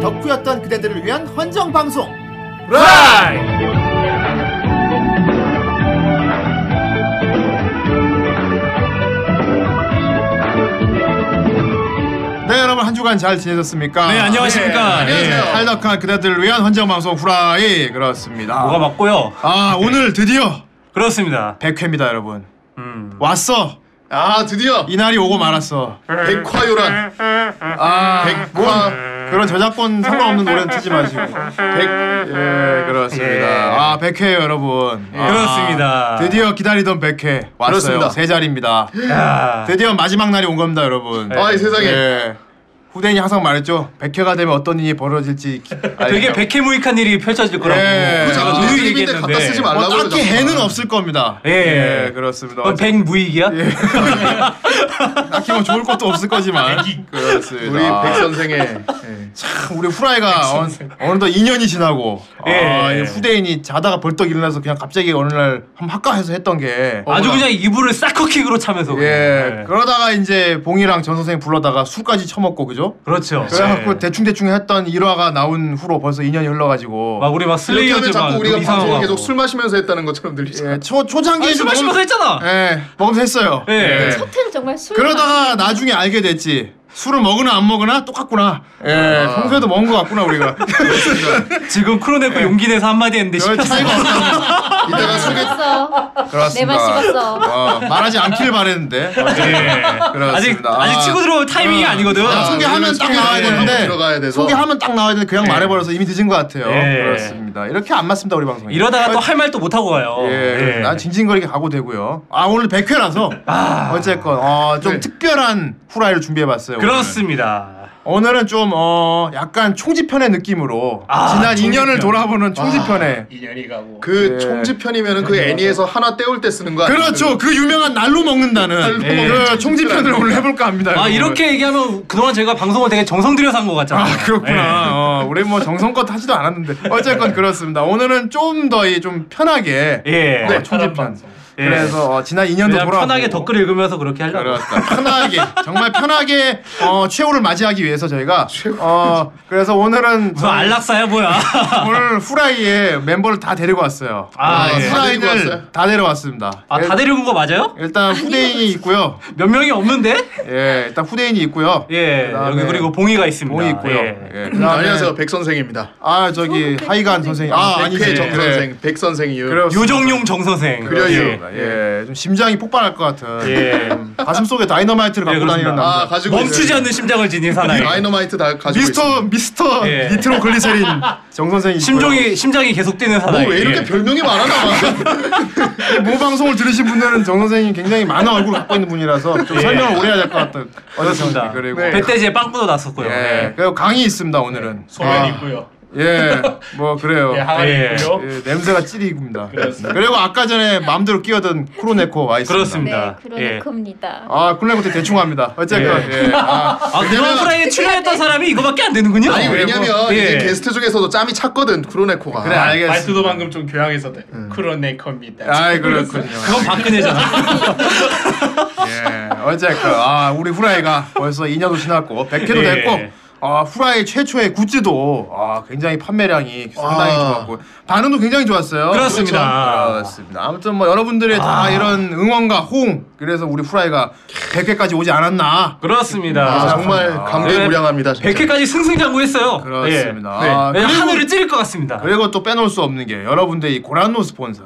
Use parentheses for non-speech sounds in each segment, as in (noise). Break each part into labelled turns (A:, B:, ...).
A: 덕후였던 그대들을 위한 헌정 방송.
B: 라이!
C: 네 여러분 한 주간 잘 지내셨습니까?
B: 네, 안녕하십니까.
C: 네,
B: 예.
C: 안녕하세요. 탈덕한 그대들을 위한 헌정방송 후라이 그렇습니다.
B: 뭐가 네. 맞고요.
C: 아 오늘 드디어
B: 그렇습니다.
C: 100회입니다 여러분.
B: 음.
C: 왔어.
D: 아 드디어
C: 이날이 오고 말았어.
D: 백화요란
C: 아
D: 백화
C: 그런 저작권 상관없는 노래는 틀지 마시고.
D: 백
C: 예 그렇습니다.
B: 예.
C: 아 100회 여러분. 아,
B: 그렇습니다.
C: 드디어 기다리던 100회 왔어요.
D: 그렇습니다.
C: 세 자리입니다.
B: 야.
C: 드디어 마지막 날이 온 겁니다 여러분.
D: 아이 네. 세상에
C: 예. 후대인이 항상 말했죠. 100회가 되면 어떤 일이 벌어질지 기-
D: 예.
B: 되게 백해무익한 일이 펼쳐질 거라고.
C: 예.
B: 제가
D: 아,
B: 늘
D: 선생님인데
B: 얘기했는데.
D: 갖다 쓰지 마.
C: 뭐
D: 말라고
C: 딱히
D: 그러잖아. 뭐
C: 해는 없을 겁니다.
B: 예.
C: 그렇습니다.
B: 어, 백무익이야?
D: 예.
C: 딱히 뭐 좋을 것도 없을 거지만 그렇습니다.
D: 우리 백 선생의 예.
C: 참, 우리 후라이가 어, 어느덧 2년이 지나고
B: 예.
C: 아, 이 후대인이 자다가 벌떡 일어나서 그냥 갑자기 어느 날 한번 학과에서 했던 게
D: 어.
B: 아주 그냥 이불을 사커킥으로 차면서.
C: 예.
B: 그냥.
D: 네.
B: 예.
C: 그러다가 이제 봉이랑 전 선생 불러다가 술까지 처먹고 그죠?
B: 그렇죠.
C: 그래갖고
B: 예.
D: 네.
C: 대충 대충 했던 일화가 나온 후로 벌써 2년이 흘러가지고
B: 막 우리 막
D: 이렇게 하면
B: 슬레이어즈 막
D: 자꾸 우리가
B: 이상한 거
D: 방송을 계속
B: 하고.
D: 술 마시면서 했다는 것처럼 들리죠
C: 예, 초 초장기에
B: 아니, 술 마시면서 했잖아.
C: 예, 먹으면서 했어요.
B: 예.
C: 예.
E: 첫회는 정말 술
C: 그러다가 나중에 알게 됐지. 술을 먹으나 안 먹으나 똑같구나. 예,
B: 아.
C: 평소에도 먹은 것 같구나
B: (laughs)
C: 우리가.
B: 지금 크로네코
D: 예.
B: 용기 내서 한마디 했는데
C: 별
B: 씹혔어.
C: 차이가 없다.
D: 이따가 소개
E: 마셨어.
C: 그렇습니다.
E: 내발 씹었어. 네,
C: 어, 말하지 않길 바랬는데.
B: 예.
C: 그렇습니다.
B: 아직
C: 아.
B: 아직 치고 들어올 타이밍이 아니거든.
C: 아, 소개하면
D: 왜냐면
C: 딱 나와야
D: 소개를
C: 되는데
D: 들어가야 돼서.
C: 소개하면 딱 나와야 되는데 그냥 말해버려서 이미 늦은 것 같아요.
B: 예.
C: 그렇습니다. 이렇게 안 맞습니다 우리 방송.
B: 이러다가 또 할 말 또 못 하고 가요.
C: 예,
B: 예.
C: 난 징징거리게 가고 되고요. 아 오늘 100회라서
B: 아.
C: 어쨌건 어, 좀
D: 네.
C: 특별한 후라이를 준비해봤어요. 오늘은.
B: 그렇습니다.
C: 오늘은 좀 어, 약간 총지편의 느낌으로
B: 아,
C: 지난
B: 총지편.
C: 2년을 돌아보는 총지편의
D: 그
C: 예.
D: 총지편이면은 그 애니에서 하나 떼올 때 쓰는 거 아니에요?
C: 그렇죠 그 유명한 날로 먹는다는
D: 날로
C: 그
D: 먹는
C: 총지편을 오늘 해볼까 합니다.
B: 아
C: 여러분.
B: 이렇게 얘기하면 그동안 제가 방송을 되게 정성 들여서 한 것 같잖아요.
C: 아
B: 네.
C: 그렇구나. 어, 우리 뭐 정성껏 하지도 않았는데 어쨌건 그렇습니다. 오늘은 좀 더 이 좀 편하게
B: 예. 예.
D: 네.
C: 어, 총지편.
B: 예.
C: 그래서 어, 지난 2년도 돌아
B: 그냥
D: 뭐
B: 편하게 댓글 읽으면서 그렇게 하려고.
D: 그렇죠.
C: 그렇다. 편하게 정말 편하게 어, 최후를 맞이하기 위해서 저희가 어, 그래서 오늘은
B: 무슨 안락사야 뭐야?
C: 오늘 후라이에 멤버를 다 데리고 왔어요.
B: 아,
C: 어,
B: 예.
D: 다
C: 후라이를 다,
D: 데리고 왔어요?
C: 데려왔습니다.
D: 네.
B: 아 다 데리고 온 거 맞아요?
C: 일단 후대인이 있고요.
B: 몇 명이 없는데?
C: 예, 일단 후대인이 있고요.
B: 예.
C: 그다음에
B: 여기 그리고 봉이가 있습니다.
C: 봉이 있고요.
B: 예.
C: 예,
D: 음,
C: 그다음에
D: 안녕하세요 백 선생입니다
C: 아 저기
E: 백
C: 하이간 선생님.
E: 선생님.
C: 아
D: 백회
C: 아니지.
D: 정
C: 예.
D: 네, 선생 백 선생이요
C: 그렇습니다.
B: 유정용 정 선생.
D: 그래요.
B: 예.
C: 예, 좀 심장이 폭발할 것 같은.
B: 예.
C: 음, 가슴 속에 다이너마이트를
B: 예,
C: 갖고 다니는
B: 그렇습니다.
C: 남자.
D: 아 가지고
B: 멈추지
D: 있어요.
B: 않는 심장을 지닌 사나이.
D: 아, 다이너마이트 다 가지고
C: 미스터 미스터
B: 예.
C: 니트로글리세린 정 선생이.
B: 심종이 심장이 계속 뛰는 사나이.
D: 뭐왜 이렇게
B: 예.
D: 별명이 많아나 봐
C: 모 방송을 들으신 분들은 정 선생이 굉장히 많은 얼굴을 갖고 있는 분이라서 좀
B: 예.
C: 설명을 오래 해야 될 것 같은.
B: 그렇습니다.
C: 그리고
D: 네.
B: 배때지에 빵꾸도 났었고요.
C: 예,
B: 예.
C: 그리고 강이 있습니다 오늘은. 아,
F: 있고요.
C: 예, 뭐 그래요. 예,
B: 예.
C: 냄새가 찌리입니다. 그리고 아까 전에 마음대로 끼어든 쿠로네코 와 있습니다.
B: 그렇습니다.
E: 네,
B: 예.
E: 그러니까입니다.
C: 아 쿠로네코 되게 대충 합니다. 어쨌건 예. 아,
B: 아 그런 프라이에 출연했던 사람이 이거밖에 안 되는군요.
D: (laughs) 아니
B: 예, 뭐,
D: 왜냐면
B: 예.
D: 이제 게스트 중에서도 짬이 찼거든 크로네코가
C: 그래 알겠습니다.
F: 말투도 방금 좀 교양에서 네. 돼. 크로네커입니다.
C: 아이 그렇군요.
B: 그건 박근혜잖아.
C: 예, 어쨌건 아 우리 후라이가 벌써 2년도 지났고 100회도
B: 예.
C: 됐고 아 후라이 최초의 굿즈도 아 굉장히 판매량이 상당히
D: 아.
C: 좋았고 반응도 굉장히 좋았어요.
B: 그렇습니다.
C: 그렇죠? 그렇습니다. 아무튼 뭐 여러분들의 다 이런 응원과 호응 그래서 우리 후라이가 100회까지 오지 않았나.
B: 그렇습니다.
D: 아, 정말 감개무량합니다 진짜.
B: 100회까지 승승장구했어요.
C: 그렇습니다.
B: 예.
C: 아,
B: 네,
C: 그리고-
B: 하늘을 찌를 것 같습니다.
C: 그리고 또 빼놓을 수 없는 게 여러분들 이 고란노 스폰사.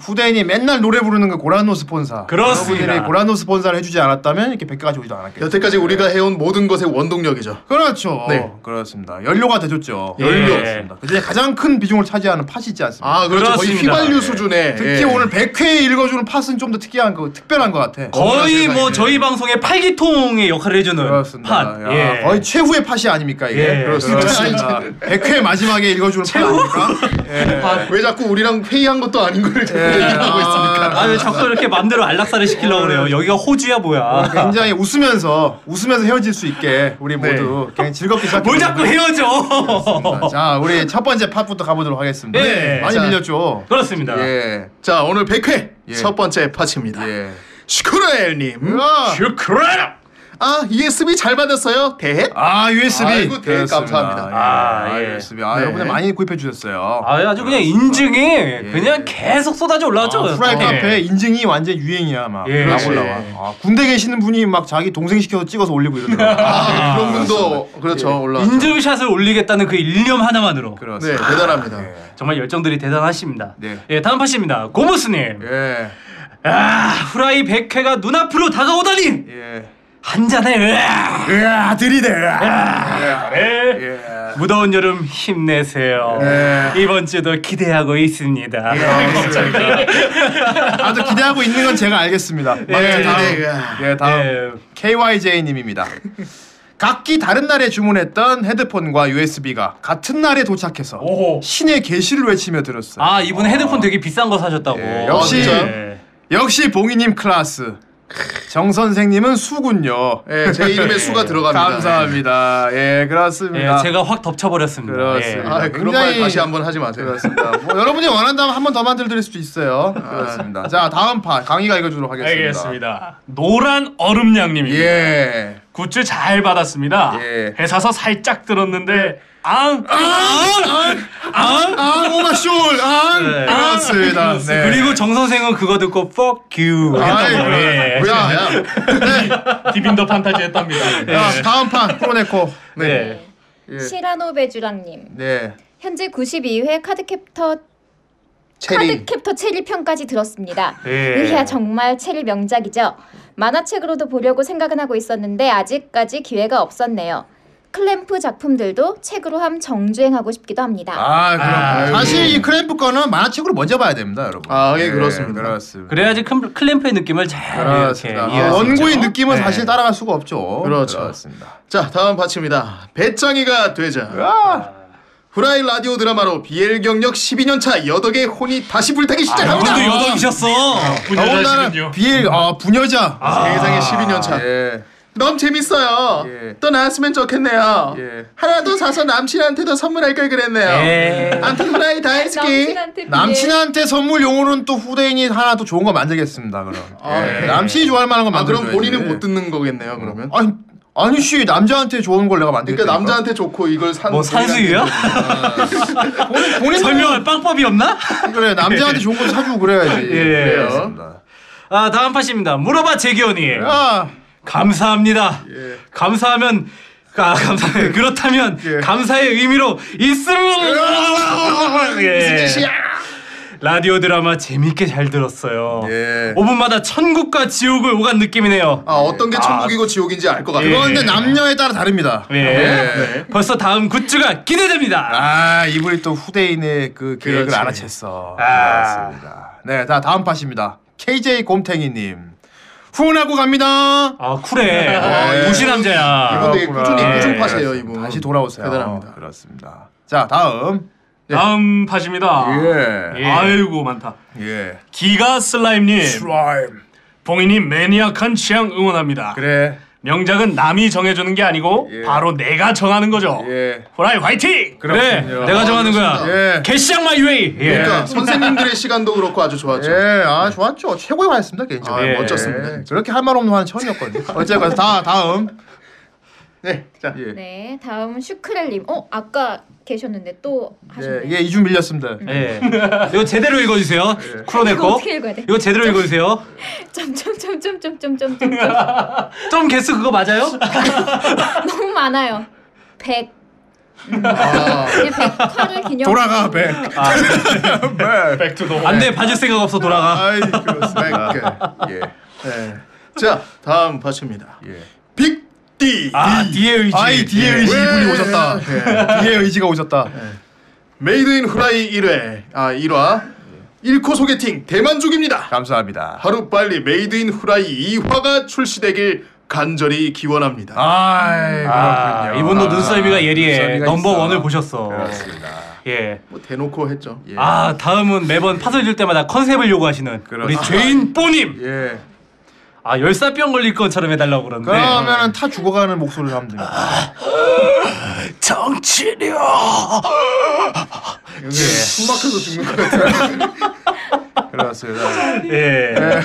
C: 후대인이 맨날 노래 부르는 거 고란노 스폰사.
B: 아. 그렇습니다.
C: 여러분들이 고란노 스폰사를 해주지 않았다면 이렇게 100회까지 오지도 않았겠죠.
D: 여태까지 우리가
C: 네.
D: 해온 모든 것의 원동력이죠.
C: 그렇죠.
D: 네.
C: 그렇습니다. 연료가 되줬죠.
B: 예.
C: 연료였습니다. 그 중에 가장 큰 비중을 차지하는 팥이지 않습니까?
D: 아 그렇죠. 거의
B: 그렇습니다.
D: 휘발유
B: 예.
D: 수준의
C: 네. 특히
D: 예.
C: 오늘 100회 읽어주는 팥은 좀 더 특이한 거, 특별한 것 같아.
B: 거의
D: 거짓말
B: 뭐
D: 세상에.
B: 저희 방송의 팔기통의 역할을 해주는
C: 그렇습니다.
B: 팟.
C: 야,
B: 예.
C: 거의 최후의 팥이 아닙니까 이게?
B: 예.
C: 그렇습니다. (laughs)
D: 그렇습니다.
C: 100회 마지막에 읽어주는 팥 (laughs) 아닙니까? 예.
D: 왜 자꾸 우리랑 회의한 것도 아닌 걸
C: 네.
D: 이렇게 얘기하고 있습니까?
B: 아왜 자꾸 이렇게 맘대로 안락사를
C: 어, 네.
B: 시키려고 그래요. 여기가 호주야 뭐야.
C: 굉장히 웃으면서 웃으면서 헤어질 수 있게 우리
D: 네.
C: 모두 굉장히 즐겁게 시작해.
B: (laughs) 뭘 자꾸 헤어져.
C: 자, 우리 첫 번째 팟부터 가보도록 하겠습니다.
B: 예.
C: 많이
D: 자.
C: 밀렸죠.
B: (laughs) 그렇습니다.
C: 예.
D: 자 오늘 100회
C: 예.
D: 첫 번째 파츠입니다.
C: 예.
D: 슈크라엘님
C: 으아!
D: 슈크라엘 아 USB 잘 받았어요. 대헷.
C: 아 USB.
D: 아이고, 대-
C: 그렇습니다.
D: 감사합니다.
C: 예,
B: 아,
C: 아,
B: 예.
C: USB. 아
D: 네.
C: 여러분들 많이 구입해 주셨어요.
B: 아 아주 그냥 인증이 그냥 계속 쏟아져 올라왔죠.
C: 예. 아, 프라이
B: 예.
C: 카페 인증이 완전 유행이야 막.
B: 예.
C: 막
B: 그렇지.
C: 올라와. 아, 군대 계시는 분이 막 자기 동생 시켜서 찍어서 올리고
B: (laughs)
C: 이러더라고.
D: 아, 그런 분도
C: 예.
D: 그렇죠 올라.
B: 인증샷을 올리겠다는 그 일념 하나만으로
D: 네
C: 그렇습니다.
D: 대단합니다.
C: 예.
B: 정말 열정들이 대단하십니다.
C: 네.
B: 예, 다음 파트입니다. 고무스님.
C: 예.
B: 아, 후라이 100회가 눈앞으로 다가오다니.
C: 예.
B: 한 잔에 으아!
C: 으아 들이대. 으아.
B: 예.
C: 예.
B: 무더운 여름 힘내세요. 이번 주도 기대하고 있습니다.
C: 아주 기대하고 있는 건 제가 알겠습니다.
B: 네,
C: 예,
D: 아, 네,
C: 다음. 예, 다음.
B: 예.
C: KYJ님입니다. 각기 다른 날에 주문했던 헤드폰과 USB가 같은 날에 도착해서
F: 오호.
C: 신의 계시를 외치며 들었어요.
B: 아, 이분 헤드폰 되게 비싼 거 사셨다고.
C: 예, 역시.
B: 예.
C: 역시 봉이님 클라스. 정 선생님은 수군요.
D: 예, 제 이름에 수가 들어갑니다.
C: 감사합니다. 예,
B: 예,
C: 그렇습니다.
B: 제가 확 덮쳐버렸습니다.
C: 그렇습니다.
D: 아, 그런 말
C: 네. 굉장히-
D: 다시 한번 하지 마세요.
C: 그렇습니다. 뭐 여러분이 원한다면 한 번 더 만들어 드릴 수도 있어요.
D: 아,
C: 그렇습니다.
D: 네.
C: 자, 다음 파 강의가 읽어주도록
B: 예.
C: 하겠습니다.
F: 알겠습니다. 노란 얼음냥님입니다.
C: 예.
F: 굿즈 잘 받았습니다.
C: 예.
F: 회사서 살짝 들었는데 앙!
C: 아, 뭔가 쇼. 아,
B: 네.
C: 그렇습니다. 네.
B: 그리고 정 선생은 그거 듣고 fuck you.
C: 아이,
B: 했다고. 예.
D: 왜 나야?
F: 디빈더 판타지 했답니다.
C: 네. 자, 다음 판 프로네코.
B: 네.
C: 예.
E: 시라노 베주라님
C: 네.
E: 현재 92회 카드 캡터 카드
D: 체리.
E: 캡터 체리 편까지 들었습니다.
B: 예.
E: 으야 정말 체리 명작이죠. 만화책으로도 보려고 생각은 하고 있었는데 아직까지 기회가 없었네요. 클램프 작품들도 책으로 함 정주행하고 싶기도 합니다.
C: 아, 그럼
B: 아이고.
C: 사실 이 크램프 거는 만화책으로 먼저 봐야 됩니다, 여러분.
D: 예. 아, 예,
C: 네,
D: 그렇습니다.
C: 그렇습니다.
B: 그래야지 클- 클램프의 느낌을 잘 이렇게
C: 그렇습니다. 아,
B: 이해할 수 있죠.
C: 원고의 느낌은
B: 네.
C: 사실 따라갈 수가 없죠.
D: 예. 그렇죠.
C: 그렇습니다.
D: 자, 다음 파츠입니다. 배짱이가 되자.
C: 아,
D: 후라이 라디오 드라마로 BL 경력 12년 차 여덕의 혼이 다시 불타기 시작합니다.
B: 이분도 여덕이셨어.
C: 더군다나
F: 분열하시군요.
C: 비엘 아 부녀자.
D: 세상에 12년 차.
C: 예.
D: 너무 재밌어요.
C: 예.
D: 또 나왔으면 좋겠네요.
C: 예.
D: 하나 더 사서 남친한테도 선물할 걸 그랬네요.
B: 예.
D: 암튼 후라이 다이스키.
E: 남친한테
C: 남친한테 선물 용어로는 또 후대인이 하나 또 좋은 거 만들겠습니다. 그럼
D: 아,
C: 예.
D: 네.
C: 남친이 좋아할 만한 거
D: 아,
C: 만들어.
D: 그럼 본인은 못 듣는 거겠네요, 그러면.
C: 아니 아니 씨 남자한테 좋은 걸 내가 만들겠다.
D: 그러니까 남자한테 좋고 이걸 산
B: 뭐 산수유야? 뭐. 설명할 빵법이 없나?
C: 그래 남자한테
D: 예.
C: 좋은 걸 사주고 그래야지.
B: 예.
C: 그렇습니다.
B: 아 다음 팟입니다. 물어봐 재기원이.
C: 아
B: 감사합니다. 감사하면 아, 감사해. 그렇다면 감사의 의미로
C: 예.
B: 있으면 예. 라디오 드라마 재밌게 잘 들었어요.
C: 예.
B: 5분마다 천국과 지옥을 오간 느낌이네요.
D: 아, 어떤 게 천국이고 지옥인지 알 것 같아요.
B: 예.
C: 그런데 남녀에 따라 다릅니다.
B: 예.
D: 네.
B: 벌써 다음 굿즈가 기대됩니다.
C: 아 이분이 또 후대인의 그 계획을
D: 그렇지.
C: 알아챘어.
B: 아.
C: 그렇습니다. 네, 자 다음 팟입니다. KJ 곰탱이님 후원하고 갑니다. 어,
B: 아 쿨해.
D: 예.
B: 무시 남자야.
D: 이분 되게 꾸준히
B: 예.
D: 꾸준 파세요, 이분.
C: 다시 돌아오세요. 어,
D: 대단합니다.
C: 그렇습니다. 자 다음.
F: 다음 파입니다
C: 예.
F: 아이고 많다.
C: 예.
F: 기가 슬라임님,
C: 트라임.
F: 봉인님 매니악한 취향 응원합니다.
C: 그래.
F: 명작은 남이 정해주는 게 아니고
C: 예.
F: 바로 내가 정하는 거죠.
C: 예.
F: 호라이 화이팅! 네,
B: 그래.
C: 그렇군요.
B: 내가 정하는
C: 그렇습니다. 예.
B: 거야. 개시장 마이웨이. 예.
D: 그러니까 선생님들의 시간도 그렇고 아주 좋았죠.
C: 예, 아 좋았죠. 최고의 화였습니다 개인적으로.
D: 아,
B: 예.
D: 멋졌습니다.
C: 예. 그렇게 할 말 없는 화는 (laughs) 처음이었거든요. 어쨌건 다 다음.
D: 네, 자.
C: 예.
E: 네, 다음 슈크렐님. 어, 아까 계셨는데 또
C: 예,
E: 하셨네요.
C: 예 이준 밀렸습니다.
B: 예. 이거 제대로 읽어주세요.
E: 이거
B: 쿨어내고.
E: 어떻게 읽어야 돼?
B: 이거 제대로 읽어주세요.
E: 점점점점점점점점
B: 좀 개수 그거 맞아요?
E: 너무 많아요. 100
D: 아,
E: 이제 100화를 기념.
C: 돌아가 백.
B: 아,
C: 백.
F: 백투 더.
B: 안 돼. 봐줄 생각 없어 돌아가.
C: 아이 그렇습니다.
D: 백.
C: 예.
D: 네. 자, 다음 파츠입니다.
C: 예.
D: 빅디.
B: 아, 뒤에 의지.
C: 아이 뒤에
B: 예.
C: 의지
D: 왜?
C: 이분이 오셨다. 뒤에 의지가 오셨다.
D: 메이드 인 후라이 1회. 아, 1화. 1코 소개팅 대만족입니다.
C: 감사합니다.
D: 하루 빨리 메이드 인 후라이 2화가 출시되길 간절히 기원합니다.
C: 아이
B: 아,
C: 그렇군요.
B: 이분도
C: 아,
B: 눈썰미가 예리해.
C: 눈썰미가
B: 넘버
C: 있어.
B: 원을 보셨어.
C: 그렇습니다.
B: 예.
D: 뭐 대놓고 했죠.
C: 예.
B: 아, 다음은 매번 파설 줄 때마다 컨셉을 요구하시는
C: 그렇습니다.
B: 우리 죄인 뽀님.
C: 예.
B: 아, 열사병 걸릴 것처럼 해달라고 그러는데.
C: 그러면은 타 죽어가는 목소리를 하면 됩니다.
B: 정치력.
C: (laughs) 예.
D: 숨 막혀서 죽는 것 같아요.
C: (laughs) 그렇습니다.
B: 예.
C: 네.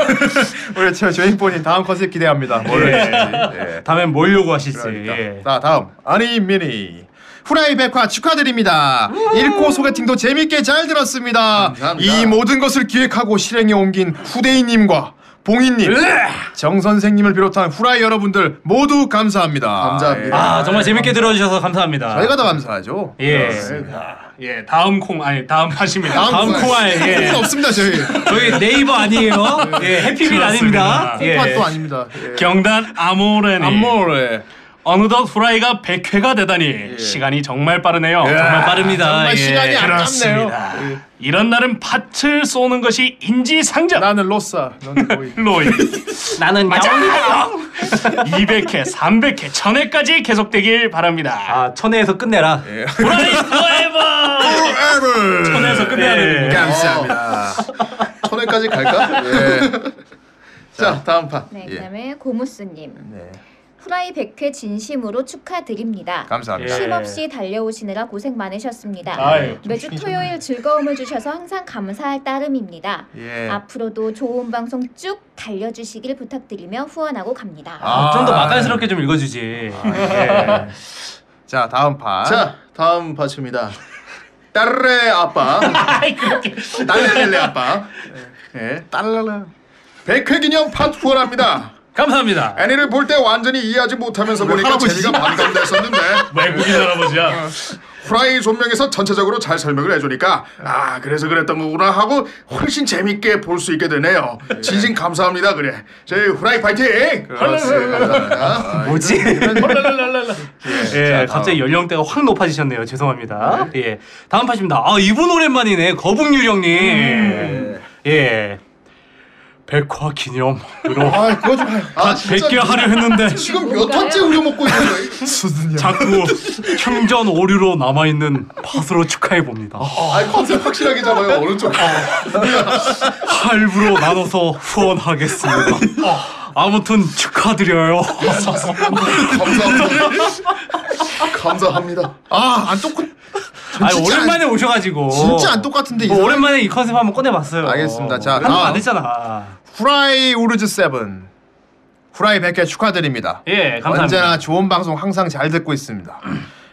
C: 우리 저 조인포님 다음 컨셉 기대합니다. 뭐를
B: 예.
C: 할지. 예.
B: 다음엔 뭘 요구하실지.
C: 그러니까.
B: 예.
C: 자 다음 아니 미니 후라이 백화 축하드립니다. 읽고 소개팅도 재밌게 잘 들었습니다.
D: 감사합니다.
C: 이 모든 것을 기획하고 실행에 옮긴 후대인님과 봉인님, 정 선생님을 비롯한 후라이 여러분들 모두 감사합니다.
D: 감사합니다.
B: 아 정말 재밌게 들어주셔서 감사합니다.
C: 예. 네. 저희가 더 감사하죠.
B: 예.
F: 예, 다음 콩 아니 다음 팥입니다.
B: 다음 코알 예.
C: 필요 (laughs) 없습니다 저희.
B: 저희 네이버
C: (laughs)
B: 아니에요. 예, 해피밀
F: 그렇습니다.
B: 아닙니다. 예.
C: 콩팥도 아닙니다. 예.
F: 경단 아모레니.
C: 안모래.
F: 어느덧 후라이가 100회가 되다니 시간이 정말 빠르네요. 정말
B: 정말 빠릅니다.
C: 정말
B: 예.
C: 예. 아, 시간이 안 남네요. 예.
F: 그렇습니다. 이런 날은 밭을 쏘는 것이 인지상정.
C: 나는 로사. 너는 로이. (laughs)
F: 로이
B: 나는 맞아.
F: 200회, 300회, 1000회까지 계속되길 바랍니다.
B: 아 천혜에서 끝내라.
F: 후라이 포에버. 천회에서
C: 네.
F: 끝내야
B: 예.
F: 되는데.
C: 예. 감사합니다.
D: 천회까지
C: (laughs)
D: 갈까? 예. 자 다음 판.
E: 네,
D: 예.
E: 그다음에 고무스님.
C: 네.
E: 후라이 100회 진심으로 축하드립니다.
C: 감사합니다.
B: 예.
E: 쉼없이 달려오시느라 고생 많으셨습니다.
F: 아유,
E: 매주 토요일 즐거움을 주셔서 항상 감사할 따름입니다.
C: 예.
E: 앞으로도 좋은 방송 쭉 달려주시길 부탁드리며 후원하고 갑니다.
C: 아.
B: 좀 더 맛깔스럽게 좀 읽어주지. 예.
C: 자 다음 판.
D: 자 다음 파츠입니다. 딸레 아빠. 딸레레 아빠. 예.
C: 딸라라.
D: 백회 기념 파트 후원합니다.
B: 감사합니다.
D: 애니를 볼 때 완전히 이해하지 못하면서 보니까 재미가 반감됐었는데
F: 외국인
C: 어.
F: 할아버지야.
D: 프라이 조명에서 전체적으로 잘 설명을 해주니까 아 그래서 그랬던 거구나 하고 훨씬 재밌게 볼 수 있게 되네요. 진심 감사합니다 그래. 저희 후라이 파이팅!
B: 예. 뭐지?
F: 랄랄랄랄라.
B: 예, 갑자기 연령대가 확 높아지셨네요. 죄송합니다. 예, 다음 파입니다. 아 이분 오랜만이네. 거북유 형님. 예, 백화 기념으로
D: 아 그거 좀. 아 진짜
B: 100개 하려 했는데
E: 뭐
D: 지금 몇 턴째 우려먹고 있는 거예요?
B: 자꾸 흉전 오류로 남아 있는 팥으로 축하해 봅니다.
D: 아 컨셉 확실하게 잡아요 어느 쪽?
B: 할부로 나눠서 후원하겠습니다. 아무튼 축하드려요.
D: 감사합니다. 감사합니다.
C: 아안 똑같.
B: 아
C: 진짜
B: 오랜만에 오셔가지고
C: 진짜 안 똑같은데
B: 뭐
C: 이상해.
B: 오랜만에 이 컨셉 한번 꺼내봤어요.
C: 알겠습니다. 자,
B: 한번
C: 다음.
B: 안 했잖아.
C: 후라이 우르즈 세븐. 후라이 100회 축하드립니다.
B: 예, 감사합니다.
C: 언제나 좋은 방송 항상 잘 듣고 있습니다.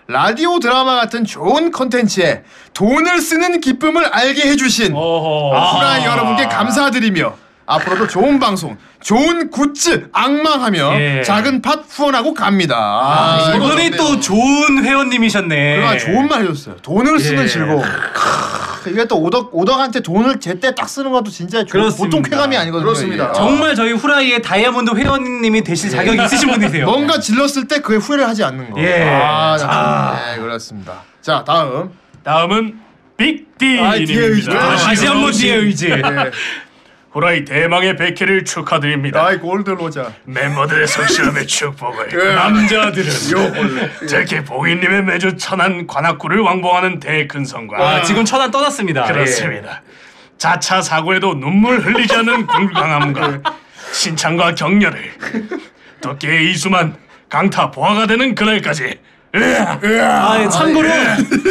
C: 라디오 드라마 같은 좋은 컨텐츠에 돈을 쓰는 기쁨을 알게 해주신 아,
F: 어허.
C: 후라이 여러분께 감사드리며 앞으로도 좋은 방송, 좋은 굿즈 악망하며
B: 예.
C: 작은 팟 후원하고 갑니다. 아,
B: 이분이 또 좋은 회원님이셨네.
C: 그러나 좋은 말 해줬어요. 돈을 쓰는
B: 예.
C: 즐거움. 크, 이게 또 오덕 오덕한테 돈을 제때 딱 쓰는 것도 진짜 조-
B: 그렇습니다.
C: 보통 쾌감이 아니거든요.
D: 그렇습니다.
C: 이게.
B: 정말 저희 후라이의 다이아몬드 회원님이 되실 자격이 있으신
C: 네.
B: 분이세요.
C: 뭔가 질렀을 때 그에 후회를 하지 않는 거.
B: 예.
C: 아, 참. 네, 그렇습니다. 자, 다음.
F: 다음은
C: 아, 뒤에 아,
F: 빅디님입니다.
C: 의지.
B: 다시 한 번 뒤에 의지.
C: 네.
F: 호라이 대망의 100회를 축하드립니다.
C: 나의 골드 로자.
F: 멤버들의
B: (laughs)
F: 성실함의
B: 예.
F: 축복을 남자들은 특히 봉인님의 매주 천안 관악구를 왕복하는 대근성과
B: 아, 지금 천안 떠났습니다.
F: 그렇습니다. 자차 사고에도 눈물 흘리지 않는 굴강함과
B: 예.
F: 신창과 격려를 도끼의 이수만 강타 보아가 되는 그날까지 으아!
B: 예. 아, 예, 참고로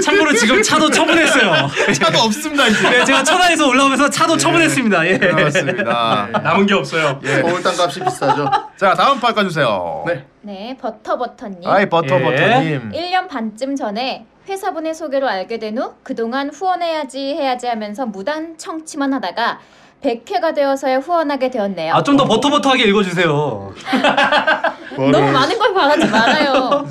B: 참고로 지금 차도 처분했어요.
C: 차도 없습니다, 이제.
B: 네, 제가 천안에서 올라오면서
C: 네.
B: 차도 처분했습니다. 예.
C: 그렇습니다. 예.
F: 남은 게 없어요.
D: 서울 땅값이 비싸죠.
C: 자, 다음 판 까주세요.
D: 네.
E: 네, 버터버터님.
C: 아이, 버터,
B: 예.
C: 버터님.
E: 1년 반쯤 전에 회사분의 소개로 알게 된 후 그동안 후원해야지 해야지 하면서 무단 청취만 하다가 100회가 되어서야 후원하게 되었네요.
B: 아, 좀 더 버터버터하게 읽어주세요.
E: 너무 많은 걸 바라지
B: (laughs)
E: 말아요.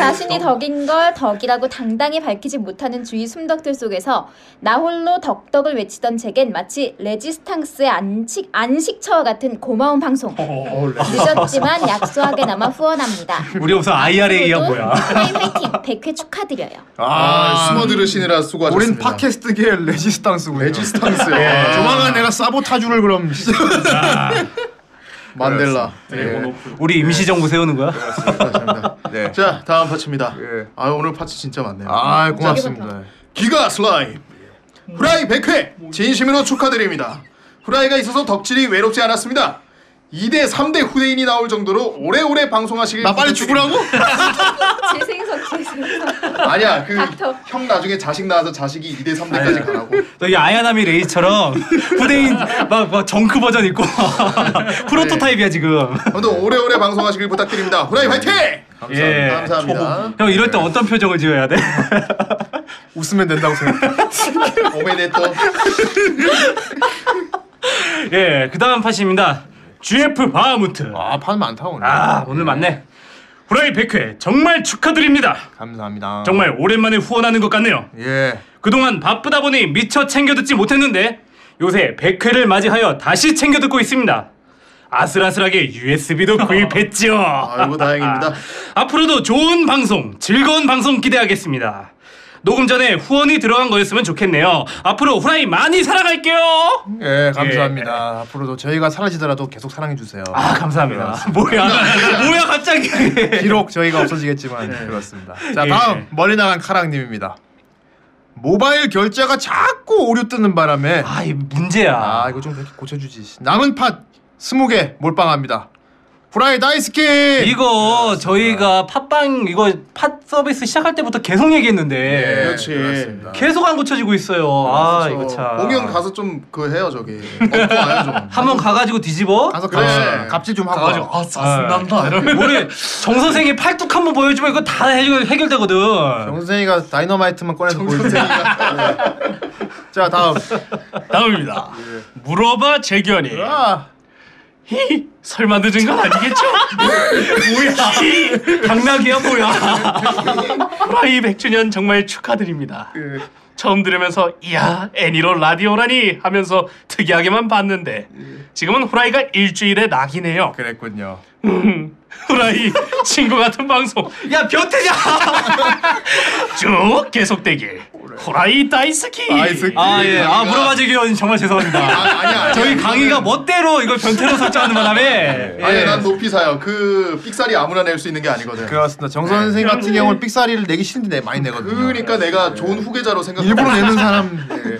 E: 자신이 덕인 걸 덕이라고 당당히 밝히지 못하는 주위 숨덕들 속에서 나홀로 덕덕을 외치던 제겐 마치 레지스탕스의 안식, 안식처와 같은 고마운
B: 어,
E: 방송. 늦었지만 약소하게나마
B: (laughs)
E: 후원합니다.
B: 우리 무슨 IRA야 뭐야?
E: 후라이 화이팅! 100회 축하드려요.
D: 아, 숨어 들으시느라 수고하셨습니다.
C: 우린 팟캐스트계의 레지스탕스군요.
D: 레지스탕스.
C: 아, 조만간 내가 사보타주를 그럼.
D: 아. 만델라. 예.
B: 네. 우리 임시정부 세우는 거야?
D: 감사합니다.
C: 네.
D: 자, 다음 파츠입니다.
C: 예.
D: 아, 오늘 파츠 진짜 많네요.
C: 아, 고맙습니다.
D: 기가 슬라임. 음. 후라이 100회 진심으로 축하드립니다. 후라이가 있어서 덕질이 외롭지 않았습니다. 2대 3대 후대인이 나올 정도로 오래오래 방송하시길
C: 나 빨리 죽으라고?
E: 재생석 재생석.
D: 아니야 그
E: 닥터.
D: 형 나중에 자식 낳아서 자식이 2대
C: 네.
D: 3대까지 가라고
B: 저기 아야나미
D: (laughs)
B: 레이처럼 후대인 막, 막 정크 버전 있고 (laughs)
D: 네.
B: 프로토타입이야 지금.
D: 아무튼 오래오래 방송하시길 부탁드립니다 후라이 화이팅!
C: 네,
B: 예.
D: 감사합니다 네.
B: 형 이럴 때 어떤 표정을 지어야 돼? (laughs)
C: 웃으면 된다고 생각해.
D: (laughs) 오메데또
B: 예, 그다음 팟입니다. GF 바하무트.
C: 아, 판 많다 오늘.
B: 아, 오늘 맞네. 후라이 100회 정말 축하드립니다.
C: 감사합니다.
B: 정말 오랜만에 후원하는 것 같네요.
C: 예.
B: 그동안 바쁘다 보니 미처 챙겨 듣지 못했는데 요새 100회를 맞이하여 다시 챙겨 듣고 있습니다. 아슬아슬하게 USB도 구입했지요.
D: (laughs) 아이고 다행입니다
B: 앞으로도 좋은 방송, 즐거운 방송 기대하겠습니다. 녹음 전에 후원이 들어간 거였으면 좋겠네요. 앞으로 후라이 많이 사랑할게요.
C: 예, 감사합니다. 앞으로도 저희가 사라지더라도 계속 사랑해 주세요.
B: 아 감사합니다. (laughs) 뭐야, 뭐야 갑자기.
C: 비록 저희가 없어지겠지만
D: 네.
C: 그렇습니다. 자
B: 예.
C: 다음 멀리 나간 카랑님입니다. 모바일 결제가 자꾸 오류 뜨는 바람에
B: 아 이 문제야.
C: 아 이거 좀 고쳐주지. 남은 팟 스무 개 몰빵합니다. 후라이
B: 예.
C: 다이스키.
B: 이거 저희가 팟빵 이거 팟 서비스 시작할 때부터 계속 얘기했는데
D: 네, 그렇지
C: 그렇습니다.
B: 계속 안 고쳐지고 있어요. 예. 그렇죠. 아 이거 참.
D: 공연 가서 좀 그 해요 저기 엎고 와요 좀
B: 한번 가가지고 뒤집어.
C: 가서
D: 그래.
C: 갑질, 갑질 좀 하고.
F: 가지고 아 짜증난다 이러면
B: (laughs) 우리 정 선생이 팔뚝 한번 보여주면 이거 다 해결, 해결되거든.
C: 아, 정선생이가 다이너마이트만 꺼내서 보여주세요. 자 다음.
F: 다음입니다.
B: 예.
F: 물어봐 재견이.
C: 아,
F: 히 설마 늦은 건 아니겠죠? 뭐야?
B: 당나귀야 뭐야.
F: 프라이 100주년 정말 축하드립니다.
D: 예.
C: 그,
F: 처음 들으면서 이야 애니로 라디오라니 하면서 특이하게만 봤는데 지금은 후라이가 일주일에 낙이네요.
C: 그랬군요.
F: 후라이 친구 같은 방송
B: 야 변태냐.
F: 쭉 계속되길. 후라이 다이스키.
C: 다이스키.
B: 아 예. 아 물어봐 주기원
C: (laughs)
B: 정말
D: 아,
B: 죄송합니다.
D: 아니야 아니야.
B: 저희 강의가 뭐- 멋대로 이걸 변태로 설정하는 바람에.
C: 예.
B: 예.
D: 아니 난 높이 사요 그 삑사리 아무나 낼 수 있는 게 아니거든
C: 그렇습니다. 정선생 같은 경우는 삑사리를 내기 싫은데 내- 많이 내거든요.
D: 그러니까 내가 좋은 후계자로 생각
C: 네. 일부러 내는 사람. 네.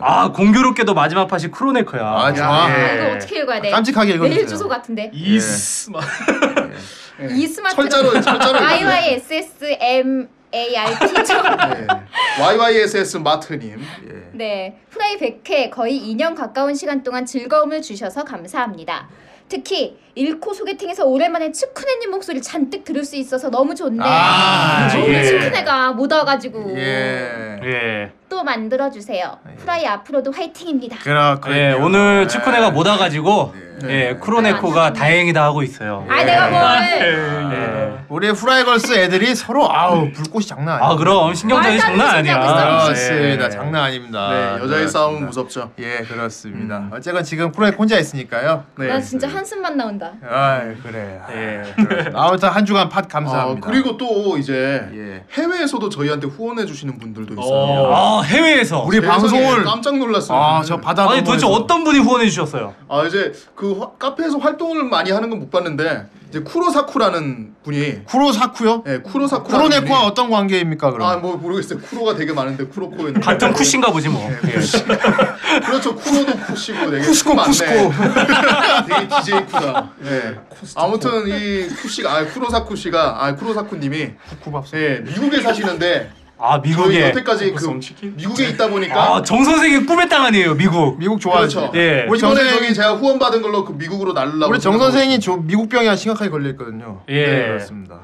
B: 아 공교롭게도 마지막 팟이 크로네커야.
C: 아 좋아.
E: 아, 이거 어떻게 읽어야 돼?
C: 깜찍하게 읽어주세요.
E: 메일 주소 같은데.
C: 예.
F: 이스 마-
E: 이 스마트.
D: 철자로 철자로
E: I Y S S M A R T 죠.
D: YYSS 마트님
E: 네, 후라이 100회 거의 2년 가까운 시간 동안 즐거움을 주셔서 감사합니다. 특히 일코 소개팅에서 오랜만에 츠쿠네님 목소리 잔뜩 들을 수 있어서 너무 좋네.
C: 아,
E: 좋은
B: 예.
E: 츠쿠네가 못 와가지고
C: 예.
B: 예.
E: 또 만들어 주세요. 후라이 앞으로도 화이팅입니다.
C: 그렇군요.
B: 예, 오늘 츠쿠네가 못 와가지고 예,
E: 아,
B: 크로네코가
E: 아니요.
B: 다행이다 하고 있어요.
E: 아 내가 뭘?
B: 예.
C: 우리 후라이걸스 애들이 서로 아우 불꽃이 장난 아니야.
B: 아 그럼 신경전이
E: 말도 안
B: 장난
E: 되는
B: 아니야.
E: 소리
C: 그렇습니다.
B: 예.
C: 장난 아닙니다.
D: 네 여자의
C: 그렇습니다.
D: 싸움은 무섭죠
C: 예, 그렇습니다.
B: 음.
C: 어쨌건 지금 프로에 혼자 있으니까요.
E: 나
D: 네
E: 진짜 한숨만 나온다.
C: 아, 그래.
B: 예.
C: 아무튼 한 주간 팟
D: 아,
C: 감사합니다.
D: 그리고 또 이제
C: 예.
D: 해외에서도 저희한테 후원해 주시는 분들도 있어요.
B: 아 해외에서
C: 우리
D: 세상에,
C: 방송을
D: 깜짝 놀랐어요.
C: 아, 저 바다
B: 아니 도대체
C: 너머에서.
B: 어떤 분이 후원해 주셨어요?
D: 아, 이제 그 화- 카페에서 활동을 많이 하는 건 못 봤는데 이제 쿠로사쿠라는 분이
C: 쿠로사쿠요?
D: 예, 쿠로사쿠라.
C: 쿠로네코와 어떤 관계입니까, 그럼?
D: 아, 뭐 모르겠어요. 쿠로가 되게 많은데 쿠로코였는데.
B: 같은 쿠신가 보지 뭐. 예.
D: 그렇죠. 쿠로도 쿠시고 되게
C: 쿠스코,
D: 많네.
C: 쿠스코.
D: (laughs) 되게 DJ 쿠다. 예. 아무튼 이 쿠시가 아, 쿠로사쿠 씨가 아, 쿠로사쿠 님이
C: 쿠쿠밥.
D: 예, 미국에 사시는데
B: 아
D: 저희
B: 미국에
D: 여태까지 그 미국에 있다 보니까
B: 아정 선생의 꿈의 땅 아니에요 미국.
C: 미국 좋아하죠.
D: 그렇죠.
B: 예.
C: 우리
D: 이번에
C: 정선생이-
D: 저기 제가 후원 받은 걸로 그 미국으로 날라고.
C: 우리 정 선생이 저 미국 병이 한 심각하게 걸려 있거든요.
B: 뭐- 예.
C: 네, 그렇습니다.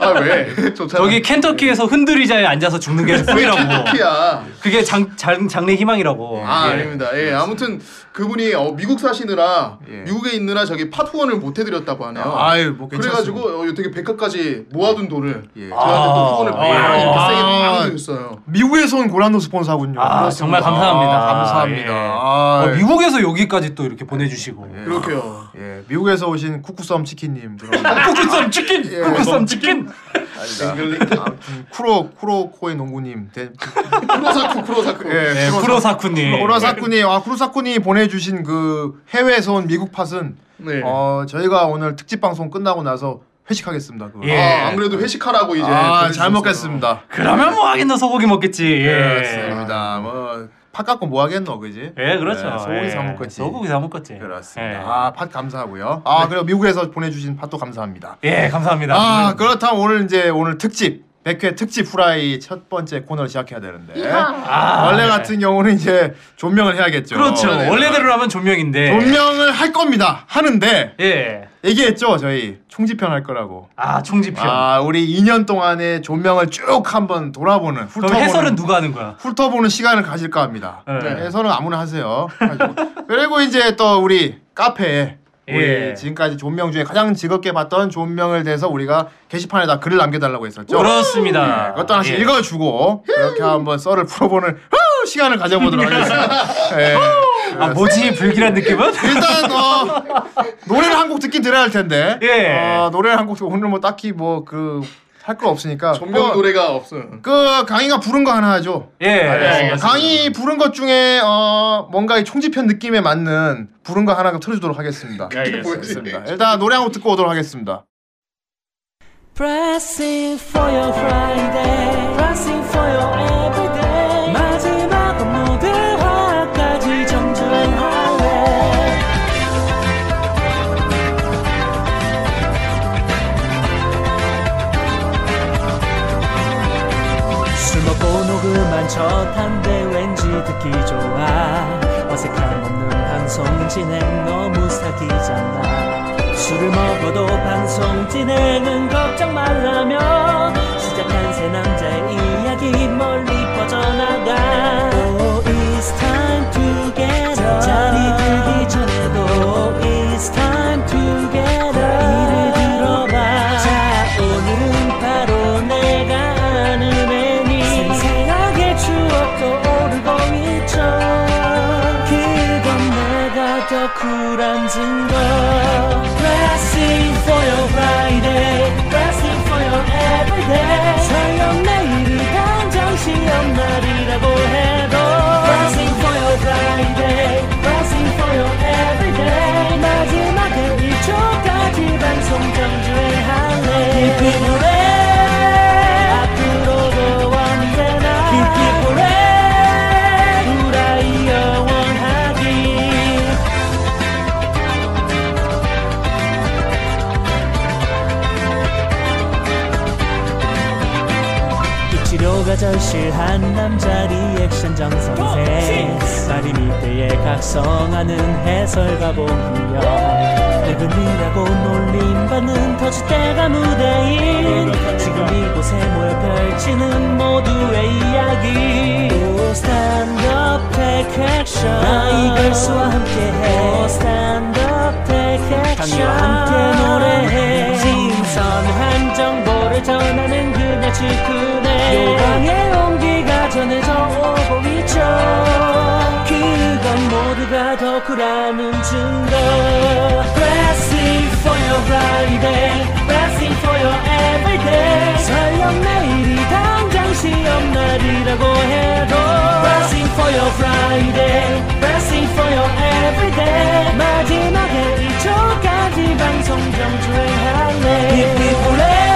D: 아
C: (laughs)
D: 왜? 좋잖아.
B: 저기 켄터키에서 흔들의자에 앉아서 죽는 게
D: 네.
B: 꿈이라고.
D: 키야.
B: 그게 장, 장 장래 희망이라고.
D: 아
B: 예.
D: 아닙니다. 예 아무튼 그분이 어, 미국 사시느라
C: 예.
D: 미국에 있느라 저기 팟 후원을 못 해드렸다고 하네요.
C: 아유, 뭐 괜찮습니다.
D: 그래가지고 어, 되게 백화까지 모아둔 돈을
C: 예.
D: 저한테 또
B: 아.
D: 후원을
B: 아.
D: 아.
C: 아.
D: 이렇게 세게 빵 해줬어요.
C: 미국에서 온 고란도 스폰서군요.
B: 아 정말 감사합니다.
C: 아, 감사합니다.
B: 예.
C: 아,
B: 어,
C: 예.
B: 미국에서 여기까지 또 이렇게 보내주시고.
D: 그렇게요.
C: 예, 미국에서 오신 쿠쿠썸 치킨님 들어.
B: (laughs) 쿠쿠쌈 치킨,
C: 예.
B: 쿠쿠쌈 치킨.
D: 잉글링
C: 쿠로 쿠로코의 농구님, 대,
D: 아, 크로사쿠 크로사쿠.
B: 예,
C: 쿠로-
B: 쿠로사쿠님.
C: 쿠로사쿠님, 아 쿠로사쿠님이 보내주신 그 해외에서 온 미국 팟은
D: 네.
C: 어 저희가 오늘 특집 방송 끝나고 나서 회식하겠습니다. 그거.
B: 예.
D: 아, 안 그래도 회식하라고 이제.
C: 아,
D: 그랬었어요.
C: 잘 먹겠습니다.
B: 그러면 뭐 하긴 너 소고기 먹겠지. 예.
C: 그렇습니다. 네. 뭐 팥 갖고 뭐 하겠노 그지?
B: 예, 그렇죠.
C: 네, 소고기 사 먹겠지.
B: 소고기 사 먹겠지.
C: 그렇습니다.
B: 예. 네.
C: 아, 팥 감사하고요. 아, 그리고 미국에서 보내주신 팥도 감사합니다.
B: 예, 감사합니다.
C: 아, 그렇다면 오늘 이제 오늘 특집 100회 특집 후라이 첫 번째 코너를 시작해야 되는데
E: 이하.
B: 아,
C: 원래
B: 네.
C: 같은 경우는 이제 존명을 해야겠죠.
B: 그렇죠.
C: 네.
B: 원래대로 라면 존명인데.
C: 존명을 할 겁니다. 하는데
B: 예.
C: 얘기했죠 저희 총지편 할 거라고.
B: 아, 총지표.
C: 아, 우리 2년 동안의 존명을 쭉 한번 돌아보는
B: 그럼
C: 훑어보는
B: 해설은 누가 하는 거야?
C: 훑어보는 시간을 가질까 합니다.
B: 네.
C: 네, 해설은 아무나 하세요. 가지고. 그리고 이제 또 우리 카페에 우리
B: 예.
C: 지금까지 존명 중에 가장 즐겁게 봤던 존명을 대해서 우리가 게시판에다 글을 남겨달라고 했었죠.
B: 그렇습니다.
C: 네, 그것도 하나씩
B: 예.
C: 읽어주고 그렇게 한번 썰을 풀어보는 후! 시간을 가져보도록
B: (laughs)
C: 하겠습니다. 예.
B: 아, 뭐지? 불길한 느낌은?
C: 일단 어, 노래를 한 곡 듣긴 들어야 할 텐데
B: 예.
C: 어, 노래를 한 곡 오늘 뭐 딱히 뭐 그 할 거 없으니까
D: 존명
C: 어,
D: 노래가 없어요.
C: 그 강희가 부른 거 하나 하죠.
B: 예.
D: 네, 알겠습니다.
C: 아, 네, 강희 부른 것 중에 어, 뭔가 이 총지편 느낌에 맞는 부른 거 하나 틀어주도록 하겠습니다.
D: 네,
F: 예,
C: 네,
D: 알겠습니다.
C: 일단 노래 한 곡 듣고 오도록 하겠습니다.
G: Pressing for your Friday, pressing for your everyday. 마지막 모든 화까지 정주행할래. 술 먹고 녹음한 첫 한데 왠지 듣기 좋아 어색함 없는 방송 진행 너무 사기잖아 술을 먹어도 방송 진행은 걱정 말라며 시작한 세 남자의 이야기 멀리 뻗어나가 Oh it's time to get up 잠자리 들기 전에도 Oh it's time to get up 이를 들어봐 자 오늘은 바로 내가 아는 애니 생생하게 추억도 오르고 있죠 그건 내가 더 쿨한 증거 Pressing for your Friday Pressing for your everyday 설령 내일이 당장 시험 날이라고 해도 Pressing for your Friday Pressing for your everyday 마지막에 1초까지 방송 정주행할래 Keep it real 앞으로도 언제나 Keep it real 후라이 영원하길 입치료가 절실한 남자 리액션 정선생 말이 미대에 각성하는 해설가 봉기영 내근이라고 놀림받는 터줏대가 무대인 지금 이곳에 모여 펼치는 모두의 이야기 Stand up, take action 나이걸스와 함께해 Stand up, take action 강요와 함께 노래해 신선한 정보를 전하는 그녀 직군에 요강의 온기가 전해져 오고 있죠 그건 모두가 더 쿨하는 증거 Pressing for your Friday Pressing for your everyday 설령 내일이 당장 시험 날이라고 해도 Pressing for your Friday Pressing for your everyday 마지막에 2초까지 방송 정주행할래 아, 힙힙볼에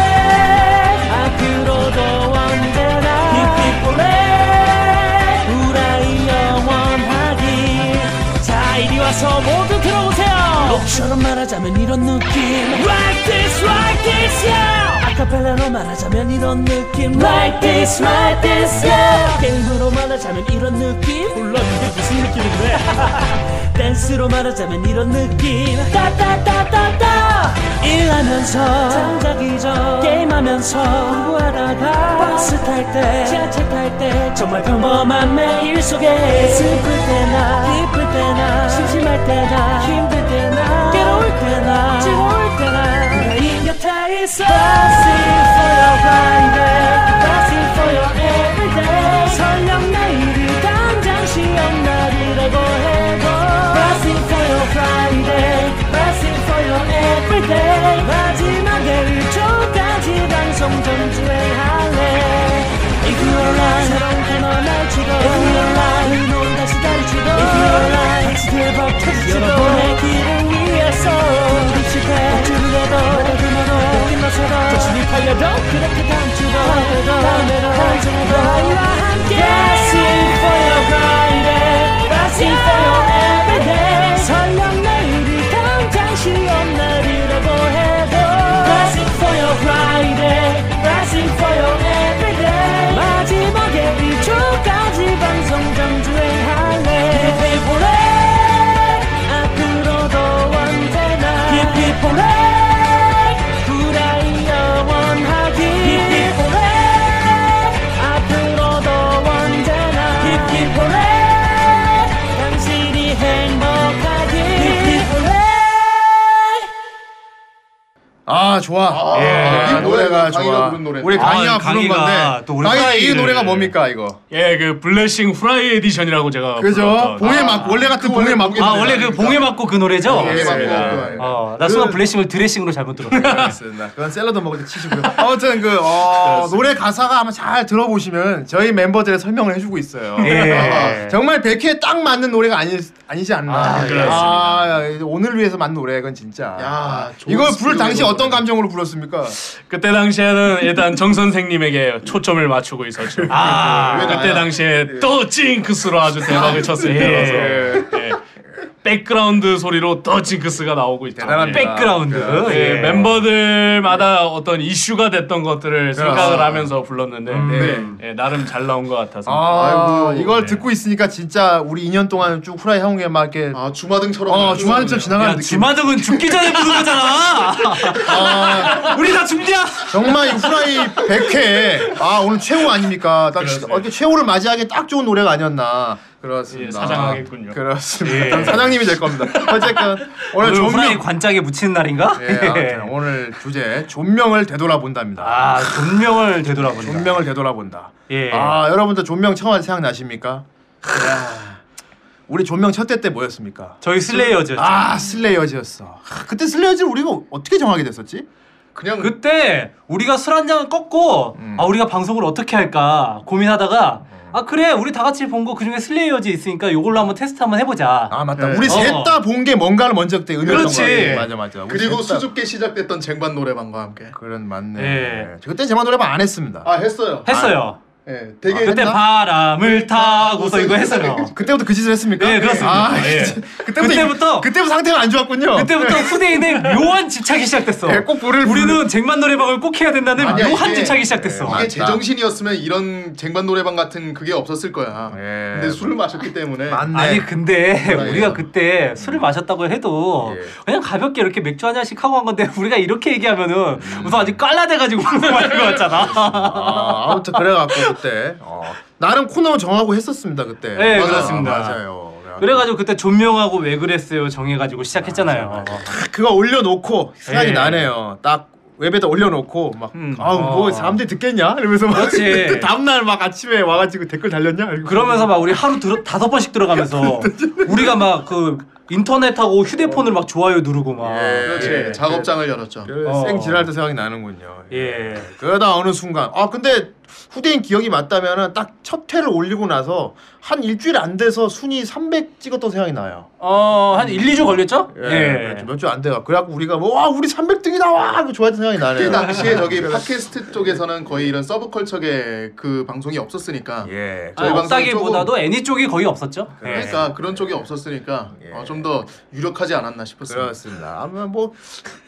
G: 앞으로도 언제나 힙힙볼에 우라이 영원하기 자 이리 와서 모두 들어오세요 록처럼 말하자면 이런 느낌 Like this like this yeah 아카펠라로 말하자면 이런 느낌 Like this like this yeah 게임으로 말하자면 이런 느낌 물론 이게 무슨 느낌이 그래 댄스로 말하자면 이런 느낌 따따따따따 일하면서 잠자기 전 게임하면서 공부하다가 버스 탈때 지하철 탈 때 정말 평범한 매일 속에 슬플 때나 기쁠 때나 심심할 때나 힘들 때나 괴로울 때나 즐거울 때나 나의 곁에 있어 Dancing for your Friday Dancing for your everyday 설령 내일이 당장 시험 날이라고 해도 Dancing for your Friday Dancing for your everyday 마지막에 1초까지 방송 전주행할래 If you're alive 새로운 단어 날치고 If you're alive 이 노래 다시 달치고 If you're alive 같이 대박 터지고 여러분의 길을 위해서 부딪힐때 억지를 해도 나를 금어도 힘나서도 정신이 팔려도 그렇게 감추고 다음에도 언제나도 나와 함께 Dancing for your Friday
C: 아 좋아.
B: 예.
C: 이 노래가
D: 이거 강의가
C: 좋아.
D: 부른 노래.
C: 우리 강희가
B: 아,
C: 부른
B: 강희가
C: 건데.
B: 또 우리
C: 강희 이
B: 프라이를.
C: 노래가 뭡니까 이거?
F: 예, 그 블레싱 프라이 에디션이라고 제가
D: 그렇죠.
C: 그죠?
D: 아.
F: 불렀던.
C: 봉에 막 원래 같은 봉에 막.
B: 아 원래 그 봉에 맞고 그 노래죠?
D: 예, 맞고
C: 맞습니다.
D: 그거
B: 어, 나 순간 블레싱을 드레싱으로 잘못
C: 네.
B: 들었어요.
C: 알겠습니다. 그건 샐러드 먹을 때 치시고요. 아무튼 그 어, 노래 가사가 아마 잘 들어보시면 저희 멤버들의 설명을 해주고 있어요.
B: 예.
C: 어, (laughs) 정말 백회에 딱 맞는 노래가 아니, 아니지 않나.
B: 아, 그렇습니다.
C: 아, 오늘 위해서 만든 노래건 진짜.
D: 야, 좋은
C: 아, 이걸 부를
D: 스피드로
C: 당시
D: 노래.
C: 어떤 감정으로 불렀습니까?
F: 그때 당시에는 일단 정 선생님에게 초점을 맞추고 있었죠.
B: 아,
F: 그때 당시에 또 징크스로 아주 대박을 쳤을 때라서 예. 백그라운드 소리로 더 징크스가 나오고 있죠.
C: 대단합니다.
B: 백그라운드.
C: 네.
F: 예.
B: 예.
F: 예, 멤버들마다 어떤 이슈가 됐던 것들을
B: 그렇죠.
F: 생각을
C: 그렇습니다.
F: 하면서 불렀는데
B: 음. 네.
F: 예, 나름 잘 나온 것 같아서
C: 아,
D: 아이고,
C: 이걸
F: 네.
C: 듣고 있으니까 진짜 우리 2년 동안 쭉 후라이 형에 막 이렇게
D: 아 주마등처럼.
C: 어, 주말쯤 지나가는
B: 야,
C: 느낌.
B: 주마등은 죽기 전에 부른
F: (laughs)
B: 거잖아. 우리 다 죽냐?
F: 아,
C: 정말 이 후라이 100회. 아, 오늘 최후 아닙니까? 딱 어떻게 최후를 맞이하기 딱 좋은 노래가 아니었나. 그렇습니다.
F: 예, 사장하겠군요.
C: 그렇습니다. 그럼 사장님이 될 겁니다. 어쨌든 오늘
B: 오늘 그 후라이
C: 존명
B: 관짝에 묻히는 날인가?
C: 예, 네. 아무튼 오늘 주제 존명을 되돌아본답니다.
B: 아, 존명을 되돌아본다.
C: 존명을 되돌아본다.
B: 예.
C: 아, 여러분들 존명 처음 생각나십니까? 이야, 우리 존명 첫 대 때 뭐였습니까?
B: 저희 슬레이어즈.
C: 아, 슬레이어즈였어. 아, 그때 슬레이어즈를 우리가 어떻게 정하게 됐었지?
D: 그냥
B: 그때 우리가 술 한 잔 꺾고
C: 음.
B: 아 우리가 방송을 어떻게 할까 고민하다가 아 그래 우리 다 같이 본 거 그중에 슬레이어즈 있으니까 요걸로 한번 테스트 한번 해보자.
C: 아, 맞다. 우리
B: 어.
C: 셋 다 본 게 뭔가를 먼저 그때 의미했던
B: 그렇지.
C: 거야. 예, 맞아, 맞아. 우리
D: 그리고
C: 셋다
D: 수줍게 시작됐던 쟁반 노래방과 함께.
C: 그런 맞네.
B: 예.
C: 그때 제만 노래방 안 했습니다.
D: 아 했어요.
B: 했어요.
D: 예,
C: 아,
D: 되게
B: 그때
D: 했나?
B: 바람을 타고서 이거 했어요.
C: 그때부터 그 짓을 했습니까?
B: 예, 그렇습니다.
C: 아,
B: 예.
C: 그때부터
B: 그때부터-
C: 그때부터 상태가 안 좋았군요.
B: 그때부터 후대인의 묘한 집착이 시작됐어.
C: 예, 꼭 우리를
B: 우리는 쟁반 노래방을 꼭 해야 된다는
D: 아니야,
B: 묘한
D: 이게-
B: 집착이 시작됐어.
C: 네,
D: 이게 제정신이었으면 이런 쟁반 노래방 같은 그게 없었을 거야.
C: 예.
D: 근데 술을 마셨기 때문에
C: 맞네.
B: 아니 근데
D: 그래요.
B: 우리가 그때 술을 마셨다고 해도
C: 예.
B: 그냥 가볍게 이렇게 맥주 한 잔씩 하고 한 건데 (laughs) 우리가 이렇게 얘기하면은 우선 아직 깔라대가지고 (laughs) 방송하는 것
C: (laughs)
B: 같잖아.
C: 아, 아무튼 그래갖고 그때 어, 나름 코너 정하고 했었습니다 그때.
B: 네,
C: 맞아,
B: 그렇습니다.
C: 맞아요. 그래갖고
B: 그래가지고 그때 존명하고 왜 그랬어요 정해가지고 시작했잖아요.
C: 딱 그거 올려놓고 생각이
B: 예.
C: 나네요. 딱 웹에다 올려놓고 막
B: 음.
C: 아우 뭐
B: 어.
C: 사람들이 듣겠냐 이러면서 막
B: 그렇지.
C: (laughs) 그때 다음날 막 아침에 와가지고 댓글 달렸냐 이러고.
B: 그러면서 막 우리 하루 들어, 다섯 번씩 들어가면서 우리가 막 그 인터넷하고 휴대폰을 막 좋아요 누르고 막
C: 예.
D: 그렇지
C: 예.
D: 작업장을 열었죠.
C: 그래서
B: 어.
C: 생 지랄도 생각이 나는군요.
B: 예.
C: 그러다 어느 순간 아 근데 후대인 기억이 맞다면은 딱첫 회를 올리고 나서 한 일주일 안 돼서 순위 300 찍었던 생각이 나요.
B: 어한 1, 2주 걸렸죠? 예.
C: 몇 주 안 돼가. 그래갖고 우리가 뭐 와 우리 300등이다 와 하고 좋아했던 생각이
D: 그
C: 나네요.
D: 당시에 저기 팟캐스트 쪽에서는 거의 이런 서브컬처계 그 방송이 없었으니까
C: 예.
B: 아,
D: 저희 방송
B: 없다기보다도 애니 쪽이 거의 없었죠. 예.
D: 그러니까 그런 쪽이 없었으니까
C: 예.
D: 어, 좀더 유력하지 않았나 싶었어요.
C: 그렇습니다. 아마 뭐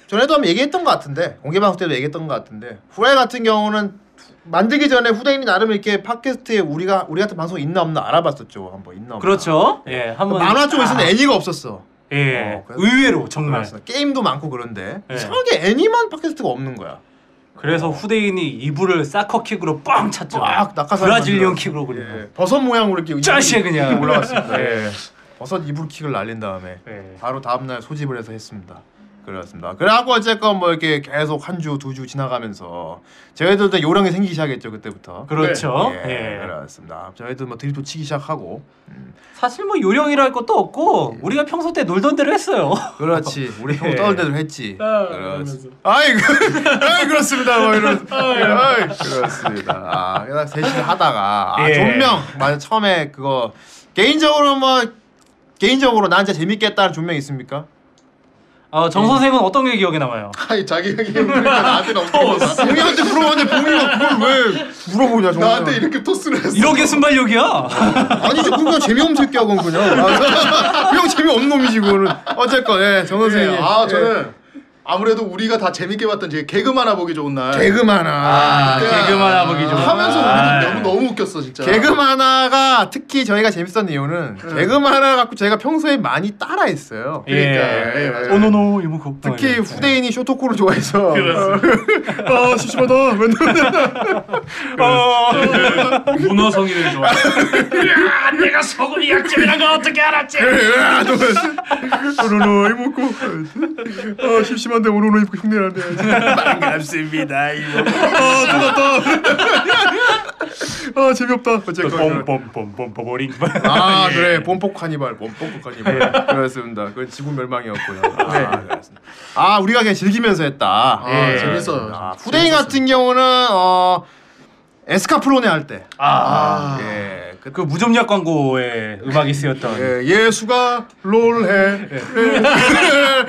C: 전에도 한번 얘기했던 것 같은데 공개 방송 때도 얘기했던 것 같은데 후라이 같은 경우는 만들기 전에 후대인이 나름 이렇게 팟캐스트에 우리가 우리 같은 방송 있나 없나 알아봤었죠 한번 있나 없나.
B: 그렇죠. 예, 한번
C: 만화 쪽에서는 애니가 없었어.
B: 예,
C: 어, 그래서-
B: 의외로 정말.
C: 그래서 게임도 많고 그런데
B: 예.
C: 이상하게 애니만 팟캐스트가 없는 거야.
B: 그래서 후대인이 이불을 사커킥으로 빵 찼죠.
C: 빡 어. 낙하산
B: 브라질리언
C: 만들어.
B: 킥으로 그리고.
C: 예. 버섯 모양으로 이렇게 이불-
B: 짜시에 그러니까. 그냥.
C: 이렇게 올라갔습니다.
B: 예.
C: 버섯 이불킥을 날린 다음에
B: 예.
C: 바로 다음 날 소집을 해서 했습니다. 그렇습니다. 그래갖고 어쨌건 뭐 이렇게 계속 한 주 두 주 지나가면서 저희들도 요령이 생기기 시작했죠 그때부터.
B: 그렇죠.
C: 예,
B: 예.
C: 그렇습니다. 저희도 뭐 드립도 치기 시작하고.
B: 사실 뭐 요령이라 할 것도 없고
C: 예.
B: 우리가 평소 때 놀던 대로 했어요. (laughs)
C: 그렇지. 우리 형
B: 예.
C: 떠올 때도 했지.
F: 아,
C: 그렇습니다. 아이, 그- (laughs) 아이 그렇습니다. 뭐 이런. 아이, 그렇습니다. 아, 그냥 셋이 하다가 아,
B: 예.
C: 존명. 맞아. 처음에 그거 개인적으로 뭐 개인적으로 난 진짜 재밌겠다는 존명 있습니까?
B: 어,
C: 예.
B: 정 선생은 어떤 게 기억에 남아요?
D: 아니 자기 형이 나한테 너무 터졌어.
C: 봉이한테 물어봤는데 봉이가 그걸 왜 물어보냐 정말.
D: 나한테 이렇게 토스를
C: (laughs)
D: 했어.
B: 이렇게 순발력이야.
C: 아니 저 그냥 재미없는 새끼야 그건 그냥. 아, (laughs) 그냥 재미없는 놈이지 그거는. 어쨌건 예, 정
D: 예,
C: 선생님.
D: 아
C: 예.
D: 저는 아무래도 우리가 다 재밌게 봤던 제 개그 만화 보기 좋은 날.
C: 예. 개그만화.
B: 아,
D: 그때가
B: 개그만 하보기 좀.
D: 하면서
B: 아.
D: 우리도 너무 너무 웃겼어 진짜.
C: 개그만화가 특히 저희가 재밌었던 이유는 개그만화 갖고 저희가 평소에 많이 따라했어요.
B: 예.
D: 그러니까, 예, 맞아요.
B: 오노노 이모코.
C: 특히 후대인이 쇼토코를 좋아해서 (laughs) 아 심심하다 맨날
F: 어, 그 문어성이를 좋아해. 야, 내가 소금이 약점이란 걸 어떻게 알았지?
C: 노노노 이먹고 아 심심하다
D: 나는데 오늘 오늘 입고 흉내난대. 반갑습니다. 이모. 아 죽었다. 아 재미없다. 어쨌건
B: 뽐뽐뽐뽐뽐뽀링.
D: 아 그래 봄폭 카니발 봄폭 카니발 그렇습니다. 그건 지구 멸망이었고요. 아, 그렇습니다.
C: 아 우리가 그냥 즐기면서 했다.
D: 아, 재밌어요.
C: 아, 후대인 같은 경우는 어 에스카프로네 할 때.
B: 아.
C: 예. 그,
B: (laughs) 그 무좀약 광고에 음악이 쓰였던
D: 예, 예수가 롤해
B: (laughs)
C: 네,
D: 롤해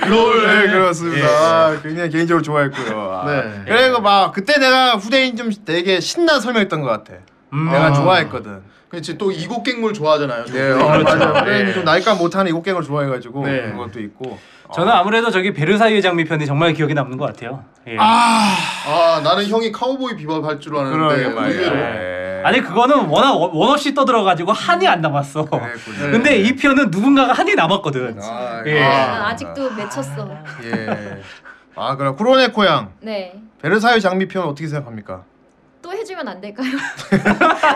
C: 그렇습니다.
B: 예.
D: 그렇습니다.
C: 아, 굉장히 개인적으로 좋아했고요. 아.
D: 네.
C: 그리고 막 그때 내가 후대인 좀 되게 신나 설명했던 것 같아.
B: 음.
C: 내가
D: 아.
C: 좋아했거든.
D: 그렇지 또 이국갱물 좋아하잖아요.
C: 예,
B: 네,
C: 어,
B: 그렇죠.
C: 맞아요. 후대인이 좀 나이가 못하는 이곡갱을 좋아해가지고
D: 네.
C: 그런 것도 있고. 어.
B: 저는 아무래도 저기 베르사유의 장미 편이 정말 기억에 남는 것 같아요. 예.
D: 아 나는 형이 카우보이 비밥 할 줄 아는데
C: 그러게 말이야.
D: 의외로.
C: 예.
B: 네. 아니 그거는 워낙 원- 원 없이 떠들어가지고 한이 안 남았어.
C: 그랬군요. 예.
B: 근데 이 편은 누군가가 한이 남았거든.
D: 아,
B: 예.
E: 아, 아직도 맺혔어.
C: 예. 아 그럼 쿠로네코 양
E: 네.
C: 베르사유 장미편 어떻게 생각합니까?
E: 또 해주면 안 될까요? (laughs)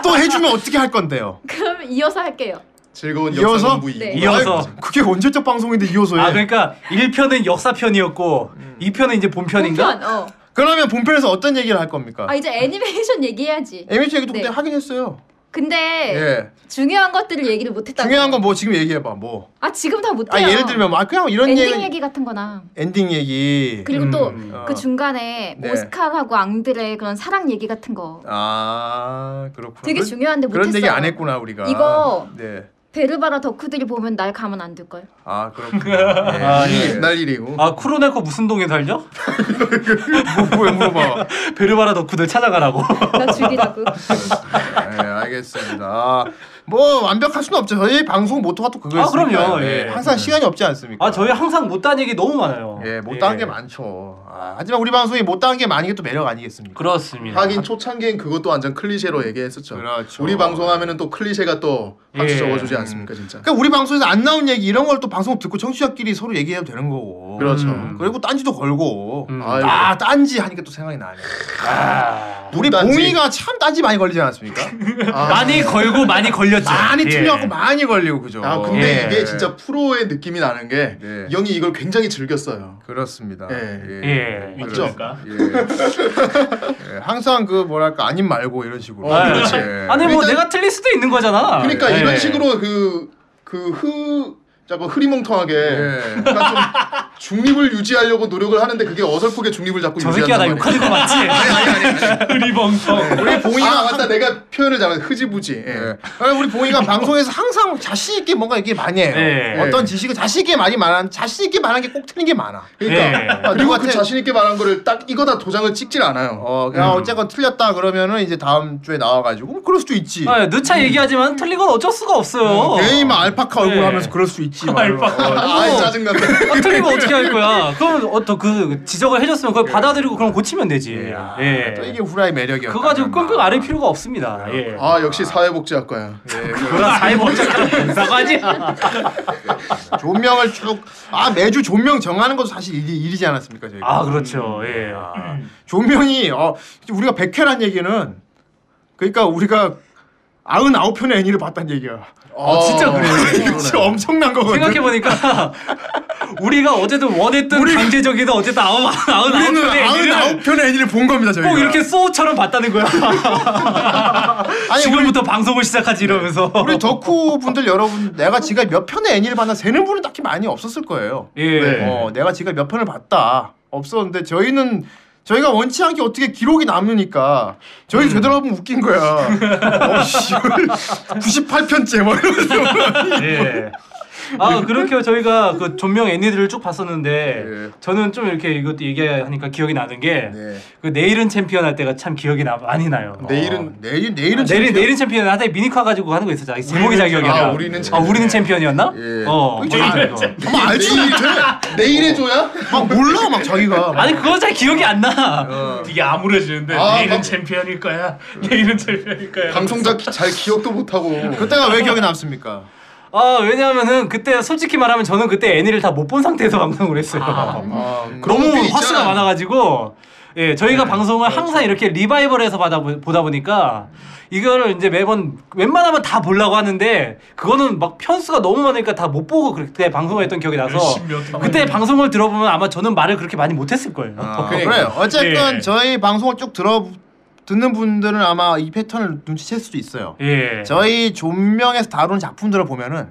C: 또 해주면 어떻게 할 건데요?
E: 그럼 이어서 할게요.
D: 즐거운
C: 이어서?
D: 역사 공부
E: 네.
D: 이고.
B: (laughs) 이어서
C: 아이, 그게 언제적 방송인데 이어서 해?
B: 아 그러니까 1편은 역사편이었고
C: 음.
B: 2편은 이제 본편인가?
E: 본편. 어.
C: 그러면 본편에서 어떤 얘기를 할 겁니까?
E: 아 이제 애니메이션 얘기해야지.
C: 에미씨 얘기도
E: 네.
C: 그때 하긴 했어요.
E: 근데
C: 예.
E: 중요한 것들을 얘기를 못했다.
C: 중요한 건 뭐 지금 얘기해봐 뭐.
E: 아 지금 다
C: 아
E: 못해요.
C: 예를 들면 뭐, 아 그냥 이런
E: 엔딩
C: 얘기
E: 얘기 같은 거나.
C: 엔딩 얘기.
E: 그리고 또
C: 어.
E: 그 중간에
C: 네.
E: 오스카르하고 앙드레의 그런 사랑 얘기 같은 거
C: 아 그렇구나.
E: 되게
C: 그런-
E: 중요한데 못했어.
C: 그런 얘기 안 했구나 우리가.
E: 이거-
C: 네.
E: 베르바라 덕후들이 보면 날 가만 안 둘 걸.
C: 아 그렇구나. 예.
B: (laughs) 아,
D: 이게
B: 예.
D: 옛날 일이고.
B: 아 쿠로네코 무슨 동에 살죠?
C: 뭐, 왜 물어봐.
B: (laughs) 베르바라 덕후들 찾아가라고. (laughs)
E: 나
C: (laughs)
E: 죽이라고.
C: 네, 알겠습니다. 아, 뭐 완벽할 수는 없죠. 저희 방송 모토가 또
B: 아,
C: 그거였어요.
B: 그럼요. 예.
C: 항상 시간이 없지 않습니까?
B: 아 저희 항상 못한 얘기 너무
D: 어,
B: 많아요.
C: 예, 못다한 게 많죠. 아, 하지만 우리 방송이 못다한 게 많은 게 또 매력 아니겠습니까?
B: 그렇습니다.
D: 하긴 초창기엔 그것도 완전 클리셰로 얘기했었죠.
C: 그렇죠.
D: 우리 방송하면은 또 클리셰가 또 박수
B: 예.
D: 적어주지 않습니까 진짜.
C: 그러니까 우리 방송에서 안 나온 얘기 이런 걸 또 방송 듣고 청취자끼리 서로 얘기해도 되는 거고. 음.
D: 그렇죠.
C: 그리고 딴지도 걸고.
B: 음.
D: 아이고.
C: 아, 딴지 하니까 또 생각이 나네.
B: 아.
C: 우리
D: 딴지.
C: 봉이가 참 딴지 많이 걸리지
D: (laughs)
C: 않았습니까?
D: 아,
B: 많이 걸고 많이 걸렸죠.
C: 많이
B: 예.
C: 틀려갖고 많이 걸리고 그죠.
D: 아 근데
B: 예.
D: 이게 진짜 프로의 느낌이 나는 게
C: 네.
D: 이 형이 이걸 굉장히 즐겼어요.
C: 그렇습니다.
D: 예.
B: 예.
D: 맞죠?
C: 예. (laughs) 예, 항상 그 뭐랄까 아님 말고 이런 식으로. 예.
D: 어,
B: 그렇지. 아니 뭐
D: 그러니까-
B: 내가 틀릴 수도 있는 거잖아.
D: 그러니까
B: 예.
D: 이런 식으로 그그흐 약간 흐리멍텅하게
C: 예.
D: 약간 그러니까 좀 중립을 유지하려고 노력을 하는데 그게 어설프게 중립을 잡고
B: 저
D: 유지한단
B: 새끼야 나
D: 말이야.
B: 욕하는 거 맞지?
D: 우리 봉이가 아, 맞다 내가 표현을 잘한 흐지부지. 예.
C: 예. 아니, 우리 봉이가 방송에서 항상 자신 있게 뭔가 얘기 많이 해요.
B: 예.
C: 어떤 지식을 자신 있게 많이 말하는 자신 있게 말하는 게 꼭 틀린 게 많아.
D: 그러니까
F: 네.
B: 예.
D: 아, 그리고 그
C: 누구한테-
D: 자신 있게 말한 거를 딱 이거다 도장을 찍질 않아요.
C: 어, 그냥
B: 음.
C: 어쨌건 틀렸다 그러면은 이제 다음 주에 나와가지고 뭐 그럴 수도 있지.
B: 아, 누차 얘기하지만 틀린 건 어쩔 수가 없어요.
C: 괜히 막 알파카 얼굴
B: 예.
C: 하면서 그럴 수도 있지. 막 이러고. 어,
D: 아, 이 짜증난다.
B: 아, 틀리면 어떻게 할 거야? 그럼 어또그 지적을 해줬으면 그걸 받아들이고 그럼 고치면 되지.
F: 네.
B: 예.
C: 또 이게 후라이 매력이야.
B: 그거 가지고 끙끙 앓을 필요가 없습니다. 예.
D: 아 역시 사회복지학과야.
B: 그런 (laughs) 사회복잡한 변사관이
C: 존명을 쭉, 아, 매주 존명 정하는 것도 사실 일이, 일이지 않았습니까, 저희가?
B: 아 그렇죠. 예.
C: 아, 조명이 어 우리가 100회란 얘기는 그러니까 우리가 99편의 애니를 봤단 얘기야.
D: 아,
B: 진짜 그래요.
C: 이거 진짜 (laughs) 엄청난 거거든.
B: 생각해 보니까 (laughs) 우리가 어쨌든 원했던 강제적이든 어쨌든 아홉 아홉 아홉
C: 우리는
B: 편의 애니를
C: 99편의 애니를 본 겁니다, 저희가.
B: 꼭 이렇게 소우처럼 봤다는 거야.
C: 아니,
B: 지금부터 방송을 시작하지 이러면서.
C: 우리 덕후 분들 여러분, 내가 지가 몇 편의 애니를 봤나 세는 분은 딱히 많이 없었을 거예요.
B: 예.
D: 네.
C: 어, 내가 지가 몇 편을 봤다. 없었는데 저희는 저희가 원치 않게 어떻게 기록이 남으니까 저희 되돌아보면 웃긴 (laughs) 거야. 어, 씨, 98편째 막 이러면서.
B: 예. 아 그렇게 저희가 그 존명 애니들을 쭉 봤었는데 저는 좀 이렇게 이것도 얘기하니까 기억이 나는 게 그 내일은 챔피언 할 때가 참 기억이 나, 많이 나요.
D: 내일은
C: 어, 내일 내일은
B: 내일 내일은 챔피언 하때 미니카 가지고 하는 거 있었잖아. 제목이 잘 기억이 안
D: 아,
B: 나.
D: 우리는
B: 아
D: 챔피언.
B: 우리는 챔피언이었나? 어. 뭐 이런 거.
C: 아마 알지도 (laughs) 못해.
D: 내일 해줘야?
C: 막 몰라 막 자기가.
B: 아니 그거 잘 기억이 안 나.
F: 되게 암울해지는데
D: 아,
F: 내일은
D: 방-
F: 챔피언일 거야. 내일은 챔피언일 거야.
D: 방송자 기- 잘 기억도 못하고.
C: 그때가 왜 기억에 남습니까?
B: 아 왜냐하면은 그때 솔직히 말하면 (laughs) 저는 그때 애니를 다 못 본 상태에서 방송을 했어요.
D: 아, 그런 것도
B: 너무
D: 있잖아.
B: 화수가 많아가지고 예, 저희가 방송을 항상 이렇게 리바이벌해서 받아 보- 보다 보니까 이거를 이제 매번 웬만하면 다 보려고 하는데 그거는 막 편수가 너무 많으니까 다 못 보고 그때 방송을 했던 기억이 나서
F: 열심히 어떻게
B: 그때 방송을 들어보면 아마 저는 말을 그렇게 많이 못했을 거예요. (laughs)
C: 어, 그래요. 어쨌건
B: 예.
C: 저희 방송을 쭉 들어 듣는 분들은 아마 이 패턴을 눈치챌 수도 있어요.
B: 예.
C: 저희 존명에서 다루는 작품들을 보면은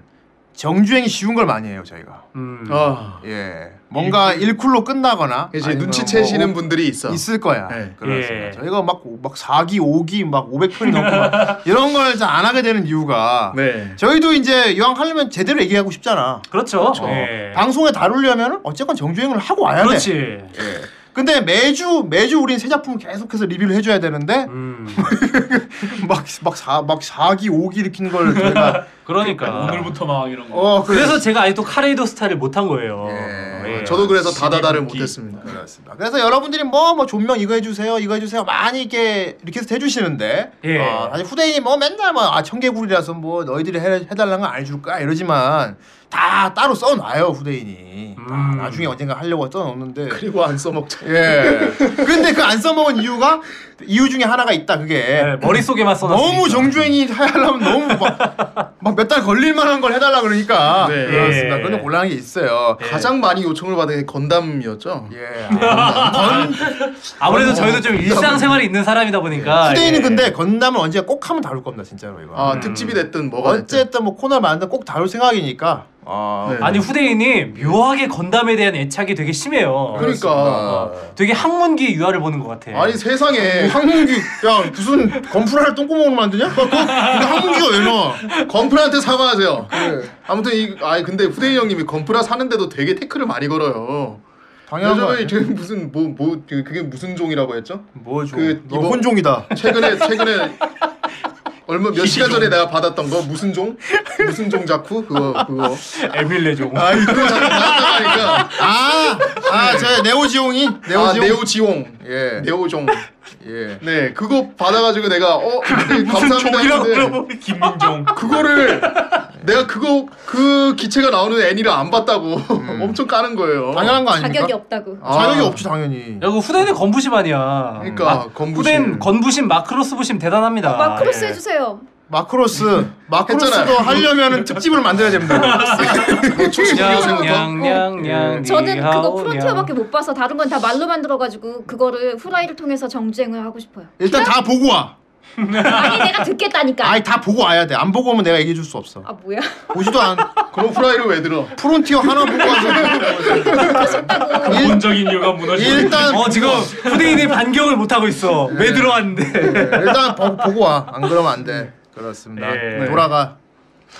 C: 정주행이 쉬운 걸 많이 해요 저희가.
B: 음.
D: 아,
C: 예, 뭔가 일쿨로 끝나거나
D: 이제
C: 아니면
D: 눈치채시는
C: 뭐
D: 분들이 있어.
C: 있을 거야.
D: 네.
B: 예.
C: 그렇습니다. 저희가 막막 4기, 5기 막 500편이 넘고 (laughs) 막 이런 걸 잘 안 하게 되는 이유가
D: 네.
C: 저희도 이제 이왕 하려면 제대로 얘기하고 싶잖아.
B: 그렇죠.
C: 어,
B: 예.
C: 방송에 다루려면 어쨌건 정주행을 하고 와야 돼.
B: 그렇지.
C: 근데 매주 매주 우린 새 작품을 계속해서 리뷰를 해줘야 되는데
B: 음.
C: (laughs) 막막사막 4기 5기 일으키는 걸 저희가
B: 그러니까.
F: 오늘부터 막 이런 거.
C: 어 그래.
B: 그래서 제가 아직도 카레이도 스타일을 못한 거예요.
D: 예.
B: 예.
D: 저도 그래서 다다다를 못했습니다.
C: 그렇습니다. 그래서 여러분들이 뭐 뭐 존명 이거 해주세요 이거 해주세요 많이 이렇게 리퀘스트 해주시는데
B: 예.
C: 어, 사실 후대인이 뭐 맨날 뭐아 청개구리라서 뭐 너희들이 해, 해달라는 건 안 해줄 거야 이러지만 다 따로 써놔요 후대인이 다
B: 음.
C: 나중에 언젠가 하려고 써놓는데
D: 그리고 안 써먹자.
C: 예 근데 그 안 써먹은 이유가 이유 중에 하나가 있다 그게
B: 예, 머릿속에만 써놨어.
C: 너무 정주행이 하려면 너무 막 몇 달 걸릴만한 걸 해달라 그러니까
D: 네.
C: 그렇습니다.
B: 예.
C: 그런 곤란한 게 있어요.
D: 가장 많이 요청을 받은 게 건담이었죠.
C: 예.
B: 아무래도 저희도 좀 일상생활이 있는 사람이다 보니까.
C: 후대인은
B: 예.
C: 근데 건담은 언제 꼭 하면 다룰 겁니다 진짜로 이거.
D: 아 특집이 됐든 뭐가 됐든.
C: 어쨌든 뭐 코너 만든 꼭 다룰 생각이니까. 아.
D: 네.
B: 아니 후대인이 묘하게 건담에 대한 애착이 되게 심해요.
D: 그러니까
B: 어, 되게 학문기 유화를 보는 것 같아.
D: 아니 세상에
C: 항문기 야 무슨 건프라를 똥구멍으로 만드냐? 그거 근데 항문기가 왜 나와?
D: 건프라한테 사과하세요. 아무튼 이 아니 근데 후대인 형님이 건프라 사는데도 되게 태클을 많이 걸어요.
C: 당연한 거
D: 요즘에
C: 아니야?
D: 저 무슨 뭐 뭐 그게 무슨 종이라고 했죠?
C: 뭐 줘?
D: 그
C: 너
D: 이거-
C: 혼종이다.
D: 최근에 최근에 얼마 몇 시간 전에 내가 받았던 거 무슨 종 무슨 종 자쿠 그거 그거
B: 에밀레죠.
D: 그거 자꾸 받았다니까
C: 아, 아, 저 네오지용이
D: 아
C: 네오지용.
D: 네오지옹
C: 예.
D: 네오종
C: 예.
D: 네 그거 받아가지고 내가 어 네,
F: 무슨
D: 감사합니다
F: 종이라고
D: 했는데
F: 물어보면 (laughs) 김민종.
D: 그거를 내가 그거 그 기체가 나오는 애니를 안 봤다고 (laughs) 엄청 까는 거예요.
C: 음. 당연한 거 아닙니까?
E: 자격이 없다고.
D: 아,
C: 자격이 없지 당연히.
B: 야그 후대인은 건부심 아니야.
D: 그러니까
B: 후대인
D: 건부심.
B: 건부심 마크로스 부심 대단합니다.
E: 막 크로스
B: 예.
E: 해주세요.
C: 마크로스 마크로스도
D: 했잖아요. (laughs)
C: 하려면은 특집을 만들어야 (laughs) 됩니다.
B: 냥냥냥냥
E: 예. 저는 그거
B: 니하오,
E: 프론티어밖에 못 봐서 다른 건 다 말로만 들어가지고 그거를 후라이를 통해서 정주행을 하고 싶어요.
C: 일단 다 보고 와.
E: 아니 내가 듣겠다니까.
C: 아니 다 보고 와야 돼. 안 보고 오면 내가 얘기해 줄 수 없어.
E: 아 뭐야?
C: 보지도 않.
D: 그럼 후라이를 왜 들어?
C: 프론티어 하나 보고
B: (laughs)
E: 아,
C: 와서. 일,
F: 본적인 이유가 무너지고.
C: 일단
B: 냥. 어 지금 후대인이 반격을 못 하고 있어. 왜 들어왔는데?
C: 일단 보, 보고 와. 안 그러면 안 돼. 그렇습니다.
B: 예.
C: 네. 돌아가.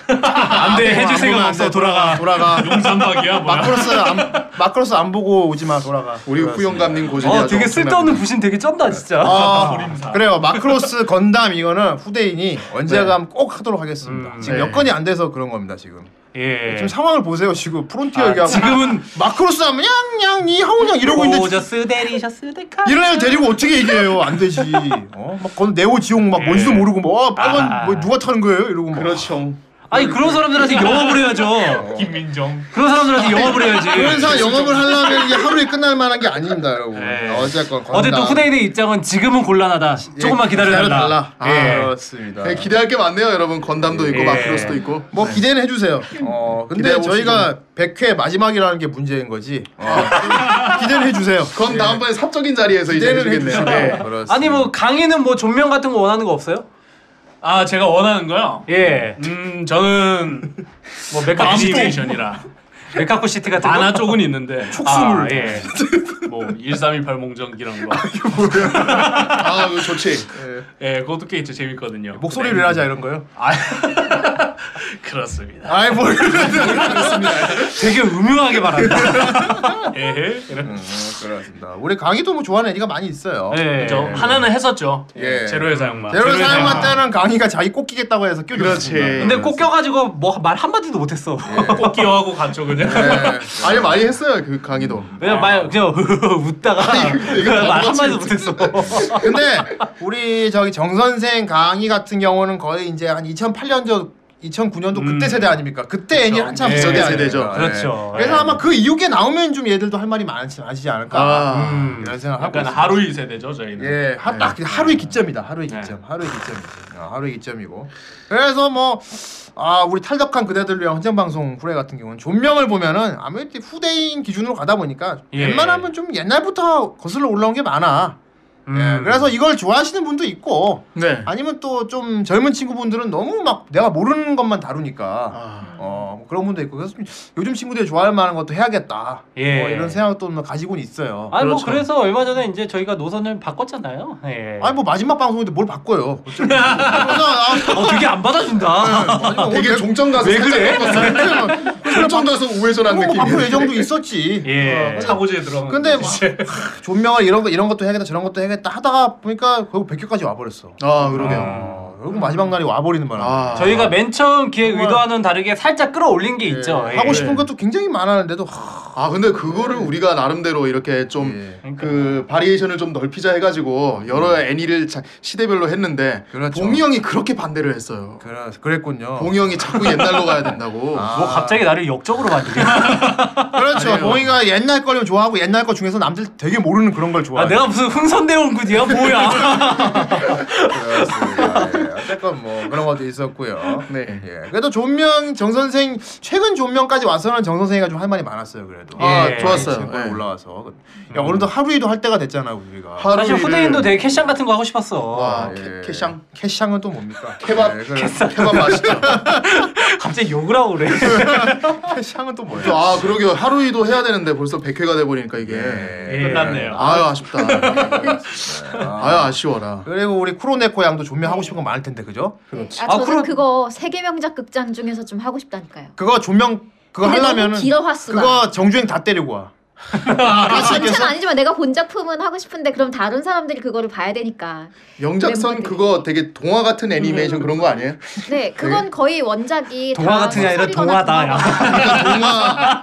B: 안돼 해줄
C: 보면
B: 생각
C: 안
B: 없어
C: 돼.
B: 돌아가.
C: 돌아가.
F: 용산박이야 뭐야.
C: 마크로스 안 마크로스 안 보고 오지 마. 돌아가.
D: 우리 후영감님 고진이
B: 어 되게 쓸데없는 부심 되게 쩐다 진짜.
C: 아, 그래요. 마크로스 건담 이거는 후대인이 언제 가면 꼭 하도록 하겠습니다.
B: 네. 음,
C: 지금
D: 네.
C: 여건이 안 돼서 그런 겁니다. 지금.
B: 예.
C: 지금 상황을 보세요. 지금 프론티어 얘기하고
B: 아, 지금은
C: 마크로스 하면 냥냥 이 하우냥 이러고 있는데
B: 어, 오저 쓰데리셔 쓰데카.
C: 이런 애를 데리고 어떻게 얘기해요? 안 되지. 어? 막 건 네오 지옥 막 뭔지도 모르고 뭐 아, 빨간
B: 아.
C: 뭐 누가 타는 거예요? 이러고 막.
D: 그렇죠.
B: 아니 그런 사람들한테 영업을 해야죠.
F: 김민종.
B: 그런 사람들한테 영업을 해야지.
C: 그런 사람 영업을 하려면 이게 하루에 끝날 만한 게 아닙니다, 여러분. 어쨌건 건담.
B: 어쨌든 후대인의 입장은 지금은 곤란하다. 조금만 기다려야
C: 예, 기다려달라.
B: 된다.
C: 아,
B: 예.
C: 그렇습니다.
D: 네, 기대할 게 많네요, 여러분. 건담도 있고
B: 예.
D: 마크로스도 있고.
C: 뭐 기대는 해주세요. 어, 근데
D: 기대해보시죠.
C: 저희가 100회 마지막이라는 게 문제인 거지. 어, 기대는 해주세요.
D: 그건 다음번에 사적인 자리에서 이제
C: 네. 기대는
D: 해주겠네요.
C: 해주시고.
D: 네.
C: 그렇습니다.
B: 아니 뭐 강의는 뭐 존명 같은 거 원하는 거 없어요?
F: 아 제가 원하는 거요.
B: 예.
F: 음 저는
B: 뭐 메카 시티,
F: 애니메이션이라 아,
B: 메카코 시티 같은 거.
F: 만화 쪽은 있는데
B: 아,
F: 아, 예.
B: 예.
F: 뭐1318 몽정기란 거.
D: 아, 이거 좋지.
C: 네.
F: 예, 그것도 꽤 이제 재밌거든요.
C: 목소리를 하자 이런 거요.
F: 아, 그렇습니다.
C: 아이 뭘.
B: 되게 음흉하게 말한다.
F: (laughs) 예.
C: 음, 그렇습니다. 우리 강의도 뭐 좋아하는 애니가 많이 있어요.
B: 예.
F: 저 하나는 했었죠.
C: 예.
F: 제로의 사용만.
C: 제로 사용만 때는 강의가 자기 꼭 끼겠다고 해서
D: 그러니까. 아. 그렇지.
C: 껴줬습니다.
B: 근데 꼭 껴가지고 뭐 말 한마디도 못했어.
C: 예.
F: 꼭 기어하고 갔죠
C: 네,
F: 그냥.
D: 아니, 많이 했어요, 그 강의도.
B: (laughs) 그냥 말 그냥 (laughs) 웃다가 말 한마디도 못했어.
C: 예, 근데 우리 저기 정 선생 강의 같은 경우는 거의 이제 한 2008년 전
D: 음.
C: 2009년도 그때 세대 아닙니까? 그때 애니 한참
D: 예,
C: 세대
D: 세대죠. 네.
C: 아닙니까? 예.
B: 그렇죠.
C: 그래서
B: 예.
C: 아마 그 이후에 나오면 좀 얘들도 할 말이 많지 않지 않을까
D: 아.
C: 음, 이런 생각 하고
F: 약간
C: 있습니다.
F: 하루이 세대죠 저희는.
C: 예, 하, 딱
B: 네.
C: 하루의 기점이다. 하루의 기점, 하루의 기점이지. 어, 하루의 기점이고. 그래서 뭐, 아, 우리 탈덕한 그대들을 위한 헌정방송 후레 같은 경우는 존명을 보면은 아무래도 후대인 기준으로 가다 보니까
B: 예.
C: 웬만하면 좀 옛날부터 거슬러 올라온 게 많아. 예,
B: 음.
C: 그래서 이걸 좋아하시는 분도 있고,
D: 네.
C: 아니면 또 좀 젊은 친구분들은 너무 막 내가 모르는 것만 다루니까
B: 아.
D: 아,
C: 어 그런 분도 있고 그래서 좀 요즘 친구들이 좋아할 만한 것도 해야겠다
B: 예.
C: 뭐 이런 생각도 뭐 가지고는 있어요.
B: 아니 뭐
D: 그렇죠.
B: 그래서 얼마 전에 이제 저희가 노선을 바꿨잖아요. 예.
C: 아니 뭐 마지막 방송인데 뭘 바꿔요? 어쩌면 그래서
B: 어 되게
C: (laughs)
B: 안 받아준다.
C: 아,
D: 되게 종점 가서
B: 왜
D: 살짝
B: 그래?
D: 꺾었어요.
C: (laughs)
D: 종점 가서 우회전한
C: 그런 거뭐 바꿀
D: 느낌.
C: 예정도 있었지.
B: 예.
F: 사고지에 들어가는.
C: 근데 막 하, 존명을 이런 거 이런 것도 해야겠다 저런 것도 해야겠다 하다가 보니까 결국 100회까지 와버렸어.
D: 아 그러게요.
C: 어, 결국 마지막 날이 와버리는 바람에
D: 아.
B: 저희가 맨 처음 기획 의도와는 다르게 살짝 끌어올린 게 있죠. 예.
C: 하고 싶은 것도 굉장히 많았는데도 하,
D: 아 근데 그거를 우리가 나름대로 이렇게 좀
C: 예.
B: 그러니까
C: 음.
D: 그 바리에이션을 좀 넓히자 해가지고 여러 애니를 자- 시대별로 했는데
C: 그렇죠.
D: 봉이 형이 그렇게 반대를 했어요.
C: 그래, 그랬군요.
D: 봉이 형이 자꾸 옛날로 가야
C: (laughs)
D: 된다고.
C: 아,
B: 뭐 갑자기 나를 역적으로 만드네.
C: 그렇죠. 봉이가 옛날 거를 좋아하고 옛날 거 중에서 남들 되게 모르는 그런 걸
B: 아
C: 좋아해.
B: 내가 무슨 흥선대원군이야 뭐야?
C: 그렇습니다. 예, 어쨌건 뭐 그런 것도 있었고요.
D: 네.
C: 예. 그래도 존명 정 선생 최근 존명까지 와서는 정 선생이가 좀 할 말이 많았어요. 그래도.
D: 아
B: 예.
D: 좋았어요.
C: 예.
D: 예.
C: 올라와서. 야 오늘도 하루이도 할 때가 됐잖아 우리가.
D: 하루
B: 사실
D: 일을-
B: 후대인도 되게 캐시한 같은 거 하고 싶었어.
D: 와
C: 예.
D: 캐- 캐샹
C: 캐샹은 또 뭡니까?
D: 케밥.
C: 예, 그래. (laughs)
D: 해봐 맛있죠.
B: 갑자기 욕을 하고 그래.
C: 캐샹은 또 뭐예요?
D: 아 그러게요. 하루 이도 해야 되는데 벌써 100회가 돼 버리니까 이게.
B: (laughs)
C: 예.
F: 끝났네요.
D: 아유 아쉽다. 아유 아쉬워라.
C: 그리고 우리 쿠로네코 양도 존명 하고 싶은 거 많을 텐데 그죠?
E: 아,
B: 아,
E: 저는
B: 그럼-
E: 그거 세계 명작 극장 중에서 좀 하고 싶다니까요.
C: 그거 존명 그거
E: 근데 너무
C: 하려면은
E: 길어, 화수가.
C: 그거 정주행 다 때리고 와.
E: 전체는 아니지만 내가 본 작품은 하고 싶은데 그럼 다른 사람들이 그거를 봐야 되니까.
D: 명작선
E: 멤버들이. 음.
D: 그거 되게 동화 같은 애니메이션 그런 거 아니에요?
E: 네, 그건 거의 원작이 다
B: 동화 같은 게 아니라
E: 소설이거나
B: 동화다.
E: 동화거나
B: 야.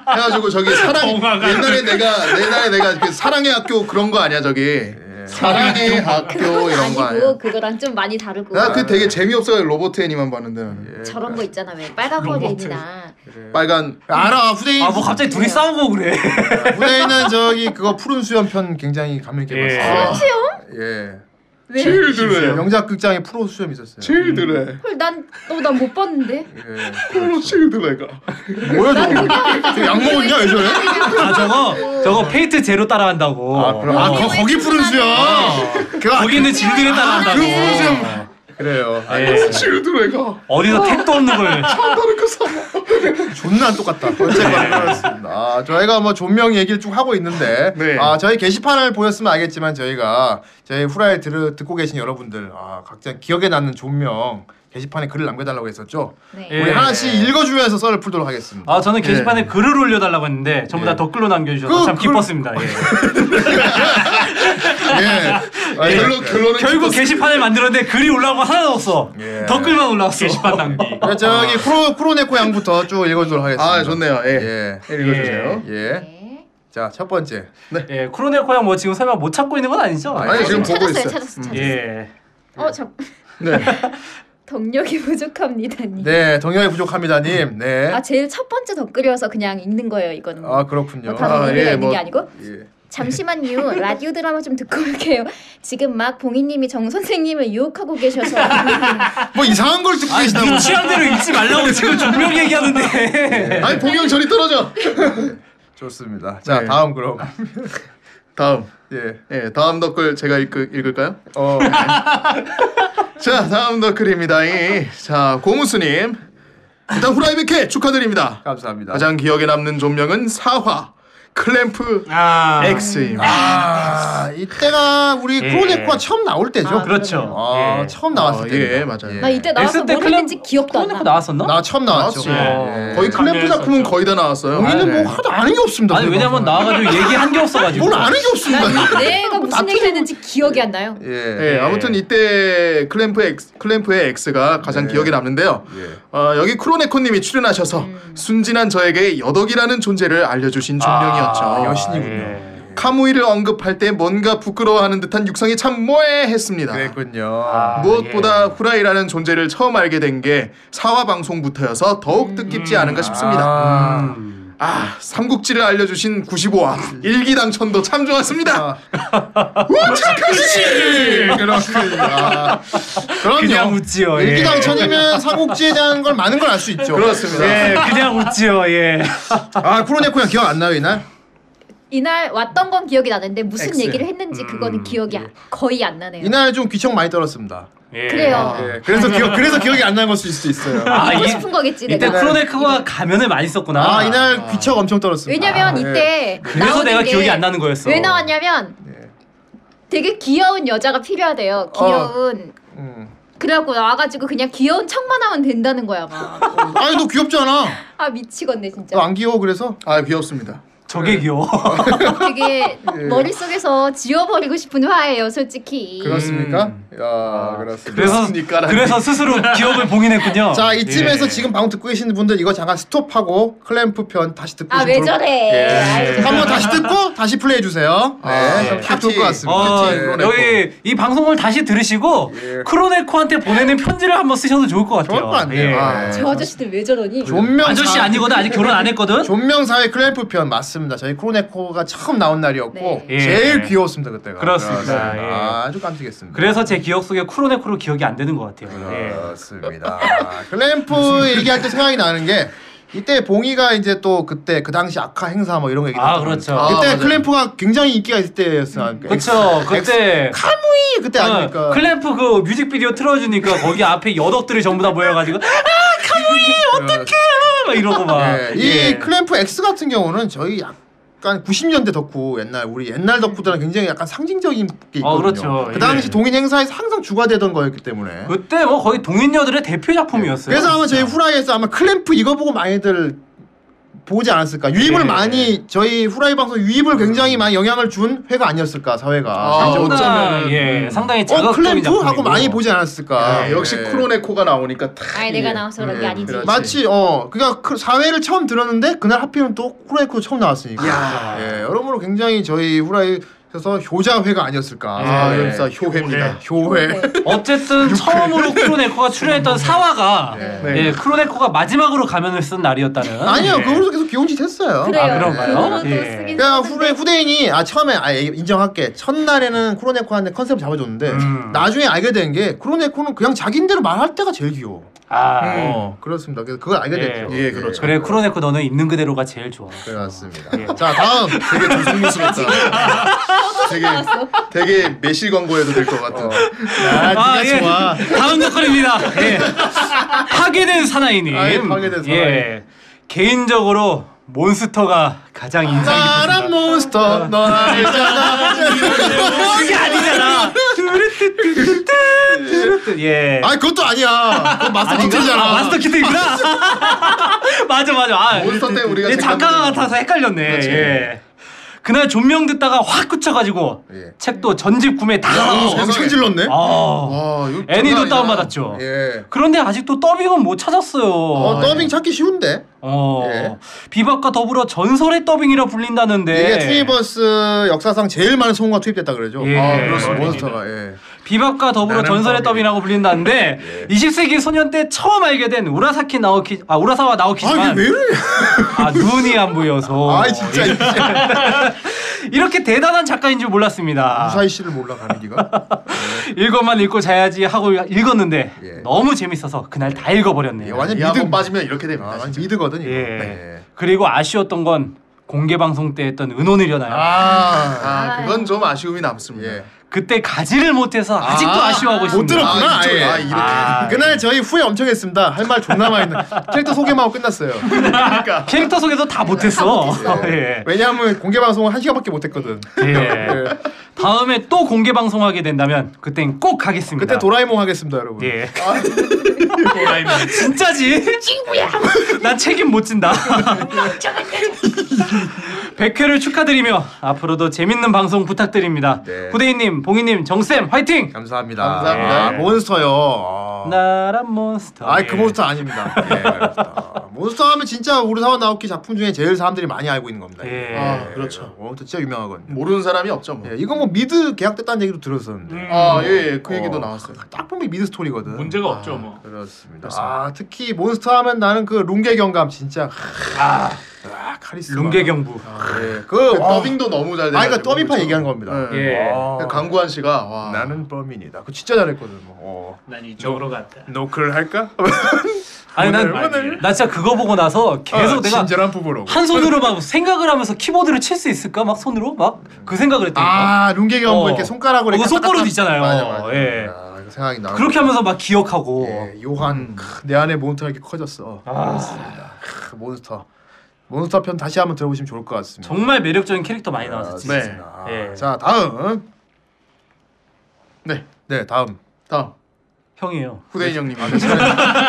D: 동화 해가지고 저기 사랑
F: 동화가.
D: 옛날에 내가 옛날에 내가 그 사랑의 학교 그런 거 아니야 저기 사랑의 학교
E: 아, 네. 그건 (laughs)
D: 이런 거
E: 아니고
D: 아니야?
E: 그거랑 좀 많이 다르고
D: 나 그 되게 재미없어요 로봇 애니만 봤는데 나는.
E: 저런 거 있잖아 왜 빨간 머리 애니나
D: 빨간
C: 알아 후대인.
B: 아 뭐 갑자기 둘이 싸우고 그래.
C: 후대인은 저기 그거 푸른 수염 편 굉장히 감명 깊게
B: 예.
C: 봤어요.
E: 수염?
C: 예.
E: 왜?
D: 들어요.
C: 명작 극장에 프로 수염 있었어요.
D: 제일
E: 음.
D: 들어요.
E: 난어난못 봤는데.
D: 폴로 제일 들어가.
C: 뭐야 저거? 저약 먹었냐 예전에?
B: 아 저거 저거 페이트 제로 따라한다고.
C: 아 그럼 아 거, 거기 푸른 수염. 그거
B: 거기 있는 질들에 따라한다고.
C: 아, 그 그래요. 아,
B: 예.
D: 제일 들어가.
B: 어디서 택도 없는 걸.
C: 존나 안 똑같다. 어쨌건
D: 네.
C: 그렇습니다. 아, 저희가 뭐 존명 얘기를 쭉 하고 있는데
D: 네.
C: 아 저희 게시판을 보였으면 알겠지만 저희가 저희 후라이 들 듣고 계신 여러분들 아 각자 기억에 남는 존명 게시판에 글을 남겨달라고 했었죠.
E: 네.
B: 예.
C: 우리 하나씩 읽어주면서 썰을 풀도록 하겠습니다.
B: 아 저는 게시판에 글을 올려달라고 했는데 전부 다 댓글로 남겨주셔서
C: 그
B: 참
C: 글-
B: 기뻤습니다. 예.
D: 예. 결론 결론은
B: 결국
D: 찍었어요.
B: 게시판을 만들었는데 글이 올라온 거 하나도 없어.
C: 예.
B: 댓글만 올라왔어.
F: 게시판 낭비.
C: 그래, 저기 프로 프로네코 양부터 쭉 읽어주도록 하겠습니다.
D: 아 좋네요. 예.
C: 예.
D: 읽어주세요.
C: 예.
E: 네.
C: 자, 첫 번째.
B: 예, 쿠로네코 형뭐 지금 설마 못 찾고 있는 건 아니죠?
D: 아니 지금 보고
E: 찾았어요,
D: 있어요.
E: 찾았어, 찾았어.
B: 예.
E: 어, 잠. (laughs)
D: 네.
E: 덕력이 부족합니다니.
C: 네, 동영이 부족합니다 님. 네.
E: 아, 제일 첫 번째 덧글이어서 그냥 읽는 거예요, 이거는.
C: 아, 그렇군요.
E: 뭐 다른
D: 아,
E: 의미가
D: 예,
E: 있는
D: 뭐-
E: 게 아니고
D: 예.
E: 잠시만요 라디오 드라마 좀 듣고 올게요 지금 막 봉희님이 정 선생님을 유혹하고 계셔서 아,
C: 뭐 이상한 걸 듣고 계시다고.
B: 네 취향대로 읽지 말라고 (laughs) 지금 종명 얘기하는데.
D: 아니 봉영 저리 떨어져.
C: 좋습니다. 자,
D: 네.
C: 다음 그럼.
D: 다음.
C: 예.
D: 예, 다음 댓글 제가 읽, 읽을까요?
C: 어.
D: 자, 다음 댓글입니다. 이, 자, 고무스님. 일단 후라이백회 축하드립니다.
C: 감사합니다.
D: 가장 기억에 남는 존명은 사화, 클램프
B: 아.
D: X입니다.
C: 아, 이때가 우리
B: 예.
C: 크로네코가 처음 나올 때죠.
E: 아,
B: (laughs) 그렇죠.
C: 아,
B: 예.
C: 처음 나왔을
D: 아,
C: 때.
D: 예, 맞아요.
E: 나 이때 나와서
B: X 때
E: 뭘 했는지 기억도 안
B: 쿠로네코
E: 나.
B: 나왔었나?
C: 나 처음 나왔죠.
B: 나왔지.
D: 거의 클램프
F: 참여했었죠.
D: 작품은 거의 다 나왔어요.
C: 네, 우리는
D: 네.
C: 뭐 하도 그렇죠. 아는 게 없습니다.
B: 아니 왜냐면 나와가지고 얘기한 게 없어가지고.
C: 뭘 아는 게 없습니다.
E: 나 내가 무슨 얘기를 했는지 기억이 안 나요
C: 예.
D: 예, 아무튼 이때 클램프 X, 클램프의 X가
C: 네.
D: 가장 기억에 남는데요.
C: 예.
D: 어, 여기 크로네코님이 출연하셔서 순진한 저에게 여덕이라는 존재를 알려주신 존명이었죠.
C: 아,
D: 아,
C: 여신이군요.
B: 예.
D: 카무이를 언급할 때 뭔가 부끄러워하는 듯한 육성이 참
C: 아.
D: 모해했습니다.
C: 그랬군요. 아,
D: 무엇보다 후라이라는 존재를 처음 알게 된 게 사화 방송부터여서 더욱 뜻깊지 않은가 싶습니다.
C: 아,
D: 아, 삼국지를 알려주신 95화 일기당 천도 참 좋았습니다.
C: 예,
D: 우착하시 그렇군요. 아,
B: 그냥
D: 그럼요.
B: 웃지요. 예.
C: 일기당 천이면 삼국지에 대한 걸 많은 걸 알 수 있죠.
D: 그렇습니다.
B: 예, 그냥 웃지요. 예.
C: 아 쿠로네코 형 기억 안 나요 이날?
E: 이날 왔던 건 기억이 나는데 무슨
C: X.
E: 얘기를 했는지 그거는 기억이 아- 거의 안 나네요.
C: 이날 좀 귀청 많이 떨었습니다.
B: 예.
E: 그래요.
C: 예, 그래서 기억 그래서 기억이 안 나는 것일 수도 있어요.
B: 아,
E: 하고
B: 이-
E: 싶은 거겠지
B: 이때
E: 내가.
B: 크로네크가 가면을 많이 썼구나.
C: 아 이날 귀청 엄청 떨었습니다.
E: 왜냐면
C: 아, 예.
E: 이때
B: 그래서
E: 나오는
B: 내가
E: 게
B: 기억이 안 나는 거였어.
E: 왜 나왔냐면
B: 네.
E: 되게 귀여운 여자가 필요하대요.
B: 어.
E: 귀여운.
C: 음.
E: 그래갖고 나와가지고 그냥 귀여운 척만 하면 된다는 거야 막.
C: 아니 너 귀엽잖아.
E: 아 미치겠네 진짜.
C: 너 안 귀여워 그래서?
D: 아, 귀엽습니다.
B: 저게 귀여워. (laughs)
E: 되게
B: 예.
E: 머릿속에서 지워버리고 싶은 화예요 솔직히.
C: 그렇습니까?
B: 음.
C: 야 그렇습니다.
B: 그래서
D: 그렇습니까라니.
B: 그래서 스스로 기억을 봉인했군요.
C: 자 이쯤에서
B: 예.
C: 지금 방송 듣고 계시는 분들 이거 잠깐 스톱하고 클램프 편 다시 듣고
E: 아 왜
C: 싶은
E: 저래.
B: 예.
E: 아이, 저-
C: 한번 다시 듣고 다시 플레이해 주세요. 네,
D: 아,
C: 그럼
D: 예.
C: 딱 좋을 것 같습니다.
B: 어,
D: 그치, 크로네코.
B: 여기 이 방송을 다시 들으시고 크로네코한테 보내는 편지를 한번 쓰셔도 좋을 것 같아요.
C: 예. 좋을 것 같네요.
B: 예.
C: 아,
E: 저 아저씨들 왜 저러니?
C: 존명
B: 아저씨
C: 사-
B: 아니거든 아직 결혼
C: (laughs)
B: 안 했거든.
C: 존명사의 클램프 편 맞습니다. 저희 크로네코가 처음 나온 날이었고
E: 네.
B: 예.
C: 제일 귀여웠습니다 그때가.
B: 그렇습니다. 예.
C: 아, 아주 깜찍했습니다.
B: 그래서 제 기억 속에 크로네코로 기억이 안 되는 것 같아요. 예.
C: 그렇습니다. 클램프 얘기할 때 생각이 나는 게 이때 봉이가 이제 또 그때 그 당시 아카 행사 뭐 이런 거 얘기
B: 아
C: 나왔거든요.
B: 그렇죠.
D: 아,
C: 그때
D: 맞아요.
C: 클램프가 굉장히 인기가 있을 때였어요. 그러니까
B: 그렇죠. 그때
C: 카무이 그때
B: 어,
C: 아닙니까?
B: 클램프 그 뮤직비디오 틀어주니까 거기 앞에 여덕들이 전부 다 모여가지고 아,
C: 어떻게?
B: 막 이러고 막.
C: 이
B: 예.
C: 클램프 X 같은 경우는 저희 약간 90년대 덕후 옛날 우리 옛날 덕후들은 굉장히 약간 상징적인 게 있거든요.
B: 어, 그렇죠.
C: 그 당시
B: 예.
C: 동인 행사에서 항상 주가되던 거였기 때문에.
B: 그때 뭐 거의 동인녀들의 대표 작품이었어요.
C: 그래서 아마 저희 후라이에서 아마 클램프 이거 보고 많이들 보지 않았을까 유입을
B: 예.
C: 많이 저희 후라이 방송 유입을 굉장히 많이 영향을 준 회가 아니었을까 사회가
D: 아,
C: 진짜.
B: 상당히 예, 상당히
C: 어
B: 자극적인
C: 클램프
B: 작품이고.
C: 하고 많이 보지 않았을까
D: 아, 역시
C: 예.
D: 크로네코가 나오니까 다
E: 아이
B: 예.
E: 내가 나와서 그런 게 아니지.
B: 그렇죠.
D: 그렇지.
C: 마치 어 그러니까 그 사회를 처음 들었는데 그날 하필이면 또 후라이코 처음 나왔으니까
D: 야.
C: 예 여러모로 굉장히 저희 후라이에서 효자회가 아니었을까
D: 아,
C: 예.
D: 여기서 효회입니다.
C: 효회 네.
B: 어쨌든
C: (laughs)
B: 처음으로 크로네코가 출연했던 사화가 예, 크로네코가 마지막으로 가면을 쓴 날이었다는.
C: 아니요
B: 예.
C: 그걸로 계속 기용지 됐어요
E: 그래요.
B: 아, 그런가요?
E: 그거로도
B: 예.
E: 쓰긴
C: 그러니까
E: 썼는데.
C: 후대, 후대인이 아 처음에 아 예, 인정할게 첫날에는 크로네코한테 컨셉 잡아줬는데
B: 음.
C: 나중에 알게 된 게 크로네코는 그냥 자기인대로 말할 때가 제일 귀여워.
B: 아,
C: 어 그렇습니다. 그래서 그걸 알게
B: 예.
C: 됐죠.
D: 예, 그렇죠.
B: 그래 크로네코 너는 있는 그대로가 제일 좋아.
C: 그렇습니다.
B: 예.
C: 자 다음
D: 되게 조심스럽다. 되게 되게 매실 광고해도 될 것 같은.
C: 아, 네가
B: 예.
C: 좋아. (laughs)
B: 다음 역할입니다. 예. 파괴된 사나이님.
C: 아, 예, 파괴된 사나이.
B: 예. 개인적으로 몬스터가 가장 인상 깊었습니다.
C: 나란 몬스터 넌 알잖아. (laughs)
B: 그게 아니잖아. 뚜루뚜뚜뚜뚜뚜뚜. 예.
C: 아 그것도 아니야. 그건 마스터
B: 아,
C: 킹이잖아.
B: 마스터 키트이구나. (laughs) 맞아 맞아. 아,
D: 몬스터 때 우리가
B: 예, 작가가
D: 생각나는
B: 같아서 헷갈렸네.
D: 그렇지.
B: 예. 그날 존명 듣다가 확 꽂혀가지고
C: 예.
B: 책도 전집 구매 다 하고.
C: 어, 성질렀네.
B: 아,
D: 와, 이거 장난
B: 애니도
D: 아니다.
B: 다운 받았죠.
C: 예.
B: 그런데 아직도 더빙은 못 찾았어요.
C: 어 더빙 찾기 쉬운데.
B: 어,
C: 예.
B: 비박과 더불어 전설의 더빙이라 불린다는데.
C: 이게 트리버스 역사상 제일 많은 성우가 투입됐다 그러죠.
B: 네. 예.
C: 아, 그렇습니다. 몬스터가 예.
B: 비박과 더불어 전설의 더빙이라고
D: (laughs)
B: 불린다는데
D: 예.
B: 20세기 소년 때 처음 알게 된 우라사키 나오키 아 우라사와 나오키지만
C: 아 이게 왜 이래?
B: 아, 눈이 안 보여서
C: 아 진짜 이제
B: 이렇게 대단한 작가인 줄 몰랐습니다.
C: 무사히 씨를 몰라 가는 기가.
B: 읽어만 읽고 자야지 하고 읽었는데
C: 예.
B: 너무 재밌어서 그날 다 읽어버렸네요.
C: 예, 완전
D: 이 한번
C: 믿음
D: 빠지면 이렇게 됩니다.
C: 아,
D: 진짜.
C: 완전 믿거든 이거.
B: 예.
C: 네.
B: 그리고 아쉬웠던 건 공개 방송 때 했던 은혼이려나요.
C: 아,
D: 아, 그건 좀 아쉬움이 남습니다.
C: 예.
B: 그때 가지를 못해서 아직도
C: 아,
B: 아, 쉬워하고
C: 못
B: 있습니다.
C: 들었구나.
D: 아, 이쪽,
C: 예.
D: 아, 이렇게.
B: 아,
C: 그날 저희 후회 엄청 했습니다. 할 말 존나 많이 했는데 캐릭터 소개만 하고 끝났어요. 네.
D: 그러니까
B: 캐릭터 소개도 다 못했어. (laughs) 예.
C: 왜냐하면 공개 방송은 한 시간밖에 못 했거든.
B: 예. 다음에 또 공개 방송하게 된다면 그땐 꼭 가겠습니다.
C: 그때 도라에몽 하겠습니다, 여러분.
B: 그러니까. 예. 진짜지? (laughs) 친구야. 난 책임 못 진다. (laughs) 백회를 축하드리며 앞으로도 재밌는 방송 부탁드립니다.
C: 네.
B: 후대인님, 봉희님, 정쌤 화이팅!
C: 감사합니다.
D: 감사합니다.
C: 아, 몬스터요. 아,
B: 어. 네. 나란 몬스터.
C: 아이 그 몬스터 아닙니다. 예, 그렇습니다. 몬스터 하면 진짜 우르사와 나오키 작품 중에 제일 사람들이 많이 알고 있는 겁니다.
B: 예.
D: 아, 그렇죠.
C: 원부터 진짜 유명하거든요.
D: 모르는 사람이 없죠. 뭐.
C: 예, 이거 뭐 미드 계약됐다는 얘기도 들었었는데
D: 아, 예, 예. 그 얘기도
C: 어.
D: 나왔어요.
C: 딱 보면 미드 스토리거든.
F: 문제가 없죠 뭐.
C: 그렇습니다. 아 특히 몬스터 하면 나는 그 룽게 경감 진짜 아, 아 카리스마.
B: 룽게경부.
C: 예, 그
D: 그
C: 와.
D: 더빙도 너무 잘 돼.
C: 아, 그러니까 더빙판 얘기하는 겁니다. 아. 그러니까
B: 예.
D: 강구한 씨가 와.
C: 나는 범인이다. 그 진짜 잘했거든. 뭐. 아,
F: 난 이쪽으로 갔다.
C: 노크를 할까?
B: 아니
C: 오늘, 어,
B: 난나
F: 오늘.
B: 진짜 그거 보고 나서 계속 내가
C: 진절한 부부로.
B: 한 손으로 막 생각을 하면서 키보드를 칠 수 있을까 막 손으로 막 그 생각을 했다니까.
C: 아 룽게 경감 뭐
B: 어.
C: 이렇게 손가락으로
B: 어, 그
C: 이렇게
B: 손버릇
C: 딱딱딱-
B: 있잖아요.
C: 맞아, 맞아.
B: 예.
C: 아, 이거 생각이 나.
B: 그렇게 하면서 막 기억하고. 음. 아.
C: 예, 요한 크, 내 안에 몬스터가 이렇게 커졌어. 그렇습니다. 크, 몬스터 몬스터 편 다시 한번 들어보시면 좋을 것 같습니다.
B: 정말 매력적인 캐릭터 많이 나왔었지.
D: 네.
C: 아,
B: 예.
C: 자 다음
D: 네.
C: 네 다음
D: 다음
B: 형이에요. (laughs)
D: 후대인 형님.
B: 아,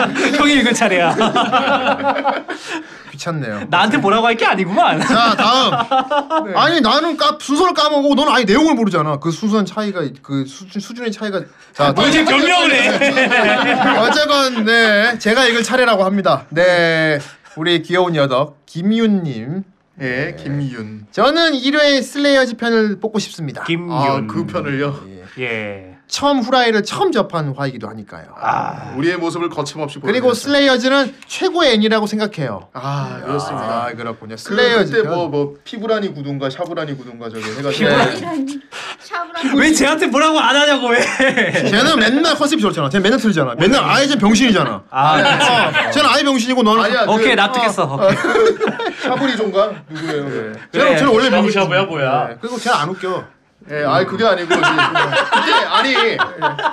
B: 네. 형이 읽은 차례야.
C: 귀찮네요.
B: 나한테 뭐라고 할 게 아니구만.
C: 자 다음 아니 나는 까, 순서를 까먹고 넌 아예 내용을 모르잖아. 그 순서는 차이가 그 수준 수준의 차이가 자 네.
B: 너 이제 아, 변명을 해.
C: 어쨌건 네 제가 읽을 차례라고 합니다. 네 우리 귀여운 여덕 김윤님 네.
D: 예, 김윤.
C: 저는 1회 슬레이어즈 편을 뽑고 싶습니다.
B: 김윤.
D: 아, 그 편을요.
B: 예.
C: 처음 후라이를 처음 접한 화이기도 하니까요.
B: 아,
D: 우리의 모습을 거침없이 보여.
B: 그렇죠.
C: 그리고 슬레이어즈는 최고의 애니라고 생각해요.
D: 아, 그렇습니다.
C: 아 그렇군요.
D: 슬레이어
C: 슬레이어즈
D: 그때
C: 편.
D: 뭐뭐 피부라니 구dun가 샤브라니 구dun가 저기 해가지고
E: 이런 (laughs) 샤브라니
B: 왜 쟤한테 뭐라고 안 하냐고 왜?
C: 쟤는 맨날 컨셉이 좋잖아. 쟤 맨날 틀리잖아. 맨날 아예 쟤 병신이잖아.
B: 음. 아,
C: 어, 쟤는 아예 병신이고 너는
D: 아니야.
B: 오케이
D: 그, 아,
B: 납득했어. 오케이.
D: 샤브리 종가 누구예요? 그?
C: 쟤는,
B: 그래.
C: 쟤는 원래 병신.
F: 샤브샤브야 뭐야?
C: 네. 그리고 쟤는 안 웃겨.
D: 예, 아니 그게 아니고 이제 그때 아니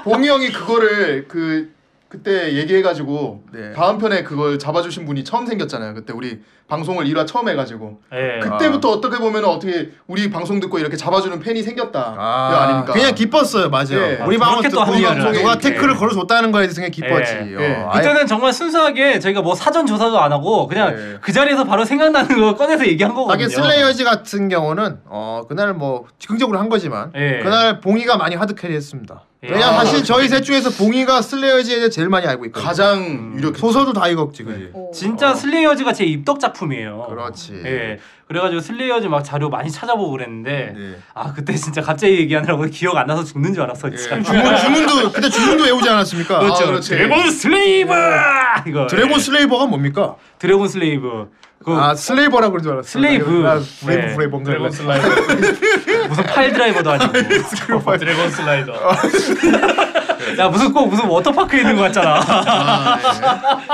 D: 봉이 형이 그거를 그 그때 얘기해가지고
C: 네.
D: 다음 편에 그걸 잡아주신 분이 처음 생겼잖아요. 그때 우리 방송을 1화 처음 해가지고
B: 예.
D: 그때부터 어떻게 보면 어떻게 우리 방송 듣고 이렇게 잡아주는 팬이 생겼다. 아,
C: 아,
D: 아닙니까?
C: 그냥 기뻤어요, 맞아요.
D: 예.
C: 우리
B: 아,
C: 방송
B: 그렇게 또
C: 듣고
B: 합리화를
C: 방송에
B: 하네.
C: 누가
B: 이렇게.
C: 태클을 걸어줬다는 거에 대해서 그냥 기뻤지.
B: 예.
C: 어,
D: 예.
C: 아예-
B: 그때는 정말 순수하게 저희가 뭐 사전 조사도 안 하고 그냥
C: 예.
B: 그 자리에서 바로 생각나는 거 꺼내서 얘기한 거거든요.
C: 하긴 슬레이어즈 같은 경우는 어 그날 뭐 긍정적으로 한 거지만
B: 예.
C: 그날 봉이가 많이 하드캐리했습니다.
B: 예.
C: 왜냐
B: 아,
C: 사실 저희 셋 중에서 봉이가 슬레이어즈에 대해 제일 많이 알고 있거든요. 음.
D: 가장 유력했죠.
C: 소설도 다 읽었지,
B: 네.
C: 그지?
E: 오.
B: 진짜 슬레이어즈가 제 입덕 작품이에요.
C: 그렇지.
B: 예. 그래가지고 슬레이어즈 막 자료 많이 찾아보고 그랬는데
C: 네.
B: 아 그때 진짜 갑자기 얘기하느라고 기억 안 나서 죽는 줄 알았어. 진짜. (laughs)
C: 주문 주문도 그때 주문도 외우지 않았습니까?
D: 그렇죠.
C: 아,
D: 그렇지.
B: 드래곤 슬레이브 이거 예.
C: 드래곤 슬레이버가 뭡니까?
B: 드래곤 슬레이브 그
C: 아 슬레이버라 그런 줄 아, 알았어.
B: 슬레이브.
C: 나 브레이브
B: 예.
C: 브레이브 뭔가 이런.
F: 드래곤 슬라이더.
B: 무슨 파일 드라이버도 아니고 어,
F: 드래곤 슬라이더.
B: 야 무슨 꼭 무슨 워터파크에 있는 거 같잖아.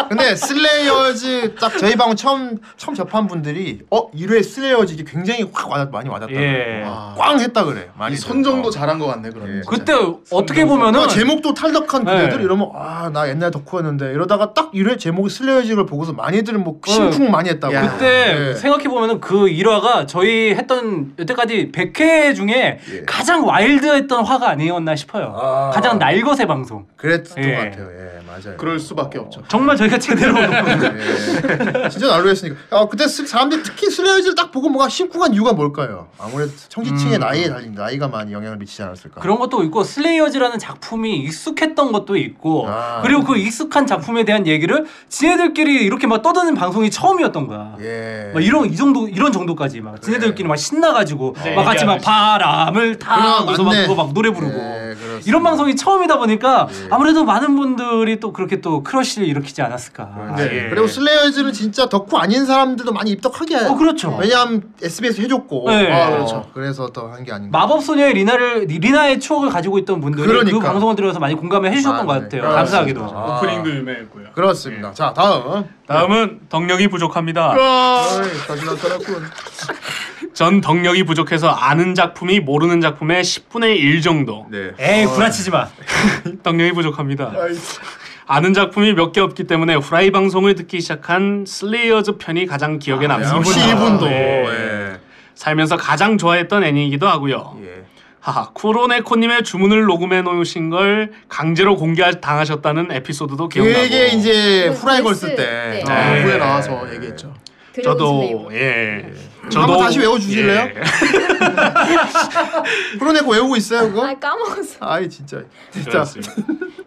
C: 근데 슬레이어즈 딱 저희 방은 처음 처음 접한 분들이 어 1회 슬레이어즈 이게 굉장히 확 와닿 많이 와닿다.
B: 예.
D: 아,
C: 꽝 했다 그래. 많이
D: 선정도
C: 어.
D: 잘한 것 같네 그러면. 진짜.
B: 그때 어떻게 보면은
C: 그러니까 제목도 탈덕한 그대들
B: 네.
C: 이러면 아 나 옛날 덕후였는데 이러다가 딱 이래 제목이 슬레이어즈를 보고서 많이들 뭐 심쿵 많이 했다고
D: 야.
B: 그때
C: 예.
B: 생각해 보면은 그 1화가 저희 했던 여태까지 100회 중에 가장 와일드했던 화가 아니었나 싶어요.
C: 예. 아.
B: 가장 날것의 방송.
C: 그랬던
B: 예.
C: 것 같아요 예 맞아요
D: 그럴 수밖에 없죠.
B: 정말 저희가 제대로 (laughs)
C: 예. 진짜 날로 했으니까 아 그때 스- 사람들이 특히 슬레이어즈를 딱 보고 뭔가 심쿵한 이유가 뭘까요 아무래도 청지층의 나이에 달린 나이가 많이 영향을 미치지 않았을까
B: 음. 그런 것도 있고 슬레이어즈라는 작품이 익숙했던 것도 있고
C: 아.
B: 그리고 그 익숙한 작품에 대한 얘기를 지네들끼리 이렇게 막 떠드는 방송이 처음이었던 거야.
C: 예
B: 막 이런 이 정도 이런 정도까지 막 지네들끼리 막 신나가지고
F: 이제
B: 막 같이 막
F: 얘기하듯이.
B: 바람을
C: 그래,
B: 타고서 아, 막
C: 맞네.
B: 그거 막 노래 부르고
C: 예, 그렇습니다. 예.
B: 이런 방송이 처음이다 보니까 아무래도 많은 분들이 또 그렇게 또 크러쉬를 일으키지 않았을까.
C: 네.
B: 예.
C: 그리고 슬레이어즈는 진짜 덕후 아닌 사람들도 많이 입덕하게
B: 어, 그렇죠.
C: 왜냐하면 SBS 해줬고
B: 네.
C: 어,
B: 아,
D: 그렇죠.
C: 그래서 더 한 게 아닌가
B: 마법 소녀의 리나를 리나의 추억을 가지고 있던 분들이 그
C: 그러니까.
B: 방송을 들으면서 많이 공감해 주셨던
C: 아,
B: 것
C: 네.
B: 같아요.
C: 그렇습니다.
B: 감사하게도.
C: 아.
F: 오프닝도 유명했고요.
B: 네.
C: 그렇습니다 자 다음
F: 다음은 덕력이 부족합니다.
C: 아.
B: 아.
C: 어이, 다시 나타났군
F: 전 덕력이 부족해서 아는 작품이 모르는 작품의 10분의 1 정도.
C: 네
B: 에이 구라치지 마.
F: 덕력이 부족합니다. 아는 작품이 몇 개 없기 때문에 후라이 방송을 듣기 시작한 슬레이어즈 편이 가장 기억에 남습니다.
C: 아, 역시 이분도
B: 아, 네.
F: 예. 살면서 가장 좋아했던 애니이기도 하고요.
C: 예.
F: 하하, 쿠로네코님의 주문을 녹음해 놓으신 걸 강제로 공개 당하셨다는 에피소드도 기억나고.
C: 그게 이제
E: 그
C: 후라이 걸스
E: 걸스
C: 때.
E: 때.
D: 아,
F: 네.
D: 후에 나와서 얘기했죠.
E: 교정이
B: 저도
E: 선배이고.
B: 예.
C: 한번 다시 외워주실래요? (laughs)
F: 예,
C: 풀어내고 외우고 있어요 그거?
E: 아 까먹었어.
C: 아이 진짜 진짜
F: 그렇습니다.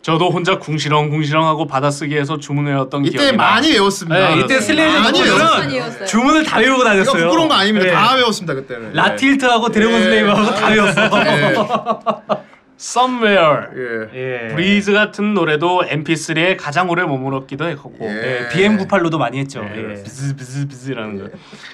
F: 저도 혼자 궁시렁궁시렁하고 받아쓰기해서 주문해왔던 기억이
C: 이때 많이 외웠습니다.
B: 네, 이때 슬레이저
C: 많이 외웠어요.
E: 아니었어요.
B: 주문을 다 외우고
C: 이거
B: 다녔어요.
C: 부끄러운 거 아닙니다.
B: 예.
C: 다 외웠습니다 그때는.
B: 라틸트하고 드래곤 슬레이버하고 다
C: 예.
B: 외웠어.
F: Somewhere
C: 예.
B: 예.
F: 브리즈 같은 노래도 MP3에 가장 오래 머물렀기도 했고
B: 예, BM98로도 많이 했죠. 예.
F: 비즈 비즈 비즈라는 거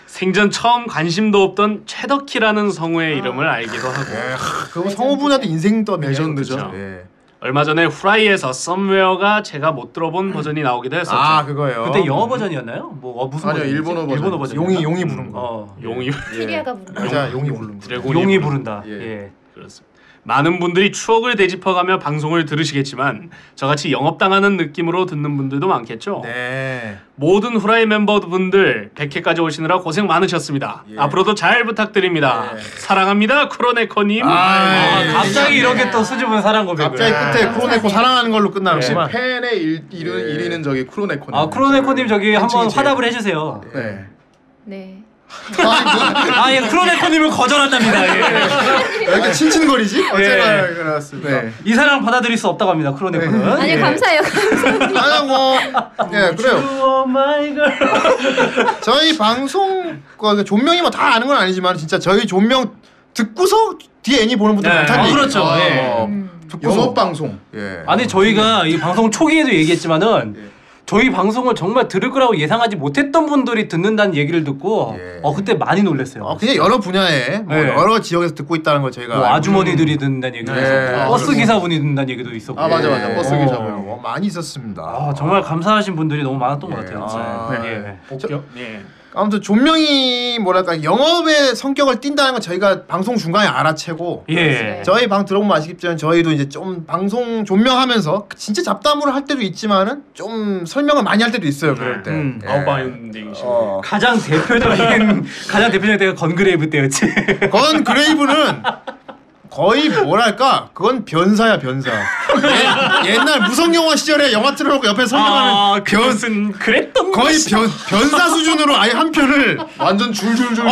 F: 생전 처음 관심도 없던 최덕희라는 성우의 이름을 알기도 하고
C: 예. 아, 그거 성우분한테 인생 떠
B: 네,
C: 레전드죠.
F: 그렇죠.
C: 예.
F: 얼마 전에 후라이에서 Somewhere가 제가 못 들어본 버전이 나오기도 했었죠
C: 아 그거요.
B: 그때 영어 버전이었나요? 뭐 어, 무슨
D: 아니요,
B: 버전이지?
D: 일본어 버전.
B: 일본어 버전.
C: 용이 용이 부른 거.
B: 어.
F: 용이
E: 시리아가 부르는.
C: 맞아 용이 부른 거.
F: 드래곤이
B: 용이
F: 부른-
B: 부른다.
C: 예.
B: 예.
F: 그렇습니다. 많은 분들이 추억을 되짚어가며 방송을 들으시겠지만 저같이 영업당하는 느낌으로 듣는 분들도 많겠죠.
C: 네.
F: 모든 후라이 멤버분들 100회까지 오시느라 고생 많으셨습니다. 앞으로도 잘 부탁드립니다. 사랑합니다, 크로네코님.
C: 아,
B: 아, 갑자기 이렇게 또 수줍은 사랑 고백을.
C: 갑자기 끝에 크로네코 사랑하는 걸로
B: 네.
C: 끝나는구만.
D: 팬의 일, 일,
C: 네.
D: 1위는 저기 쿠로네코.
B: 아, 크로네코님 저기 한번
D: 이제.
B: 화답을 해주세요.
D: 네.
B: 예.
E: 네.
B: 아, 예, 크로네코님을 거절한답니다.
C: 왜
B: 예.
C: 이렇게 친친거리지? 어제가 그렇습니다.
D: 네.
B: 이 사랑 받아들일 수 없다고 합니다, 크로네코는.
E: 아니
B: 예.
E: 감사해요. 감사합니다.
C: 아니 뭐, 예 그래요.
B: Oh my girl.
C: (laughs) 저희 방송 거 존명이 뭐 다 아는 건 아니지만 진짜 저희 존명 듣고서 뒤에 애니 보는 분들 어,
B: 네,
C: 많다는
B: 아,
C: 얘기.
B: 그렇죠, 예. 음.
D: 영업 방송. 예.
B: 아니 저희가 이 방송 초기에도 얘기했지만은 저희 방송을 정말 들을 거라고 예상하지 못했던 분들이 듣는다는 얘기를 듣고
D: 예. 아,
B: 어 그때 많이 놀랐어요.
C: 어, 그냥 여러 분야에 뭐
B: 네.
C: 여러 지역에서 듣고 있다는 걸 저희가
B: 뭐
C: 알고
B: 아주머니들이 듣는다는 얘기도
C: 예.
B: 있었고
C: 아,
B: 버스
C: 그리고-
B: 기사분이 듣는다는 얘기도 있었고
D: 네.
B: 어.
D: 아, 맞아, 맞아.
C: 예.
D: 버스 기사분.
C: 뭐 많이 있었습니다.
B: 아, 정말 감사하신 분들이 너무 많았던 것 같아요.
C: 진짜.
B: 예.
D: 네.
F: 복격? 예.
C: 아무튼 존명이 뭐랄까 영업의 성격을 띈다는 건 저희가 방송 중간에 알아채고
F: 네.
B: 예.
C: 저희 방 들어보면 아시겠지만 저희도 이제 좀 방송 존명하면서 진짜 잡담으로 할 때도 있지만은 좀 설명을 많이 할 때도 있어요. 그럴 때.
B: 음.
C: 예.
F: 네. 아웃바운딩.
C: 어.
B: 가장 대표적인 (laughs) 가장 대표적인 때가 건그레이브 때였지. (laughs)
C: 건 그레이브는 거의 뭐랄까 그건 변사야 변사. 예, 옛날 무성 영화 시절에 영화 틀어놓고 옆에 설명하는
F: 아,
B: 그것은 그랬던
C: 거의 변, 변사 수준으로 아예 한 편을
D: 완전 줄줄줄.
C: 어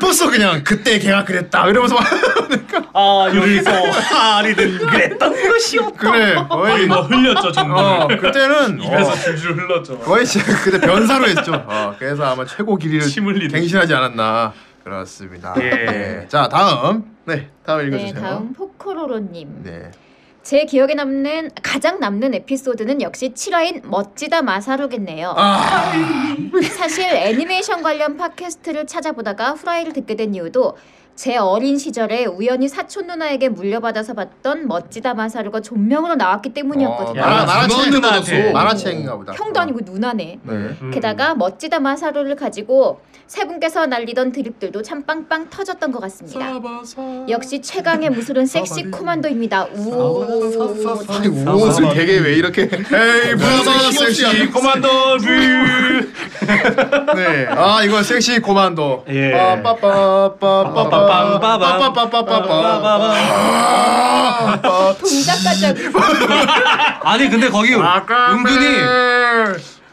C: 읊었어 그냥 그때 걔가 그랬다 이러면서
F: (laughs)
C: 막
B: 아 여기서 아리든 그랬던 것이요.
C: 그래 거의
F: 뭐 흘렸죠, 정말.
C: 어 그때는
F: 입에서
C: 어,
F: 줄줄 흘렀죠.
C: 거의 진짜 그때 변사로 했죠. 어, 그래서 아마 최고 길이를
F: 침 흘리는.
C: 갱신하지 않았나 그렇습니다. 예. 자 다음
D: 네. 다음
E: 네
D: 읽어주세요.
E: 다음 포코로로님.
C: 네.
E: 제 기억에 남는 가장 남는 에피소드는 역시 7화인 멋지다 마사루겠네요.
D: 아!
E: 사실 애니메이션 관련 팟캐스트를 찾아보다가 후라이를 듣게 된 이유도 제 어린 시절에 우연히 사촌 누나에게 물려받아서 봤던 멋지다 마사루가 존명으로 나왔기
C: 어,
E: 때문이었거든요.
C: 만화
D: 야,
C: 만화책
D: 그건 누나한테.
C: 만화책인가 보다.
E: 형도 아니고 누나네.
C: 네.
D: 음.
E: 게다가 멋지다 마사루를 가지고 세 분께서 날리던 드립들도 참 빵빵 터졌던 것 같습니다. 역시 최강의 무술은 섹시 코만도입니다. 우.
C: 아니
D: 옷을
C: 옷을
D: 되게 왜 이렇게 에이
C: 무슨 섹시
F: 코만더 뷰.
C: 네. 아 이거 섹시 고만도.
B: 예.
C: 빠빠빠빠빠빠.
B: 빠빠빵빠밤.
C: 빠빠빠빠빠.
E: 동작까지 하고
B: 아니 근데 거기 은근히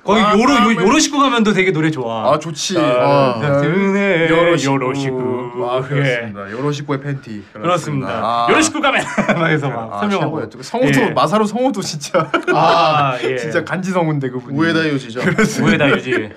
B: 거기 요로 요, 요로 식구 가면도 되게 노래 좋아.
C: 아 좋지. 아,
B: 네,
C: 요로시구.
B: 요로시구.
C: 아
B: 예.
C: 그렇습니다. 요로시코의 팬티.
B: 그렇습니다.
C: 아.
B: 요로시구 가면 (laughs) 막 해서 막
C: 아,
B: 설명하고.
C: 최고였죠. 성우도
B: 예.
C: 마사루 성우도 진짜 (laughs)
B: 아, 예.
C: 진짜 간지 성우인데 그분.
D: 우에다 요시죠.
B: 우에다 유지.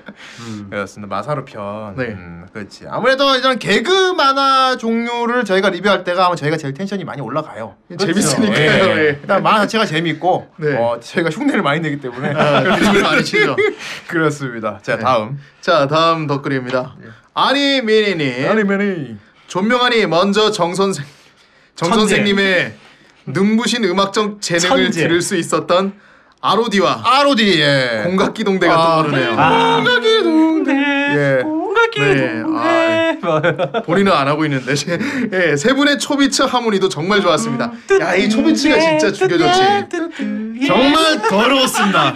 C: 그렇습니다. 마사루 편.
D: 네.
C: 음, 그렇지. 아무래도 이런 개그 만화 종류를 저희가 리뷰할 때가 아마 저희가 제일 텐션이 많이 올라가요.
D: 재밌으니까요.
C: 그렇죠. 예.
D: 예.
C: 일단 만화 자체가 재미있고
D: 네.
C: 어, 저희가 흉내를 많이 내기 때문에
D: 아, 그림을 많이 치죠.
C: 그렇죠. (laughs) 그렇습니다. 자
D: 네.
C: 다음.
D: 자, 다음 덧글입니다. 아니 미니님,
C: 아니면이
D: 존명하니 먼저 정 선생, 정
B: 천재.
D: 선생님의 눈부신 음악적 재능을
B: 천재.
D: 들을 수 있었던 아로디와
C: ROD 예.
D: 공각기 동대가
C: 아.
D: 떠오르네요.
B: 공각이 동대.
C: 예.
B: 공각이
D: 네,
B: 동대.
D: 본인은 안 하고 있는데, (laughs) 예, 세 분의 초비츠 하모니도 정말 좋았습니다. 야, 이 초비츠가
B: 예,
D: 진짜 죽여줬지.
C: 정말 더러웠습니다.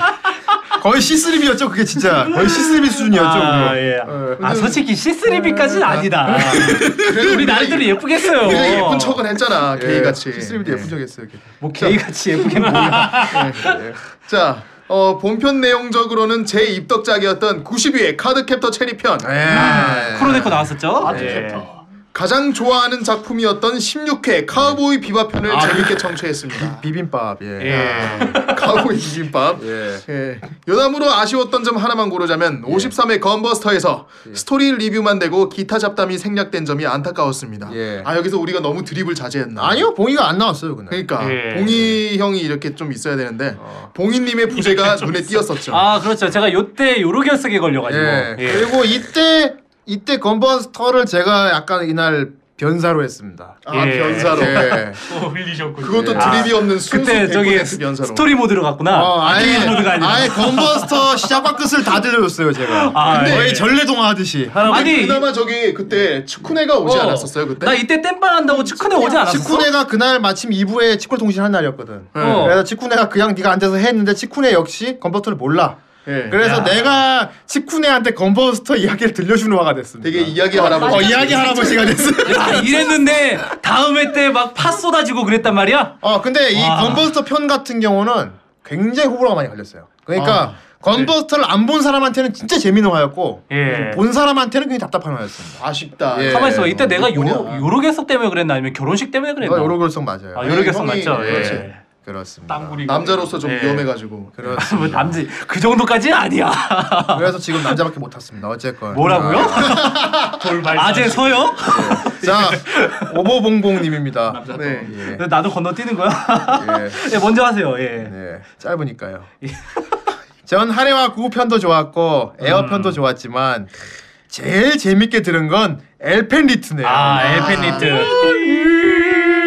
C: 거의 C3B였죠 그게 진짜 거의 C3B 수준이었죠.
B: 아,
C: 그거.
B: 예. 아, 솔직히 C3B까지는 아니다.
D: 그래도
B: 우리 나름대로 예쁘겠어요.
D: 우리가 네. 예쁜 척은 했잖아,
C: 예.
D: 게이같이. 네.
C: C3B도 예쁜 척했어요. 걔.
B: 뭐 게이같이 예쁘게 뭐야.
D: 자, 어, 본편 내용적으로는 제 입덕작이었던 90위의 카드캡터 체리편
C: 예. 아,
B: 크로네코 나왔었죠?
D: 아,
B: 예.
D: 가장 좋아하는 작품이었던 16회 카우보이 비바편을 재밌게
C: (laughs)
D: 청취했습니다.
C: 비빔밥 예.
D: 카우보이 비빔밥.
C: 예.
D: 예. 여담으로 아쉬웠던 점 하나만 고르자면 53회 건버스터에서
C: 예.
D: 스토리 리뷰만 되고 기타 잡담이 생략된 점이 안타까웠습니다.
C: 예.
D: 아 여기서 우리가 너무 드립을 자제했나?
C: 아니요 봉이가 안 나왔어요 그날.
D: 그러니까
B: 예.
D: 봉이 형이 이렇게 좀 있어야 되는데 봉이님의
B: (laughs)
D: 부재가 눈에 띄었었죠.
B: 아 그렇죠. 제가 요때 요로결석에 걸려가지고.
D: 네.
C: 예.
B: 예.
C: 그리고 이때 이때 건버스터를 제가 약간 이날 변사로 했습니다.
D: 아
B: 예.
D: 변사로.
C: 예.
F: 또 흘리셨군요.
D: 그것도
F: 아,
D: 드립이 없는 순수
B: 그때 저기
D: 100% 변사로.
B: 스토리 모드로 갔구나.
C: 어, 아예
B: 아티비티 모드가 아니라.
C: 아예
B: (laughs)
C: 건버스터 시작과 끝을 다 들려줬어요 제가.
B: 아,
C: 근데
B: 예.
C: 거의 전래동화 하듯이.
B: 아니,
D: 그나마 저기 그때 츠쿠네가 오지
B: 어.
D: 않았었어요 그때?
B: 나 이때 땜빵 한다고 측근에 오지 않았어?
C: 치쿠네가 그날 마침 2부에 치콜 통신 한 날이었거든.
D: 예.
B: 어.
C: 그래서 치쿠네가 그냥 네가 앉아서 했는데 치쿠네 역시 건버스터를 몰라.
D: 예.
C: 그래서 내가 치쿠네한테 건버스터 이야기를 들려주는 화가 됐습니다.
D: 되게 이야기 할아버지.
C: 어, 이야기 할아버지가 됐어.
D: (laughs)
B: 야, 이랬는데 다음에 때 막 파 쏟아지고 그랬단 말이야?
C: 어, 근데 이
B: 아.
C: 건버스터 편 같은 경우는 굉장히 호불호가 많이 갈렸어요.
B: 아,
C: 그러니까 건버스터를 안 본 사람한테는 진짜 재밌는 화였고
B: 네. 예.
C: 본 사람한테는 굉장히 답답한 화였습니다.
D: 아쉽다.
C: 예.
B: 가만 있어. 이때
C: 어,
B: 내가
D: 뭐냐?
B: 요로 요로결석 때문에 그랬나 아니면 결혼식 때문에 그랬나?
C: 어, 요로 결성 맞아요.
B: 예. 아, 요로결석
D: 형이-
B: 맞죠.
D: 그렇지.
B: 예.
C: 그렇습니다.
F: 땅굴이
D: 남자로서 좀
B: 예.
D: 위험해가지고.
B: (laughs)
C: 그렇습니다.
B: 뭐 남자 그 정도까지 는 아니야.
C: 그래서 지금 남자밖에 못 탔습니다. 어쨌건 아,
B: 뭐라고요?
C: (laughs)
F: 돌발.
B: 아재 서요?
C: 예.
B: (laughs)
C: 자, 오보봉봉님입니다.
D: 네.
C: 예,
B: 나도 건너뛰는 거야?
C: 예.
B: (laughs) 예, 먼저 하세요. 예.
C: 네, 짧으니까요.
B: (laughs)
C: 전 한해와 구우편도 좋았고
B: 음.
C: 에어편도 좋았지만 제일 재밌게 들은 건 엘펜 리트네요.
B: 아, 엘펜 니트.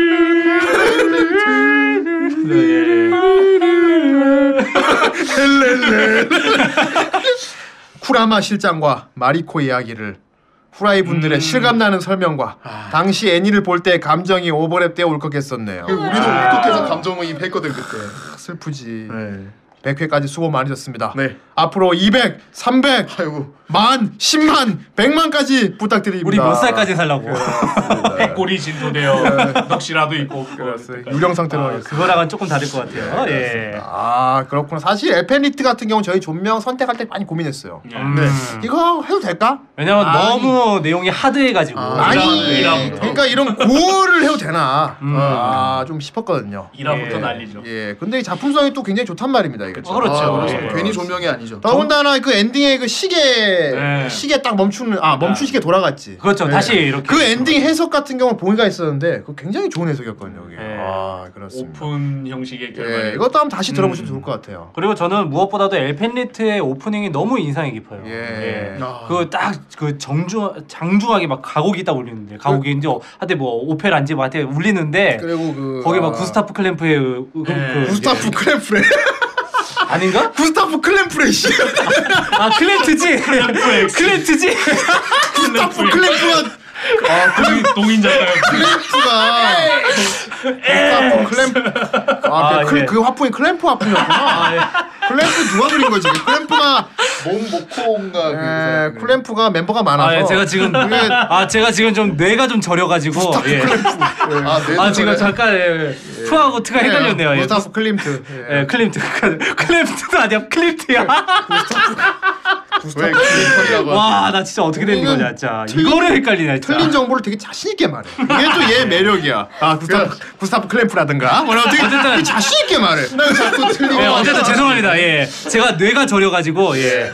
C: 쿠라마 실장과 마리코 이야기를 후라이
B: 음.
C: 분들의 실감나는 설명과
B: 아.
C: 당시 애니를 볼 때의 감정이 오버랩되어 울컥했었네요.
D: 우리도
B: 아.
D: 울컥해서 감정이입했거든 그때.
C: 아, 슬프지.
D: 네.
C: 100회까지 수고 많으셨습니다.
D: 네.
C: 앞으로 200, 300,
D: 아이고.
C: 만, 10만, 100만까지 부탁드립니다.
B: 우리 몇 살까지 살라고?
C: 예.
F: 백골이 네, 진도되어 넋이라도 있고
C: 그렇습니다. 네, 유령 상태로
B: 아,
C: 하겠습니다.
B: 그거랑은 조금 다를 것
C: 네,
B: 같아요. 예.
C: 아 그렇구나. 사실 엘펜리트 같은 경우 저희 존명 선택할 때 많이 고민했어요.
B: 음.
C: 이거 해도 될까?
B: 왜냐면
C: 아니.
B: 너무 내용이 하드해가지고.
C: 아니,
F: 이라부터.
C: 그러니까 이런 고어를 해도 되나?
B: 음.
C: 아좀 싶었거든요.
F: 이라부터
B: 예.
F: 난리죠.
C: 예, 근데 이 작품성이 또 굉장히 좋단 말입니다. 이거.
B: 어, 그렇죠.
D: 아, 그렇죠.
B: 예.
D: 괜히 조명이 아니죠.
C: 더군다나 그 엔딩에 그 시계
F: 네.
C: 시계 딱 멈추는 아 멈춘 시계 돌아갔지.
B: 네. 그렇죠. 다시 이렇게.
C: 그 엔딩 해석 같은 경우는 봉이가 있었는데 그 굉장히 좋은 해석이었거든요. 그게.
B: 네.
C: 아 그렇습니다.
F: 오픈 형식의 결말이
C: 예, 이것도 한번
B: 음.
C: 다시 들어보시면 좋을 것 같아요.
B: 그리고 저는 무엇보다도 엘펜리트의 오프닝이 너무 인상이 깊어요.
C: 예.
D: 아.
B: 그딱그 정주 장중하게 막 가곡이 딱 울리는데 가곡이 이제 어, 하여튼 뭐 오페라인지 뭐 하여튼 울리는데
C: 그리고 그
B: 거기 막
C: 아,
B: 구스타프 클램프의 그, 그, 그
C: 네. 구스타프 크램프레
B: 아닌가?
C: 구스타프 클램프레
B: (laughs)
C: 씨
B: 아 클램트지.
C: 그
B: 클램트지.
C: 구스타프 클램프가
F: 아, 동인자가요.
C: 클램프가 구스타프 아, 클램프 아,
B: 아,
C: 그, 클-
B: 예. 아,
C: 그 화풍이 클램프 화풍이었구나 클램프 누가 그린 거지 클램프가
D: 몸 목코인가 그
C: 에,
D: 사람이.
C: 클램프가 멤버가 많아서 어.
B: 아 예, 제가 지금
C: 그게-
B: 아 제가 지금 좀 뇌가 좀 저려가지고. 예.
D: 아, 네,
B: 아 지금 잠깐 예. 투하고 트가 헷갈렸네요. 예.
C: 구스타프 클림트 예.
B: 예, 클림트 (laughs) 클림트도 아니야 클림트야.
D: 왜 그림이라고?
B: 와 나 진짜 어떻게 뭐 되는
C: 이건
B: 거냐 진짜. 이거를 헷갈리네 진짜.
C: 네. 틀린 정보를 되게 자신 있게 말해 이게 또 얘 매력이야 아 구스타프, 구스타프 클램프라든가 뭐라 되게 되게 자신 있게 말해
D: 자꾸 틀리고.
B: 예, 어쨌든 죄송합니다. 예, 제가 뇌가 저려가지고 예.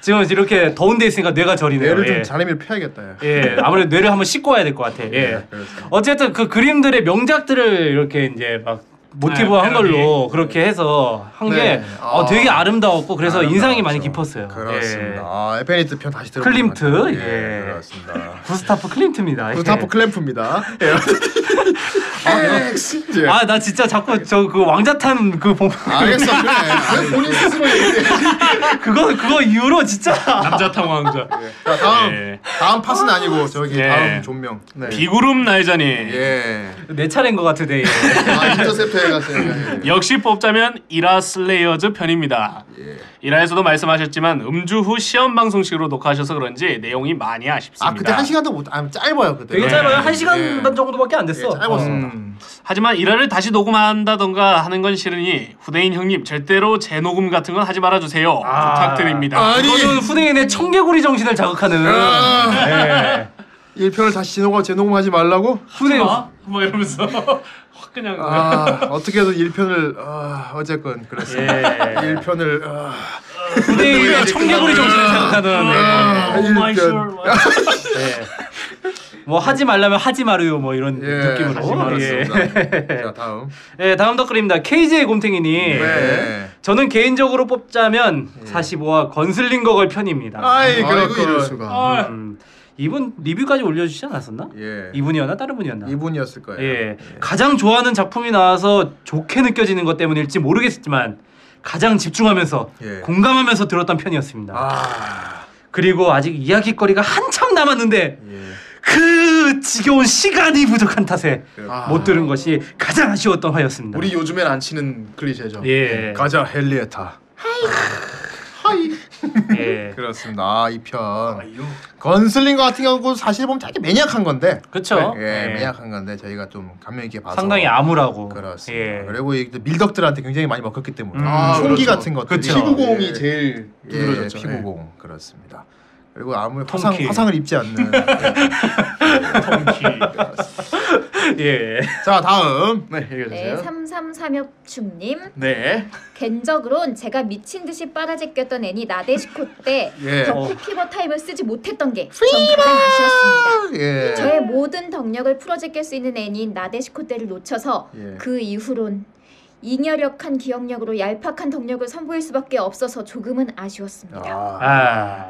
B: 지금 이렇게 더운 데 있으니까 뇌가 저리네요.
C: 얘를 네. 좀
B: 예.
C: 잘해밀 펴야겠다 얘.
B: 예, 아무래도 뇌를 한번 씻고 와야 될 것 같아. 예. 어쨌든 그 그림들의 명작들을 이렇게 이제 막 모티브
F: 네,
B: 한
F: 패러디.
B: 걸로 그렇게 해서 한 게
C: 네.
B: 어,
C: 아.
B: 되게 아름다웠고 그래서 인상이 많이 깊었어요.
C: 그렇습니다.
B: 예.
C: 아, 에페니트 편 다시 들어보는
B: 클림트,
C: 것 같아요.
B: 예.
C: 그렇습니다.
B: 구스타프 클림트입니다.
C: 루타프
B: 예. (laughs)
C: 클램프입니다. 예. 아, 예.
B: 아, 나 진짜 자꾸 저 그 왕자탄 그 보...
C: 알겠어. 그래. 아니, 예.
D: 본인 스스로 얘기해.
B: (laughs) 그거 그거 이후로 진짜
F: 남자탕 왕자.
C: 자, 다음
F: 예.
C: 다음 팟은 아니고 저기
F: 예.
C: 다음 존명. 네.
F: 비구름 나이자님.
C: 예.
B: 내 차례인 것 같은데. 예.
D: 아, 인터셉터에
C: 아,
D: 갔어요.
F: 역시 뽑자면 이라 슬레이어즈 편입니다.
D: 예.
F: 이라에서도 말씀하셨지만 음주 후 시험 방송식으로 녹화하셔서 그런지 내용이 많이 아쉽습니다.
C: 아, 그때 한 시간도 못, 아, 짧아요 그때.
B: 되게 짧아요. 한
C: 예.
B: 시간 반 정도밖에 음. 안 됐어.
C: 네, 짧았습니다.
F: 하지만 일화를 다시 녹음한다던가 하는 건 싫으니 후대인 형님 절대로 재녹음 같은 건 하지 말아주세요. 부탁드립니다.
C: 아니
B: 이거는 후대인의 청개구리 정신을 자극하는 예.
C: 1편을 다시 진호가 재녹음하지 말라고?
B: 후대인
F: 어? 뭐 이러면서 (laughs) 확 그냥
C: 아 어떻게든 1편을 아, 어쨌건 그랬습니다.
B: 예.
C: 1편을 아,
B: 후대인의 청개구리 정신을 자극하는 예.
F: 오 어, 마이 걸.
B: 뭐 하지 말라면 하지 마루요 뭐 이런
C: 예,
B: 느낌으로
C: 다시 말았습니다.
B: 예.
C: 자 다음.
B: 예, 다음 댓글입니다 KJ 곰탱이님
C: 네. 예.
B: 저는 개인적으로 뽑자면 45화 건슬링거걸 편입니다
C: 아이
D: 아이고
C: 그렇군.
D: 이럴 수가.
B: 음, 이분 리뷰까지 올려주지 않았었나?
C: 예.
B: 이분이었나 다른 분이었나?
C: 이분이었을 거예요.
B: 예. 가장 좋아하는 작품이 나와서 좋게 느껴지는 것 때문일지 모르겠지만 가장 집중하면서
C: 예.
B: 공감하면서 들었던 편이었습니다.
C: 아.
B: 그리고 아직 이야기거리가 한참 남았는데
C: 예.
B: 그 지겨운 시간이 부족한 탓에
C: 그렇군요.
B: 못 들은 것이 가장 아쉬웠던 화였습니다.
D: 우리 요즘엔 안 치는 클리셰죠.
B: 예.
C: 가자 헨리에타.
B: 예.
C: 그렇습니다. 아, 이 편. 건슬링 거 같은 경우 사실 보면 되게 매니악한 건데.
B: 그렇죠.
C: 예, 매니악한 건데 저희가 좀 감명 있게 봐서
B: 상당히 암울하고.
C: 그렇습니다.
B: 예.
C: 그리고 이 밀덕들한테 굉장히 많이 먹혔기 때문에
D: 아,
C: 음. 총기
D: 그렇죠.
C: 같은 것들
B: 그렇죠.
D: 피구공이 제일
C: 예,
D: 두드러졌죠.
C: 피구공 그렇습니다. 그리고 아무 화상,
B: 통키.
C: 화상을 입지
D: (laughs)
C: 않는 예.
B: 예.
C: 자 다음
D: 네,
E: 네,
D: 읽어주세요.
E: 3336님.
D: 네.
E: 겐적으론 제가 미친 듯이 빨아제꼈던 애니 나데시코 때
C: 예.
E: 덕후 피버 타임을 쓰지 못했던 게 전 가장 아쉬웠습니다.
C: 예.
E: 저의 모든 덕력을 풀어제낄 수 있는 애니인 나데시코 때를 놓쳐서
C: 예.
E: 그 이후론 잉여력한 기억력으로 얄팍한 덕력을 선보일 수밖에 없어서 조금은 아쉬웠습니다.
C: 아,
B: 아.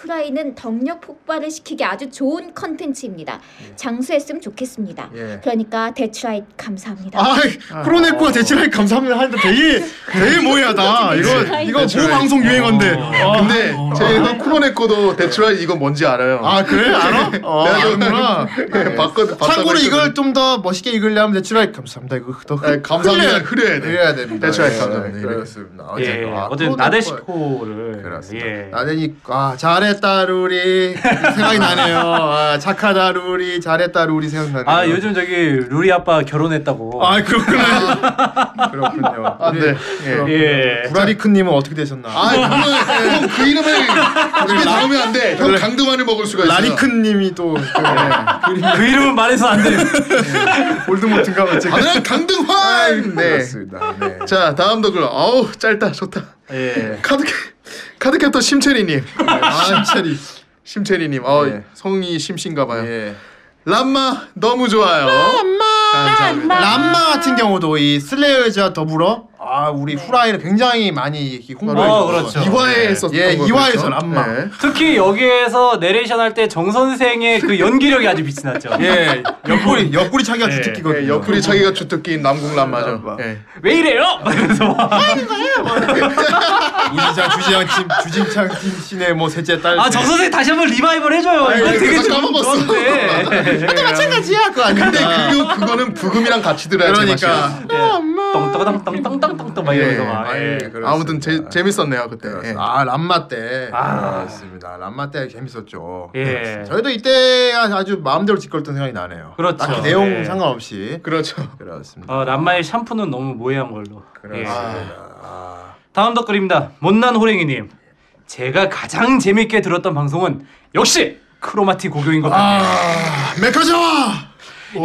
E: 후라이는 덕력 폭발을 시키기 아주 좋은 컨텐츠입니다. 장수했으면 좋겠습니다.
C: 예.
E: 그러니까 대추라이 감사합니다.
C: 아, 프로네코와 대치라이 감사합니다 하는데 되게 되게
D: 아.
C: 모해하다. 이거 이거 모 방송 유행어인데.
D: 예.
B: 아,
D: 근데 제가 쿠로네코도 대출할 이거 뭔지 알아요.
C: 아 그래 알아? 어,
D: 내가 좀-
C: 알구나.
D: 예, 바꿔 바꿔.
C: 참고로 이걸 좀 더 멋있게 읽으려면 대출할 감사합니다. 이거 더
D: 네, 감사합니다. 흐려야 돼.
C: 흐려야 됩니다.
D: 대출할
C: 예,
D: 감사합니다.
C: 네,
D: 그래.
C: 그렇습니다.
B: 예.
C: 아,
B: 어쨌든
C: 프로네코와-
B: 나데시코를
C: 그렇습니다.
B: 예.
C: 나대니 아 잘했다 루리 생각이 나네요. 아, 착하다 루리 잘했다 루리 생각나네요.
B: 아 요즘 저기 루리 아빠 결혼했다고.
C: 아 그렇구나. 그렇군요.
D: 아, 네. 예.
B: 예.
C: 브라리크님은 어떻게 되셨나?
D: 아,
B: (laughs)
D: 그거는 형그 이름을 입에 나오면 안 돼. 형 강등만을 먹을 수가 있어.
C: 아, 라리크님이 또
B: 그 이름은 말해서 안 돼.
C: 볼드모트인가 봐. 지금.
D: 아들 강등환. 네.
C: 그렇습니다. 네.
D: 자, 다음 댓글. 아우, 짧다. 좋다.
B: 예.
D: 카드 카드캡터
C: (laughs)
D: 심채리 님.
C: 아 체리.
D: 심채리 님. 어,
C: 예.
D: 성이 심신가 봐요.
C: 예.
D: 람마 너무 좋아요. 감사합니다.
C: 람마 같은 경우도 이 슬레이어즈와 더불어 아 우리 후라이를 굉장히 많이 이렇게 홍보해
B: 어,
C: 줬어요.
B: 그렇죠.
D: 아, 이화에 했었던
C: 아, 예,
D: 거
C: 이화에서
D: 그렇죠?
C: 람마.
D: 예.
B: 특히 여기에서 내레이션 할 때 정 선생의 그 연기력이 아주 빛났죠.
C: 예 옆구리 옆구리 차기가
B: 예.
C: 주특기거든요.
D: 예, 옆구리 차기가 주특기인 남궁 람마죠. 예.
B: 왜 이래요? 막 이러면서 막.
C: 우진장 주진장 진 주진창 김신의 뭐 셋째 딸.
B: 아정 선생 다시 한번 리바이벌 해줘요.
C: 아, 예,
B: 이건 되게
D: 그래서
B: 좋은
C: (laughs)
D: 까먹었어.
B: 건데.
C: 마찬가지야 그거
D: 근데
C: 아닌데
D: 그거 그거는 부금이랑 같이 들어야
C: 그러니까.
B: 똥떠덩똥똥똥똥똥 막 이러면서 막.
C: 예,
B: 예.
D: 제맛이야.
C: 그렇습니다.
D: 아무튼 재, 재밌었네요 그때. 예.
C: 아 람마 때
B: 아.
C: 그렇습니다. 람마 때 재밌었죠. 네.
B: 예.
C: 저희도 이때가 아주 마음대로 짓거렸던 생각이 나네요.
B: 그렇죠.
C: 딱히 내용
B: 예.
C: 상관없이
D: 그렇죠.
C: 그렇습니다.
B: 어, 람마의 샴푸는 너무 모해한 걸로. 예.
C: 그렇습니다. 아.
B: 다음 댓글입니다. 못난 호랭이님. 제가 가장 재밌게 들었던 방송은 역시 크로마티 고교인 것 같아요.
C: 아 메카지마.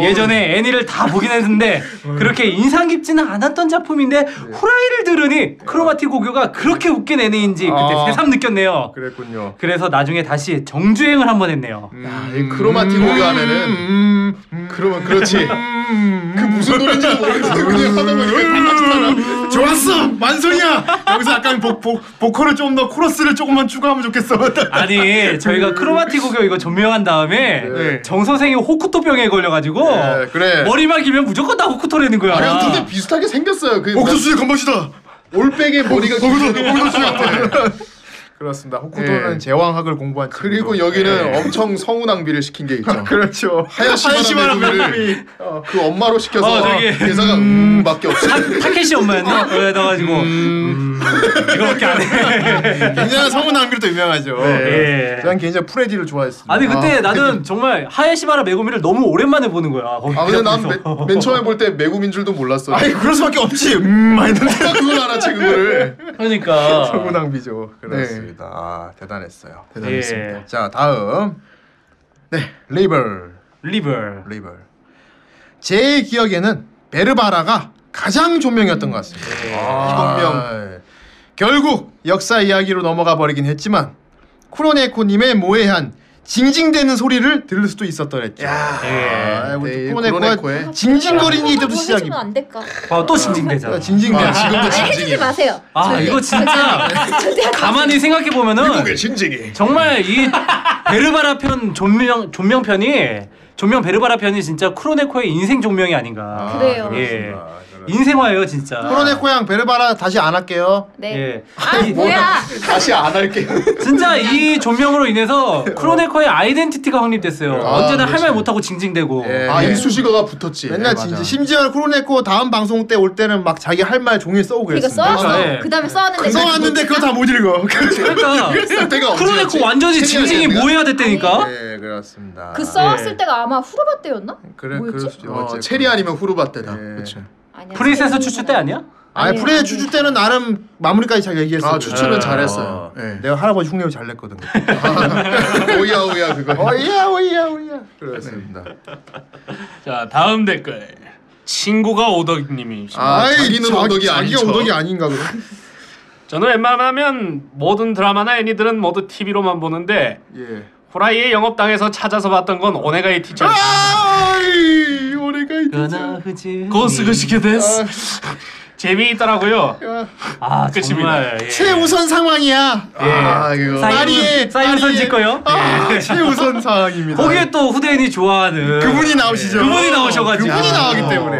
B: 예전에 애니를 다 보긴 했는데
C: 음.
B: 그렇게 인상 깊지는 않았던 작품인데
C: 네.
B: 후라이를 들으니 크로마티 고교가 그렇게 웃긴 애니인지 그때
C: 아.
B: 새삼 느꼈네요.
C: 그랬군요.
B: 그래서 나중에 다시 정주행을 한번 했네요.
C: 아,
D: 야, 이 크로마티 고교하면은
C: 음, 음,
D: 그러면 그렇지.
C: 음,
D: 그 무슨 노래인지 모르겠는데 그냥 하다 보니까
C: 음. 좋았어 만성이야 여기서 약간 보, 보, 보컬을 조금 더 코러스를 조금만 추가하면 좋겠어
B: 아니 저희가 크로마티 고교 이거 조명한 다음에
D: 네.
B: 정 선생이 호쿠토병에 걸려가지고
D: 네, 그래.
B: 머리만 길면 무조건 다 호쿠토라는 거야.
D: 아니 근데 비슷하게 생겼어요. 그
C: 옥수수의 건방지다
D: 올백에 머리가
C: 거기도 거기도
D: 같아.
C: 그렇습니다. 호쿠도는
D: 예.
C: 제왕학을 공부한
D: 그리고
C: 친구죠.
D: 여기는
C: 예.
D: 엄청 성우 낭비를 시킨 게 있죠.
C: 그렇죠.
D: 하야시바라 메구미를
C: 어.
D: 그 엄마로 시켜서
B: 어, 저기.
D: 대사가 음밖에 없어.
B: 타켓이 엄마였나? 그래가지고 음, 이거밖에 안 해.
C: 굉장한 성우 낭비로도 유명하죠.
B: 예.
C: 네. 저는 개인적으로 프레디를 좋아했습니다.
B: 아니 그때
D: 아,
B: 나는 정말 하야시바라 메구미를 너무 오랜만에 보는 거야. 거기
D: 아 근데 난
B: 앞에서.
D: 맨 처음에 볼 때 메구민 줄도 몰랐어.
C: 아니 그럴 수밖에 없지. 음, 많이 들
D: 내가 그걸 알아채 그거를.
C: 성우
B: 그러니까
C: 낭비죠. 그렇습니다. 아, 네. 대단했어요.
B: 대단했습니다. 예.
C: 자 다음 네 레이벌
B: 리벌.
C: 레이벌 제 기억에는 베르바라가 가장 존명이었던 것 같습니다. 아, 결국 역사 이야기로 넘어가 버리긴 했지만 쿠로네코님의 모해한 징징대는 소리를 들을 수도 있었더랬죠.
B: 예.
C: 아, 우리
D: 네,
C: 쿠로네코의
D: 쿠로네코의
C: 징징거리는 이때부터 시작이.
E: 해주면 안 될까?
B: 아, 또 징징대잖아.
C: 징징대
D: 아, 지금도
E: 아, 해주지
D: 진징이.
E: 마세요.
B: 아 이거 진짜 가만히 생각해 보면은
D: 미국의 진징이.
B: 정말 이 베르바라 편 존명 존명 편이 존명 베르바라 편이 진짜 크로네코의 인생 존명이 아닌가.
E: 그래요.
B: 예. 인생화예요 진짜.
C: 쿠로네코 양 베르바라 다시 안 할게요.
E: 네.
B: 예.
E: 아 뭐야? 네.
D: 다시 안 할게요.
B: 진짜 이 존명으로 인해서 크로네코의 아이덴티티가 확립됐어요. 언제나 할 말
C: 그렇지.
B: 못하고 징징대고.
C: 예.
D: 아 인수식어가 붙었지. 네,
C: 맨날 진지 심지어 쿠로네코 다음 방송 때 올 때는 막 자기 할 말 종일 써오고
E: 이거
C: 그랬습니다. 네.
E: 써왔어.
B: 예.
E: 그 다음에 써왔는데
C: 써왔는데 그거 다 못 읽어.
B: 그러니까
D: 때가
B: 크로네코
D: 언제였지?
B: 그 완전히 징징이
D: 생각이 안
B: 모해야 됐다니까.
C: 네 그렇습니다.
E: 그 써왔을
B: 예.
E: 때가 아마 후르바 때였나?
C: 그래
E: 뭐였지?
C: 그럴 수도
D: 나네. 어,
C: 있지.
D: 체리 아니면 후르바 때다.
C: 예.
D: 그렇죠.
E: 아니야.
B: 프리세서 추추 때 아니야?
C: 아니
B: 네.
E: 아니에요,
C: 프레
E: 아니에요.
C: 주주 때는 나름 마무리까지 잘 얘기했어.
D: 아 추출은 잘했어요. 예.
C: 내가 할아버지 흉내를 잘 냈거든.
D: 아, 오야 오야
C: (laughs)
D: 그거.
C: 어이야 어이야 어이야.
D: 그렇습니다.
F: 자 다음 댓글 친구가 오덕님이
D: 아, 자기는
C: 자-
D: 오덕이 아닌
C: 자기가
D: 척.
C: 오덕이 아닌가 그래.
F: 저는 웬만하면 모든 드라마나 애니들은 모두 TV로만 보는데
D: 예.
F: 호라이의 영업당에서 찾아서 봤던 건 오네가이 티처
D: 아이 오래가 있.
B: 그나흐지.
F: 고스그시게 데스 (laughs) 재미있더라고요
B: 아
F: 끝입니다.
B: 정말. 예.
C: 최우선 상황이야.
D: 아 이거.
B: 사이먼-
C: 딸이의-
B: 사이먼
C: 딸이의-
B: 질 거요. 예.
C: 아, 최우선 상황입니다. 네.
B: 거기에 또 후대인이 좋아하는
C: 그분이 나오시죠.
B: 그분이 나오셔가지고.
C: 그분이 나오기
B: 아.
C: 때문에.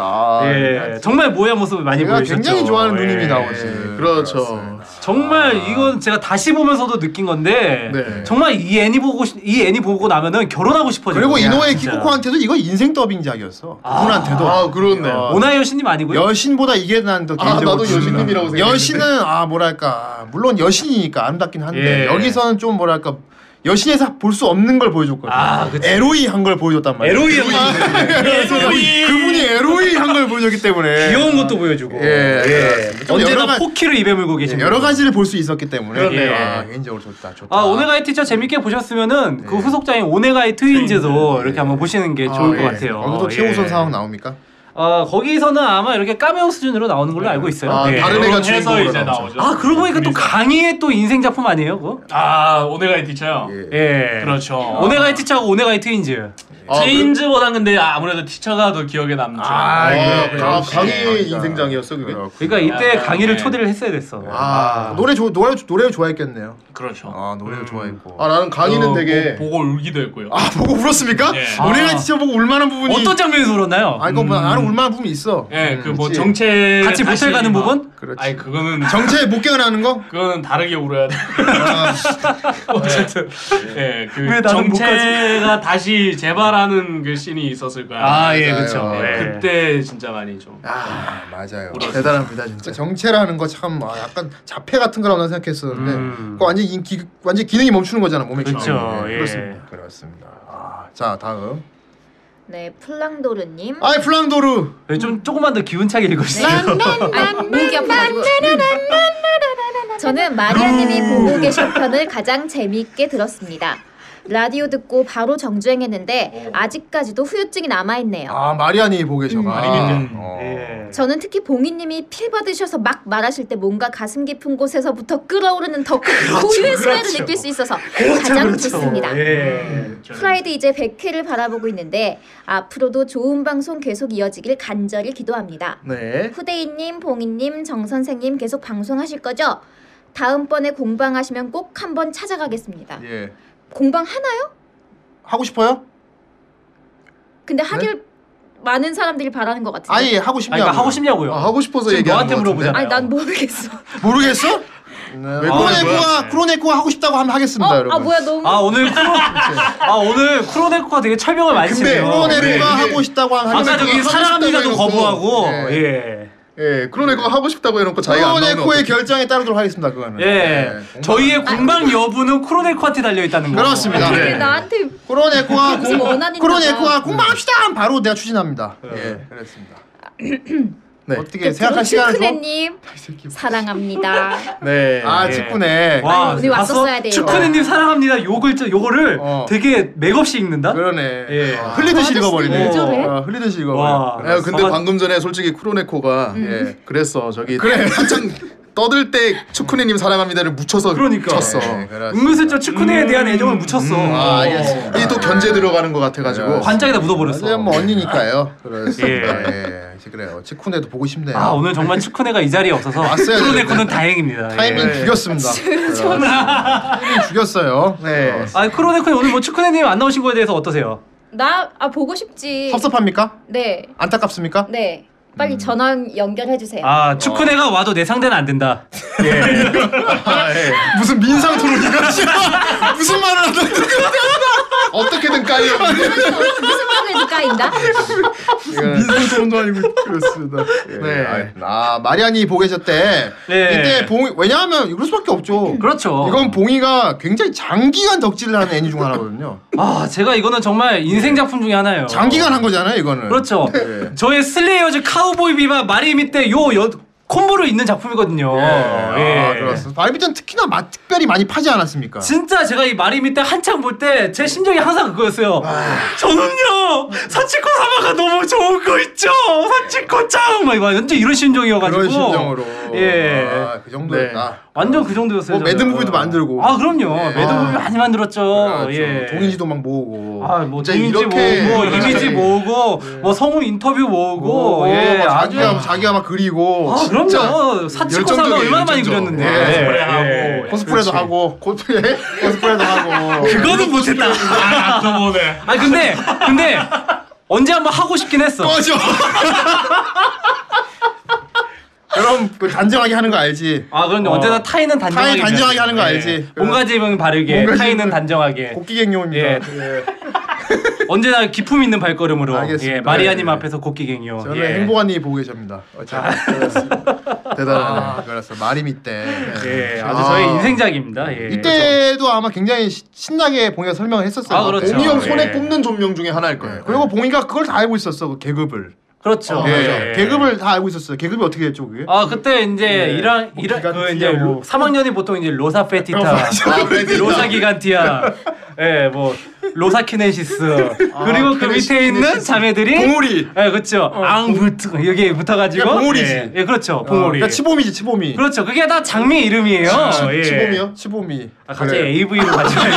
D: 어.
C: 아,
B: 예, 정말 모야 모습을 많이
C: 제가
B: 보여주셨죠.
C: 굉장히 좋아하는
B: 예.
C: 누님이 아. 나오지.
D: 그렇죠.
B: 정말 이건 제가 다시 보면서도 느낀 건데
D: 네.
B: 정말 이 애니 보고 싶- 이 애니 보고 나면은 결혼하고 싶어져요.
C: 그리고 이노의
B: 진짜.
C: 키코코한테도 이거 인생 더빙작이었어. 그분한테도.
D: 아 그렇네.
C: 어.
B: 오나이 여신님 아니고요.
C: 여신보다 이게 난 더
D: 아,
C: 개인적으로
D: 나도
C: 좋습니다.
D: 여신님이라고 생각했는데.
C: 여신은 아 뭐랄까 물론 여신이니까 아름답긴 한데
B: 예.
C: 여기서는 좀 뭐랄까 여신에서 볼 수 없는 걸 보여줬거든.
B: 아, 그치.
C: 에로이 한 걸 보여줬단 말이야.
B: 에로이 형님.
C: 에로이. 그분이 에로이 한 걸 보여줬기 때문에
B: 귀여운 것도 보여주고
C: 예, 좀 여러
B: 언제나
C: 가지- 예,
B: 포키를 입에 물고 계신
C: 여러
B: 분.
C: 가지를 볼 수 있었기 때문에
B: 그렇네요.
C: 아, 개인적으로 좋다 좋다.
B: 아 오네가이 티처 재밌게 보셨으면은
C: 예.
B: 그 후속작인 오네가이 트윈즈도 이렇게 한번 보시는 게 좋을 것
C: 예.
B: 같아요.
C: 거기도
B: 예.
C: 최우선 상황 나옵니까?
B: 아 거기서는 아마 이렇게 까메오 수준으로 나오는
C: 네.
B: 걸로 알고 있어요.
D: 아,
B: 예.
D: 다른 애가
F: 해서
D: 주인공으로
F: 이제
D: 나오죠.
F: 나오죠
B: 아 그러고 보니까 또 강의의 또 인생 작품 아니에요 그거?
F: 아 오네가이 티처요
B: 예
F: 그렇죠
B: 오네가이 티처하고 오네가이 트윈즈
D: 아,
F: 체인즈보단 근데 아무래도 티처가 더 기억에 남죠 네,
D: 아,
C: 예.
D: 강-
C: 역시.
D: 강의 인생장이었어 그게.
B: 그러니까 이때
F: 아,
B: 강의를
F: 네.
B: 초대를 했어야 됐어
C: 아, 노래 좋 노래 노래 좋아했겠네요.
F: 그렇죠
C: 아 노래를
B: 뭐.
C: 좋아했고.
D: 아 나는
C: 어,
D: 강의는 되게
C: 뭐,
F: 보, 고 울기도 했고요
C: 아 보고 울었습니까?
F: 예.
C: 노래가
B: 아.
C: 진짜 보고 울만한 부분이
B: 어떤 장면에서 울었나요?
C: 아 이거 뭐 나는 울만한 부분이 있어.
F: 예, 그 뭐
C: 그치.
F: 정체
B: 같이 모텔
F: 다시
B: 가는
F: 막-
B: 부분?
C: 그렇지.
F: 아니 그거는
C: 정체에 목격을 하는 거?
F: 그거는 다르게 울어야 돼. (laughs) 어쨌든 예,
B: 왜
F: 그
B: 나는 못
F: 정체가 다시 재발하는 그 씬이 있었을 거야. 네,
B: 아예 그렇죠
C: 맞아요.
B: 예.
F: 그때 진짜 많이 좀.
C: 아 맞아요.
D: 대단합니다 진짜.
C: 진짜 정체라는 거 참 아, 약간 자폐 같은 거라고 난 생각했었는데
B: 음.
C: 그거 완전 히 기, 완전 기능이 멈추는 거잖아 몸에.
B: 그쵸,
C: 기능이.
B: 예.
C: 그렇습니다. 그렇습니다. 아, 자 다음.
E: 네, 플랑도르님.
C: 아이 플랑도르.
B: 예, 좀 조금만 더 기운차게 읽어주세요
E: 아니, 목이 아파가지고. 저는 마리아님이 보고 계신 편을 가장 재미있게 들었습니다. 라디오 듣고 바로 정주행했는데 아직까지도 후유증이 남아있네요.
C: 아 마리아니 보고 계셔가.
F: 마리아님.
C: 어.
B: 음, 예.
E: 네. 저는 특히 봉이님이 필 받으셔서 막 말하실 때 뭔가 가슴 깊은 곳에서부터 끓어오르는 덕후
C: 그렇죠,
E: 고유의 스멜을 느낄 수 있어서 가장 좋습니다.
B: 그렇죠. 예.
E: 프라이드 이제 100회를 바라보고 있는데 앞으로도 좋은 방송 계속 이어지길 간절히 기도합니다.
C: 네.
E: 후대인님, 봉인님, 정선생님 계속 방송하실 거죠? 다음번에 공방하시면 꼭 한번 찾아가겠습니다.
C: 예.
E: 공방 하나요?
C: 하고 싶어요?
E: 근데 하길 많은 사람들이 바라는 것 같은데.
C: 네. 아니 하고
B: 아 그러니까
C: 싶냐고.
B: 하고 싶냐고요
D: 아, 하고 싶어서
B: 지금
D: 얘기하는
B: 너한테
D: 것 같은데.
C: (laughs)
B: 물어보잖아요
E: 아니, 난 모르겠어.
C: 모르겠어?
D: 음, 아,
C: 크로네코가 크로네코가 하고 싶다고 하면 하겠습니다,
E: 어?
C: 여러분.
E: 아 뭐야 너무
B: 아 오늘 크로 아 오늘 크로네코가 되게 철벽을 많이
D: 근데
B: 치네요.
D: 크로네코가
C: 크로네코가
D: 이게-
C: 하고 싶다고 하면
B: 아까
C: 하겠습니다.
B: 저기
D: 하고
B: 사랑합니다도
D: 싶다고 해놓고,
B: 거부하고 예.
D: 예. 예, 크로네코가 하고 싶다고 해놓고 자기가 안 나오면
C: 크로네코의
D: 어떡해.
C: 결정에 따르도록 하겠습니다, 그거는.
B: 예.
E: 아,
B: 저희의 공방 여부는 크로네코한테 달려 있다는 거.
C: 그렇습니다.
E: 근데
D: 네.
E: 나한테
C: 크로네코가
E: 무슨
C: 공,
E: 원한인가
C: 크로네코가 공방합시다 하면 바로 내가 추진합니다. 예, 그렇습니다. (clears throat) 네. 어떻게 생각할 시간을 좀.
E: 님 사랑합니다.
C: 네. 아,
B: 예.
C: 직분에.
B: 와,
E: 아니, 우리
B: 봤어?
E: 왔었어야 돼요.
B: 축하네님 사랑합니다. 요걸 요거를
C: 어.
B: 되게 맥없이 읽는다.
C: 그러네.
B: 예.
C: 아, 흘리듯이 읽어버리네.
B: 왜 저래?
C: 어, 흘리듯이
B: 와.
C: 읽어버리네.
D: 야, 근데
B: 아.
D: 방금 전에 솔직히 크로네코가
C: 음.
D: 예, 그랬어 저기 한창 떠들 때 추쿠네님 사랑합니다를 묻혀서
B: 그러니까.
D: 쳤어.
C: 예, 그렇습니다.
B: 은근슬쩍 축구네에 대한 애정을 묻혔어.
C: 아, 알겠습니다.
D: 이게 또 견제 들어가는 것 같아가지고.
B: 관짝에다
C: 어제
B: 묻어버렸어.
C: 뭐 언니니까요. 그렇습니다.
B: 예.
C: 예. 이제 그래요. 치쿠네도 보고 싶네요.
B: 아 오늘 정말 축구네가 이 자리에 없어서
C: 왔어야
B: 크로네코는
C: 되는데.
B: 다행입니다.
C: 타이밍
B: 예.
E: 아,
C: 죽였습니다. 아, 타이밍 죽였어요. 네.
B: 아 크로네코 오늘 뭐 축구네님 안 나오신 거에 대해서 어떠세요?
E: 나 아 보고 싶지.
C: 섭섭합니까?
E: 네.
C: 안타깝습니까?
E: 네. 빨리 전원 연결해 주세요.
B: 아
C: 어.
B: 축구네가 와도 내 상대는 안 된다.
C: 무슨 민상 (laughs) 토론이가 씨발. 무슨 말을 (laughs) 하는 거야?
D: 어떻게든
C: (laughs)
D: 깔려.
E: 무슨 말을 까인다?
C: 민상 토론도 아니고 그렇습니다. 예. 네. 아 마리안이 보고 계셨대.
B: 네.
C: 이때 봉 왜냐하면 이럴 수밖에 없죠.
B: 그렇죠.
C: 이건 봉이가 굉장히 장기간 덕질을 하는 애니 중 하나거든요.
B: 아 제가 이거는 정말 인생 작품 중에 하나예요.
C: 장기간 한 거잖아요, 이거는.
B: 그렇죠.
C: 네.
B: 저의 슬레이어즈 카우보이 비바 마리미 때요 여- 콤보로 있는 작품이거든요. 예.
C: 아, 그렇습니다. 바비전 특히나 마, 특별히 많이 파지 않았습니까?
B: 진짜 제가 이 마리미 때 한창 볼 때 제 심정이 항상 그거였어요. 저는요 사치코 사마가 너무 좋은 거 있죠. 사치코 짱! 막 이거 완전 이런 심정이어가지고.
C: 그런 심정으로.
B: 예.
C: 아, 그 정도였다.
B: 완전 그 정도였어요.
C: 뭐
B: 저는.
C: 매듭무비도 만들고.
B: 아 그럼요.
C: 예.
B: 매듭무비 많이 만들었죠.
C: 그렇죠.
B: 예.
C: 동인지도 막 모으고.
B: 아뭐
D: 진짜
B: 동인지
D: 이렇게
C: (laughs)
B: 모으고
D: 그렇죠.
B: 이미지 모으고 뭐 성우 인터뷰 모으고
C: 뭐,
B: 예.
C: 막
B: 아주
C: 자기가 자기가 막 그리고
B: 아 그럼요. 사치코 사마
D: 열정적이에요,
B: 얼마나 많이
D: 열정적.
B: 그렸는데.
C: 예.
B: 예.
F: 코스프레하고.
C: 코스프레도 (laughs) 하고 코스프레 코스프레도 하고.
B: (laughs) 그거는 못했다.
F: 또 뭐네.
B: 아 근데 근데 언제 한번 하고 싶긴
C: (laughs)
B: 했어.
C: 꺼져. 그럼 그 단정하게 하는 거 알지?
B: 아 그런데
F: 어.
B: 언제나 타이는 단정하게.
C: 타이 단정하게 하는 거
B: 예.
C: 알지?
B: 뭔가 지면 바르게
C: 뭔가
B: 타이는
C: 지면-
B: 단정하게.
C: 곡기갱용입니다.
B: 예.
C: 예.
B: 언제나 기품 있는 발걸음으로.
C: 알겠습니다.
B: 예. 마리아님
C: 예.
B: 앞에서 곡기갱이요.
C: 저는
B: 예.
C: 행복한 일이 보고 계십니다. 어차피 대단하네.
B: 아.
C: 그래서 마림이 때.
B: 예. 아주 저의 인생작입니다. 예.
C: 이때도 아마 굉장히 시- 신나게 봉이가 설명을 했었어요.
B: 아, 그렇죠.
D: 봉이 형
B: 예.
D: 손에 꼽는 존명 중에 하나일 거예요.
C: 그리고 봉이가 그걸 다 알고 있었어. 그 계급을.
B: 그렇죠.
C: 예.
B: 예.
C: 계급을 다 알고 있었어요. 계급이 어떻게 됐죠, 그게?
B: 아 그때 이제
C: 예.
B: 이랑
C: 뭐
B: 이랑 그
C: 기간티야,
B: 이제
C: 뭐.
B: 3학년이 보통 이제 로사 페티타,
C: 아,
B: 아,
D: 페티타.
B: 로사 기간티아, 예 뭐 로사 키네시스 그리고 그
C: 아, 키네시-
B: 밑에 있는
C: 키네시스.
B: 자매들이
C: 봉오리.
B: 예, 그렇죠. 앙부트 여기 붙어가지고
C: 그게 봉오리지.
B: 예, 예, 그렇죠. 봉오리.
C: 그러니까 치보미지, 치보미.
B: 그렇죠. 그게 다 장미 이름이에요. 예.
C: 치보미요? 네. 치보미.
B: 아, 갑자기
C: (laughs)
B: AV로 가져가요.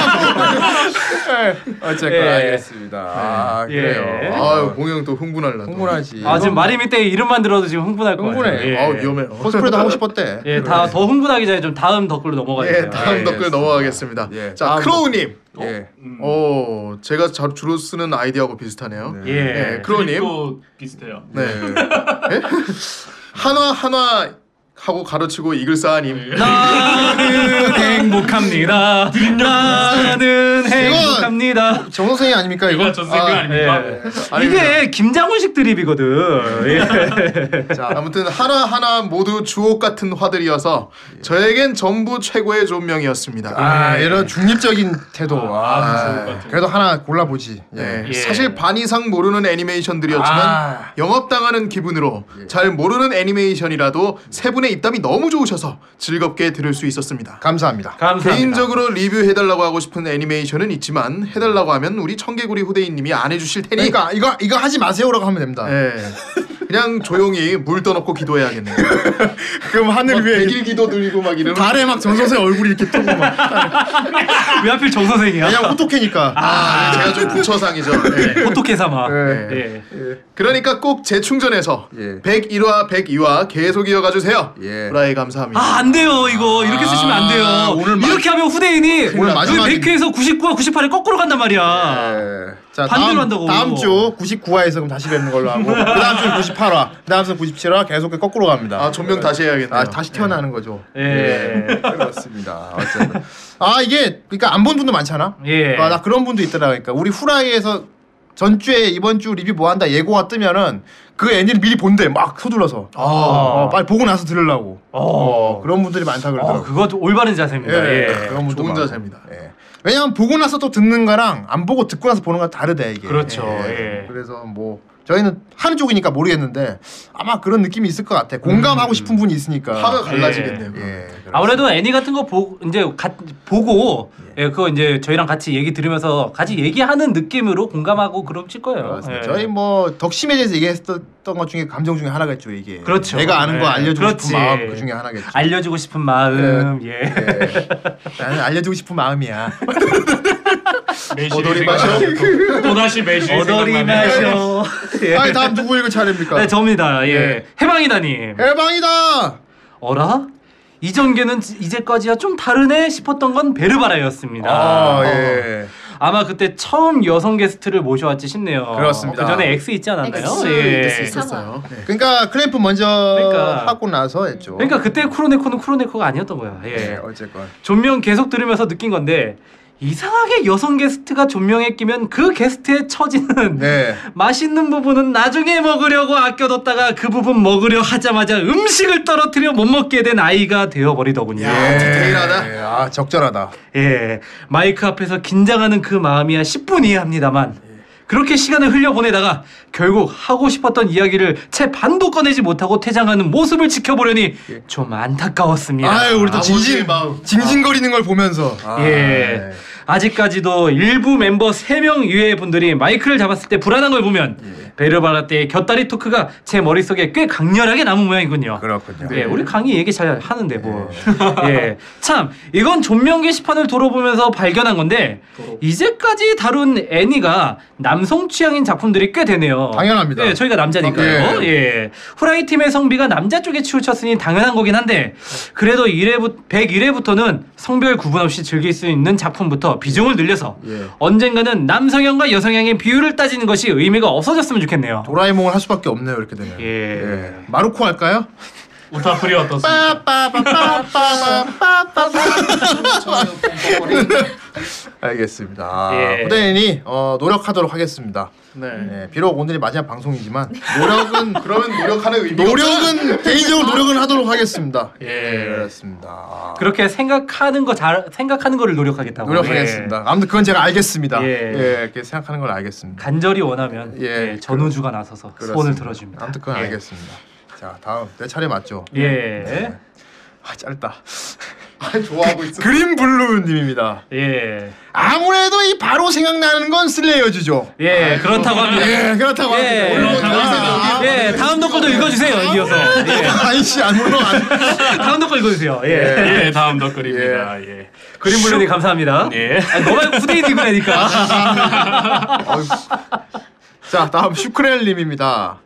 C: 어쨌건
B: 예.
C: 알겠습니다. 아,
B: 예.
C: 그래요.
D: 아유 봉이 형또 흥분할라. 또.
C: 흥분하지.
B: 아 지금 마리미 때 이름만 들어도 지금 흥분할 거예요.
C: 흥분해.
B: 예.
D: 아우 위험해요.
C: 코스프레도 하고 싶었대.
B: 예, 다 더 흥분하기 전에 좀 다음 덧글로 넘어가세요.
D: 예, 다음
C: 예,
D: 댓글
C: 알겠습니다.
D: 넘어가겠습니다.
C: 예,
D: 자,
C: 다음
D: 크로우님.
C: 예.
D: 어, 제가 자- 주로 쓰는 아이디하고 비슷하네요.
C: 네.
B: 예.
D: 예, 크로우님.
F: 또 비슷해요.
D: 네. 예? 한화 한화 하고 가로치고 이글사님.
C: 네.
D: (laughs)
B: 나는 행복합니다. 나는 행복합니다.
C: 정 선생이 아닙니까 이거?
F: 이건 전 생각
C: 아,
F: 아닙니까?
B: 이게 김장훈식 드립이거든. 예.
D: 자, 아무튼 하나 하나 모두 주옥 같은 화들이어서 저에겐 전부 최고의 존명이었습니다.
C: 예. 아, 이런 중립적인 태도. 아, 그래도 하나 골라보지. 예.
D: 네,
B: 예.
D: 사실 반 이상 모르는 애니메이션들이었지만
C: 아. 예.
D: 영업당하는 기분으로 잘 모르는 애니메이션이라도 세 분의 입담이 너무 좋으셔서 즐겁게 들을 수 있었습니다.
C: 감사합니다.
B: 감사합니다.
D: 개인적으로 리뷰해달라고 하고 싶은 애니메이션은 있지만 해달라고 하면 우리 청개구리 후대인님이 안 해주실 테니
C: 그러니까 이거 이거 하지 마세요라고 하면 됩니다.
D: 예. 그냥 조용히 물 떠넣고
C: (laughs)
D: 기도해야겠네요.
C: 그럼 하늘
D: 막 백일 기도 드리고 막 이러면
C: 달에 막 정 선생 얼굴이 이렇게 뜨고 막.
B: 왜 하필 정
C: 예.
B: 선생이야?
C: 그냥 호토케니까. 네.
D: 아, 제가 좀 부처상이죠. 예.
B: 어떻게 삼아?
C: 예.
B: 예.
D: 그 그러니까 꼭 재충전해서
C: 예.
D: 101화, 102화 계속 이어가 주세요.
C: 예.
D: 후라이 감사합니다.
B: 아, 안 돼요, 이거. 이렇게 쓰시면 안 돼요.
D: 아, 오늘 마-
B: 이렇게 하면 후대인이
D: 오늘 마지막인-
B: 100회에서 99와 98에 거꾸로 간단 말이야.
C: 예. 자,
B: 반대로
C: 다음,
B: 한다고.
C: 다음 주 99화에서 그럼 다시 뵙는 걸로 하고 그 다음 주 98화, 그 다음 주 97화 계속 거꾸로 갑니다.
D: 아, 존명 다시 해야겠네요. 네.
C: 아, 다시 태어나는 거죠.
B: 예.
C: 그렇습니다. 어쨌든. 아 이게 그러니까 안 본 분도 많잖아.
D: 네.
B: 예.
C: 아, 나 그런 분도 있더라. 그러니까 우리 후라이에서 전주에 이번 주 리뷰 뭐 한다 예고가 뜨면은 그 애니를 미리 본대 막 서둘러서.
B: 아.
C: 어, 빨리 보고 나서 들으려고.
B: 어.
C: 어, 그런 분들이 많다 그러더라고.
B: 어, 그것도 올바른 자세입니다. 예.
C: 그런 분도
D: 아, 좋은
C: 많고.
D: 자세입니다.
C: 예. 왜냐면 보고 나서 또 듣는 거랑 안 보고 듣고 나서 보는 거 다르대 이게.
B: 그렇죠. 예.
C: 그래서 뭐 저희는 하는 쪽이니까 모르겠는데 아마 그런 느낌이 있을 것 같아. 공감하고 싶은 분이 있으니까.
D: 화가 음. 갈라지겠네요.
C: 예.
D: 그럼.
C: 그렇습니다.
B: 아무래도 애니 같은 거 보, 이제 가, 보고 예, 그거 이제 저희랑 같이 얘기 들으면서 같이 얘기하는 느낌으로 공감하고 그럼 칠 거예요.
C: 그렇습니다.
B: 예.
C: 저희 뭐 덕심에 대해서 얘기했던 것 중에 감정 중에 하나겠죠 이게.
B: 그렇죠.
C: 내가 아는 거
B: 예.
C: 알려주고
B: 그렇지.
C: 싶은 마음 그 중에 하나겠죠.
B: 알려주고 싶은 마음. 예. (laughs)
C: 예. 나는 알려주고 싶은 마음이야.
D: 어돌이 마셔.
F: 또다시
C: 예.
B: (laughs)
F: 매실
B: 어덜이 마셔. 예.
C: 아니 다음 누구 읽을 차례입니까?
B: 네, 저입니다. 예. 해방이다님.
C: 해방이다.
B: 어라? 이전계는 지- 이제까지야 좀 다르네 싶었던 건 베르바라였습니다.
C: 아,
B: 어.
C: 예.
B: 아마 그때 처음 여성 게스트를 모셔왔지 싶네요.
C: 그렇습니다.
B: 그 전에 X 있지 않았나요?
E: X,
B: 예.
E: X
D: 있었어요. 네.
C: 그러니까 크램프 먼저
B: 그러니까.
C: 하고 나서 했죠.
B: 그러니까 그때 쿠로네코는 쿠로네코가 아니었던 거야. 예.
C: 예, 어쨌건
B: 존명 계속 들으면서 느낀 건데 이상하게 여성 게스트가 존명에 끼면 그 게스트의 처지는
C: 네.
B: (laughs) 맛있는 부분은 나중에 먹으려고 아껴뒀다가 그 부분 먹으려 하자마자 음식을 떨어뜨려 못 먹게 된 아이가 되어버리더군요.
D: 야. 디테일하다.
C: 예, 아 적절하다.
B: 예, 마이크 앞에서 긴장하는 그 마음이야 10분 이해합니다만 그렇게 시간을 흘려보내다가 결국 하고 싶었던 이야기를 채 반도 꺼내지 못하고 퇴장하는 모습을 지켜보려니 좀
C: 예.
B: 안타까웠습니다.
C: 아유 우리 또
D: 아버지의
C: 징징
D: 마음.
C: 징징거리는 걸 보면서 아,
B: 예. 아직까지도 일부 멤버 3명 이외의 분들이 마이크를 잡았을 때 불안한 걸 보면
C: 예.
B: 베르바라 때의 곁다리 토크가 제 머릿속에 꽤 강렬하게 남은 모양이군요.
C: 그렇군요.
B: 예, 우리 강의 얘기 잘 하는데 뭐. (laughs) 예. 참, 이건 존명 게시판을 돌아보면서 발견한 건데 이제까지 다룬 애니가 남성 취향인 작품들이 꽤 되네요.
C: 당연합니다.
B: 예, 저희가 남자니까요.
C: 예.
B: 예. 후라이 팀의 성비가 남자 쪽에 치우쳤으니 당연한 거긴 한데 그래도 1회부, 101회부터는 성별 구분 없이 즐길 수 있는 작품부터 비중을 늘려서 언젠가는 남성향과 여성향의 비율을 따지는 것이 의미가 없어졌으면 좋겠네요.
C: 아. 도라에몽을 할 수밖에 없네요 이렇게 되면.
B: 예.
C: 마루코 할까요?
F: 우타프리 어떻습니까?
C: 알겠습니다. 아,
B: 예.
C: 후대인이 어, 노력하도록 하겠습니다.
D: 네.
C: 예, 비록 오늘이 마지막 방송이지만
D: (laughs) 노력은 그러면 네. 노력하는 의미가
C: 노력은 개인적으로
D: 아.
C: 노력은 하도록 하겠습니다. 네,
D: 예.
C: 그렇습니다.
B: 그렇게 생각하는 거 잘 생각하는 거를 노력하겠다고.
C: 노력하겠습니다.
B: 예.
C: 아무튼 그건 제가 알겠습니다.
B: 예.
C: 예, 이렇게 생각하는 걸 알겠습니다.
B: 간절히 원하면
C: 예,
B: 예, 전우주가 나서서 소원을 들어줍니다.
C: 아무튼 그건 알겠습니다. 자 다음 내 차례 맞죠?
B: 예.
C: 아 짧다.
D: 없- 좋아하고 있어.
C: 그린 블루님입니다.
B: 예.
C: 아무래도 이 바로 생각나는 건 슬레이어즈죠.
B: 예. 그렇다고 합니다.
C: 예 그렇다고
B: 예.
C: 합니다. 물론 아,
B: 예. 다음 덕걸도 읽어 주세요. 이어서. 예.
C: 아이씨 안 물론 안.
B: 다음 아, 덕걸 읽어 주세요.
C: 네.
B: 예.
F: 예, 다음 덧글입니다. 예.
B: 그린블루님 감사합니다.
C: 네.
F: 예.
B: 아니, 너 말고 후대인
C: 아,
B: 읽으라니까.
C: 자 다음 슈크렐님입니다.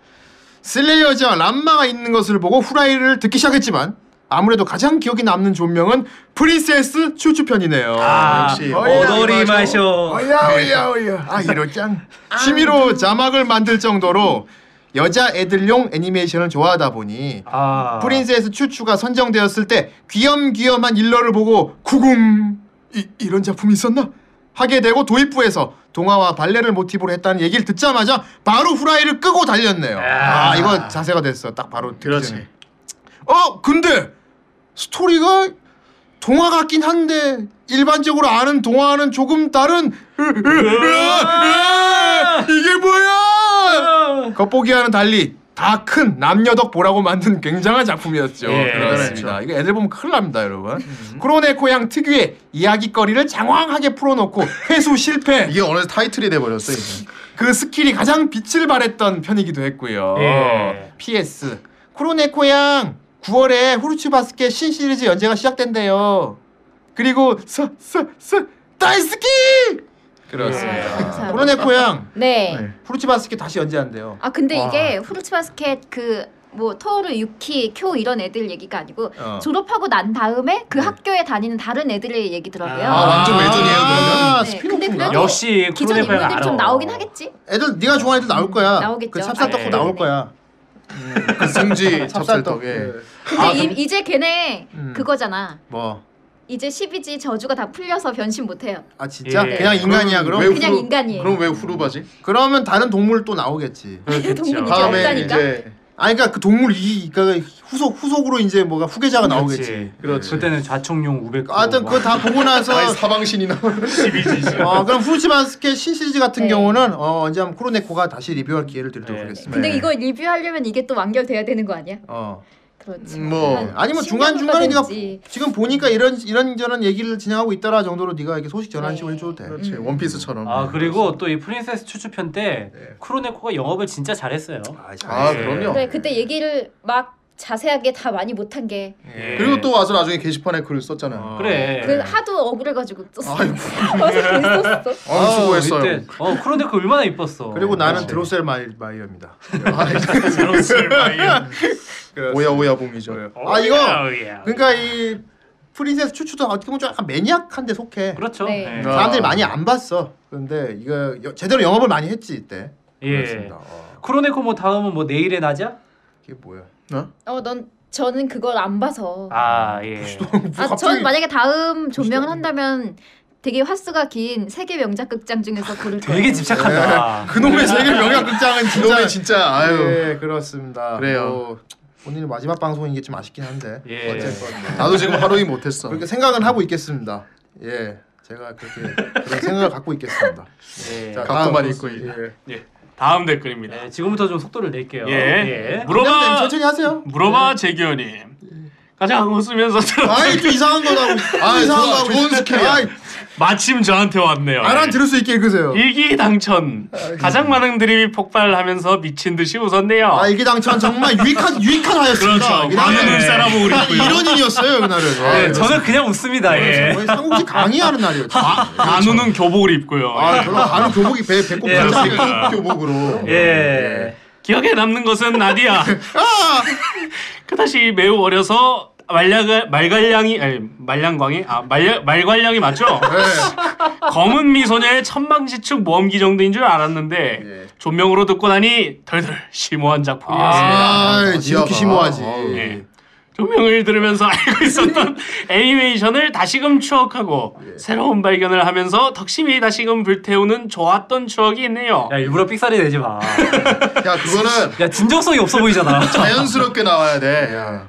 C: 슬레이어즈와 람마가 있는 것을 보고 후라이를 듣기 시작했지만 아무래도 가장 기억에 남는 존명은 프린세스 추추편이네요.
B: 아,
D: 역시.
B: 어더리
D: 어이,
B: 마셔.
C: 어야 어야 어야 아 이러짱 취미로 자막을 만들 정도로 여자 애들용 애니메이션을 좋아하다 보니
B: 아.
C: 프린세스 추추가 선정되었을 때 귀염귀염한 일러를 보고 구금 이, 이런 작품이 있었나 하게 되고 도입부에서 동화와 발레를 모티브로 했다는 얘기를 듣자마자 바로 후라이를 끄고 달렸네요. 아, 이거 자세가 됐어. 딱 바로 듣기 전에.
D: 그렇지.
C: 어 근데 스토리가 동화 같긴 한데 일반적으로 아는 동화와는 조금 다른 이게 뭐야? 겉보기와는 달리 다 큰 남녀덕 보라고 만든 굉장한 작품이었죠. 음.
B: 예,
C: 그렇습니다. 이거 애들 보면 큰일 납니다, 여러분. 크로네코양 특유의 이야기거리를 장황하게 풀어놓고 회수 실패.
D: 이게 어느 타이틀이 돼 버렸어 이제.
C: 그 스킬이 가장 빛을 발했던 편이기도 했고요. 어.
B: 예.
C: PS 크로네코양 9월에 후르츠 바스켓 신 시리즈 연재가 시작된대요. 그리고 서서서 다이스키 그렇습니다.
E: 감사합니다.
C: 코로네 코양
E: 네.
C: 후르츠바스케 다시 연재한대요.
E: 아 근데 이게 후르츠바스켓 그 뭐 토르, 유키, 쿄 이런 애들 얘기가 아니고
C: 어.
E: 졸업하고 난 다음에 그 학교에 다니는 다른 애들의 얘기더라고요.
D: 아, 완전 외전이에요,
C: 아,
E: 네,
C: 스피노프구나.
E: 근데 그래도-
B: 역시
E: 기존
B: 크로네파가
E: 인물들이
B: 알아.
E: 좀 나오긴 하겠지.
C: 애들 네가 좋아하는 애들 나올 거야.
E: 나오겠죠.
C: 그 찹쌀떡도
B: 네.
C: 나올 거야.
D: 그 승지
C: (laughs) 찹쌀떡. 예.
D: 찹쌀떡에 예.
E: 근데 이, 제 걔네
C: 음.
E: 그거잖아.
C: 뭐.
E: 이제 12지 저주가 다 풀려서 변신 못해요.
C: 아 진짜?
B: 예.
C: 그냥 인간이야 그럼?
D: 왜
E: 어, 그냥
D: 후루-
E: 인간이에요.
D: 그럼 왜 후루바지?
C: 그러면 다른 동물 또 나오겠지.
E: 동물이 이제
D: 다음에
E: 없다니까.
D: 이제
C: 아니 그러니까 그 동물 이 그러니까 후속 후속으로 이제 뭐가 후계자가 나오겠지.
B: 그렇지.
D: 그렇지.
B: 그때는 좌총용 500.
C: 하여튼 그거 다 보고
D: (laughs)
C: 나서
D: 아예 사방신이 나오는
C: 음. 어,
D: (laughs)
C: 그럼 후르츠바스케 신시리즈 같은
E: 네.
C: 경우는 어, 언제 한번 코로네코가 다시 리뷰할 기회를 드리도록
B: 네.
C: 하겠습니다.
E: 근데
D: 네.
E: 이거 리뷰하려면 이게 또 완결돼야 되는 거 아니야?
C: 어.
E: 그렇지.
D: 음, 뭐,
E: 한
C: 아니 뭐
E: 10년
C: 중간 중간에 네가
E: 후라든지.
C: 지금 보니까 이런 이런저런 얘기를 진행하고 있다라 정도로 네가 이렇게 소식 전하는
E: 네.
C: 식으로 해줘도 돼.
D: 그렇지 원피스처럼.
B: 아 그리고 또 이 프린세스 추추편 때 크로네코가 영업을 진짜 잘했어요.
C: 아,
D: 아
C: 잘했어.
D: 그럼요.
E: 그래 그때 얘기를 막 자세하게 다 많이 못한 게 그
C: 네.
B: 예.
D: 그리고 또 와서 나중에 게시판에 글을 썼잖아. 요
B: 그래.
E: 하도 억울해가지고 썼어. 어서 썼어.
D: 아 수고했어요.
B: 이때 어 크로네코 얼마나 이뻤어.
C: 그리고 나는
B: 어.
C: 드로셀 마이- 마이어입니다.
D: (laughs) 오야 오야 봉이죠.
B: 어,
C: 아 이거
F: 오야.
B: 예.
C: 그러니까 이 프린세스 추추도 어떻게 보면 좀 약간 매니악한데 속해.
B: 그렇죠.
E: 네.
B: 예.
C: 사람들이 많이 안 봤어. 근데 이거 여- 제대로 영업을 많이 했지 이때.
B: 예.
C: 그렇습니다. 어,
B: 크로네코 뭐 다음은 뭐 내일의 낮이야?
C: 이게 뭐야?
E: 어넌 저는 그걸 안 봐서.
B: 아 예.
C: 뭐
E: 아, 전 만약에 다음 조명을 한다면 되게 화수가 긴 세계 명작 극장 중에서 고를 거예요.
B: 되게 집착한다.
C: 그놈의 세계 명약극장은
D: 그놈의 진짜 아유.
C: 예, 그렇습니다.
D: 그래요.
C: 뭐, 오늘 마지막 방송인 게 좀 아쉽긴 한데.
B: 예.
C: 어쨌건
D: 나도 지금 하루이 못했어.
C: 네. 그렇게 생각은 하고 있겠습니다. 예. 제가 그렇게 그런 생각을 갖고 있겠습니다.
B: 예.
D: 갖고만
C: 다음
D: 있고
C: 코스,
D: 있네.
C: 예.
F: 예. 다음 댓글입니다.
B: 네, 지금부터 좀 속도를 낼게요.
F: 예.
B: 예.
C: 그냥
F: 물어봐
C: 천천히 하세요.
F: 물어봐 재규님. 가장 웃으면서 들어
C: 아이 또 이상한 거 나오고 있어. 또
D: 아이,
C: 이상한
D: 좋아,
C: 거 하고
D: 좋은
C: 있어.
D: 스킬이야.
C: 아이,
F: 마침 저한테 왔네요. 예.
C: 알아 들을 수 있게 읽으세요.
F: 어. 일기당천 가장 많은 드립이 폭발하면서 미친 듯이 웃었네요.
C: 아 이게 당찬 정말 유익한 유익한 하였습니다. 예. 아,
F: 그렇죠. 많은 눈사람을 우리고요.
C: 이런 일이었어요 네. 그날은. 아,
B: 예, 저는 그냥 웃습니다. 예.
C: 거의 삼국지 강의하는 날이었죠.
F: 안 우는 교복을 입고요.
C: 그렇죠. 아, 별로 아는 교복이 배 배꼽
B: 예,
C: 가장
F: 그러니까.
C: 교복으로.
B: 예.
F: 기억에 남는 것은
C: (laughs)
F: 나디야.
C: 아!
F: (laughs) 그다시 매우 어려서 말량 말갈량이 아니 말량광이 아 말량 말갈량이 맞죠?
C: 네.
F: (laughs) 검은 미소녀의 천방지축 모험기 정도인 줄 알았는데
C: 예.
F: 존명으로 듣고 나니 덜덜 심오한 작품이었습니다.
C: 아, 이렇게 심오하지.
F: 예. 조명을 들으면서 (laughs) 알고 있었던 애니메이션을 다시금 추억하고 새로운 발견을 하면서 덕심이 다시금 불태우는 좋았던 추억이 있네요.
B: 야 일부러 삑사리 내지 마.
D: 야
C: (laughs)
D: 그거는
B: 야 진정성이 없어 (laughs) 보이잖아.
D: 자연스럽게 나와야 돼.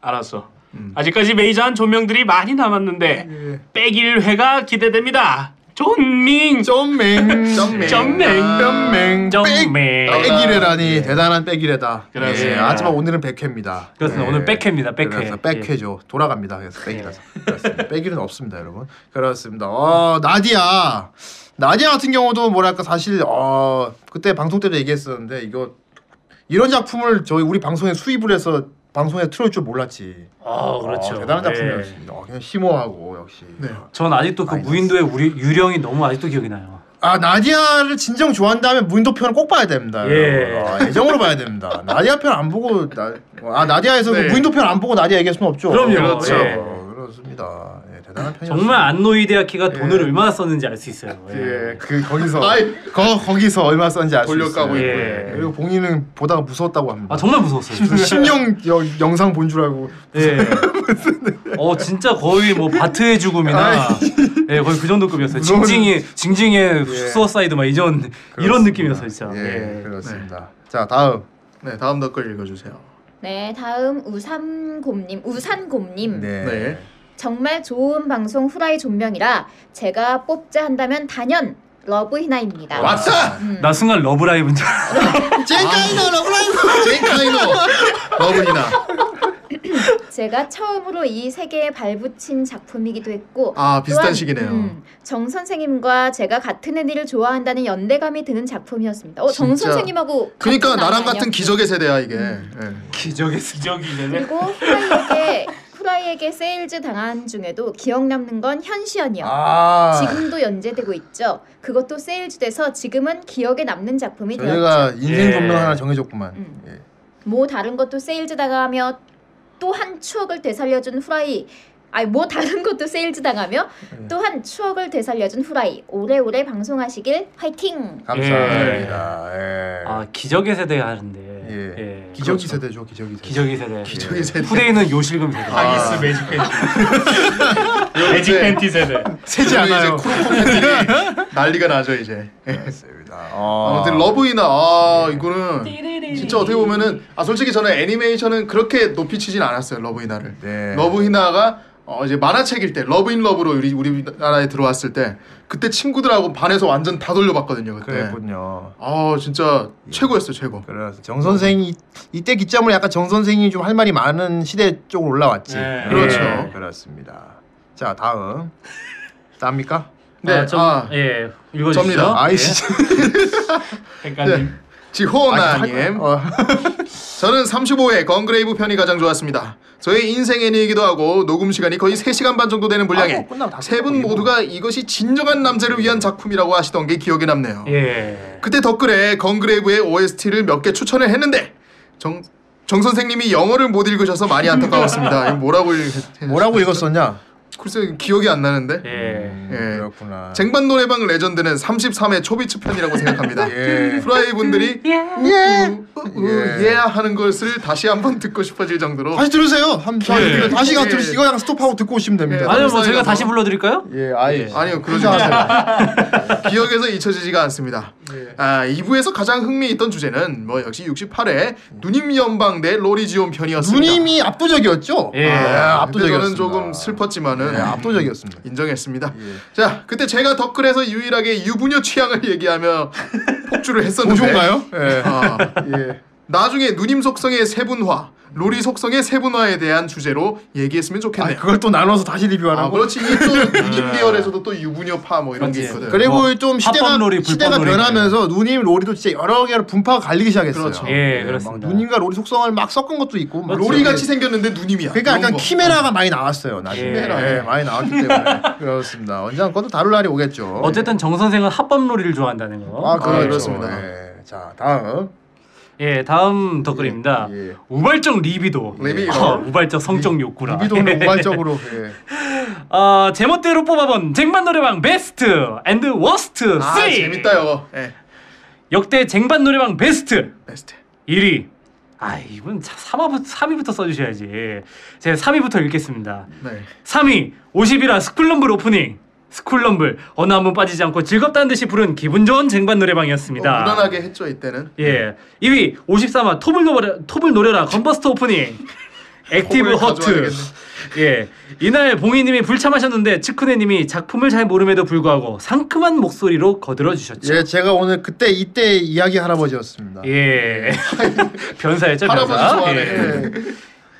F: 알았어. 아직까지 메이저한 조명들이 많이 남았는데 빼길 회가 기대됩니다. 존밍
C: 점맹.
D: 점맹.
F: 점맹. 아.
C: 점맹.
B: 정매.
C: 빼기래라니 대단한 빼기래다.
F: 그렇습니다.
C: 예, 하지만 오늘은 백회입니다. 예,
B: 네. 그렇습니다. 오늘 예. 백회입니다, 백회.
C: 그래서 백회죠. 돌아갑니다. 그래서 백이라서.
B: 예.
C: 그렇습니다. 백일은 없습니다, 여러분. 그렇습니다. 어, 나디아. 나디아 같은 경우도 뭐랄까 사실 어, 그때 방송 때도 얘기했었는데 이거 이런 작품을 저희 우리 방송에 수입을 해서 방송에 틀어줄 줄 몰랐지.
B: 아 그렇죠.
C: 어, 대단한
B: 예.
C: 작품이었습니다. 어, 그냥 심오하고 역시.
F: 네.
C: 어.
B: 전 아직도 그 무인도의 우리 유령이 너무 아직도 기억이 나요.
C: 아 나디아를 진정 좋아한다면 무인도 편을 꼭 봐야 됩니다.
B: 예.
C: 여러분. 아, 애정으로 봐야 됩니다. 나디아 편 안 보고 나, 아 나디아에서
D: 네.
C: 그 무인도 편 안 보고 나디아 얘기할 수는 없죠.
B: 그럼요.
C: 그렇죠.
B: 예.
C: 어, 그렇습니다. 예, 대단한 편이
B: 정말 안노이데아키가 돈을 얼마나 썼는지 알 수 있어요. 예.
C: 예, 그 거기서
D: 아이.
C: 거 거기서 얼마 썼는지 알 수 있어요.
D: 돌려까고 있고.
B: 예.
C: 그리고 봉이는 보다가 무서웠다고 합니다.
B: 아 정말 무서웠어요.
C: 심령 여- 영상 본 줄 알고
B: 예. 어 진짜 거의 뭐 바트의 죽음이나 예 거의 그 정도 급이었어요.
C: 무서운-
B: 징징이 징징의 수어사이드 막 이전 이런 느낌이었어요 진짜.
C: 예, 그렇습니다. 자 다음
D: 네 다음 댓글 읽어주세요.
C: (laughs)
D: (laughs)
E: 네 다음 우삼곰님 우산곰님
C: 네,
D: 네.
E: 정말 좋은 방송 후라이 존명이라 제가 뽑자 한다면 단연 러브 히나입니다.
D: 왔다.
B: 나 순간 러브라이브인 줄. 알았어.
D: 제이카이노 러브라이브. 제이카이노 (laughs) 러브이나.
E: 제가 처음으로 이 세계에 발붙인 작품이기도 했고
D: 아 비슷한
E: 또한,
D: 시기네요.
E: 음, 정 선생님과 제가 같은 애니를 좋아한다는 연대감이 드는 작품이었습니다. 어, 정
D: 진짜.
E: 선생님하고
D: 그러니까
E: 같은
D: 나랑
E: 나이
D: 같은
C: 음.
E: 아니었고.
D: 예. 기적의 세대야 이게.
B: 기적의 기
E: 아.
F: 기적이 되네.
E: 그리고 후라이에게 후라이 사이에게 세일즈 당한 중에도 기억 남는 건 현시연이요.
C: 아
E: 지금도 연재되고 있죠. 그것도 세일즈돼서 지금은 기억에 남는 작품이 되었죠.
C: 저희가 인생
F: 예.
C: 법명 하나 정해줬구만.
E: 그렇죠. 음.
C: 예.
E: 뭐 다른 것도 세일즈 당하며 또한 추억을 되살려준 후라이. 아니 뭐 다른 것도 세일즈 당하며
C: 네.
E: 또한 추억을 되살려준 후라이. 오래오래 방송하시길 화이팅.
C: 감사합니다. 예.
B: 아 기적의 세대 하는데
C: 예.
B: 예.
C: 기저귀 세대죠, 기저귀 세대.
B: 기적의 세대
C: 기적의 세대.
B: 후대인은 요실금 세대
F: 하기스 매직 팬티. 매직 팬티 세대.
C: 세지 않아요.
D: 이제 크로커 팬들이 난리가 나죠 이제.
C: 맞습니다. 아. 네.
D: 아무튼 러브이나 아 이거는 진짜 어떻게 보면은 아 솔직히 저는 애니메이션은 그렇게 높이 치진 않았어요 러브이나를.
C: 네.
D: 러브이나가 어 이제 만화책일 때 러브인 러브로 우리 우리나라에 들어왔을 때 그때 친구들하고 반에서 완전 다 돌려봤거든요 그때.
C: 그랬군요.
D: 아 진짜 최고였어요 최고.
C: 뭐. 예. 그래서 정 선생이 이때 기점을 약간 정 선생이 좀 할 말이 많은 시대 쪽으로 올라왔지. 예.
F: 네.
D: 그렇죠.
C: 그렇습니다. 자 (laughs) 다음. 땀입니까?
D: 네,
B: 아, 좀,
D: 아.
B: 예 읽어주시죠
D: 접니다.
C: 아이
B: 예.
C: 진짜.
F: 백가님.
D: 지호나님.
C: 어.
D: 저는 35회 건그레이브 편이 가장 좋았습니다. 저의 인생 애니이기도 하고 녹음 시간이 거의 3시간 반 정도 되는
C: 아,
D: 분량에
C: 뭐 끝나고 다
D: 세 분
C: 끝나고
D: 모두가 이것이 진정한 남자를 위한 작품이라고 하시던 게 기억에 남네요.
B: 예
D: 그때 댓글에 건그레이브의 OST를 몇 개 추천을 했는데 정, 정 선생님이 영어를 못 읽으셔서 많이 안타까웠습니다. 이거 뭐라고 읽,
C: 뭐라고 읽었었냐?
D: 글쎄 기억이 안 나는데.
B: 예.
D: 예.
C: 그렇구나.
D: 쟁반 노래방 레전드는 33회 초비츠 편이라고 생각합니다.
C: 예.
D: 프라이 분들이 예, 우우, 예 하는 것을 다시 한번 듣고 싶어질 정도로
C: 다시 들으세요. 한, 자,
D: 예.
C: 다시 가
D: 예.
C: 들으시 이거 그냥 스톱하고 듣고 오시면 됩니다.
B: 아니면 뭐 저희가
D: 감사합니다.
B: 다시 불러드릴까요?
C: 예, 아이.
B: 예.
D: 아니요 그러지 마세요. 기억에서 잊혀지지가 않습니다.
C: 예.
D: 아 2부에서 가장 흥미있던 주제는 뭐 역시 68회 누님 연방 대 로리지온 편이었습니다.
C: 누님이 압도적이었죠?
B: 예.
C: 아,
D: 그때 네, 저는
C: 압도적이었습니다.
D: 조금 슬펐지만은
C: 예, 압도적이었습니다.
D: 인정했습니다.
C: 예.
D: 자 그때 제가 덧글에서 유일하게 유부녀 취향을 (laughs) 얘기하며 폭주를 했었는데
C: 보조인가요? 예.
D: 아,
C: 예.
D: 나중에 누님 속성의 세분화, 로리 속성의 세분화에 대한 주제로 얘기했으면
C: 아,
D: 좋겠네요.
C: 그걸 또 나눠서 다시
D: 아,
C: 리뷰하라고.
D: 그렇지. 이게 또 인디어에서도 또 유부녀파 뭐 이런 게
B: 맞지.
D: 있거든.
C: 네. 그리고
B: 뭐,
C: 좀 시대가
B: 합법 놀이, 불법
C: 시대가
B: 놀이.
C: 변하면서 누님 로리도 진짜 여러 개로 분파가 갈리기 시작했어요.
D: 그렇죠.
B: 예,
C: 막
B: 그렇습니다.
C: 누님과 로리 속성을 막 섞은 것도 있고 막
D: 로리 같이 생겼는데 누님이야.
C: 그렇죠. 예. 그 그러니까
D: 이런
C: 약간
D: 거.
C: 키메라가 많이 나왔어요. 나중에
D: 키메라.
C: 예, 많이 나왔기 (laughs) 때문에 그렇습니다. 언젠가 그것도 다룰 날이 오겠죠.
B: 어쨌든 정 선생은 합법놀이를 좋아한다는 거.
C: 아, 그렇죠.
D: 아, 그렇습니다.
C: 예. 자 다음
B: 예, 다음 댓글입니다.
C: 예, 예.
B: 우발적 리비도.
D: 리비도. 어.
B: 아, (laughs) 우발적 성적 욕구라.
C: 리비도는 우발적으로 (laughs) 예.
B: (laughs) 아, 제멋대로 뽑아본 쟁반 노래방 베스트 앤드 워스트 3.
D: 아 재밌다요. 예.
B: 역대 쟁반 노래방 베스트
D: 베스트. 뭐
B: 1위. 아, 이분 3위부터, 3위부터 써주셔야지. 제가 3위부터 읽겠습니다.
D: 네.
B: 3위 50이라 스쿨럼블 오프닝. 스쿨럼블 어느 한 번 빠지지 않고 즐겁다는 듯이 부른 기분 좋은 쟁반
D: 또
B: 노래방이었습니다.
D: 어, 무난하게 했죠 이때는.
B: 예. 2위 53화 톱을 노려라 톱을 노려라 건버스터 오프닝. 액티브
D: 톱을
B: 허트.
D: 가져와야겠네.
B: 예. 이날 봉희님이 불참하셨는데 측훈혜님이 작품을 잘 모름에도 불구하고 상큼한 목소리로 거들어 주셨죠.
C: 예, 제가 오늘 그때 이때 이야기 할아버지였습니다.
B: 그렇죠. 예. (laughs) 변사였죠.
D: 할아버지
B: 변사.
D: 좋아하네.
B: 예.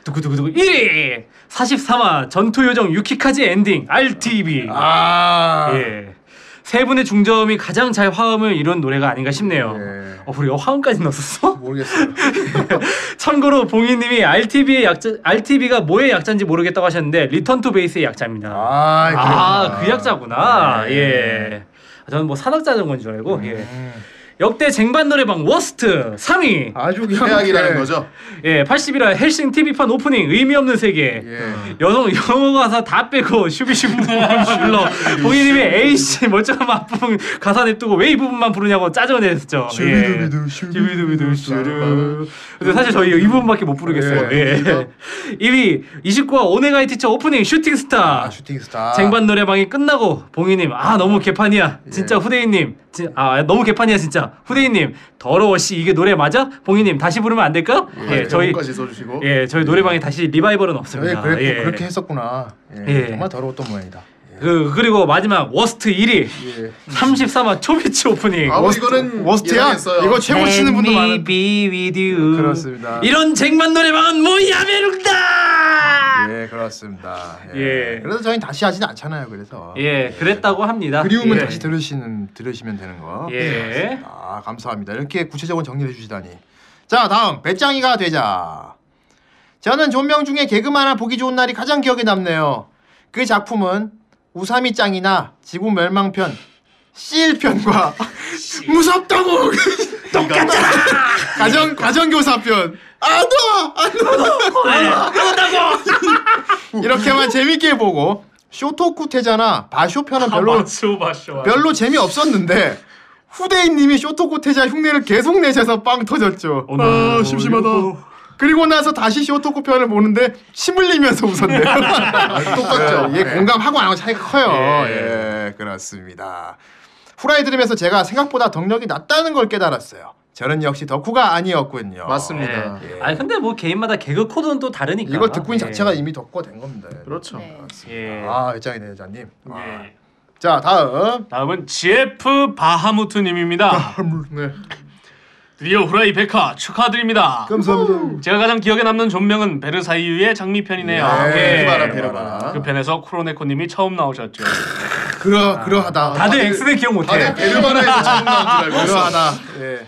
B: 두구두구두구 1위 43화 전투 요정 6키까지 엔딩 RTV.
C: 아,
B: 예. 세 분의 중저음이 가장 잘 화음을 이룬 노래가 아닌가 싶네요.
C: 예.
B: 어, 우리가 화음까지 넣었어?
C: 모르겠어요.
B: (laughs) 참고로 봉희님이 RTB의 약자, RTB가 뭐의 약자인지 모르겠다고 하셨는데 리턴 투 베이스의 약자입니다.
C: 아,
B: 아,
C: 그렇구나.
B: 그 약자구나.
C: 예.
B: 예. 저는 뭐 산악자전 건줄 알고. 예.
C: 음.
B: 역대 쟁반 노래방 워스트 3위.
C: 아주 그냥
D: 해악이라는
C: 예.
D: 거죠.
B: 예, 81화 헬싱 TV판 오프닝 의미 없는 세계.
C: 예.
B: 여성 영어 가사 다 빼고 슈비슈비 불러 봉희님이 A씨 멀쩡한 맛부분 가사 냅두고 왜 이 부분만 부르냐고 짜증을 내셨죠. 예.
C: 슈비두비두,
B: 슈비두비두 슈루. 근데 사실 저희 이 부분밖에 못 부르겠어요.
C: 예.
B: 예. 2위 29화 오네가이 티처 오프닝 슈팅 스타.
C: 아, 슈팅스타.
B: 쟁반 노래방이 끝나고 봉희님 아 너무 개판이야 진짜 후대인님 진, 아 너무 개판이야 진짜 후대인님 더러워 씨 이게 노래 맞아 봉희님 다시 부르면 안 될까 예, 저희
D: 까지 아, 써주시고.
B: 예 저희 노래방에 다시 리바이벌은 없습니다
C: 예, 그래,
B: 예.
C: 그렇게 했었구나. 예,
B: 예.
C: 정말 더러웠던 모양이다. 예.
B: 그, 그리고 마지막 워스트 1위 33화 초비치 오프닝
D: 아 이거는
C: 워스트야?
D: 예상했어요.
C: 이거
B: 네,
C: 최고 치는 분도 많은데.
B: be with you.
C: 그렇습니다.
B: 이런 쟁반 노래방은 뭐야메룩다
C: 예, 그렇습니다.
B: 예.
C: 그래서 저희 는 다시 하진 않잖아요. 그래서.
B: 예 그랬다고 합니다
C: 그리우면
B: 예.
C: 다시 들으시는 들으시면 되는 거.
B: 예.
C: 아, 감사합니다. 이렇게 구체적인 정리를 해 주시다니. 자, 다음 배짱이가 되자. 저는 존명 중에 개그만 하나 보기 좋은 날이 가장 기억에 남네요. 그 작품은 우사미 짱이나 지구 멸망편 CL 편과 무섭다고 똑같아 가정 가정교사 편 아, 안와 안와 이렇게만 재밌게 보고 쇼토쿠 태자나 바쇼 편은 별로
F: 맞죠 맞죠.
C: 별로 재미 없었는데 후대인님이 쇼토쿠 태자 흉내를 계속 내셔서 빵 터졌죠. 아 심심하다. 그리고 나서 다시 쇼토쿠 편을 보는데 침 흘리면서 웃었네요.
D: 똑같죠.
C: 예,
D: 네.
C: 공감하고 안 하고 차이가 커요.
F: 예.
C: 예, 그렇습니다. 후라이 들으면서 제가 생각보다 덕력이 낮다는 걸 깨달았어요. 저는 역시 덕후가 아니었군요.
D: 맞습니다.
B: 예. 아니 근데 뭐 개인마다 개그 코드는 또 다르니까.
C: 이걸 듣고 있는
B: 예.
C: 자체가 이미 덕후가 된 겁니다.
D: 그렇죠.
E: 네.
F: 예.
C: 아, 일장이네, 여자님. 아.
F: 예.
C: 자, 다음.
F: 다음은 GF 바하무트님입니다.
C: (laughs)
D: 네.
F: 드디어 후라이 백화 축하드립니다.
C: 그- 감사합니다.
F: 제가 가장 기억에 남는 존명은 베르사유의 장미편이네요.
D: 예. 베르바라,
F: 예.
D: 베르바라.
C: 어.
F: 그 편에서 쿠로네코님이 처음 나오셨죠.
C: 그러, 그러하다.
B: 다들 엑스는 기억 못해.
D: 다들 네, 베르바라에서 처음 나온 줄 알고 있어.
C: 그러하다. 예.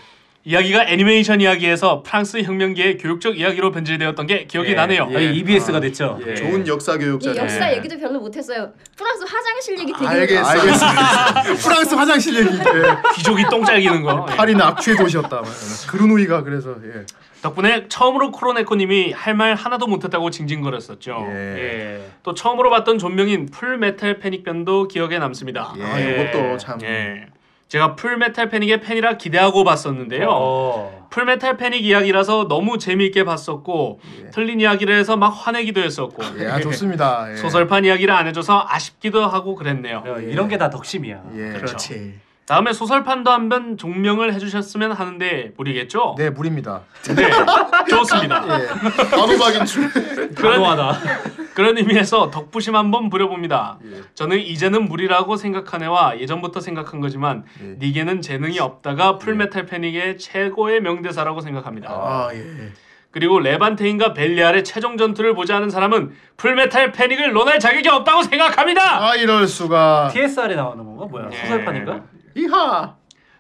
F: 이야기가 애니메이션 이야기에서 프랑스 혁명기의 교육적 이야기로 변질되었던 게 기억이
C: 예,
F: 나네요.
B: 아, EBS가 됐죠.
F: 예.
D: 네. 좋은 역사
E: 이
D: 교육자죠.
E: 역사
B: 네.
E: 얘기도 별로 못했어요. 프랑스 화장실
C: 아,
E: 얘기 되게
D: 알겠어.
C: (laughs) 프랑스 화장실 얘기. 예.
F: 귀족이 똥짤기는 거. 예.
C: 파리나 악취의 도시였다. 그루노이가 그래서 예.
F: 덕분에 처음으로 쿠로네코님이 할 말 하나도 못했다고 징징거렸었죠.
C: 예.
F: 예. 또 처음으로 봤던 존명인 풀메탈 패닉변도 기억에 남습니다.
C: 예.
D: 아, 이것도 참.
F: 예. 제가 풀메탈 패닉의 팬이라 기대하고 봤었는데요.
C: 어.
F: 어. 풀메탈 패닉 이야기라서 너무 재미있게 봤었고 틀린 이야기를 해서 막 화내기도 했었고
C: 예, 아, 좋습니다. 예.
F: 소설판 이야기를 안 해줘서 아쉽기도 하고 그랬네요.
B: 어, 이런 게 다 덕심이야.
C: 예.
F: 그렇죠. 그렇지. 다음에 소설판도 한번 종명을 해주셨으면 하는데 모르겠죠?
C: 네, 물입니다.
F: 네, 좋습니다.
D: 바로박인 줄.
B: 예. (laughs) 단호하다.
F: 그런 의미에서 덕부심 한번 부려봅니다. 저는 이제는 무리라고 생각하네와 예전부터 생각한 거지만 니게는 재능이 없다가 풀메탈 패닉의 최고의 명대사라고 생각합니다.
D: 아 예.
F: 그리고 레반테인과 벨리알의 최종 전투를 보지 않은 사람은 풀메탈 패닉을 논할 자격이 없다고 생각합니다.
C: 아 이럴 수가.
B: TSR에 나오는 건가? 뭐야? 소설판인가?
C: 이하.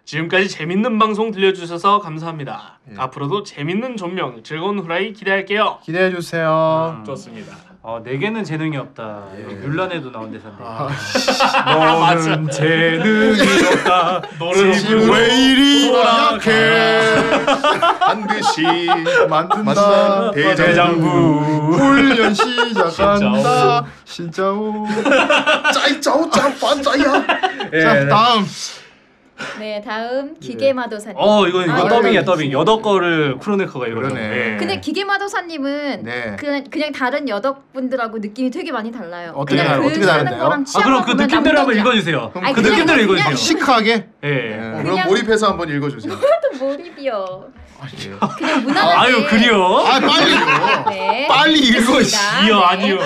F: 지금까지 재밌는 방송 들려주셔서 감사합니다. 앞으로도 재밌는 존명, 즐거운 후라이 기대할게요.
C: 기대해
F: 아.
C: 주세요.
F: 좋습니다.
B: 어, 내게는 재능이 없다. 이거 뮬란에도 나온 대사인데. (laughs) 아,
F: 맞아.
B: 재능이 없다.
F: 너를
C: 왜 이리
D: 이렇게 (laughs) 반드시
C: 만든다.
D: 만난 대장부.
C: 훈련 시작한다. 진짜오.
D: 짜이짜오 짬반짜야.
C: 자, 다음.
E: 네 다음
C: 예.
E: 기계마도사님.
B: 어, 이거 이거
E: 아,
B: 더빙이야,
C: 이거
B: 더빙. 여덟 거를 쿠로네커가 읽어줘.
C: 그러네.
B: 예.
E: 근데 기계마도사님은
C: 네.
E: 그냥, 그냥 다른 여덕분들하고 느낌이 되게 많이 달라요.
C: 어떻게
E: 그냥
C: 다른-
E: 그
C: 어떻게
E: 사는
C: 다른데요?
E: 거랑
B: 아,
E: 취향만
B: 그럼 그
E: 보면
B: 느낌대로 한번
E: 남자냐.
B: 읽어주세요.
E: 아니,
B: 그
E: 그냥
B: 느낌대로
E: 그냥
B: 읽어주세요.
C: 시크하게. 네.
B: 예.
D: 그럼 몰입해서 한번 읽어주세요.
E: 또 몰입이요. 그냥 무난하게.
B: 아유, 그리워.
C: 아 빨리.
E: 네.
C: 빨리 읽어. 씨.
E: 좋습니다.
F: 이어
E: 네.
F: 아니요.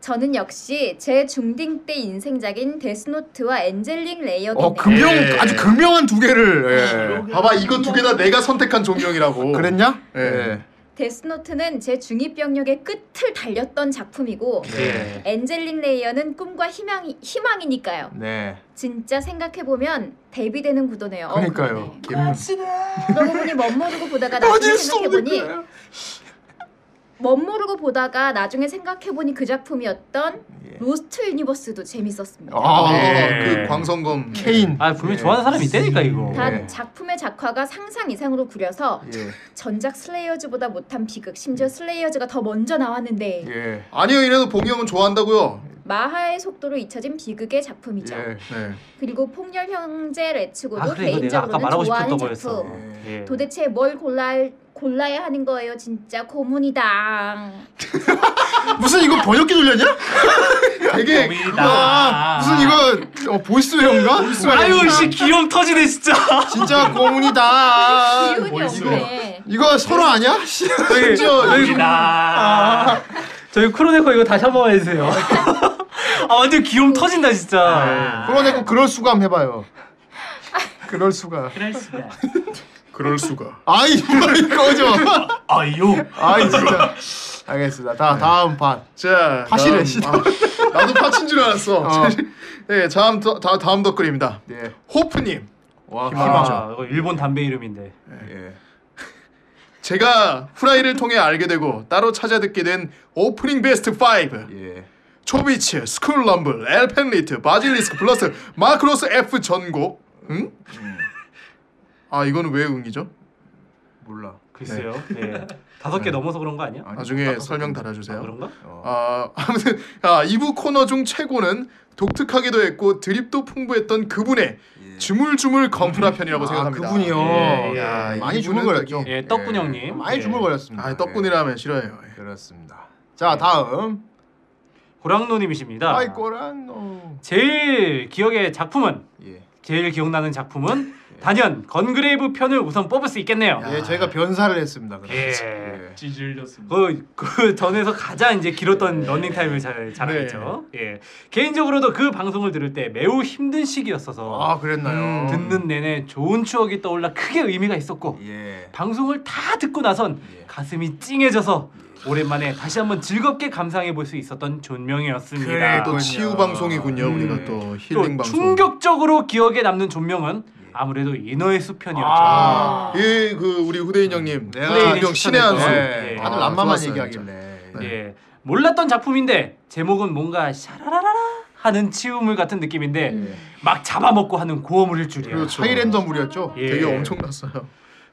E: 저는 역시 제 중딩 때 인생작인 데스노트와 엔젤링 레이어기네요.
C: 어 금명
D: 예.
C: 아주 금명한 두 개를. 예.
D: 봐봐 이거 두 개 다 내가 선택한 종명이라고.
C: 그랬냐?
D: 예.
E: 데스노트는 제 중2병력의 끝을 달렸던 작품이고
B: 예.
E: 엔젤링 레이어는 꿈과 희망이, 희망이니까요.
C: 네.
E: 진짜 생각해보면 대비되는 구도네요. 어,
C: 그러니까요.
E: 그러네. 그러고 보니 멋모르고 보다가 나중에 생각해보니 멋모르고 보다가 나중에 생각해보니 그 작품이었던
C: 예.
E: 로스트 유니버스도 재밌었습니다.
C: 아,
D: 아, 그 광선검.
C: 케인.
B: 아, 분명히 좋아하는 사람이 있다니까, 이거.
E: 단
C: 예.
E: 작품의 작화가 상상 이상으로 구려서
C: 예.
E: 전작 슬레이어즈보다 못한 비극
B: 음.
E: 심지어 슬레이어즈가 더 먼저 나왔는데
C: 예.
D: 아니요 이래도 봉이 형은 좋아한다고요.
E: 마하의 속도로 잊혀진 비극의 작품이죠.
C: 예.
D: 네.
E: 그리고 폭렬 형제 레츠고도
B: 아, 그래, 이거 내가 아까
E: 개인적으로는
B: 말하고
E: 좋아하는
B: 싶었던
E: 작품.
B: 거였어. 예.
E: 도대체 뭘 골라 골라야 하는 거예요, 진짜 고문이다.
C: 무슨 이거 번역기 돌렸냐?
D: 되게
C: 아, 무슨 이거 어, 보이스웨어인가?
B: 아유, 씨, 귀염 터지네, 진짜.
C: 진짜 고문이다.
E: (laughs) 기운이 없네.
C: 아, 이거 서로
D: (laughs)
C: 아니야?
B: 저기, 저기,
F: 아.
B: 저기 쿠로네커 이거 다시 한 번 해주세요. 아, 완전 귀염 터진다, 진짜.
C: 그러니까 그럴 수가 한번 해봐요. 그럴 수가.
D: 그럴 수가.
C: 아이 이거 꺼져.
F: 아유.
C: 아이 진짜. 알겠습니다. 다 다음 판.
D: 네. 자
C: 파시래,
D: 다음-
C: 시다.
D: 아, 나도 파친 줄 알았어.
C: 어.
D: (laughs) 네 다음 더- 다, 다음 덧글입니다.
C: 예.
D: 호프님
C: 와.
B: 아, 이거 일본 담배 이름인데.
C: 예.
D: 제가 후라이를 통해 알게 되고 따로 찾아 듣게 된 오프닝 베스트 5.
C: 예.
D: 초비츠, 스쿨럼블, 엘펜리트, 바질리스크 플러스 마크로스 F 전곡. 응? 아 이거는 왜 응이죠?
C: 몰라.
B: 글쎄요. 네. 다섯 개 넘어서 그런 거 아니야?
C: 아니, 뭐
D: 나중에 설명
B: 아,
D: 달아주세요.
B: 그런가?
D: 아 (laughs) 아무튼 아 2부 코너 중 최고는 독특하기도 했고 드립도 풍부했던 그분의 주물주물 건프라 편이라고
C: 아,
D: 생각합니다.
C: 그분이요.
B: 예, 예.
C: 야, 많이
D: 이분은
C: 주물거렸죠.
D: 딱히-
B: 예, 떡군 형님.
C: 많이
B: 예.
C: 주물거렸습니다.
D: 아 떡군이라면 싫어해요. 예.
C: 예. 그렇습니다. 자, 다음.
B: 호랑노님이십니다.
C: 아이 꼬란 너.
B: 제일 기억의 작품은
C: 예.
B: 제일 기억나는 작품은 단연 건그레이브 편을 우선 뽑을 수 있겠네요.
C: 예, 저희가 변사를 했습니다. 그래서.
B: 예.
C: 예.
F: 찌질렸습니다.
B: 그, 그 전에서 가장 이제 길었던 러닝 타임을 잘 자랑했죠. 예. 개인적으로도 그 방송을 들을 때 매우 힘든 시기였어서
C: 아, 그랬나요?
D: 음.
B: 듣는 내내 좋은 추억이 떠올라 크게 의미가 있었고
C: 예.
B: 방송을 다 듣고 나선 가슴이 찡해져서 오랜만에 다시 한번 즐겁게 감상해 볼 수 있었던
C: 그래,
B: 존명이었습니다.
D: 아, 또
C: 그렇군요.
D: 치유 방송이군요.
B: 음.
D: 우리가 또 힐링
B: 또
D: 방송.
B: 충격적으로 기억에 남는 존명은 아무래도 인어의 수편이었죠.
C: 아.
D: 예, 그 우리 후대인 형님,
C: 내가
D: 후대인 형 신의 한 수.
C: 예.
B: 예.
C: 다들
D: 아,
C: 남만만
D: 좋았어요,
C: 얘기하길래.
D: 네.
B: 예. 몰랐던 작품인데 제목은 뭔가 샤라라라라 하는 치우물 같은 느낌인데 막 잡아먹고 하는 고어물일 줄이야.
D: 그렇죠.
C: 하이랜더물이었죠.
B: 예.
D: 되게 엄청났어요.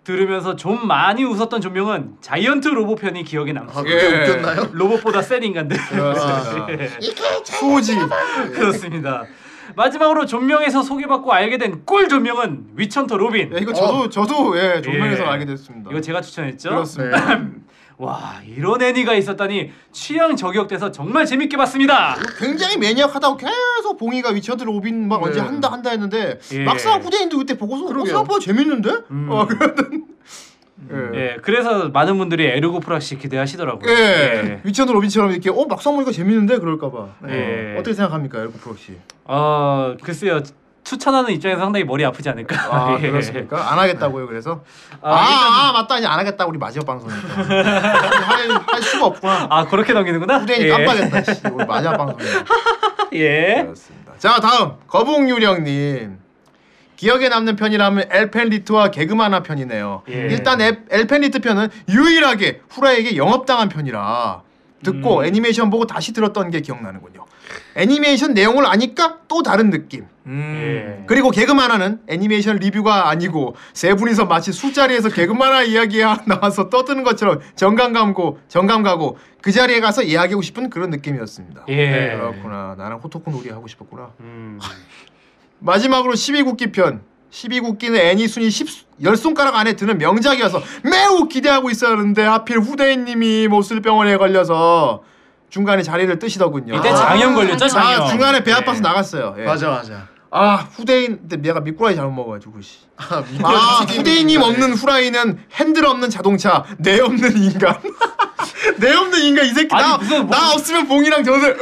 B: 들으면서 좀 많이 웃었던 존명은 자이언트 로봇 편이 기억에
D: 아,
B: 남습니다.
D: 그게
C: 예.
D: 웃겼나요? 아,
B: 로봇보다 센 인간들.
C: 그렇습니다.
B: 예.
C: 수호지.
B: (laughs)
D: 예.
B: 그렇습니다. 마지막으로 존명에서 소개받고 알게 된 꿀 존명은 위천터 로빈.
C: 예, 이거 저도 저도 예, 존명에서
B: 예.
C: 알게 됐습니다.
B: 이거 제가 추천했죠.
C: 그렇습니다.
B: 와 이런 애니가 있었다니 취향 저격돼서 정말 재밌게 봤습니다.
C: 굉장히 매니악하다고 계속 봉이가 위쳐들 오빈 막 언제
D: 네.
C: 한다 한다 했는데
B: 예. 음.
C: 막상 후대인도 그때 보고서 어, 생각보다 재밌는데? 어, 그러던. 예.
B: 예, 그래서 많은 분들이 에르고프락시 기대하시더라고요.
C: 예. 위쳐들 오빈처럼 이렇게 어 막상 보니까 재밌는데 그럴까봐.
B: 예.
C: 어, 어떻게 생각합니까, 엘프 프로 씨?
B: 어, 글쎄요. 추천하는 입장에서 상당히 머리 아프지 않을까.
C: 아
B: (laughs) 예.
C: 그렇습니까? 안 하겠다고요 그래서? 아,
B: 일단은-
C: 아, 맞다 이제 안 하겠다 우리 마지막 방송이니까
B: (laughs)
C: 할, 할 수가 없구나
B: 아, 그렇게 넘기는구나.
C: 후대인이
B: 예.
C: 깜빡했다 씨. 우리 마지막 방송이니까
B: 예.
C: 그렇습니다. 자 다음 거북유령님 기억에 남는 편이라면 엘펜리트와 개그만화 편이네요.
B: 예.
C: 일단 엘- 엘펜리트 편은 유일하게 후라이에게 영업당한 편이라 듣고 애니메이션 보고 다시 들었던 게 기억나는군요. 애니메이션 내용을 아니까 또 다른 느낌.
B: 예.
C: 음. 그리고 개그만화는 애니메이션 리뷰가 아니고 세 분이서 마치 술자리에서 개그만화 이야기가 (laughs) 나와서 떠드는 것처럼 정감 감고 정감 가고 그 자리에 가서 이야기하고 싶은 그런 느낌이었습니다.
B: 예.
C: 네, 그렇구나. 나랑 호토콘 놀이 하고 싶었구나.
B: 음.
C: (laughs) 마지막으로 12국기 편. 12국기는 애니 순위 10, 10손가락 안에 드는 명작이어서 매우 기대하고 있었는데 하필 후대인님이 몹쓸병원에 걸려서 중간에 자리를 뜨시더군요.
B: 이때
C: 아,
B: 장염 걸렸죠,
E: 아,
B: 장염.
C: 아, 중간에 배
B: 예.
C: 아파서 나갔어요. 예.
D: 맞아 맞아.
C: 아 후대인 근데 내가 미꾸라지 잘못 먹어가지고 씨.
D: 아, 미끄러지기
C: 아
D: 힘들다.
C: 후대인님 없는 후라이는 핸들 없는 자동차 내 없는 인간 (laughs) 내 없는 인간 이 새끼 나,
B: 아니, 무슨 뭐-
C: 나 없으면 봉이랑 저들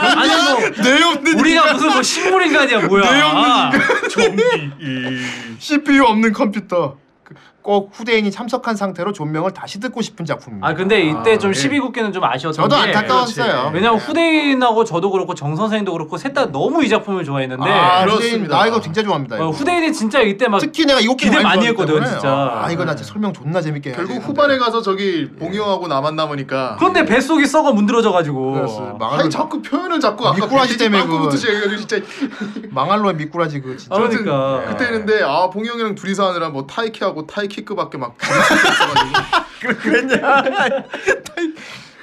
B: 아니 뭐
C: (laughs) 내 없는
B: 우리가 무슨 뭐 식물 인간이야 뭐야.
C: CPU 없는 컴퓨터 그- 꼭 후대인이 참석한 상태로 존명을 다시 듣고 싶은 작품입니다
B: 아 그렇죠. 네, 근데 이때 좀
D: 예.
B: 12국기는 좀 아쉬웠던
C: 저도
B: 게
C: 안타까웠어요 아,
B: 왜냐면 후대인하고 저도 그렇고 정 선생님도 그렇고 셋 다 너무 이 작품을 좋아했는데
C: 아 후대인
D: 그렇습니다.
C: 나 이거 진짜 좋아합니다
B: 네, 어,
C: 이거.
B: 후대인이 진짜 이때 막
C: 특히 내가 이거
B: 기대 많이
C: 좋아하기
B: 했거든,
C: 때문에.
B: 진짜.
C: 아 이거 나 진짜 설명 존나 재밌게 해야
D: 결국
C: 되는데.
D: 후반에 가서 저기
C: 예.
D: 봉이 형하고 나만
C: 그렇죠.
D: 남으니까.
B: 그런데 뱃속이 썩어 문드러져가지고
C: 그래서
D: 아니
C: 망할
D: 자꾸 표현을 자꾸 아까
C: 미꾸라지 때문에 그-
D: 부터 제가 진짜
C: 망할로의 미꾸라지 그 진짜
B: 아, 그러니까.
D: 그때 했는데 아 봉이 형이랑 둘이서 하느라 뭐 타이키하고 타이키크밖에 막 있어가지고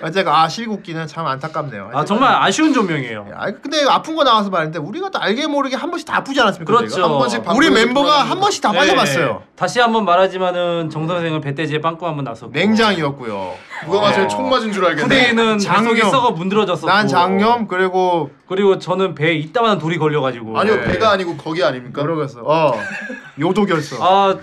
C: 아, 제가 아 실국기는 참 안타깝네요.
B: 아 정말 아쉬운 조명이에요.
C: 아 근데 아픈 거 나와서 말인데 우리가 또 알게 모르게 한 번씩 다 아프지 않았습니까?
B: 그렇죠.
C: 저희가?
B: 한 번씩
C: 우리
D: 방송에서
C: 멤버가
D: 돌아가는
C: 한 번씩 다
B: 네.
C: 빠져봤어요.
B: 다시 한번 말하지만은 정 선생은 배때지에 빵꾸 한번 났었고
C: 예. 맹장이었고요.
D: 누가 맞으면
C: 어.
D: 총 맞은 줄 알겠네.
B: 후대인은
C: 장염.
B: 장속이 썩어 문드러졌었고
C: 난 장염 그리고
B: 그리고 저는 배에 이따만한 돌이 걸려가지고 네.
D: 아니요 배가 아니고 거기 아닙니까?
C: 네. 그러겠어. 어 요도 결석.
B: 아,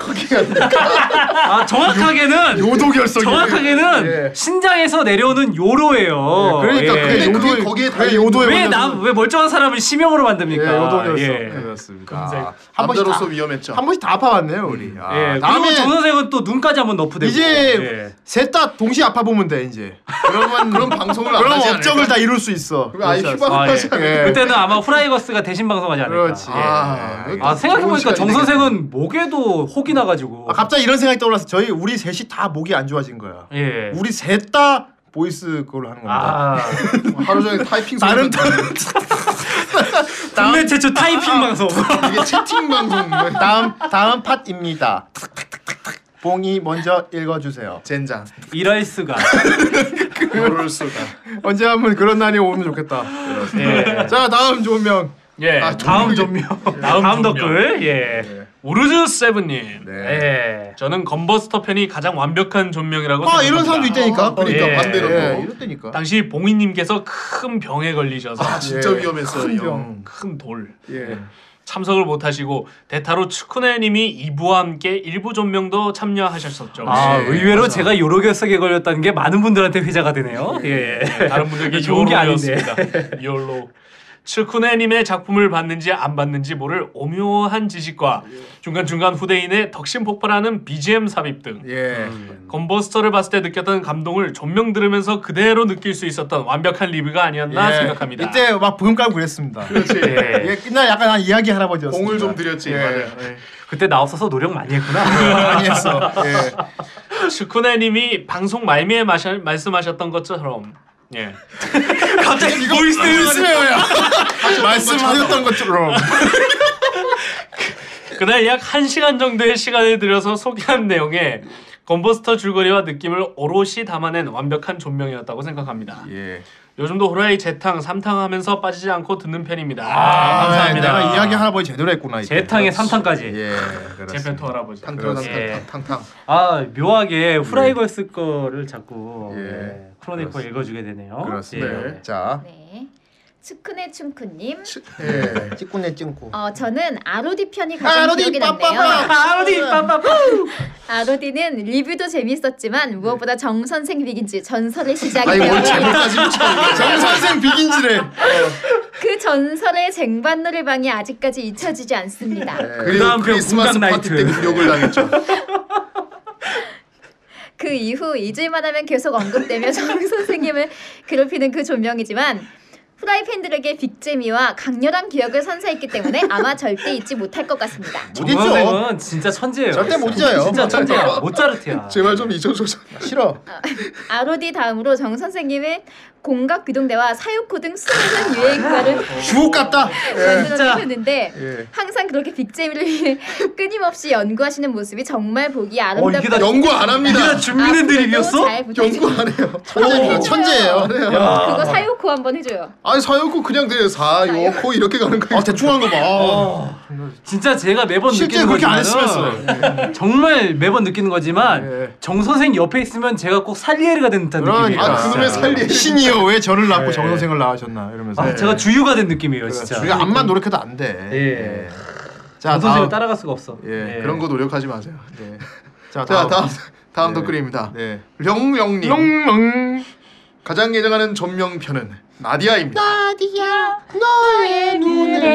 B: 아 정확하게는
C: 요도 결석.
B: 정확하게는
C: 예.
B: 신장에서 내려오는 요로예요.
C: 그러니까
B: 예.
C: 그게
D: 근데 그게
C: 요도에
D: 거기에
C: 그게
D: 달려
C: 요도에
B: 왜
C: 걸려서-
B: 남 왜 멀쩡한 사람을 심형으로 만듭니까?
C: 예, 요도 결석.
B: 예.
C: 그렇습니다. 한 번씩 다,
D: 남자로서 위험했죠.
C: 한 번씩 다 아파봤네요 우리. 아, 다음에
B: 예, 그리고 네, 뭐, 정 선생은 또 눈까지 한번 너프되고 예.
C: 이제 셋 다 동시에 아파 보면 돼 이제.
D: 그러면 그런 방송을 안
C: 그럼
D: 하지 않을까?
C: 업적을 다 이룰 수 있어.
D: 그럼 아예
C: 그렇지 않습니까?
D: 휴방을
B: 아, 예.
D: 하지
C: (laughs) 예.
B: 그때는 아마 후라이거스가 대신 방송하지 않을까.
C: 그렇지.
D: 아,
C: 예.
B: 아 생각해보니까
D: 좋은
B: 정
D: 시간이네.
B: 선생은 목에도 혹이 나가지고.
C: 아, 갑자기 이런 생각이 떠올라서 저희 우리 셋이 다 목이 안 좋아진 거야.
B: 예.
C: 우리 셋 다 보이스 그걸로 하는 겁니다. (laughs)
B: 아
D: 하루 종일 타이핑
C: 나는
D: 소리만
C: 다-
B: 국내 최초 타이핑 방송.
D: 들리고 이게 채팅 방송
C: (laughs) 다음 다음 팟입니다. 봉이 먼저 읽어주세요.
D: 젠장
B: 이럴 수가.
D: 그럴 수가
C: 언제 한번 그런 날이 오면 좋겠다. 네.
B: 예.
C: 자 다음 좋은 명.
F: 예.
D: 아,
B: 다음 점요.
F: 다음
B: 다음
F: 점요.
B: 덕글. 예.
F: 오르즈 세븐님.
B: 예.
F: 저는 건버스터 편이 가장 완벽한 존명이라고
C: 아
F: 생각합니다.
C: 이런 사람도 있다니까.
D: 그러니까
B: 예.
D: 반대로
C: 예,
D: 또.
C: 이렇다니까.
F: 당시 봉이님께서 큰 병에 걸리셔서
D: 아 진짜
C: 예.
D: 위험했어요 형.
F: 큰 돌.
D: 예.
F: 참석을 못하시고 대타로 츠쿠네님이 2부와 함께 일부 존명도 참여하셨었죠.
B: 아
D: 예,
B: 의외로 제가 요로결석에 걸렸다는 게 많은 분들한테 회자가 되네요. 예.
F: 다른 분들께
B: 좋은 게
F: 요로였습니다. 요로. 츠쿠네님의 작품을 봤는지 안 봤는지 모를 오묘한 지식과 중간중간 후대인의 덕심 폭발하는 BGM 삽입 등
D: 예.
F: 건버스터를 봤을 때 느꼈던 감동을 전명 들으면서 그대로 느낄 수 있었던 완벽한 리뷰가 아니었나
C: 예.
F: 생각합니다.
C: 이때 막 부금 깔고 그랬습니다.
D: 그렇지.
B: 예.
C: 예, 옛날 약간 한 이야기 할아버지였어.
D: 공을 좀 드렸지.
C: 예.
D: 맞아요.
B: 그때 나 없어서 노력
C: (laughs)
B: 많이 했구나.
C: 많이 했어. 예.
F: 츠쿠네님이 방송 말미에 마셔, 말씀하셨던 것처럼 예.
B: 갑자기 보이스
C: 스웨어야. 말씀하셨던 것처럼.
F: 그날 약 1시간 정도의 시간을 들여서 소개한 내용에 건버스터 줄거리와 느낌을 오롯이 담아낸 완벽한 존명이었다고 생각합니다.
D: 예.
F: 요즘도 호라이 재탕, 삼탕 하면서 빠지지 않고 듣는 편입니다.
C: 아,
F: 감사합니다.
C: 내가 이야기 할아버지 제대로 했구나. 이때.
B: 재탕에 삼탕까지.
C: 예.
F: 제 펜토 할아버지.
B: 예.
D: 탕탕탕탕탕탕.
B: 아 묘하게 후라이걸스 거를 자꾸
D: 예.
B: 예, 크로니커 읽어주게 되네요.
D: 그렇습니다.
B: 예.
C: 자.
E: 네. 츠크네 춤크님.
D: 예.
C: 찍고네 찍고.
E: 어, 저는 아로디 편이 가장
C: 아로디
E: 기억에 남네요.
C: 빠빠빠.
B: 아우디 빠빠빠.
E: 아로디는 리뷰도 재밌었지만 무엇보다 정 선생 비긴지 전설의 시작이
D: 아니 뭘
E: 되었네요.
D: 제목까지 붙여.
C: 예. 정 선생 비긴지래.
E: 그 전설의 쟁반놀이 방이 아직까지 잊혀지지 않습니다.
B: 네.
D: 네, 그리고
B: 다음 편
D: 크리스마스
B: 공감
D: 파티 때
B: 나이트.
D: 욕을 당했죠.
B: (laughs)
E: 그 이후 잊을만 하면 계속 언급되며 (laughs) 정 선생님을 괴롭히는 그 존명이지만 후라이 팬들에게 빅재미와 강렬한 기억을 선사했기 때문에 아마 절대 잊지 못할 것 같습니다.
C: 못 잊죠.
B: 정선생은 진짜 천재예요.
C: 절대 못 잊어요. (laughs)
B: 진짜 천재야. 모짜르트야.
D: 제발 좀 잊어줘서.
C: 아, 싫어.
E: 아로디 다음으로 정 선생님의 공각 귀동대와 사육호 등 수많은 유행가를
C: 주옥 같다.
B: 네. 진짜.
E: 만들어내셨는데
D: 예.
E: 항상 그렇게 빅재미를 위해 끊임없이 연구하시는 모습이 정말 보기
B: 어 이게 다
E: 아름답고
D: 연구 안 합니다.
E: 아,
B: 준비된 드립이었어?
D: 연구 안 해요.
C: 천재입니다. 천재예요. 아.
E: 그거 사육호 한번 해줘요.
D: 아니 사요코 그냥 돼 사요코 이렇게 가는 거예요.
C: 아 대충 한 거 봐. 아.
B: 진짜 제가 매번
C: 실제
B: 느끼는
C: 그렇게 안
B: 어,
C: 예,
B: 거지만은 아, 정말 매번 느끼는 거지만 정 선생 옆에 있으면 제가 꼭 살리에르가 된 듯한 느낌이에요.
D: 아,
C: 그러니까.
D: 그놈의 살리.
C: 신이여 왜 저를 낳고 정 선생을 낳으셨나 이러면서.
B: 네.
C: 네,
B: 아, 제가 주유가 된 느낌이에요, 진짜.
C: 우리가 암만 노력해도 안 돼.
B: 예.
C: 자
B: 정 선생을
C: 다음.
B: 따라갈 네. 수가 없어.
D: 예. 그런 거 노력하지 마세요.
B: (laughs)
D: 네.
C: 자 다음.
D: 자 다음 다음
C: 네.
D: 덧글입니다.
C: 네.
D: 령령님
C: 음.
D: 가장 예정하는 전명편은 나디아입니다.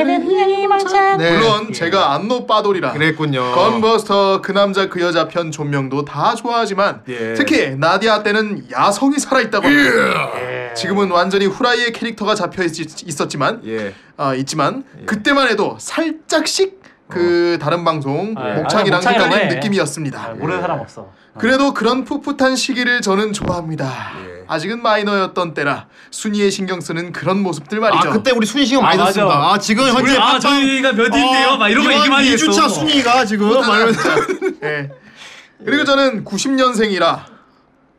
C: 네.
D: 물론
B: 예.
D: 제가 안노 빠돌이라
C: 그랬군요.
D: 건버스터 그 남자 그 여자 편 존명도 다 좋아하지만
C: 예.
D: 특히 나디아 때는 야성이 살아있다고 합니다.
B: 예.
D: 지금은 완전히 후라이의 캐릭터가 잡혀 있, 있었지만
C: 예.
D: 아, 있지만 그때만 해도 살짝씩 그
C: 어.
D: 다른 방송
C: 예.
B: 아,
D: 목창이랑
B: 아, 목창이라고
D: 헷갈리는
B: 해.
D: 느낌이었습니다.
B: 아, 모르는 사람 없어.
D: 그래도 그런 풋풋한 시기를 저는 좋아합니다.
C: 예.
D: 아직은 마이너였던 때라 순이에 신경 쓰는 그런 모습들 말이죠.
C: 아 그때 우리 순위 신경 많이
B: 아, 맞아.
C: 썼습니다. 아 지금 현재
B: 우리 아 저희가 몇 인데요? 막 이런 거 얘기 많이 했어.
C: 2주차 순위가 지금 막
D: 말로
C: 이러면서.
D: (laughs) 예. 그리고 저는 90년생이라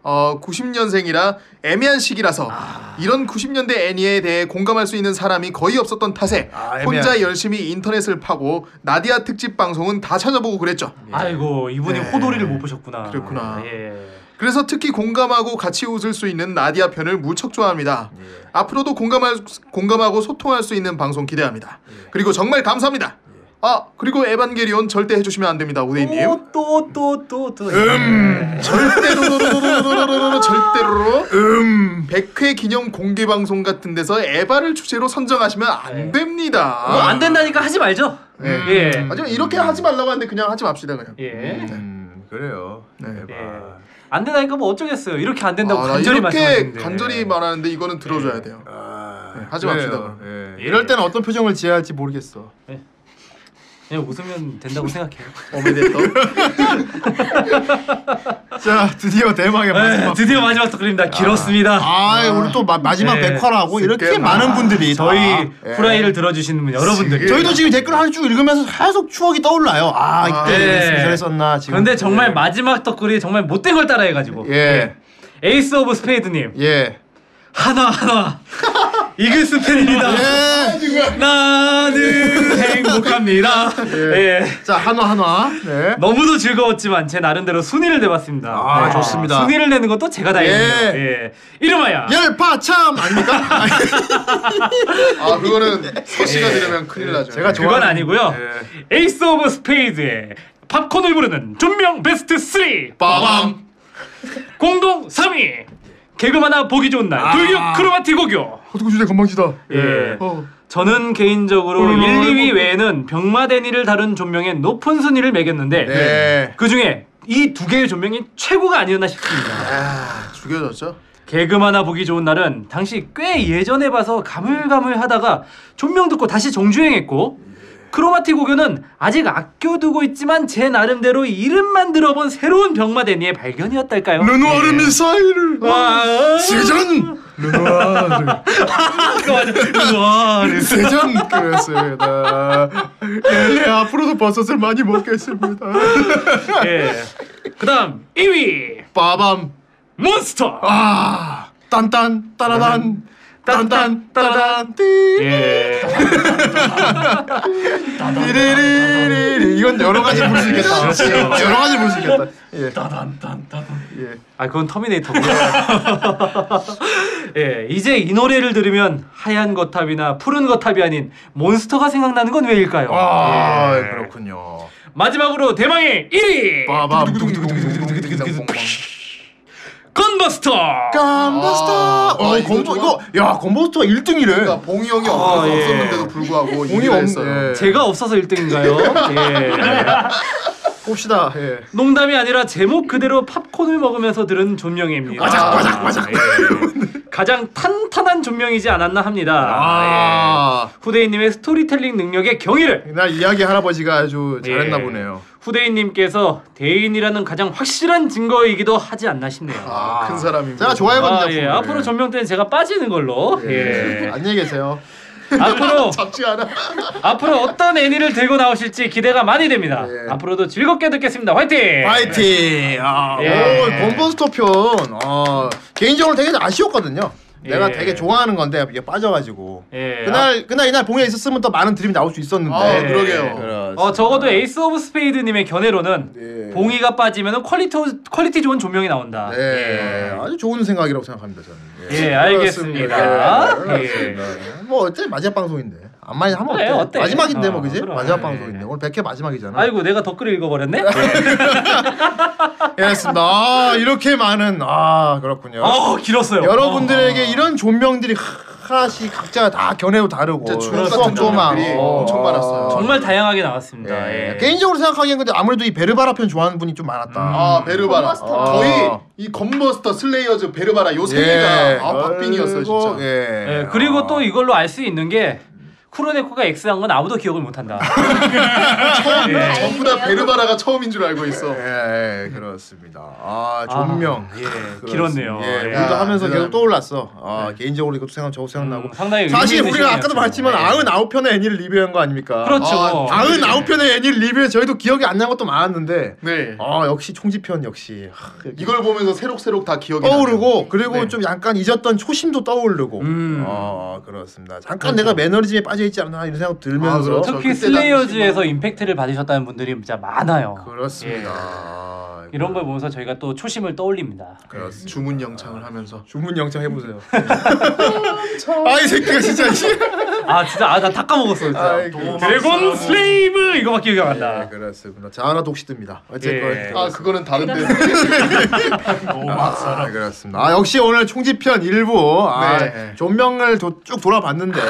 D: 어 90년생이라 애매한 시기라서 이런 90년대 애니에 대해 공감할 수 있는 사람이 거의 없었던 탓에
C: 아, 애매한.
D: 혼자 열심히 인터넷을 파고 나디아 특집 방송은 다 찾아보고 그랬죠.
B: 아이고 이분이 호돌이를 못 보셨구나.
D: 그랬구나.
B: 예.
D: 그래서 특히 공감하고 같이 웃을 수 있는 나디아 편을 무척 좋아합니다. 앞으로도 공감할, 공감하고 소통할 수 있는 방송 기대합니다. 그리고 정말 감사합니다. 아 그리고 에반게리온 절대 해주시면 안 됩니다, 우대님.
B: 또또또또 또. 음.
D: 절대로로로로로로로로로 절대로로 음 100회 기념 공개 방송 같은 데서 에바를 주제로 선정하시면 안 됩니다.
B: 뭐 안 된다니까 하지 말죠.
D: 음.
B: 예.
D: 하지만 이렇게 하지 말라고 하는데 그냥 하지 맙시다 그냥.
B: 예.
C: 음, 그래요. 네.
B: 예. 안 된다니까 뭐 어쩌겠어요. 이렇게 안 된다고
D: 아, 나
B: 간절히
D: 이렇게
B: 말씀하시는데.
D: 간절히 말하는데 이거는 들어줘야 돼요.
C: 아,
D: 하지 맙시다.
C: 그래요.
D: 그럼.
C: 예. 이럴 때는 어떤 표정을 지어야 할지 모르겠어.
B: 그냥 웃으면 된다고 생각해요. (laughs)
D: 어메데또.
C: 자, (laughs) 네, 드디어 대망의 마지막.
B: 드디어 마지막 덕분입니다. 길었습니다.
C: 아, 우리 또 마, 마지막
B: 네.
C: 백화라고 예. 이렇게
D: 쓸게나.
C: 많은 분들이
B: 저희
C: 다.
B: 후라이를 들어주시는 여러분들.
C: 저희도 지금 댓글 하나 쭉 읽으면서 계속 추억이 떠올라요. 아, 이때
B: 예.
C: 이랬으면 저랬었나 지금.
B: 그런데 정말 마지막 덕글이 정말 못된 걸 따라해가지고
C: 예.
B: 에이스 오브 스페이드님
C: 예.
B: 하나 하나
C: (laughs)
B: 이글 스펠입니다.
C: 예. (laughs)
B: 나는 행복합니다. 예.
C: 자, 한화 한화. 네.
B: 너무도 즐거웠지만 제 나름대로 순위를 내봤습니다. 예.
C: 아, 좋습니다.
B: 순위를 내는 것도 제가 다행이에요. 예. 이름하여
C: 열파참 (laughs) 아닙니까? 아니,
D: 아 그거는 서씨가 들으면 큰일 나죠.
C: 네.
D: 네.
C: 제가 좋아.
B: 그건 아니고요.
C: 예.
B: 에이스 오브 스페이드의 팝콘을 부르는 존명 베스트 3
D: 빠밤.
B: 공동 3위 개그마나 보기 좋은 날
C: 아.
B: 돌격 크로마티 고교
C: 호두구 주제 건방지다.
B: 예.
C: 어. 음.
B: 저는 개인적으로 1, 2위 외에는 병마대니를 다룬 존명의 높은 순위를 매겼는데
C: 네.
B: 그 중에 이 두 개의 존명이 최고가 아니었나 싶습니다.
D: 아 죽여졌죠.
B: 개그마나 보기 좋은 날은 당시 꽤 예전에 봐서 가물가물하다가 존명 듣고 다시 정주행했고 크로마티 고교는 아직 아껴두고 있지만 제 나름대로 이름만 들어본 새로운 병마대니의 발견이었달까요? (laughs)
C: 네. 르누아르 미사일을
B: 와,
C: 세전 르누아르
B: 와,
C: 세전 그랬습니다. 예, 예, 앞으로도 버섯을 많이 (laughs) 먹겠습니다.
B: 예. 그다음 2위
C: 빠밤
B: 몬스터.
C: 아 딴딴 따라단 딴딴 따라단 띠
B: 예.
C: 띠리리리리 이건 여러 가지 볼 수 있겠다.
B: 그렇죠.
C: 여러 가지 볼 수 있겠다. 예.
B: 아 그건 터미네이터고요. (laughs) 예, 이제 이 노래를 들으면 하얀 거탑이나 푸른 거탑이 아닌 몬스터가 생각나는 건 왜일까요?
C: 아 그렇군요.
B: 마지막으로 대망의 1위
C: 빠밤
B: 건버스터.
C: 건버스터.
D: 아,
C: 어
D: 이거
C: 건버
D: 좋아.
C: 이거 야 건버스터가 1등이래.
D: 그러니까 봉이 형이 없어서
B: 예.
D: 없었는데도 불구하고
C: 공이
D: 공이 없어요.
C: 아, 없어요. 예.
B: 제가
C: (laughs)
B: 없어서 1등인가요? 예.
C: 봅시다. 예.
B: 농담이 아니라 제목 그대로 팝콘을 먹으면서 들은 존명입니다. 아,
C: 와작, 와작, 와작.
B: 예. 가장 탄탄한 존명이지 않았나 합니다.
C: 아.
B: 예. 후대인님의 스토리텔링 능력의 경의를
C: 나 이야기 할아버지가 아주 잘했나
B: 예.
C: 보네요.
B: 후대인님께서 대인이라는 가장 확실한 증거이기도 하지 않나 싶네요. 아,
D: 큰 사람입니다.
C: 제가 좋아해거든요.
B: 예. 앞으로 전명 때는 제가 빠지는 걸로.
C: (laughs)
B: 예.
C: 안녕히 계세요.
B: 앞으로
D: 잡지 않아.
B: 앞으로 어떤 애니를 들고 나오실지 기대가 많이 됩니다.
C: 예.
B: 앞으로도 즐겁게 듣겠습니다. 화이팅!
C: 파이팅. 아,
B: 예.
C: 오, 건버스터 편. 아, 개인적으로 되게 아쉬웠거든요. 내가
B: 예.
C: 되게 좋아하는 건데 이게 빠져가지고.
B: 예.
C: 그날 그날 이날 봉에 있었으면 더 많은 드림이 나올 수 있었는데.
D: 아
B: 예.
D: 그러게요.
C: 그렇습니다.
B: 어 적어도 에이스 오브 스페이드님의 견해로는 봉이가 빠지면 퀄리티 퀄리티 좋은 조명이 나온다.
C: 예. 아주 좋은 생각이라고 생각합니다 저는.
B: 예, 알겠습니다.
C: 그렇습니다.
B: 예.
C: 그렇습니다. 뭐 어째 마지막 방송인데 안 많이 하면
B: 그래,
C: 어때?
B: 어때?
C: 마지막인데
B: 어,
C: 뭐 그지?
B: 그럼.
C: 마지막
B: 예.
C: 방송인데 오늘 100회 마지막이잖아.
B: 아이고 내가 댓글을 읽어버렸네.
C: 예, 알겠습니다. 아, 이렇게 많은 아 그렇군요.
B: 어 길었어요.
C: (laughs) 여러분들에게 이런 존명들이 하나씩 각자 다 견해도 다르고
D: 진짜 주옥
C: 그래서
D: 같은
C: 조망.
D: 존명들이
C: 어.
D: 엄청 많았어요.
B: 정말 다양하게 나왔습니다.
C: 예.
B: 예.
C: 개인적으로 생각하기엔 근데 아무래도 이 베르바라 편 음. 좋아하는 분이 좀 많았다.
D: 아 베르바라.
E: 건버스터.
D: 거의 이 건버스터 슬레이어즈 베르바라 요세 개가 아 박빙이었어요 진짜.
C: 예.
B: 예, 그리고 또 이거로 알 수 있는 게 쿠로네코가 X한 건 아무도 기억을 못한다.
D: 예. 전부 다 베르바라가 처음인 줄 알고 있어.
C: 예, 예, 그렇습니다. 아, 존명.
B: 예, 길었네요.
C: 예,
B: 예.
C: 우리도 하면서
D: 대단합니다.
C: 계속 떠올랐어. 아, 개인적으로 이것도 생각 저거 생각나고.
B: 음, 상당히
C: 사실
B: 의미 있는
C: 우리가 아까도
B: 시간이었죠.
C: 말했지만
B: 예.
C: 아흔 아홉 편의 애니를 리뷰한 거 아닙니까?
B: 그렇죠.
D: 아,
C: 아흔 아홉 편의 애니를 리뷰해 저희도 기억이 안 난 것도 많았는데.
D: 네.
C: 아, 역시 총지편 역시 하,
D: 이걸 보면서 새록새록 다 기억이
C: 떠오르고 그리고
D: 네.
C: 좀 약간 잊었던 초심도 떠오르고.
B: 음.
C: 아 그렇습니다. 잠깐 내가 매너리즘에 빠져 있지 않나 이런 생각 들면서.
D: 그렇죠. 아, 그렇죠.
B: 예. 특히
D: 그때 당시
B: 슬레이어즈에서 임팩트를 받으셨다는 분들이 진짜 많아요.
C: 그렇습니다.
B: 예.
C: 아,
B: 이런 걸 보면서 저희가 또 초심을 떠올립니다.
D: 나요. 주문 영창을 하면서
C: 주문 영장
D: (laughs)
C: 해보세요. 아 이 새끼가 진짜.
B: 아 진짜 아 나 닦아 먹었어 진짜.
C: 아이고.
B: 드래곤 슬레이브 이거밖에 기억 안 나.
C: 네, 그렇습니다. 자하나 독시듭니다. 어쨌건
B: 예.
D: 아 그거는 다른데
C: 아, 그렇습니다. 아 역시 오늘 총지편 일부 아,
D: 네.
C: 존명을 도- 쭉 돌아봤는데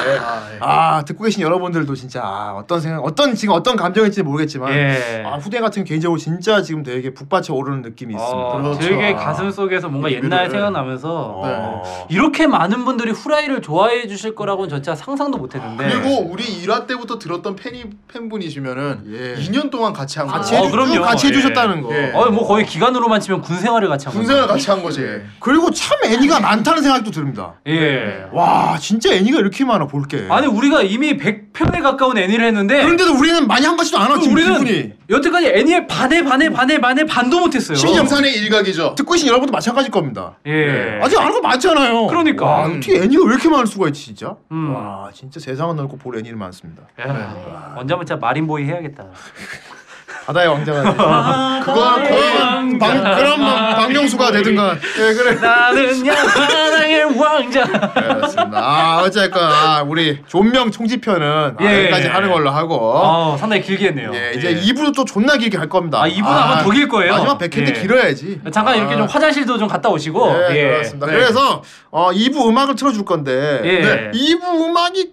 C: 아,
D: 예.
C: 듣고 계신 여러분들도 진짜 아, 어떤 생각, 어떤 지금 어떤 감정일지 모르겠지만
B: 예.
C: 아, 후대 같은 거 개인적으로 진짜 지금 되게 북받쳐 솟아서 오르는 느낌이 있습니다.
B: 어,
D: 그렇죠.
B: 되게
D: 아.
B: 가슴 속에서 뭔가
D: 이
B: 옛날
D: 뮤비를.
B: 생각나면서
C: 네.
F: 어.
B: 이렇게 많은 분들이 후라이를 좋아해 주실 거라고는 전차 상상도 못했는데
D: 그리고 우리 1화 때부터 들었던 팬이 팬분이시면은
C: 예.
D: 2년 동안 같이 한
C: 같이
D: 거예요.
B: 해주-
C: 해주,
B: 어, 그럼요.
C: 쭉 같이
B: 예.
C: 해주셨다는 거.
D: 예.
B: 어, 뭐 거의 기간으로만 치면 군 생활을 같이 한
D: 아, 군생활
B: 거죠.
D: 같이 한 거지.
C: 그리고 참 애니가 많다는 생각도 듭니다.
B: 예.
C: 와 진짜 애니가 이렇게 많아 볼게.
B: 아니 우리가 이미 100편에 가까운 애니를 했는데
C: 그런데도 우리는 많이 한 것이도 안 하고
B: 그
C: 지금
B: 우리는
C: 기분이.
B: 여태까지 애니의 반에 반에 반에 반에 반도 못했어요.
D: 심산의 일각이죠.
C: 듣고 계신 여러분도 마찬가지일 겁니다.
B: 예.
C: 네. 아직 안한거 많잖아요.
B: 그러니까.
C: 와, 어떻게 애니가 왜 이렇게 많을 수가 있지 진짜?
B: 음.
C: 와 진짜 세상은 넓고 볼 애니는 많습니다. 아.
B: 야, 언제 한번 진짜 마린보이 해야겠다.
C: 바다의
B: (laughs)
C: 왕자가
D: 그거
C: 되든
D: 그런
C: 방, 그런 방- 박명수가
B: (laughs)
C: 되든가. 예 그래.
B: 나는 야 사랑의 왕자.
C: 알았습니다. 아 어쨌건 아, 우리 존명 총지편은
B: 예.
C: 아, 여기까지 하는 걸로 하고.
B: 어, 상당히 길게 했네요.
C: 예, 이제 2부도 또 존나 길게 갈 겁니다.
B: 아, 2부는 아마 더 길 거예요.
C: 마지막 100회 때
B: 예.
C: 길어야지.
B: 잠깐 이렇게
C: 아.
B: 좀 화장실도 좀 갔다 오시고.
C: 네,
B: 예.
C: 그렇습니다. 그래서 어, 2부 음악을 틀어줄 건데
B: 예.
C: 네, 2부 음악이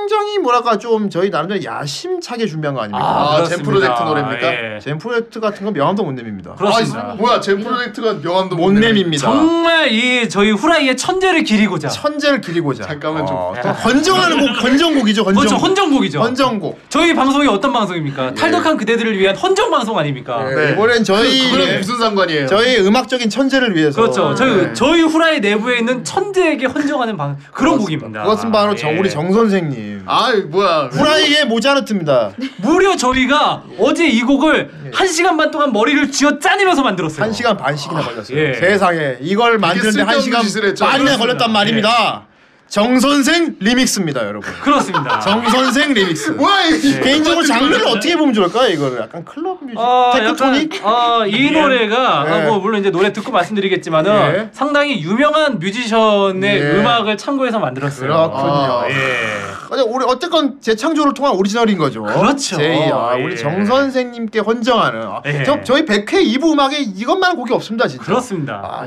C: 굉장히 뭐랄까 좀 저희 나름대로 야심차게 준비한 거 아닙니까?
D: 아, 젠
B: 그렇습니다.
D: 프로젝트 노래입니까?
B: 예.
C: 젠 프로젝트 같은 건 명함도 못 내밉니다.
B: 그렇습니다.
D: 아, 뭐야 젠 프로젝트가 명함도
C: 못 내밉니다.
B: 정말 이 저희 후라이의 천재를 기리고자.
C: 천재를 기리고자.
D: 잠깐만 좀.
C: 어, 또 건정하는 곡, 건정곡이죠. 건정곡.
B: 그렇죠. 헌정곡이죠.
C: 건정곡. 예.
B: 저희 방송이 어떤 방송입니까? 탈덕한 그대들을 위한 헌정 방송 아닙니까?
C: 네. 이번엔 저희
D: 그거랑 무슨 상관이에요?
C: 저희 음악적인 천재를 위해서
B: 그렇죠. 저희
D: 네.
B: 저희 후라이 내부에 있는 천재에게 헌정하는 방 그런 곡입니다.
C: 그것은 바로 정,
B: 예.
C: 우리 정 선생님.
D: 아 뭐야.
C: 후라이의 모차르트입니다.
B: 무려 저희가 어제 이 곡을 한 시간 반 동안 머리를 쥐어 짜내면서 만들었어요.
C: 네. 한 시간 반씩이나 걸렸어요.
B: 예.
C: 세상에 이걸 만드는데 한
D: 쓸데없는
C: 시간
D: 짓을 했죠.
C: 반이나
D: 그렇습니다.
C: 걸렸단 말입니다. 정 선생 리믹스입니다, 여러분.
B: 그렇습니다.
C: 정 선생 리믹스. 예.
D: 뭐야 이
C: 개인적으로 장르를 어떻게 보면 좋을까요? 이거를 약간 클럽 뮤직,
B: 어,
C: 테크토닉.
B: 약간, 어, 이 노래가
C: 예.
B: 아, 뭐 물론 이제 노래 듣고 말씀드리겠지만은
C: 예.
B: 상당히 유명한 뮤지션의
C: 예.
B: 음악을 참고해서 만들었어요.
C: 그렇군요.
F: 아,
B: 예.
C: 아니, 우리 어쨌건 재창조를 통한 오리지널인 거죠.
B: 그렇죠.
C: 제2, 아,
B: 예.
C: 우리 정 선생님께 헌정하는. 아,
B: 예.
C: 저, 저희 100회 2부 음악에 이것만 곡이 없습니다, 진짜.
B: 그렇습니다.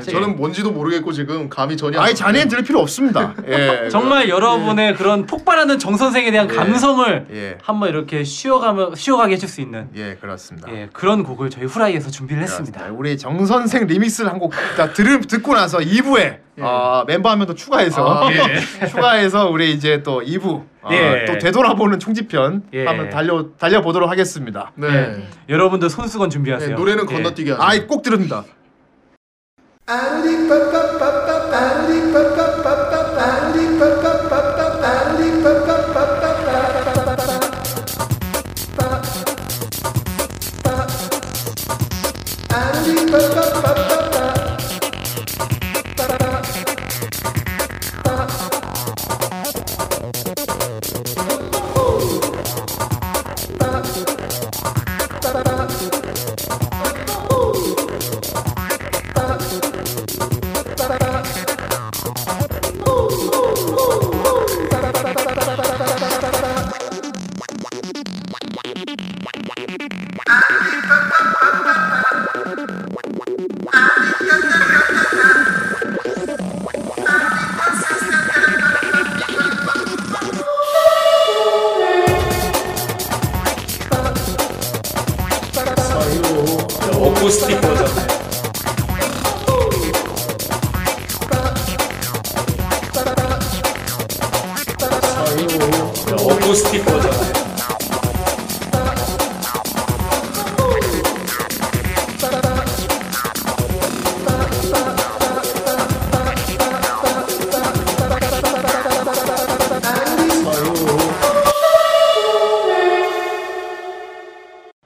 C: 아,
B: 네.
D: 저는 뭔지도 모르겠고 지금 감이 전혀. 안
C: 아예 자네는 들을 필요 없습니다.
D: (laughs)
C: 예.
B: 정말 여러분의 그런 폭발하는 정 선생에 대한 감성을
C: 네. 예.
B: 한번 이렇게 쉬어가면 쉬어가게 해줄 수 있는
C: 예, 그렇습니다.
B: 예, 그런 곡을 저희 후라이에서 준비를
C: 자,
B: 했습니다.
C: 우리 정 선생 리믹스를 한 곡 들음 듣고 나서 2부에 어, 멤버 한 명 더 추가해서
D: 아,
C: (laughs) 추가해서 우리 이제 또 2부 어,
B: 예.
C: 또 되돌아보는 총지편
B: 예.
C: 한번 달려 달려 보도록 하겠습니다.
D: 네.
B: 여러분들 손수건 준비하세요.
D: 네, 노래는
B: 예.
D: 건너뛰기 하죠.
C: 아이 꼭 들읍니다.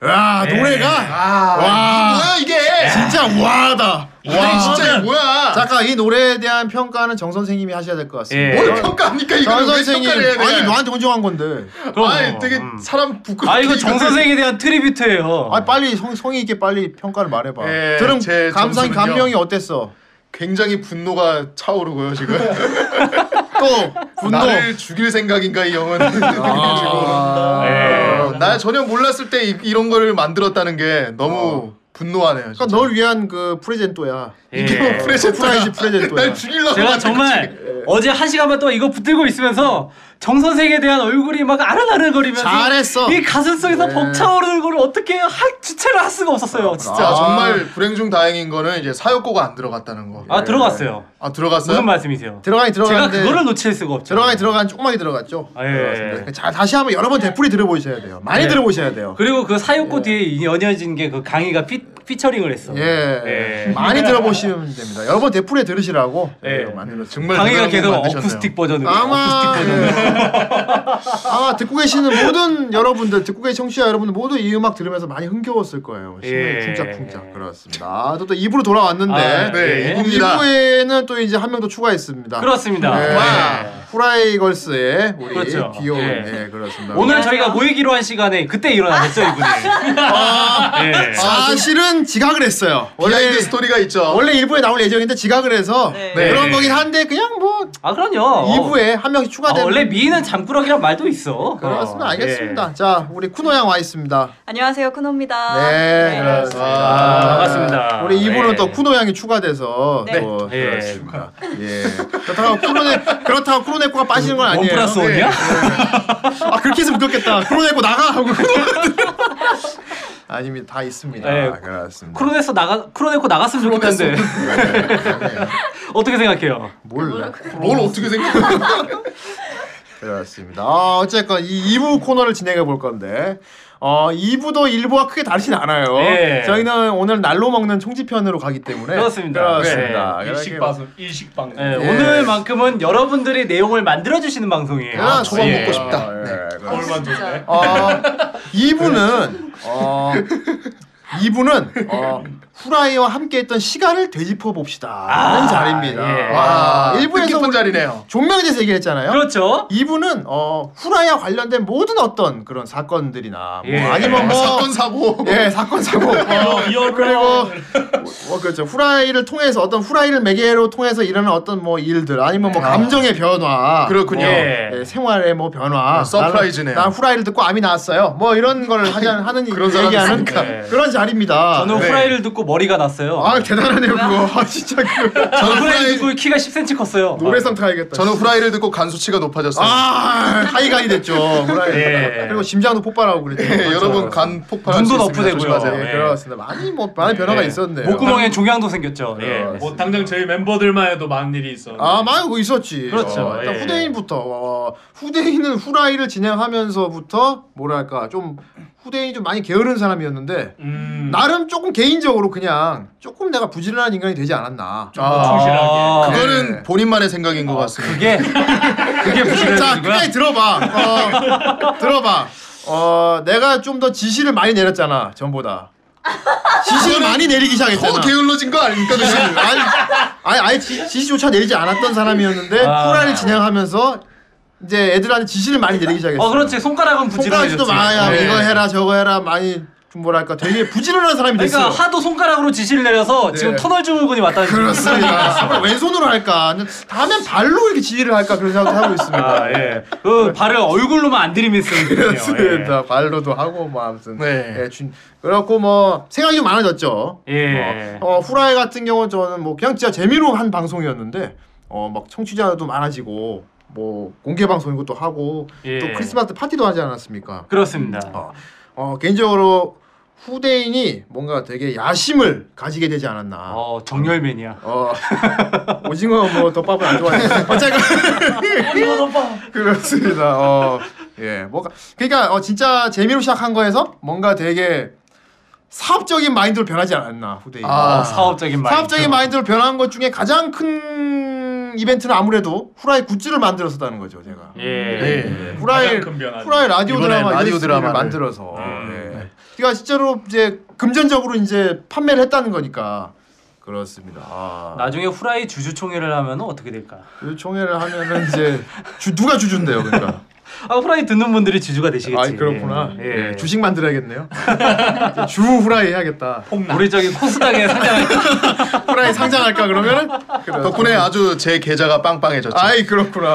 C: 와 노래가 와
D: 뭐야 예. 아, 이게?
C: 진짜 와다.
D: 와 진짜
C: 진짜
D: 뭐야?
C: 잠깐 이 노래에 대한 평가는 정 선생님이 하셔야 될 것 같습니다.
B: 예.
D: 뭘 평가합니까 이거
C: 정
D: 왜
C: 선생님
D: 평가를 해야 돼?
C: 아니 너한테 헌정한 건데.
B: 그럼
D: 아니
B: 뭐.
D: 되게
C: 어.
B: 음.
D: 사람 부끄럽게
B: 아 이거 정
D: 이거를-
B: 선생에 대한 트리뷰트예요.
C: 아 빨리 성, 성의 있게 빨리 평가를 말해봐.
D: 어. 예,
C: 들음
D: 제
C: 감상
D: 점수는요.
C: 감명이 어땠어?
D: 굉장히 분노가 차오르고요 지금
C: 또 (laughs) 분노.
D: 나를 죽일 생각인가 이 영은 (laughs) 아~
C: 네.
B: 예.
D: 어, 나 전혀 몰랐을 때 이, 런 거를 만들었다는 게 너무 분노하네요 진짜.
C: 그러니까 널 위한 그 프레젠토야.
B: 예.
D: 이게 뭐 프레젠토야
C: 프라이시 프레젠토야.
D: 날 죽이려고
B: 제가
D: 만든
B: 정말 어제 한 시간만 동안 이거 붙들고 있으면서 정 선생에 대한 얼굴이 막 아른아른거리면서
C: 잘했어. 네.
B: 이 가슴 속에서 벅차오르는 걸 어떻게 할 주체를 할 수가 없었어요 진짜
D: 아, 정말 불행 중 다행인 거는 이제 사역고가 안 들어갔다는 거.
B: 아 들어갔어요
D: 아 들어갔어요?
B: 무슨 말씀이세요?
C: 네. 들어가니
B: 제가
C: 들어가는데
B: 그거를 놓칠 수가 없죠
C: 들어가니 들어간 조금만이 들어갔죠.
B: 아, 예.
C: 자, 다시 한번 여러 번 되풀이 들어보셔야 돼요. 많이
B: 네.
C: 들어보셔야 돼요.
B: 그리고 그 사육고 뒤에 연이어진 게 그 강의가 피, 피처링을 했어
C: 예.
B: 예.
C: 많이 들어보시면 됩니다. 여러 번 되풀이 들으시라고.
B: 예.
C: 예. 많이 들었죠.
D: 정말
B: 강의가
D: 대단한
B: 계속
D: 거 만드셨네요.
B: 어쿠스틱 버전으로
C: 아마
B: 어쿠스틱 버전으로
C: 예. (laughs) 아마 듣고 계시는 모든 여러분들 듣고 계신 청취자 여러분들 모두 이 음악 들으면서 많이 흥겨웠을 거예요.
B: 예.
C: 심장이 쿵짝쿵짝 그렇습니다. 또 또 2부로 돌아왔는데
B: 아,
D: 네,
B: 예.
D: 이분- 이부입니다.
C: 2부에는 또 이제 한 명 더 추가했습니다.
B: 그렇습니다
C: 예.
B: 와.
C: 후라이 걸스의 우리
B: 그렇죠.
C: 귀여운
B: 예.
C: 예. 그렇습니다.
B: 오늘 저희가 모이기로 한 시간에 그때 일어나셨죠 이분이
F: 뭐,
B: 예.
C: 사실은 지각을 했어요. 예.
D: 비하인드 스토리가 있죠.
C: 원래 1부에 나올 예정인데 지각을 해서
B: 네.
C: 그런 거긴 한데 그냥 뭐
B: 아 그럼요
C: 2부에 한 명씩
B: 아,
C: 추가되는
B: 원래 미인은 잠꾸러기란 말도 있어
C: 네.
B: 예.
C: 그렇습니다. 알겠습니다. 자, 우리 쿠노 양 와 있습니다.
G: 안녕하세요, 쿠노입니다.
C: 네, 그렇습니다.
B: 아, 반갑습니다.
C: 우리 2부는
B: 네.
C: 또 쿠노 양이 추가돼서
G: 네.
C: 또
B: 예.
C: 그렇습니다. 예. 그렇다고 쿠노네 그렇다고 쿠노네코가 빠지는 건
B: 원
C: 아니에요.
B: 플러스 원이야? (laughs)
C: 아 그렇게 했으면 좋겠다. 쿠노네코 나가 하고 (laughs) 쿠노- 아닙니다. 다 있습니다.
B: 네.
C: 그렇습니다.
B: 크로네스 나가 크로네코 나갔으면 좋겠는데 (laughs) 어떻게 생각해요?
C: 몰라.
D: 뭘 어떻게 생각해?
C: 그렇습니다. 아, 어쨌건 이 2부 코너를 진행해 볼 건데. 어, 2부도 1부와 크게 다르진 않아요.
B: 예.
C: 저희는 오늘 날로 먹는 총지편으로 가기 때문에
B: 그렇습니다.
C: 그렇습니다. 그렇게-
F: 일식방송 일식방.
B: 예, 오늘만큼은 여러분들이 내용을 만들어 주시는 방송이에요.
C: 아,
D: 초밥
B: 예.
D: 먹고 싶다.
C: 예,
D: 네.
C: 그렇습니다.
F: 얼마 좋네.
C: 어, 2부는 어, 2부는 어, 후라이와 함께했던 시간을 되짚어 봅시다라는 자리입니다.
B: 예.
C: 와,
D: 와,
C: 1부에서
D: 아, 뜻깊은
C: 우리
D: 자리네요.
C: 존명제에서 얘기했잖아요.
B: 그렇죠.
C: 2부는 어, 후라이와 관련된 모든 어떤 그런 사건들이나 뭐
B: 예.
C: 아니면 뭐
D: 사건 사고. 어.
C: 예 사건 사고
D: (laughs)
C: 뭐, 그리고 뭐 그렇죠 후라이를 통해서 어떤 후라이를 매개로 통해서 일어나는 어떤 뭐 일들 아니면 뭐 감정의 변화
D: 예. 그렇군요.
C: 뭐,
B: 예.
C: 예, 생활의 뭐 변화
D: 아, 서프라이즈네요.
C: 나는, 난 후라이를 듣고 암이 나왔어요 뭐 이런 걸
D: (laughs)
C: 하자, 하는
D: 그런 사람이
C: 얘기하는
B: 있으니까.
D: 예.
C: 그런 자리입니다
B: 저는 후라이를 듣고 머리가 났어요.
C: 아 대단하네요
D: 뭐?
C: 그거 (laughs) 아, 진짜 그
B: 저는 후라이를 듣고 키가 10cm 컸어요.
D: 아.
C: 노래상 타야겠다
D: 저는 후라이를 듣고 간수치가 높아졌어요.
C: 아 하이간이 됐죠 후라이
B: 예.
C: 그리고 심장도 폭발하고 그랬죠 그렇죠.
D: 예, 여러분 간 폭발할 수
B: 눈도
D: 있습니다.
B: 너프되고요.
D: 조심하세요.
C: 예,
B: 예.
C: 그렇습니다. 많이 뭐 많은 변화가
B: 예.
C: 있었네요.
B: 목구멍엔 종양도 생겼죠. 예.
F: 뭐 당장 저희 멤버들만 해도 많은 일이 있어.
C: 아, 많이 그거 있었지.
B: 그렇죠.
C: 어, 일단
B: 예.
C: 후대인부터 어, 후대인은 후라이를 진행하면서부터 뭐랄까 좀 후대인이 좀 많이 게으른 사람이었는데
F: 음.
C: 나름 조금 개인적으로 그냥 조금 내가 부지런한 인간이 되지 않았나.
B: 아,
F: 충실하게.
D: 그거는
C: 예.
D: 본인만의 생각인 것 같습니다.
B: 그게 그게
C: 자,
B: 부실해지는 거야?
C: 끝까지 들어봐. 어, 들어봐. 어, 내가 좀 더 지시를 많이 내렸잖아, 전보다. 지시를 많이 내리기
D: 더
C: 시작했잖아.
D: 게을러진 거 아닙니까? 그냥?
C: 아니, 아니, 아예 지, 지시조차 내리지 않았던 사람이었는데
B: 아.
C: 후라이를 진행하면서 이제 애들한테 지시를 많이 내리기 시작했어.
B: 어 그렇지 손가락은 부지런해졌지.
C: 손가락도 많아야
B: 예.
C: 이거 해라 저거 해라 많이 좀 뭐랄까 되게 부지런한 사람이 됐어.
B: 그러니까 하도 손가락으로 지시를 내려서 지금 터널 증후군이 왔다는
C: 네. 그렇습니다. 앞으로 왼손으로 할까? 아니면 다음엔 발로 이렇게 지시를 할까? 그런 생각도 하고 있습니다.
B: 아, 예. 그 발을 얼굴로만 안 들이밀었어요.
C: 그렇습니다. 발로도 하고 뭐 아무튼
D: 네.
C: 예, 준- 그렇고 뭐 생각이 좀 많아졌죠.
B: 예.
C: 어, 어, 후라이 같은 경우는 저는 뭐 그냥 진짜 재미로 한 방송이었는데 어, 막 청취자도 많아지고 뭐 공개 방송인 것도 하고
B: 예.
C: 또 크리스마스 때 파티도 하지 않았습니까?
B: 그렇습니다.
C: 어, 어, 개인적으로 후대인이 뭔가 되게 야심을 가지게 되지 않았나. 어. (laughs)
B: 어, 정열맨이야.
C: 오징어 뭐 덮밥을 안 좋아해. 어쨌건 그렇습니다. 어, 예, 뭔가 그러니까 어, 진짜 재미로 시작한 거에서 뭔가 되게 사업적인 마인드로 변하지 않았나 후대인.
B: 어,
D: 아,
B: 사업적인 마인드.
C: 사업적인 마인드로 변한 것 중에 가장 큰 이벤트는 아무래도 후라이 굿즈를 만들었었다는 거죠, 제가. 네.
B: 예.
D: 예.
C: 후라이
F: 가장 큰 변화죠.
C: 후라이 라디오
D: 이번에
C: 드라마
D: 라디오
C: 라디오 드라마를
D: 드라마를.
C: 만들어서 예. 그러니까 실제로 이제 금전적으로 이제 판매를 했다는 거니까 그렇습니다. 아.
B: 나중에 후라이 주주총회를 하면 어떻게 될까?
C: 그 총회를 하면은 이제 주, 누가 주주인데요, 그러니까.
B: 아, 후라이 듣는 분들이 주주가 되시겠지.
C: 아, 그렇구나.
B: 예.
C: 예. 주식 만들어야겠네요. (laughs) 주 후라이 해야겠다.
B: 예. 우리 저기
C: (laughs)
B: 코스닥에 상장할
C: 후라이 상장할까 그러면은
D: 덕분에 아주 제그 계좌가 빵빵해졌죠.
C: 아이 그렇구나. 아,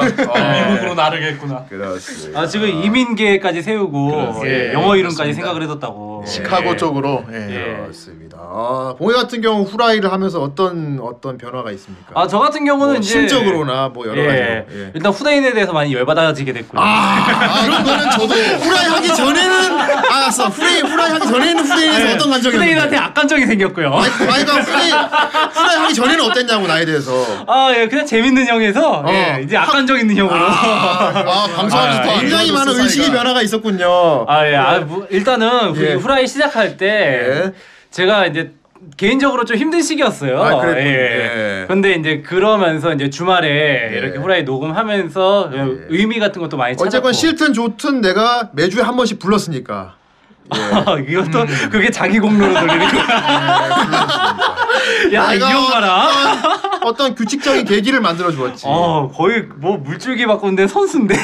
F: 미국으로 나르겠구나.
C: 그렇습니다.
B: 아, 지금 이민계까지 세우고
D: 그렇습니다.
B: 예, 영어 이름까지
D: 그렇습니다.
B: 생각을 해뒀다고.
D: 시카고
F: 예.
D: 쪽으로. 예.
F: 예.
C: 그렇습니다. 아, 봉해 같은 경우 후라이를 하면서 어떤 어떤 변화가 있습니까?
B: 아 저 같은
C: 뭐
B: 경우는 이제
C: 심적으로나 뭐 여러
B: 예.
C: 가지로. 예.
B: 일단 후대인에 대해서 많이 열받아지게 됐고요.
D: 아, 그런
B: (laughs)
D: 거는 저도
C: 후라이 하기 전에는 아, 알았어. 후라이 후라이 하기 전에는 후대인에서 네. 어떤
B: 후대인한테
C: 감정이었는데?
B: 악감정이 생겼고요.
C: 아이가 후라이 후라이 하기 전에는 어땠냐고 나에 대해서.
B: 아, 예, 그냥 재밌는 형에서
C: 어.
B: 예, 이제 악감정 있는 형으로.
D: 아, 감사합니다.
C: 아, 굉장히 많은
D: 사이가.
C: 의식의 변화가 있었군요.
B: 예. 아, 예. 아, 뭐, 일단은 후-
C: 예.
B: 후라이 시작할 때 제가 이제 개인적으로 좀 힘든 시기였어요.
C: 아, 그랬군요.
B: 예.
C: 예.
B: 근데 이제 그러면서 이제 주말에 이렇게 후라이 녹음하면서 예, 의미 같은 것도 많이 찾았고.
C: 예. 어쨌건 싫든 좋든 내가 매주에 한 번씩 불렀으니까.
B: 아, 이것도
C: 음.
B: 그게 자기
C: (laughs)
B: 공로로 돌리는 거야. 야, 이
C: 예, 내가
B: 형 봐라.
C: 어떤- 어떤 규칙적인 계기를 만들어 주었지.
B: 어, 거의 뭐 물줄기 바꾼데 선수인데.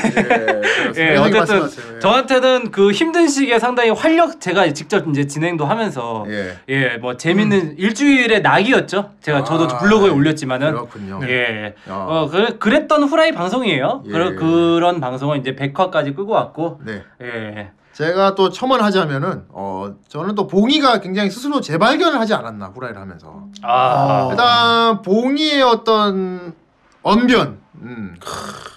B: 예,
C: 형이
B: 어쨌든
C: 말씀하세요. 예.
B: 저한테는 그 힘든 시기에 상당히 활력 제가 직접 이제 진행도 하면서
C: 예. 음.
B: 예, 뭐 재밌는 일주일의 낙이었죠. 제가 저도
C: 아,
B: 블로그에
C: 예.
B: 올렸지만은
C: 그렇군요.
B: 예.
C: 아.
B: 어, 그, 그랬던 후라이 방송이에요.
C: 예.
B: 그런 그런 방송은 이제 100화까지 끌고 왔고
C: 네.
B: 예.
C: 제가 또 첨언하자면은 어 저는 또 봉이가 굉장히 스스로 재발견을 하지 않았나 후라이를 하면서
B: 아.
C: 일단 봉이의 어떤 언변 음.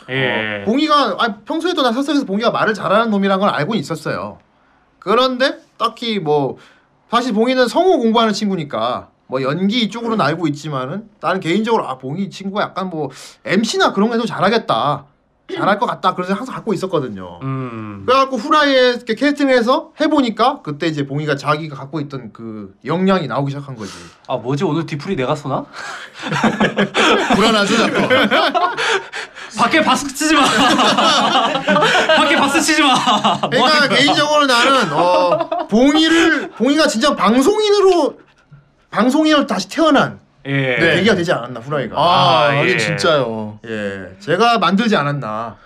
B: 예.
C: 봉이가 아, 평소에도 난 사석에서 봉이가 말을 잘하는 놈이란 걸 알고 있었어요 그런데 딱히 뭐 사실 봉이는 성우 공부하는 친구니까 뭐 연기 이쪽으로는 알고 있지만은 나는 개인적으로 아 봉이 이 친구가 약간 뭐 MC나 그런 거도 잘하겠다 잘할 것 같다 그런 생각 항상 갖고 있었거든요
B: 음.
C: 그래갖고 후라이에 이렇게 캐스팅해서 해보니까 그때 이제 봉이가 자기가 갖고 있던 그 역량이 나오기 시작한 거지.
B: 아, 뭐지? 오늘 뒤풀이 내가 쏘나?
D: 불안하죠, 자꾸.
B: 밖에 박수 치지 마.
F: (laughs)
B: 밖에 박수 치지 마.
C: 그러니까 개인적으로 나는 어, 봉이를 봉이가 진짜 방송인으로 방송인으로 다시 태어난
B: 예.
C: 네. 얘기가 되지 않았나 후라이가.
D: 아,
B: 아,
D: 아
B: 예.
D: 진짜요.
C: 예, 제가 만들지 않았나.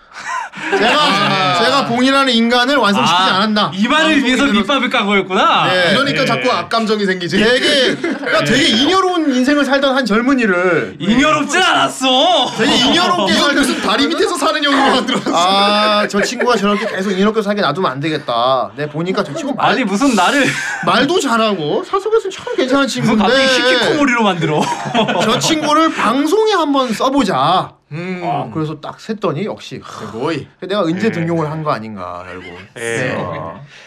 C: 제가 제가 봉이라는 인간을 완성시키지 않았나.
B: 아. 이 말을 위해서 아,
C: 방송인으로-
B: 밑밥을 깐 거였구나.
C: 예.
D: 이러니까 자꾸 악감정이 생기지.
C: 되게
B: 예.
C: 그러니까 되게 인여로운 인생을 살던 한 젊은이를
B: 잉여롭진 않았어.
C: 되게 인여롭게
D: 이건
C: 살던
D: 무슨 다리 밑에서 사는 형인 것 같더라.
C: 아 저 친구가 저렇게 계속 이렇게 살게 놔두면 안 되겠다. 내 보니까 저 친구 말,
B: 아니 무슨 나를
C: 말도 잘하고 사석에서는 참
D: 그
C: 괜찮은
B: 무슨 갑자기
C: 친구인데
B: 히키코모리로 만들어.
C: 저 친구를 방송에 한번 써보자.
D: 음, 그
C: 아, 그래서 딱 샜더니 역시
D: 거의. 예.
C: 내가 은재 등용을 한 거 아닌가 알고. 네.
B: 예.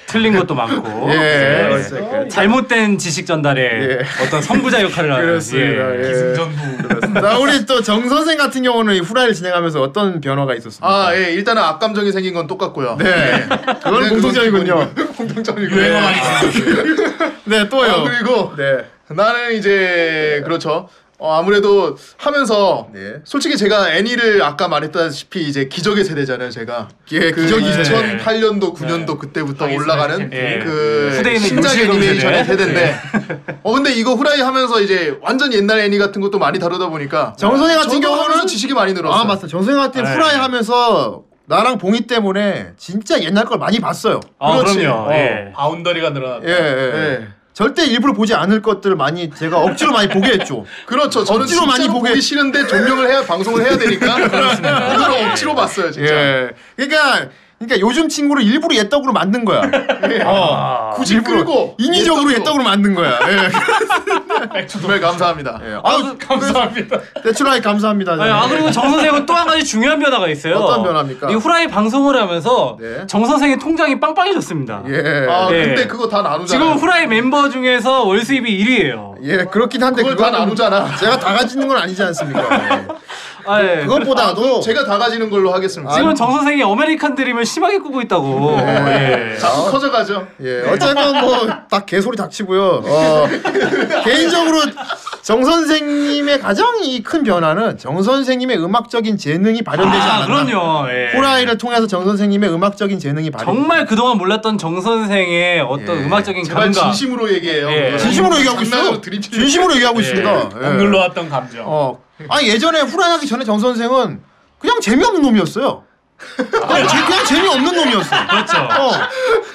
B: 틀린 것도 많고.
C: 어. 예.
B: 예.
C: 그래서 예.
B: 잘못된 지식 전달에 어떤 선구자 역할을 하는.
C: 그렇습니다.
B: 예.
C: 예.
F: 전부.
C: 자 우리 또 정 선생 같은 경우는 이 후라이를 진행하면서 어떤 변화가 있었습니까?
D: 아, 예, 일단은 악감정이 생긴 건 똑같고요.
C: 네. 그건 공통점이군요.
D: 공통점이고요.
C: 네 또요.
D: 아, (laughs) 그리고
C: 네.
D: 나는 이제 그렇죠. 어, 아무래도 하면서
C: 네.
D: 솔직히 제가 애니를 아까 말했다시피 이제 기적의 세대잖아요, 제가.
C: 예,
D: 그
C: 기적이
D: 2008년도 9년도 그때부터
C: 네.
D: 올라가는
B: 예.
D: 그
B: 후대인은
D: 신작
B: 용실금
D: 애니메이션의
B: 세대.
D: 세대인데 어 근데 이거 후라이 하면서 이제 완전 옛날 애니 같은 것도 많이 다루다 보니까
C: 정 선생 같은
D: 아, 저도
C: 경우는
D: 하면서 지식이 많이 늘었어요. 네.
C: 아 맞다 정승 같은 후라이 하면서 나랑 봉이 때문에 진짜 옛날 걸 많이 봤어요.
B: 아,
C: 그렇지.
B: 그럼요.
C: 어.
B: 예.
F: 바운더리가 늘어났다.
C: 예, 예.
D: 예.
C: 절대 일부러 보지 않을 것들을 많이 제가 억지로 많이 보게 했죠.
D: (laughs) 그렇죠. 저는
C: 억지로
D: 억지로
C: 많이
D: 많이 보기
C: 보게-
D: 싫은데 종명을 해야 방송을 해야 되니까 오늘 억지로 봤어요, 진짜.
C: 예. 그러니까 그러니까 요즘 친구를 일부러 옛떡으로 만든
D: (laughs)
C: 거야. 어.
D: 예. 아, 굳이 끌고
C: 인위적으로 옛떡으로 만든 거야.
D: (laughs)
C: 예.
D: 정말 감사합니다.
C: 예. 아우
F: 감사합니다.
C: 대출아이 감사합니다.
B: 아니, 아 그리고 정 선생은 또 한 가지 중요한 변화가 있어요.
C: 어떤 변화입니까?
B: 이 후라이 방송을 하면서
C: 네.
B: 정 선생의 통장이 빵빵해졌습니다.
C: 예.
D: 아
B: 네.
D: 근데 그거 다 나누잖아.
B: 지금 후라이 멤버 중에서 월 수입이 1위예요.
C: 예, 그렇긴 한데
D: 그걸 다
C: 그거는
D: 나누잖아.
C: 제가 다 가지는 건 아니지 않습니까? 예.
B: 아, 예.
C: 그것보다도
D: 제가 다 가지는 걸로 하겠습니다.
B: 지금 정 선생이 아메리칸 드림을 심하게 꾸고 있다고.
C: 네.
B: 예.
D: 자꾸 커져가죠.
C: 예,
B: 네.
C: 어쨌건 뭐 딱 개소리 닥치고요.
B: (laughs)
C: 어, 개인적으로 정 선생님의 가장 이 큰 변화는 정 선생님의 음악적인 재능이 발현되지
B: 아,
C: 않았나.
B: 그럼요. 예.
C: 호라이를 통해서 정 선생님의 음악적인 재능이 발현.
B: 정말 그동안 몰랐던 정 선생의 어떤
C: 예.
B: 음악적인
D: 제발
B: 감각.
D: 진심으로 얘기해요.
B: 예.
C: 진심으로 얘기하고 있어요.
D: 장난으로 드립치는
C: 진심으로 얘기하고 있습니다. 예.
F: 억눌러왔던 감정.
C: 어, 아 예전에 후라이하기 전에 정 선생은 그냥 재미없는
B: (laughs)
C: 놈이었어요. 그냥, 재, 그냥 재미없는 놈이었어.
B: 그렇죠.
C: 어,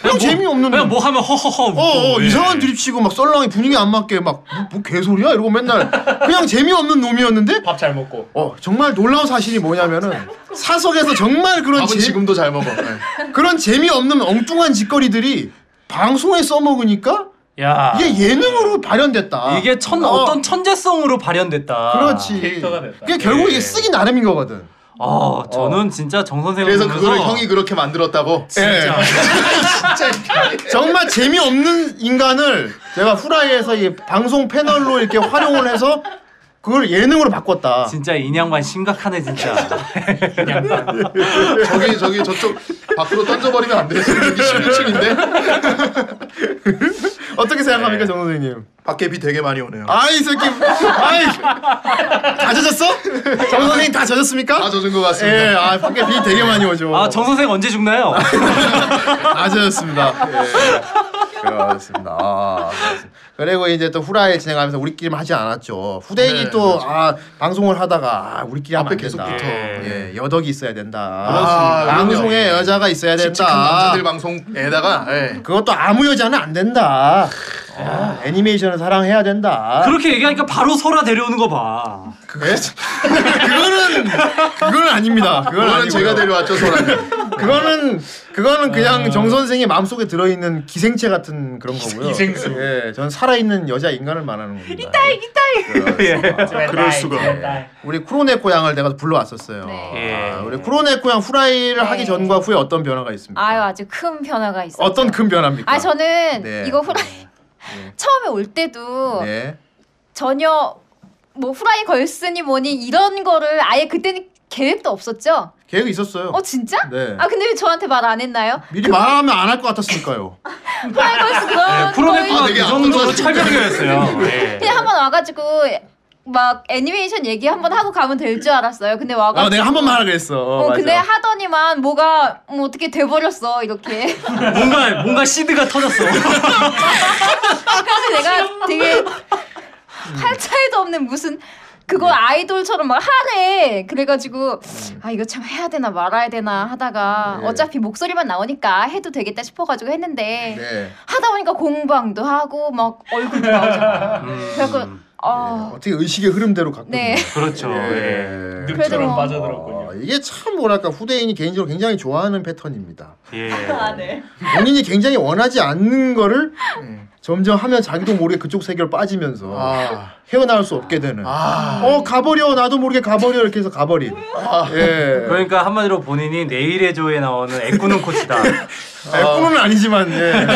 C: 그냥 재미없는
B: 그냥
C: 놈.
B: 뭐 하면 허허허. 웃고.
C: 어, 어
B: 예.
C: 이상한 드립치고 막 썰렁이 분위기 안 맞게 막 뭐 개소리야 이러고 맨날 그냥 재미없는 놈이었는데
F: 밥 잘 먹고.
C: 어 정말 놀라운 사실이 뭐냐면은 사석에서 정말 그런
D: 밥은
C: 재,
D: 지금도 잘 먹어. 예.
C: 그런 재미없는 엉뚱한 짓거리들이 방송에 써먹으니까
B: 야
C: 이게 예능으로 발현됐다.
B: 이게 천
C: 어,
B: 어떤 천재성으로 발현됐다.
D: 아,
C: 그렇지.
B: 캐릭터가 됐다.
C: 그게 결국
B: 예.
C: 이게 쓰기 나름인 거거든. 어.
B: 아 저는 진짜 정 선생님.
D: 그래서 그거를 형이 그렇게 만들었다고.
C: 진짜. 예. 정말 재미없는 인간을 제가 후라이에서 이 방송 패널로 이렇게 활용을 해서 그걸 예능으로 바꿨다.
B: 진짜 인양반 심각하네 진짜.
D: 저기 저기 저쪽 밖으로 던져버리면 안 돼. 여기 11층인데
C: 어떻게 생각합니까,
B: 네.
C: 정 선생님?
D: 밖에 비 되게 많이 오네요.
C: 아이 이 새끼, 아이 다 젖었어? 정 선생님 다 젖었습니까?
D: 다 젖은 것
C: 예,
D: 같습니다.
C: 아 밖에 비 되게 많이 오죠.
B: 아 정 선생 언제 죽나요?
C: 다 젖었습니다. 예. 그렇습니다. 아, 그렇습니다. 그리고 이제 또 후라이 진행하면서 우리끼리만 하지 않았죠. 후대인이
D: 네,
C: 또 아, 방송을 하다가 아, 우리끼리 하면
D: 앞에
C: 안
D: 계속
C: 된다.
D: 붙어.
C: 예, 여덕이 있어야 된다. 아, 네.
D: 그렇습니다.
C: 방송에
D: 그럼요.
C: 여자가 있어야
D: 칙칙한
C: 된다.
D: 남자들 방송에다가 예.
C: 그것도 아무 여자는 안 된다. 어, 애니메이션을 사랑해야 된다.
B: 그렇게 얘기하니까 바로 설아 데려오는 거 봐.
C: 예? 그거는 그거는 아닙니다. 그건
D: 그거는
C: 아니고요.
D: 제가 데려왔죠 아. 소라님.
C: 그거는 그거는 그냥 정 선생의 마음속에 들어 있는 기생체 같은 그런 거고요.
F: 기생수.
C: 예, 전 살아 있는 여자 인간을 말하는 겁니다.
D: 예.
C: 예.
D: 아, 그럴 수가.
C: 우리 쿠로네코 양을 내가 불러왔었어요.
B: 예.
C: 아, 우리 쿠로네코 양 후라이를 하기
E: 네.
C: 전과 후에 어떤 변화가 있습니까?
E: 아유 아주 큰 변화가 있어요.
C: 어떤 큰 변화입니까?
E: 아 저는
C: 네.
E: 이거 후라이 처음에 올 때도
C: 네.
E: 전혀 뭐 후라이 걸스니 뭐니 이런 거를 아예 그때는 계획도 없었죠.
C: 계획이 있었어요.
E: 어 진짜?
C: 네.
E: 아 근데 왜 저한테 말 안 했나요?
C: 미리 말하면 안 할 것 같았으니까요. (laughs)
E: 후라이 걸스 그런
B: 프로네코가
D: 아,
E: 거의
B: 그
D: 되게
B: 정도로
D: 압도적이다.
B: 철벽이었어요.
C: 아, 네.
B: 예.
E: 그냥 한번 와가지고 막 애니메이션 얘기 한번 하고 가면 될 줄 알았어요. 근데 와가지고
C: 아, 내가 한 번만 하라 그랬어.
E: 어, 근데
C: 맞아.
E: 하더니만 뭐가 뭐 어떻게 돼버렸어 이렇게
B: 뭔가 뭔가 시드가 터졌어.
E: 그래서 내가 되게 팔자에도 없는 무슨 그거 아이돌처럼 막 하래 그래가지고 아 이거 참 해야 되나 말아야 되나 하다가
C: 네.
E: 어차피 목소리만 나오니까 해도 되겠다 싶어가지고 했는데
C: 네.
E: 하다 보니까 공방도 하고 막 얼굴도 나오잖아 그래갖고 어
C: 어떻게 의식의 흐름대로 갖고
E: 네.
C: 있는
B: 그렇죠.
D: 아,
B: 예.
C: 예.
E: 그래도 뭐-
C: 아, 이게 참 뭐랄까 후대인이 개인적으로 굉장히 좋아하는 패턴입니다.
B: 예.
G: 아, 네.
C: 본인이 굉장히 원하지 않는 거를 점점 하면 자기도 모르게 그쪽 세계로 빠지면서
D: 네. 아,
C: 헤어나올 수 없게 되는.
D: 아,
C: 어 가버려 나도 모르게 가버려 이렇게 해서 가버린. 예.
D: 아.
B: 그러니까 한마디로 본인이 내일의 조에 나오는 애꾸는 코치다.
C: 아, 꿈은 아니지만
D: (laughs)
C: 예.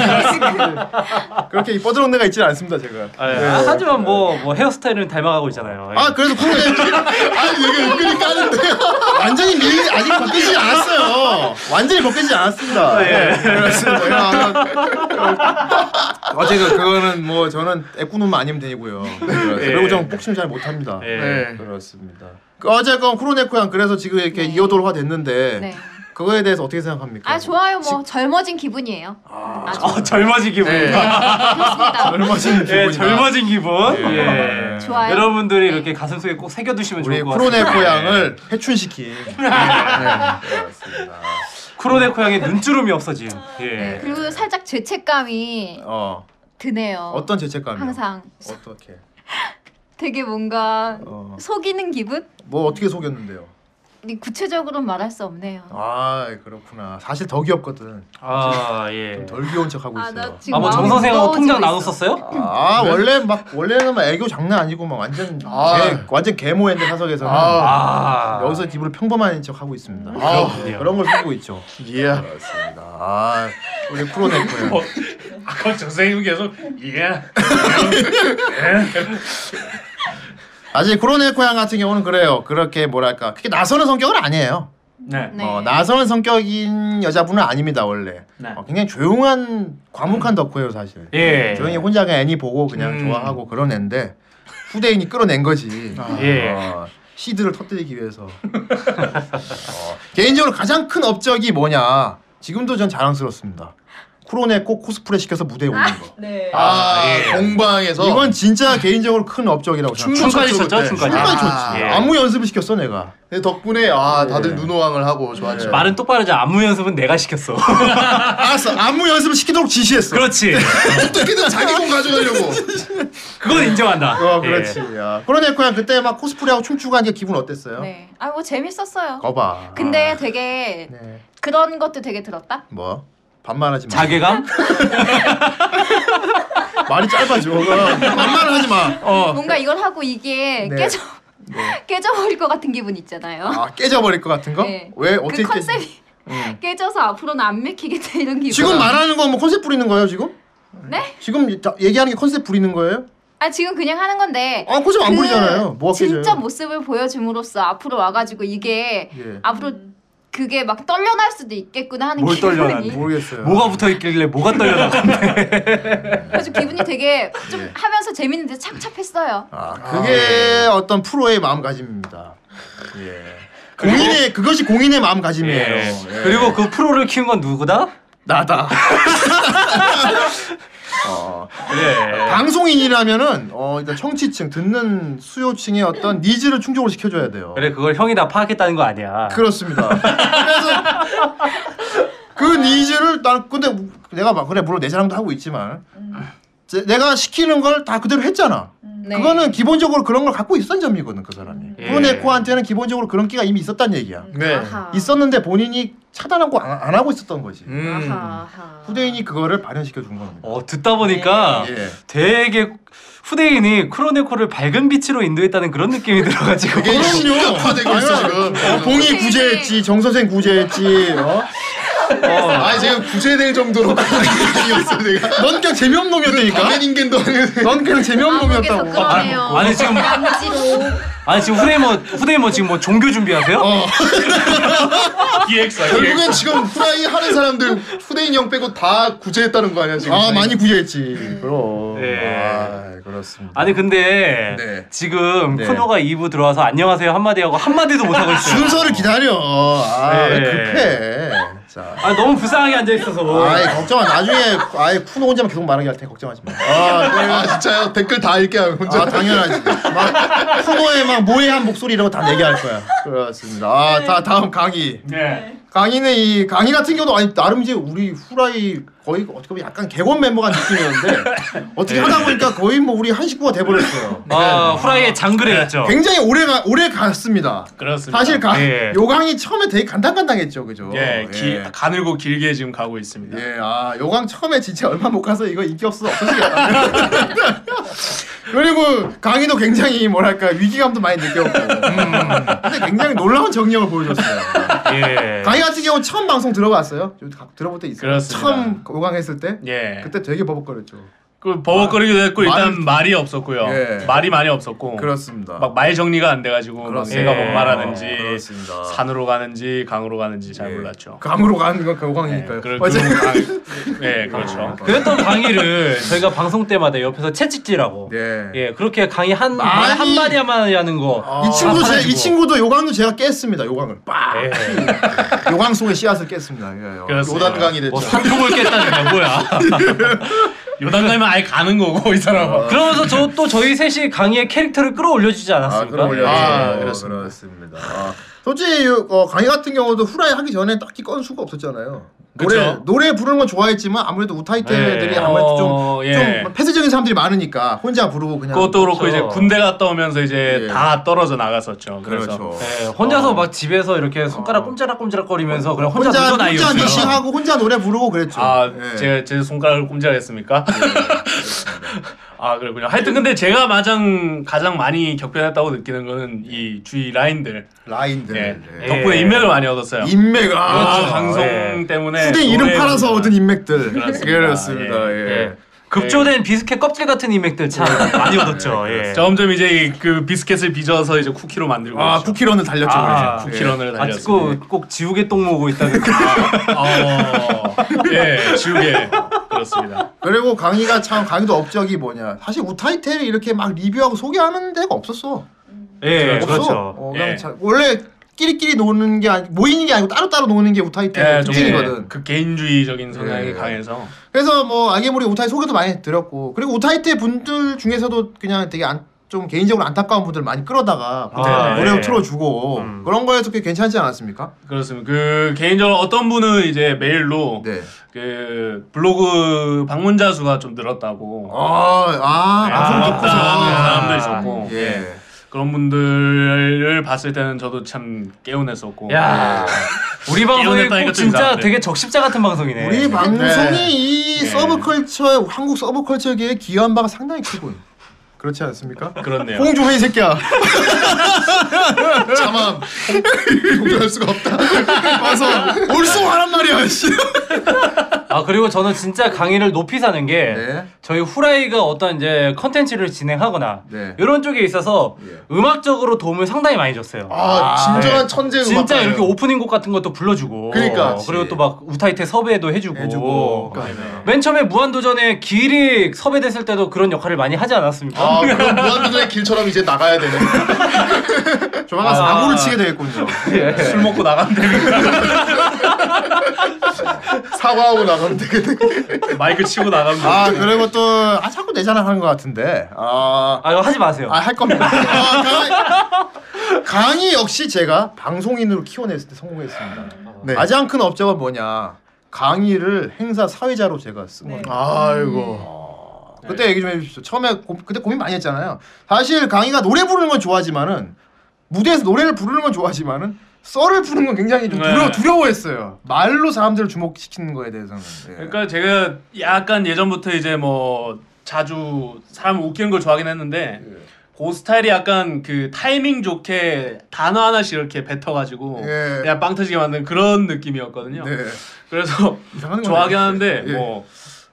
C: 그렇게 이 뻐드렁 내가 있지는 않습니다 제가.
B: 아, 하지만 뭐 뭐 헤어스타일은 닮아가고 있잖아요. 예.
C: 아 그래서 후대인 아 이게 은근히 까는데 완전히 밀 아직 벗겨지지 않았어요. 완전히 벗겨지지 않았습니다. 예. 그렇습니다. 아, (laughs) 어제가 그거는 뭐 저는 애꾸눈만 아니면 되고요. 네, 그리고 저는 복싱 잘 못합니다.
B: 예.
D: 네.
C: 그렇습니다. 그 어쨌건 쿠로네코양 그래서 지금 이렇게
E: 네.
C: 이어돌화 됐는데
E: 네.
C: 그거에 대해서 어떻게 생각합니까?
E: 아 좋아요 뭐 젊어진 기분이에요
B: 아, 젊어진 기분.
D: 예.
E: 그렇습니다
C: 젊어진 기분이다.
B: 예, 젊어진 기분.
C: 예.
B: 예.
E: 좋아요 네.
B: 여러분들이 이렇게 가슴속에 꼭 새겨두시면
C: 우리
B: 좋을 것 같아요.
C: 쿠로네코양을 해춘시킨. 그렇습니다.
B: 쿠로네코 양의 눈주름이 없어짐. 예.
E: 네. 그리고 살짝 죄책감이
C: 어
E: 드네요
C: 어떤 죄책감이?
E: 항상
C: 어떻게?
E: 되게 뭔가
C: 어.
E: 속이는 기분?
C: 뭐 어떻게 속였는데요?
E: 근데 구체적으로는 말할 수 없네요.
C: 아 그렇구나. 사실 더 귀엽거든.
B: 아 예.
C: 덜 귀여운 척 하고
E: 아, 나
C: 있어요.
E: 지금
B: 아뭐
E: 마음이
B: 정선생하고
E: 무거워지고
B: 통장
E: 있어.
B: 나눴었어요?
C: 아 원래 막 원래는 막 애교 장난 아니고 막 완전
D: 아.
C: 개, 완전 개모했는데 사석에서는
D: 아,
B: 아
C: 여기서 입으로 평범한 척 하고 있습니다.
D: 아,
C: 네, 그런 걸 쓰고 있죠.
D: 예.
C: 그렇습니다. 아, 우리 프로네코요.
F: 아까 정 선생님 계속 예.
C: 아직 프로네코 양 같은 경우는 그래요. 그렇게 뭐랄까 그렇게 나서는 성격은 아니에요.
F: 네.
E: 네.
C: 어, 나서는 성격인 여자분은 아닙니다 원래.
F: 네.
C: 어, 굉장히 조용한 과묵한 덕후예요 사실.
B: 예.
C: 조용히 혼자 그냥 애니 보고 그냥
F: 음.
C: 좋아하고 그런 애인데 후대인이 끌어낸 거지.
B: 예.
C: 어, 시드를 터뜨리기 위해서. (laughs) 어, 개인적으로 가장 큰 업적이 뭐냐? 지금도 전 자랑스럽습니다. 쿠로네코 코스프레 시켜서 무대에 오는 거.
D: 아, 공방에서
C: 이건 진짜 개인적으로 큰 업적이라고 생각합니다.
B: 춤까지
D: 쳤죠,
B: 쳤죠,
D: 그때.
B: 춤까지.
C: 정말
B: 아,
C: 좋지.
B: 예.
C: 안무 연습을 시켰어 내가. 예.
D: 근데 덕분에 아 다들 눈호강을 하고 좋았죠.
B: 아, 말은 똑바로 하자. 안무 연습은 내가 시켰어. (laughs)
C: 알았어. 안무 연습을 시키도록 지시했어.
B: 그렇지.
D: 어떻게든 자기 공 가져가려고.
B: 그건 인정한다.
C: 어, 그렇지.
B: 예.
C: 야. 쿠로네코야 그때 막 코스프레하고 춤추고 하니까 기분 어땠어요?
E: 네. 아 뭐 재밌었어요.
C: 거봐.
E: 근데 되게
C: 네.
E: 그런 것도 되게 들었다.
C: 뭐? 반말하지 마.
B: 자괴감?
C: 말이 짧아져. 반말하지 마.
E: 뭔가 이걸 하고 이게
C: 어. 네.
E: 깨져 (laughs) 깨져버릴 것 같은 기분 있잖아요.
C: 아 깨져버릴 것 같은 거?
E: 네.
C: 왜 어떻게
E: 그
C: 깨?
E: 컨셉이 (laughs) 깨져서 앞으로는 안 맥히겠다 이런 기분.
C: 음. 지금 말하는 건 뭐 컨셉 부리는 거예요 지금?
E: 네?
C: 지금 자- 얘기하는 게 컨셉 부리는 거예요?
E: 아 지금 그냥 하는 건데.
C: 아 컨셉 안
E: 그
C: 부리잖아요. 뭐가 깨져요?
E: 진짜 모습을 보여줌으로써 앞으로 와가지고 이게
C: 예.
E: 앞으로 그게 막 떨려날 수도 있겠구나 하는
B: 뭘
E: 기분이.
B: 떨려나니?
C: 모르겠어요.
B: 뭐가 붙어 있길래 뭐가 떨려나?
E: 그래서 기분이 되게 좀 하면서 재밌는데 착잡했어요.
C: 아 그게 어떤 프로의 마음가짐입니다. 예. 공인의 그것이 공인의 마음가짐이에요. 예.
B: 그리고 그 프로를 키운 건 누구다?
C: 나다. 어, 방송인이라면은 어, 일단 청취층 듣는 수요층의
E: (clears throat)
C: 어떤 니즈를 충족을 시켜줘야 돼요.
B: 그래 그걸 형이 다 파악했다는 거 아니야.
C: 그렇습니다. 그래서 그 니즈를 난 근데 내가 막 그래 물론 내 자랑도 하고 있지만 제- 내가 시키는 걸 다 그대로 했잖아.
E: 음. 네.
C: 그거는 기본적으로 그런 걸 갖고 있었던 점이거든 그 사람이.
B: 예.
C: 프로네코한테는 기본적으로 그런 끼가 이미 있었단 얘기야.
D: 네.
E: 음. 아하.
C: 있었는데 본인이 차단하고 안, 안 하고 있었던 거지.
D: 음.
E: 아하.
C: 후대인이 그거를 발현시켜 준 겁니다.
B: 어 듣다 보니까
C: 예.
B: 되게 후대인이 크로네코를 밝은 빛으로 인도했다는 그런 느낌이 들어가지고
D: 이게 역화되고 있어 뭐, 지금.
C: 어, 봉이 구제했지, 정 선생 구제했지. 어?
D: 아 제가 구제될 정도로 그런 (laughs) 느낌이었어요 내가.
C: 넌 그냥 재미없는 놈이었다니까.
D: 가면 인간도 아니고.
C: 넌 그냥 재미없는
E: 한국에서
C: 놈이었다고.
E: 아, 그러네요.
B: 아니, 지금-
E: 남지로
B: 아니 지금 후대모 후대모 지금 뭐 종교 준비하세요?
F: 기획사 기획사.
D: 결국엔 지금 후라이 하는 사람들 후대인 형 빼고 다 구제했다는 거 아니야 지금?
C: 아 많이 구제했지. 그럼.
B: 네.
C: 아, 그렇습니다.
B: 아니 근데
C: 네.
B: 지금
C: 네.
B: 코너가 2부 들어와서 안녕하세요 한마디 하고 한마디도 못 하고 있어요.
C: 순서를 기다려. 아, 왜
B: 네.
C: 급해. 자.
B: 아 너무 불쌍하게 앉아 있어서.
C: 아이 예. 걱정 마. 나중에 아예 쿠노 혼자만 계속 말하게 할 테니 걱정하지 마.
D: 아, 그래요? 아 진짜요? 댓글 다 읽게 하고 혼자.
C: 아 당연하지. 막 쿠노의 막 모해한 목소리 이런 거 다 내게 할 거야. 그렇습니다. 아, 다 다음 강의.
F: 네.
C: 강의는 이 강의 같은 경우도 아니 나름 이제 우리 후라이 거의 어떻게 보면 약간 개원 멤버가 느낌이었는데 어떻게 하다 보니까 거의 뭐 우리 한 식구가 돼버렸어요.
B: 아 후라이의
C: 네.
B: 장그래였죠.
C: 굉장히 오래 가 오래 갔습니다.
F: 그렇습니다.
C: 사실 가,
F: 예.
C: 요 강이 처음에 되게 간당간당했죠, 그죠?
F: 예, 기,
C: 예.
F: 가늘고 길게 지금 가고 있습니다.
C: 예, 아, 요강 처음에 진짜 얼마 못 가서 이거 인기 없어서 없으시겠다. (laughs) 그리고 강의도 굉장히 뭐랄까 위기감도 많이 느꼈고, 음, 근데 굉장히 놀라운 정력을 보여줬어요.
F: 예.
C: 강의 같은 경우 처음 방송 들어봤어요. 저 가- 들어볼 때 있어요.
F: 그렇습니다.
C: 처음 요강했을 때,
F: 예.
C: 그때 되게 버벅거렸죠.
F: 그 버벅거리기도 했고 일단 말이 없었고요.
C: 예.
F: 말이 많이 없었고.
C: 그렇습니다.
F: 막 말 정리가 안 돼가지고 막
C: 그렇습니다.
F: 내가 뭔 말하는지
C: 어, 그렇습니다.
F: 산으로 가는지 강으로 가는지 잘
C: 예.
F: 몰랐죠.
C: 강으로 가는 건
F: 예,
C: 요강이니까요. 아,
F: 그, 그,
C: 어쨌든
F: 강, 예, 그렇죠.
B: 그랬던 강의를 저희가 방송 때마다 옆에서 채찍질하고
C: 예.
B: 예 그렇게 강의 한
C: 많이- 아.
B: 한 마디 한 마디 하는 거.
C: 이 친구도 제,
B: 사라지고.
C: 이 친구도 요강도 제가 깼습니다. 요강을 빡.
F: 예.
C: (laughs) 요강 속에 씨앗을 깼습니다. 예, 예.
F: 그렇습니다.
D: 요단강이 됐죠.
B: 뭐 산통을 깼다는 게 뭐야?
F: (laughs) 요단 가면 아예 가는 거고 이 사람은.
C: 아,
B: 그러면서 저 또 저희 셋이 강의의 캐릭터를 끌어올려주지 않았습니까?
C: 끌어올려야죠.
D: 아,
C: 그렇습니다. 아, 솔직히 어, 강의 같은 경우도 후라이 하기 전에 딱히 건수가 없었잖아요. 노래
F: 그쵸.
C: 노래 부르는 건 좋아했지만 아무래도 우타이 때들이
F: 네.
C: 아무래도 좀,
F: 어, 예.
C: 좀 폐쇄적인 사람들이 많으니까 혼자 부르고 그냥
F: 그것도 그렇고
B: 그렇죠.
F: 이제 군대 갔다 오면서 이제
C: 예.
F: 다 떨어져 나갔었죠. 그래서
C: 그렇죠.
B: 예, 혼자서 막 집에서 이렇게 손가락 꼼지락꼼지락 거리면서 그냥 혼자 누던
C: 어. 혼자
B: 아이였어요.
C: 미싱하고 혼자 노래 부르고 그랬죠.
F: 아,
C: 예.
F: 제, 제 손가락을 꼼지락했습니까?
C: 네.
F: (laughs) 아, 그렇군요. 하여튼 근데 제가 가장, 가장 많이 격변했다고 느끼는 거는 이 주위 라인들.
C: 라인들
F: 예.
C: 예.
F: 덕분에
B: 예.
F: 인맥을 많이 얻었어요.
C: 인맥
F: 아,
C: 아
F: 방송
B: 예.
F: 때문에.
C: 후대 이름
F: 노래
C: 팔아서
F: 부르는
C: 얻은 인맥들
F: 네, 그렇습니다.
C: 그렇습니다. 예.
B: 예. 급조된 비스켓 껍질 같은 인맥들 참
C: 네.
B: 많이 얻었죠. 예.
C: 그렇죠.
F: 점점 이제 이그 비스켓을 빚어서 이제 쿠키로 만들고
C: 아
F: 있죠.
C: 쿠키런을 예. 달렸죠.
B: 아,
C: 그래서.
F: 쿠키런을 달렸습
B: 아직도 꼭 지우개 똥 모으고 있다는 거.
F: 어, 예, 지우개 그렇습니다.
C: 그리고 강의가 참 강의도 업적이 뭐냐. 사실 우타이테를 이렇게 막 리뷰하고 소개하는 데가 없었어.
B: 예,
F: 없어.
C: 없어.
B: 그렇죠.
C: 어, 그냥
F: 네, 예.
C: 자- 원래 끼리끼리 노는 게 아니, 모이는 게 아니고 따로따로 노는 게 우타이테
F: 예,
C: 의
F: 좀
C: 특징이거든.
F: 그 개인주의적인 성향이
C: 뭐, 예.
F: 강해서
C: 그래서 뭐 아게모리 우타이 소개도 많이 드렸고 그리고 우타이테 분들 중에서도 그냥 되게 안, 좀 개인적으로 안타까운 분들 많이 끌어다가
B: 아,
C: 노래
B: 예.
C: 를 틀어주고 그런 거에서 꽤 괜찮지 않았습니까?
F: 그렇습니다. 그 개인적으로 어떤 분은 이제 메일로
C: 네.
F: 그 블로그 방문자 수가 좀 늘었다고
C: 아, 아
F: 예,
C: 방송 듣고서
F: 반갑다 하는 사람도 있었고
C: 예.
F: 그런 분들을 봤을 때는 저도 참 개운했었고.
B: 야 우리 방송이
F: 깨어냈다
B: 꼭
F: 이것도
B: 진짜
F: 이상한데.
B: 되게 적십자 같은 방송이네.
C: 우리 방송이 이
F: 네.
C: 서브컬처 한국 서브컬처계에 기여한 바가 상당히 크군. 그렇지 않습니까?
F: 그렇네요.
C: 홍주호 이
D: (laughs)
C: 새끼야.
D: 자만 동조할 수가 없다. 와서
C: 올송하란 말이야. 씨.
B: 아 그리고 저는 진짜 강의를 높이 사는 게
C: 네.
B: 저희 후라이가 어떤 이제 컨텐츠를 진행하거나
C: 네.
B: 이런 쪽에 있어서 음악적으로 도움을 상당히 많이 줬어요.
D: 아 진정한 천재 음악.
B: 진짜 이렇게 오프닝 곡 같은 것도 불러주고 어,
D: 그러니까.
B: 그리고 또 막 우타이테 섭외도 해주고, 그러니까
C: 해주고.
B: 맨 처음에 무한도전에 길이 섭외됐을 때도 그런 역할을 많이 하지 않았습니까?
D: 아 그럼 무한도전의 길처럼 이제 나가야 되는.
C: 조만간 사고를 치게 되겠군요.
F: 술 먹고 나간대.
C: (laughs)
D: 사과하고 나가면 되겠네.
F: 마이크 치고 나가면.
C: 아 그리고 또 아 자꾸 내 자랑하는 것 같은데 아할
B: 아 이거 하지 마세요.
C: 겁니다. 아, 강의, 강의 역시 제가 방송인으로 키워냈을 때 성공했습니다.
D: 네.
C: 가장 큰 업적은 뭐냐 강의를 행사 사회자로 제가 쓴 겁니다.
D: 아이고.
C: 그때 얘기 좀 해주십시오. 처음에 고, 그때 고민 많이 했잖아요. 사실 강의가 노래 부르는 건 좋아하지만은 무대에서 노래를 부르는 건 좋아하지만은 썰을 푸는 건 굉장히 좀 두려워
F: 네.
C: 두려워했어요. 말로 사람들을 주목시키는 거에 대해서는. 예.
F: 그러니까 제가 약간 예전부터 이제 뭐 자주 사람 웃기는 걸 좋아하긴 했는데
C: 예.
F: 그 스타일이 약간 그 타이밍 좋게 단어 하나씩 이렇게 뱉어가지고
D: 예.
F: 그냥 빵 터지게 만든 그런 느낌이었거든요.
C: 네.
F: 그래서
C: 이상한 예. 거
F: 네. 좋아하긴 하는데 뭐.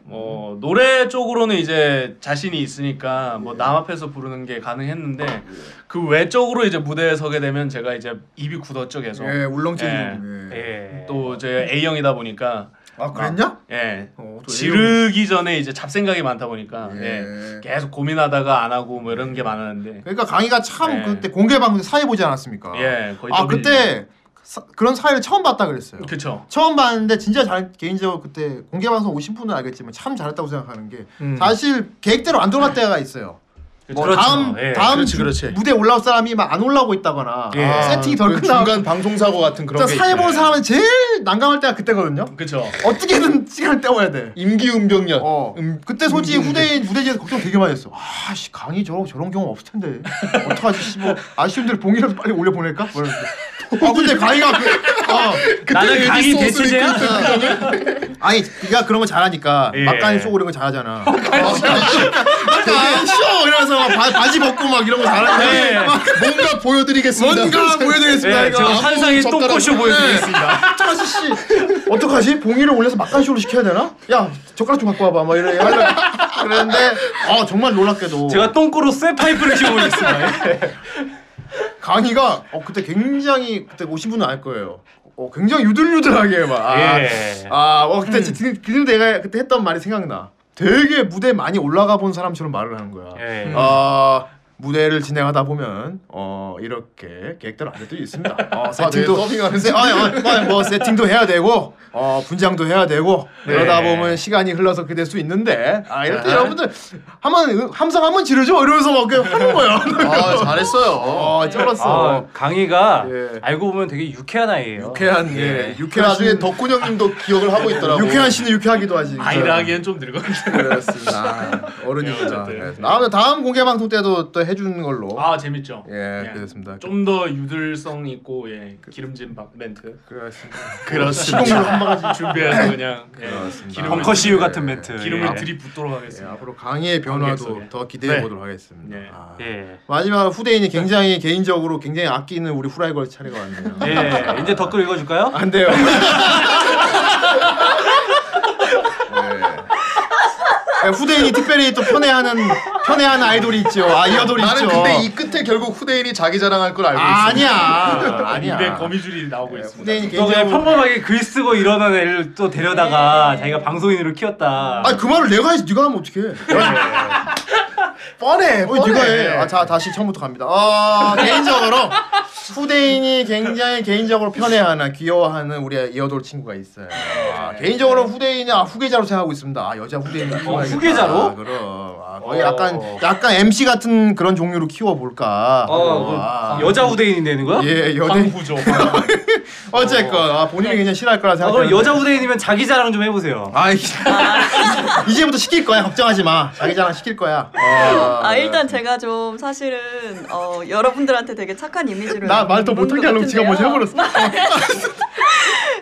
F: 뭐 노래 쪽으로는 이제 자신이 있으니까
C: 예.
F: 뭐 남 앞에서 부르는 게 가능했는데 그 외 쪽으로 이제 무대에 서게 되면 제가 이제 입이 굳었죠 계속
D: 예,
F: 예.
D: 울렁증. 예.
B: 예.
F: 또 이제 A형이다 보니까
C: 아 그랬냐?
F: 예.
C: 어, 또
F: 지르기 전에 이제 잡생각이 많다 보니까
D: 예.
F: 예. 계속 고민하다가 안 하고 뭐 이런 게 많았는데
C: 그러니까 강의가 참
F: 네.
C: 그때 공개 방송 사회 보지 않았습니까?
F: 예 거의
C: 아
F: 더블
C: 그때 사- 그런 사회를 처음 봤다 그랬어요.
F: 이죠. 그쵸
C: 처음 봤는데 진짜 잘 개인적으로 그때 공개 방송 오신 분은 알겠지만 참 잘했다고 생각하는 게
F: 음.
C: 사실 계획대로 안 돌아갈 때가 있어요. 뭐
B: 그렇죠.
C: 다음
B: 예.
C: 다음
D: 그렇지,
C: 주-
D: 그렇지.
C: 무대 올라올 사람이 막 안 올라오고 있다거나
F: 예.
C: 아, 세팅이 덜
D: 그
C: 끝나고
D: 중간 방송 사고 같은 그런
C: 진짜
D: 게.
C: 사회
D: 있죠.
C: 보는 사람은 제일 난감할 때가 그때거든요.
F: 그렇죠. 그쵸
C: 예. 어떻게든 시간을 때워야 돼.
D: 임기응변년.
C: 어.
D: 음,
C: 그때 솔직히 후대인 무대지에서 걱정 되게 많이 했어. 아씨 강의 저 저런 경우 없을 텐데 어떡하지 씨, 뭐 아쉬운데 봉이라도 빨리 올려 보낼까? 뭐 이러면서. 아 근데 강의가 그, 어.
B: 나는 강의 대체제야.
C: 아니 네가 그런 거 잘하니까
F: 예.
C: 막간이 쏘고 이런 거 잘하잖아. 어, 막간 쇼 이러면서 막 바, 바지 벗고 막 이런 거 잘하는데
F: 예.
D: 뭔가 보여드리겠습니다.
C: 뭔가 보여드리겠습니다.
F: 예,
C: 이거.
F: 제가
C: 아무
F: 환상의
C: 젓가락
F: 똥꼬쇼
C: 없네.
F: 보여드리겠습니다.
C: 어떡하지 씨? 어떡하지? 봉이를 올려서 막간 쇼를 시켜야 되나? 야 젓가락 좀 갖고 와봐. 막 이래. 그랬는데 아 정말 놀랍게도
B: 제가 똥꼬로 쇠 파이프를 씌워보겠습니다.
C: 강희가 어, 그때 굉장히 그때 오신 분은 알 거예요. 어, 굉장히 유들유들하게 막. 아,
F: 예.
C: 아, 어, 그때 지금 지금 내가 그때 했던 말이 생각나. 되게 무대 많이 올라가 본 사람처럼 말을 하는 거야.
B: 예.
C: 아, 무대를 진행하다 보면 어 이렇게 계획대로 안 될 때도 있습니다.
D: (laughs)
C: 어,
D: 네,
C: 세팅도
D: 서빙하는
C: 세, 아, 아, 아, 뭐 세팅도 해야 되고 어 분장도 해야 되고
D: 네.
C: 그러다 보면 시간이 흘러서 그게 될 수 있는데 아 이럴 때 여러분들 한번 함성 한번 지르죠 이러면서 막 그냥 하는 거야.
D: 아 잘했어요.
C: (laughs) 어 쩔었어.
B: 아, 강의가
C: 예.
B: 알고 보면 되게 유쾌한 아이예요.
C: 유쾌한 예,
D: 그
C: 유쾌한
D: 나중에
C: 씨는
D: 덕군 형님도 기억을 하고 있더라고.
C: 유쾌한 씨는 유쾌하기도 하지.
F: 아이라 하기엔 좀
C: (laughs)
F: 늙었는데
C: 그렇습니다. 아, 어른이구나.
F: 네, 어쨌든.
C: 다음 다음 공개 방송 때도 또 해주는 걸로.
F: 아 재밌죠
C: 예, 그 그렇습니다.
F: 좀 더 유들성 있고 예 기름진 밥 멘트
C: 그렇습니다.
F: 시공을 한 바가지 준비해서 그냥 예, 기름을 네.
B: 벙커시유 같은 멘트.
F: 기름을
B: 예.
F: 들이붓도록
C: 예,
F: 하겠습니다
C: 앞으로 강의의 변화도
F: 관객석에.
C: 더 기대해 보도록 하겠습니다.
F: 예.
C: 아.
B: 예.
C: 마지막 후대인이 굉장히 개인적으로 굉장히 아끼는 우리 후라이걸 차례가 왔네요.
B: 예. 이제 댓글 읽어줄까요?
C: 안
D: (laughs)
C: 돼요. 네. 예. 예, 후대인이 특별히 또 편애하는 편애하는 아이돌이 있죠. 아 이어돌이 있죠.
D: 나는 근데 이 끝에 결국 후대인이 자기 자랑할 걸 알고 있어.
C: 아,
D: (laughs)
C: 아니야. 아니야. 예,
F: 입에 거미줄이 나오고 있습니다
C: 후대인이
B: 또 그냥
C: 개인적으로
B: 평범하게 글 쓰고 이러는 애를 또 데려다가 자기가 방송인으로 키웠다.
C: 아니 그 말을 내가 해지 네가 하면 어떡해 아, 뻔해 어, 네가 해아 자 다시 처음부터 갑니다 어, 개인적으로 아, 후대인이 굉장히 개인적으로 편애하는 귀여워하는 우리 이어돌 친구가 있어요. 아, 개인적으로 후대인이 아, 후계자로 생각하고 있습니다. 아, 여자 후대인 키워야겠다.
B: 후계자로?
C: 아, 그럼 아, 거의 약간 약간 MC 같은 그런 종류로 키워볼까.
B: 어, 그
C: 아,
B: 여자 후대인이 되는 거야?
C: 예 연예
F: 광부죠.
C: (laughs) 어쨌건 아, 본인이 그냥 싫어할 거라
B: 아,
C: 생각.
B: 그럼 여자 후대인이면 자기 자랑 좀 해보세요.
C: 아 이- (laughs) 이제부터 시킬 거야 걱정하지 마 자기 자랑 시킬 거야.
G: 아 일단 제가 좀 사실은 어, 여러분들한테 되게 착한 이미지를
C: 나 말 더 못하게 하려고 지가 먼저 해버렸어.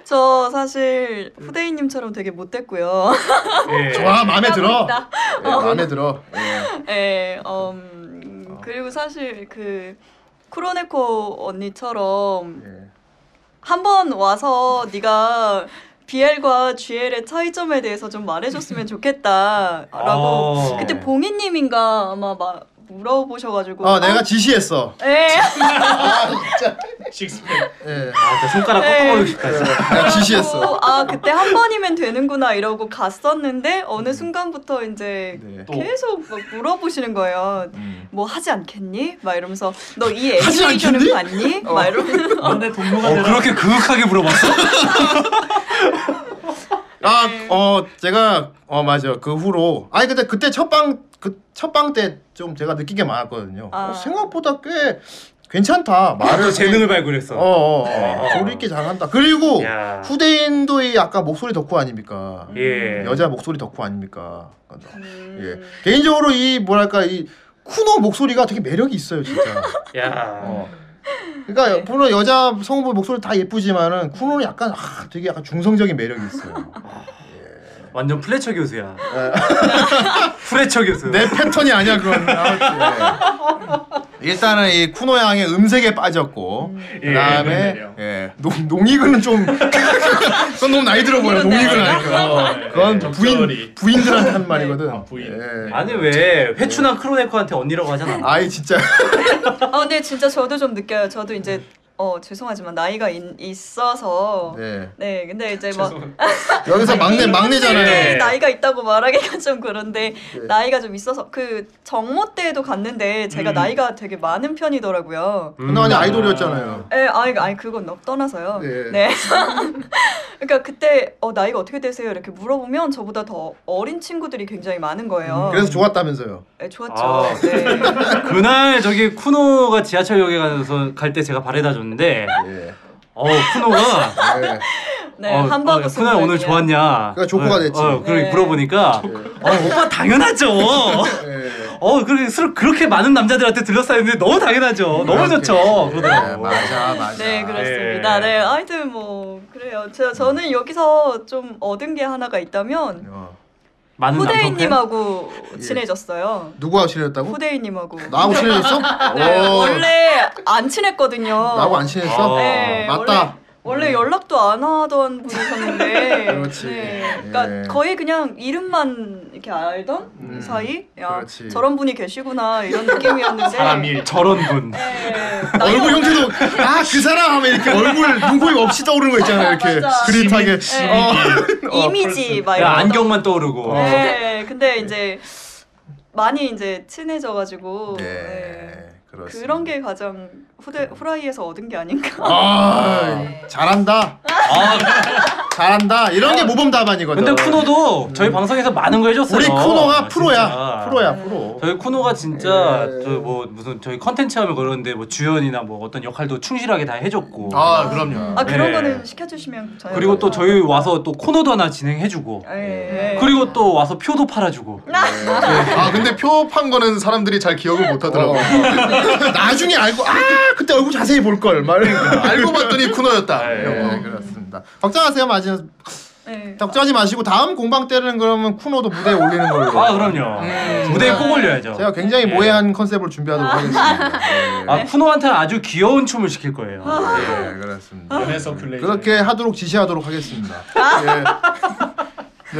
G: 저 사실 후대인님처럼 되게 못됐고요.
C: (laughs)
B: 예.
C: 좋아 마음에 들어.
G: 있다.
C: 예, 마음에 들어. 예.
G: 예, 음, 그리고 사실 그 쿠로네코 언니처럼
C: 예.
G: 한 번 와서 네가 BL과 GL의 차이점에 대해서 좀 말해줬으면 좋겠다라고
C: 어.
B: 아.
G: 그때 봉이님인가 아마 막 물어보셔가지고
C: 어 내가 지시했어.
G: 예.
F: 식스팩.
C: 예.
B: 아, 저 손가락 꽉꽉
G: 네.
B: 올리고 싶다. 진짜.
C: 내가 지시했어.
G: 그래가지고, 아 그때 한 번이면 되는구나 이러고 갔었는데 어느 순간부터 이제
C: 네.
G: 계속 막 물어보시는 거예요. 뭐 하지 않겠니? 막 이러면서 너 이
C: 하지
G: 애니메이션은
C: 않겠니?
G: 봤니? 막 이러면서
F: 근데 동료가
B: 어, 그렇게 그윽하게 물어봤어?
C: 아, 어, 제가 어 맞아 그 후로 아니 근데 그때 첫방그첫방때 좀 제가 느낀 게 많았거든요.
G: 아.
C: 어, 생각보다 꽤 괜찮다
B: 아, 또
C: 말을
B: 재능을 발굴했어.
C: 어, 어, 어, 어, 조리 있게 잘한다. 그리고
B: 야.
C: 후대인도 이 아까 목소리 덕후 아닙니까?
B: 예.
C: 여자 목소리 덕후 아닙니까? 예. 개인적으로 이 뭐랄까 이 쿠노 목소리가 되게 매력이 있어요 진짜.
B: 야.
C: 어. 그러니까 물론 여자 성우분 목소리 다 예쁘지만은 쿠노는 약간 아, 되게 약간 중성적인 매력이 있어요.
B: 완전 플래처 교수야. (laughs) 플래처 교수.
C: 내 패턴이 아니야 그건. 아무튼, 예. 일단은 이 쿠노 양의 음색에 빠졌고 그다음에
F: 내려.
C: 예, 농 농익은 좀 (laughs) 그건 너무 나이 들어 보여 농익은 아니까 어, 그건
F: 네,
C: 부인
F: 적절히.
C: 부인들한테
G: (laughs) 네.
C: 한 말이거든.
F: 아, 부인.
C: 예.
B: 아니 왜 회춘한 크로네코한테 언니라고 하잖아.
C: 아이 진짜
G: 아 근데 진짜 저도 좀 느껴요. 저도 이제 어 죄송하지만 나이가 있, 있어서 네.
C: 네.
G: 근데 이제 막
C: 여기서 막내 막내잖아요. 네.
G: 네, 나이가 있다고 말하기가 (laughs) 좀 그런데 나이가 좀 있어서 그 정모 때에도 갔는데
C: 음.
G: 제가 나이가 되게 많은 편이더라고요.
C: 쿠노
B: 음.
C: 아니 아이돌이었잖아요.
G: 예, 아니, 아니 그건 너- 떠나서요.
C: 네.
G: 네. (laughs) 그러니까 그때 어, 나이가 어떻게 되세요? 이렇게 물어보면 저보다 더 어린 친구들이 굉장히 많은 거예요.
C: 음, 그래서 좋았다면서요.
G: 예, 좋았죠.
B: 아.
G: 네.
B: 그날 저기 쿠노가 지하철역에 가서 갈 때 제가 바래다 줬는데
C: 예.
B: 어 쿠노가
C: 예.
G: (laughs) 네,
B: 어,
G: 한바구
B: 어, 쿠노야 오늘 좋았냐?
C: 그러니까 조커가
B: 어,
C: 됐지.
B: 어, 그러
G: 네.
B: 물어보니까 어, 오빠 당연하죠.
C: 예.
B: 어 그렇게 술 그렇게 많은 남자들한테 들렸었는데 너무 당연하죠.
C: 아,
B: 너무 좋죠.
C: 예,
B: 그러더라고.
C: 맞아 맞아.
G: 네,
B: 예.
G: 그렇습니다. 네, 하여튼 뭐 그래요. 저, 저는 여기서 좀 얻은 게 하나가 있다면
C: 어.
B: 많은 남성
G: 후대인님하고 친해졌어요.
C: 누구하고 친해졌다고?
G: 후대인님하고.
C: 예. 나하고 친해졌어?
G: 네,
C: 오.
G: 원래 안 친했거든요.
C: 나하고 안
B: 아.
C: 친했어?
G: 네,
C: 맞다.
G: 원래, 원래 연락도 안 하던 분이셨는데,
C: (laughs) 그렇지.
G: 그러니까
C: 예. 음,
G: 거의 그냥 이름만 이렇게 알던 사이, 야
C: 그렇지.
G: 저런 분이 계시구나 이런 느낌이었는데.
F: 사람이
B: 저런 분.
G: 네,
C: 얼굴 형태도 아 그 사람 하면 이렇게 얼굴 눈코입 없이 떠오르는 거 있잖아 이렇게
G: 맞아.
C: 그릿하게
G: 네.
C: 어.
G: 이미지 막
B: 야,
G: 이런.
B: 안경만 떠오르고.
G: 네, 근데 이제 많이 이제
C: (laughs)
G: 친해져가지고. 네.
C: 네 그렇습니다. 네.
G: 그런 게 가장 후대 후라이에서 얻은 게 아닌가. 네.
C: 아 잘한다 잘한다 이런 게 모범 답안이거든.
B: 아, 근데 쿠노도 저희 방송에서 많은 거 해줬어요.
C: 우리 쿠노가
B: 아,
C: 프로야
B: 진짜.
C: 프로야 프로.
B: 저희 쿠노가 진짜
C: 예.
B: 저 뭐 무슨 저희 컨텐츠 하면 그러는데 뭐 주연이나 뭐 어떤 역할도 충실하게 다 해줬고
D: 아 그럼요.
G: 아 그런
B: 네.
G: 거는 뭐 시켜주시면
C: 네.
G: 저희
B: 그리고 또 저희 와서 또 코너도 하나 진행해주고
C: 네.
G: 예.
B: 그리고 또 와서 표도 팔아주고
D: 아 근데 표 판 거는 사람들이 잘 기억을 못 하더라고. 요
C: 어. (laughs) 나중에 알고 아 그때 얼굴 자세히 볼 걸 말이야.
D: 알고 봤더니 쿠노였다. 이런 거.
C: 네 그렇습니다. 걱정하세요 마지막
G: 네.
C: 걱정하지 마시고 다음 공방 때는 그러면 쿠노도 무대에 올리는 걸로.
B: 아 그럼요
G: 네.
B: 무대에 꼭 올려야죠
C: 제가 굉장히 모해한 컨셉을 준비하도록 하겠습니다. 네.
B: 아 쿠노한테는 아주 귀여운 춤을 시킬 거예요
G: 아,
C: 예, 그렇습니다.
F: 연애 서큘레이션.
C: 그렇게 하도록 지시하도록 하겠습니다. 예.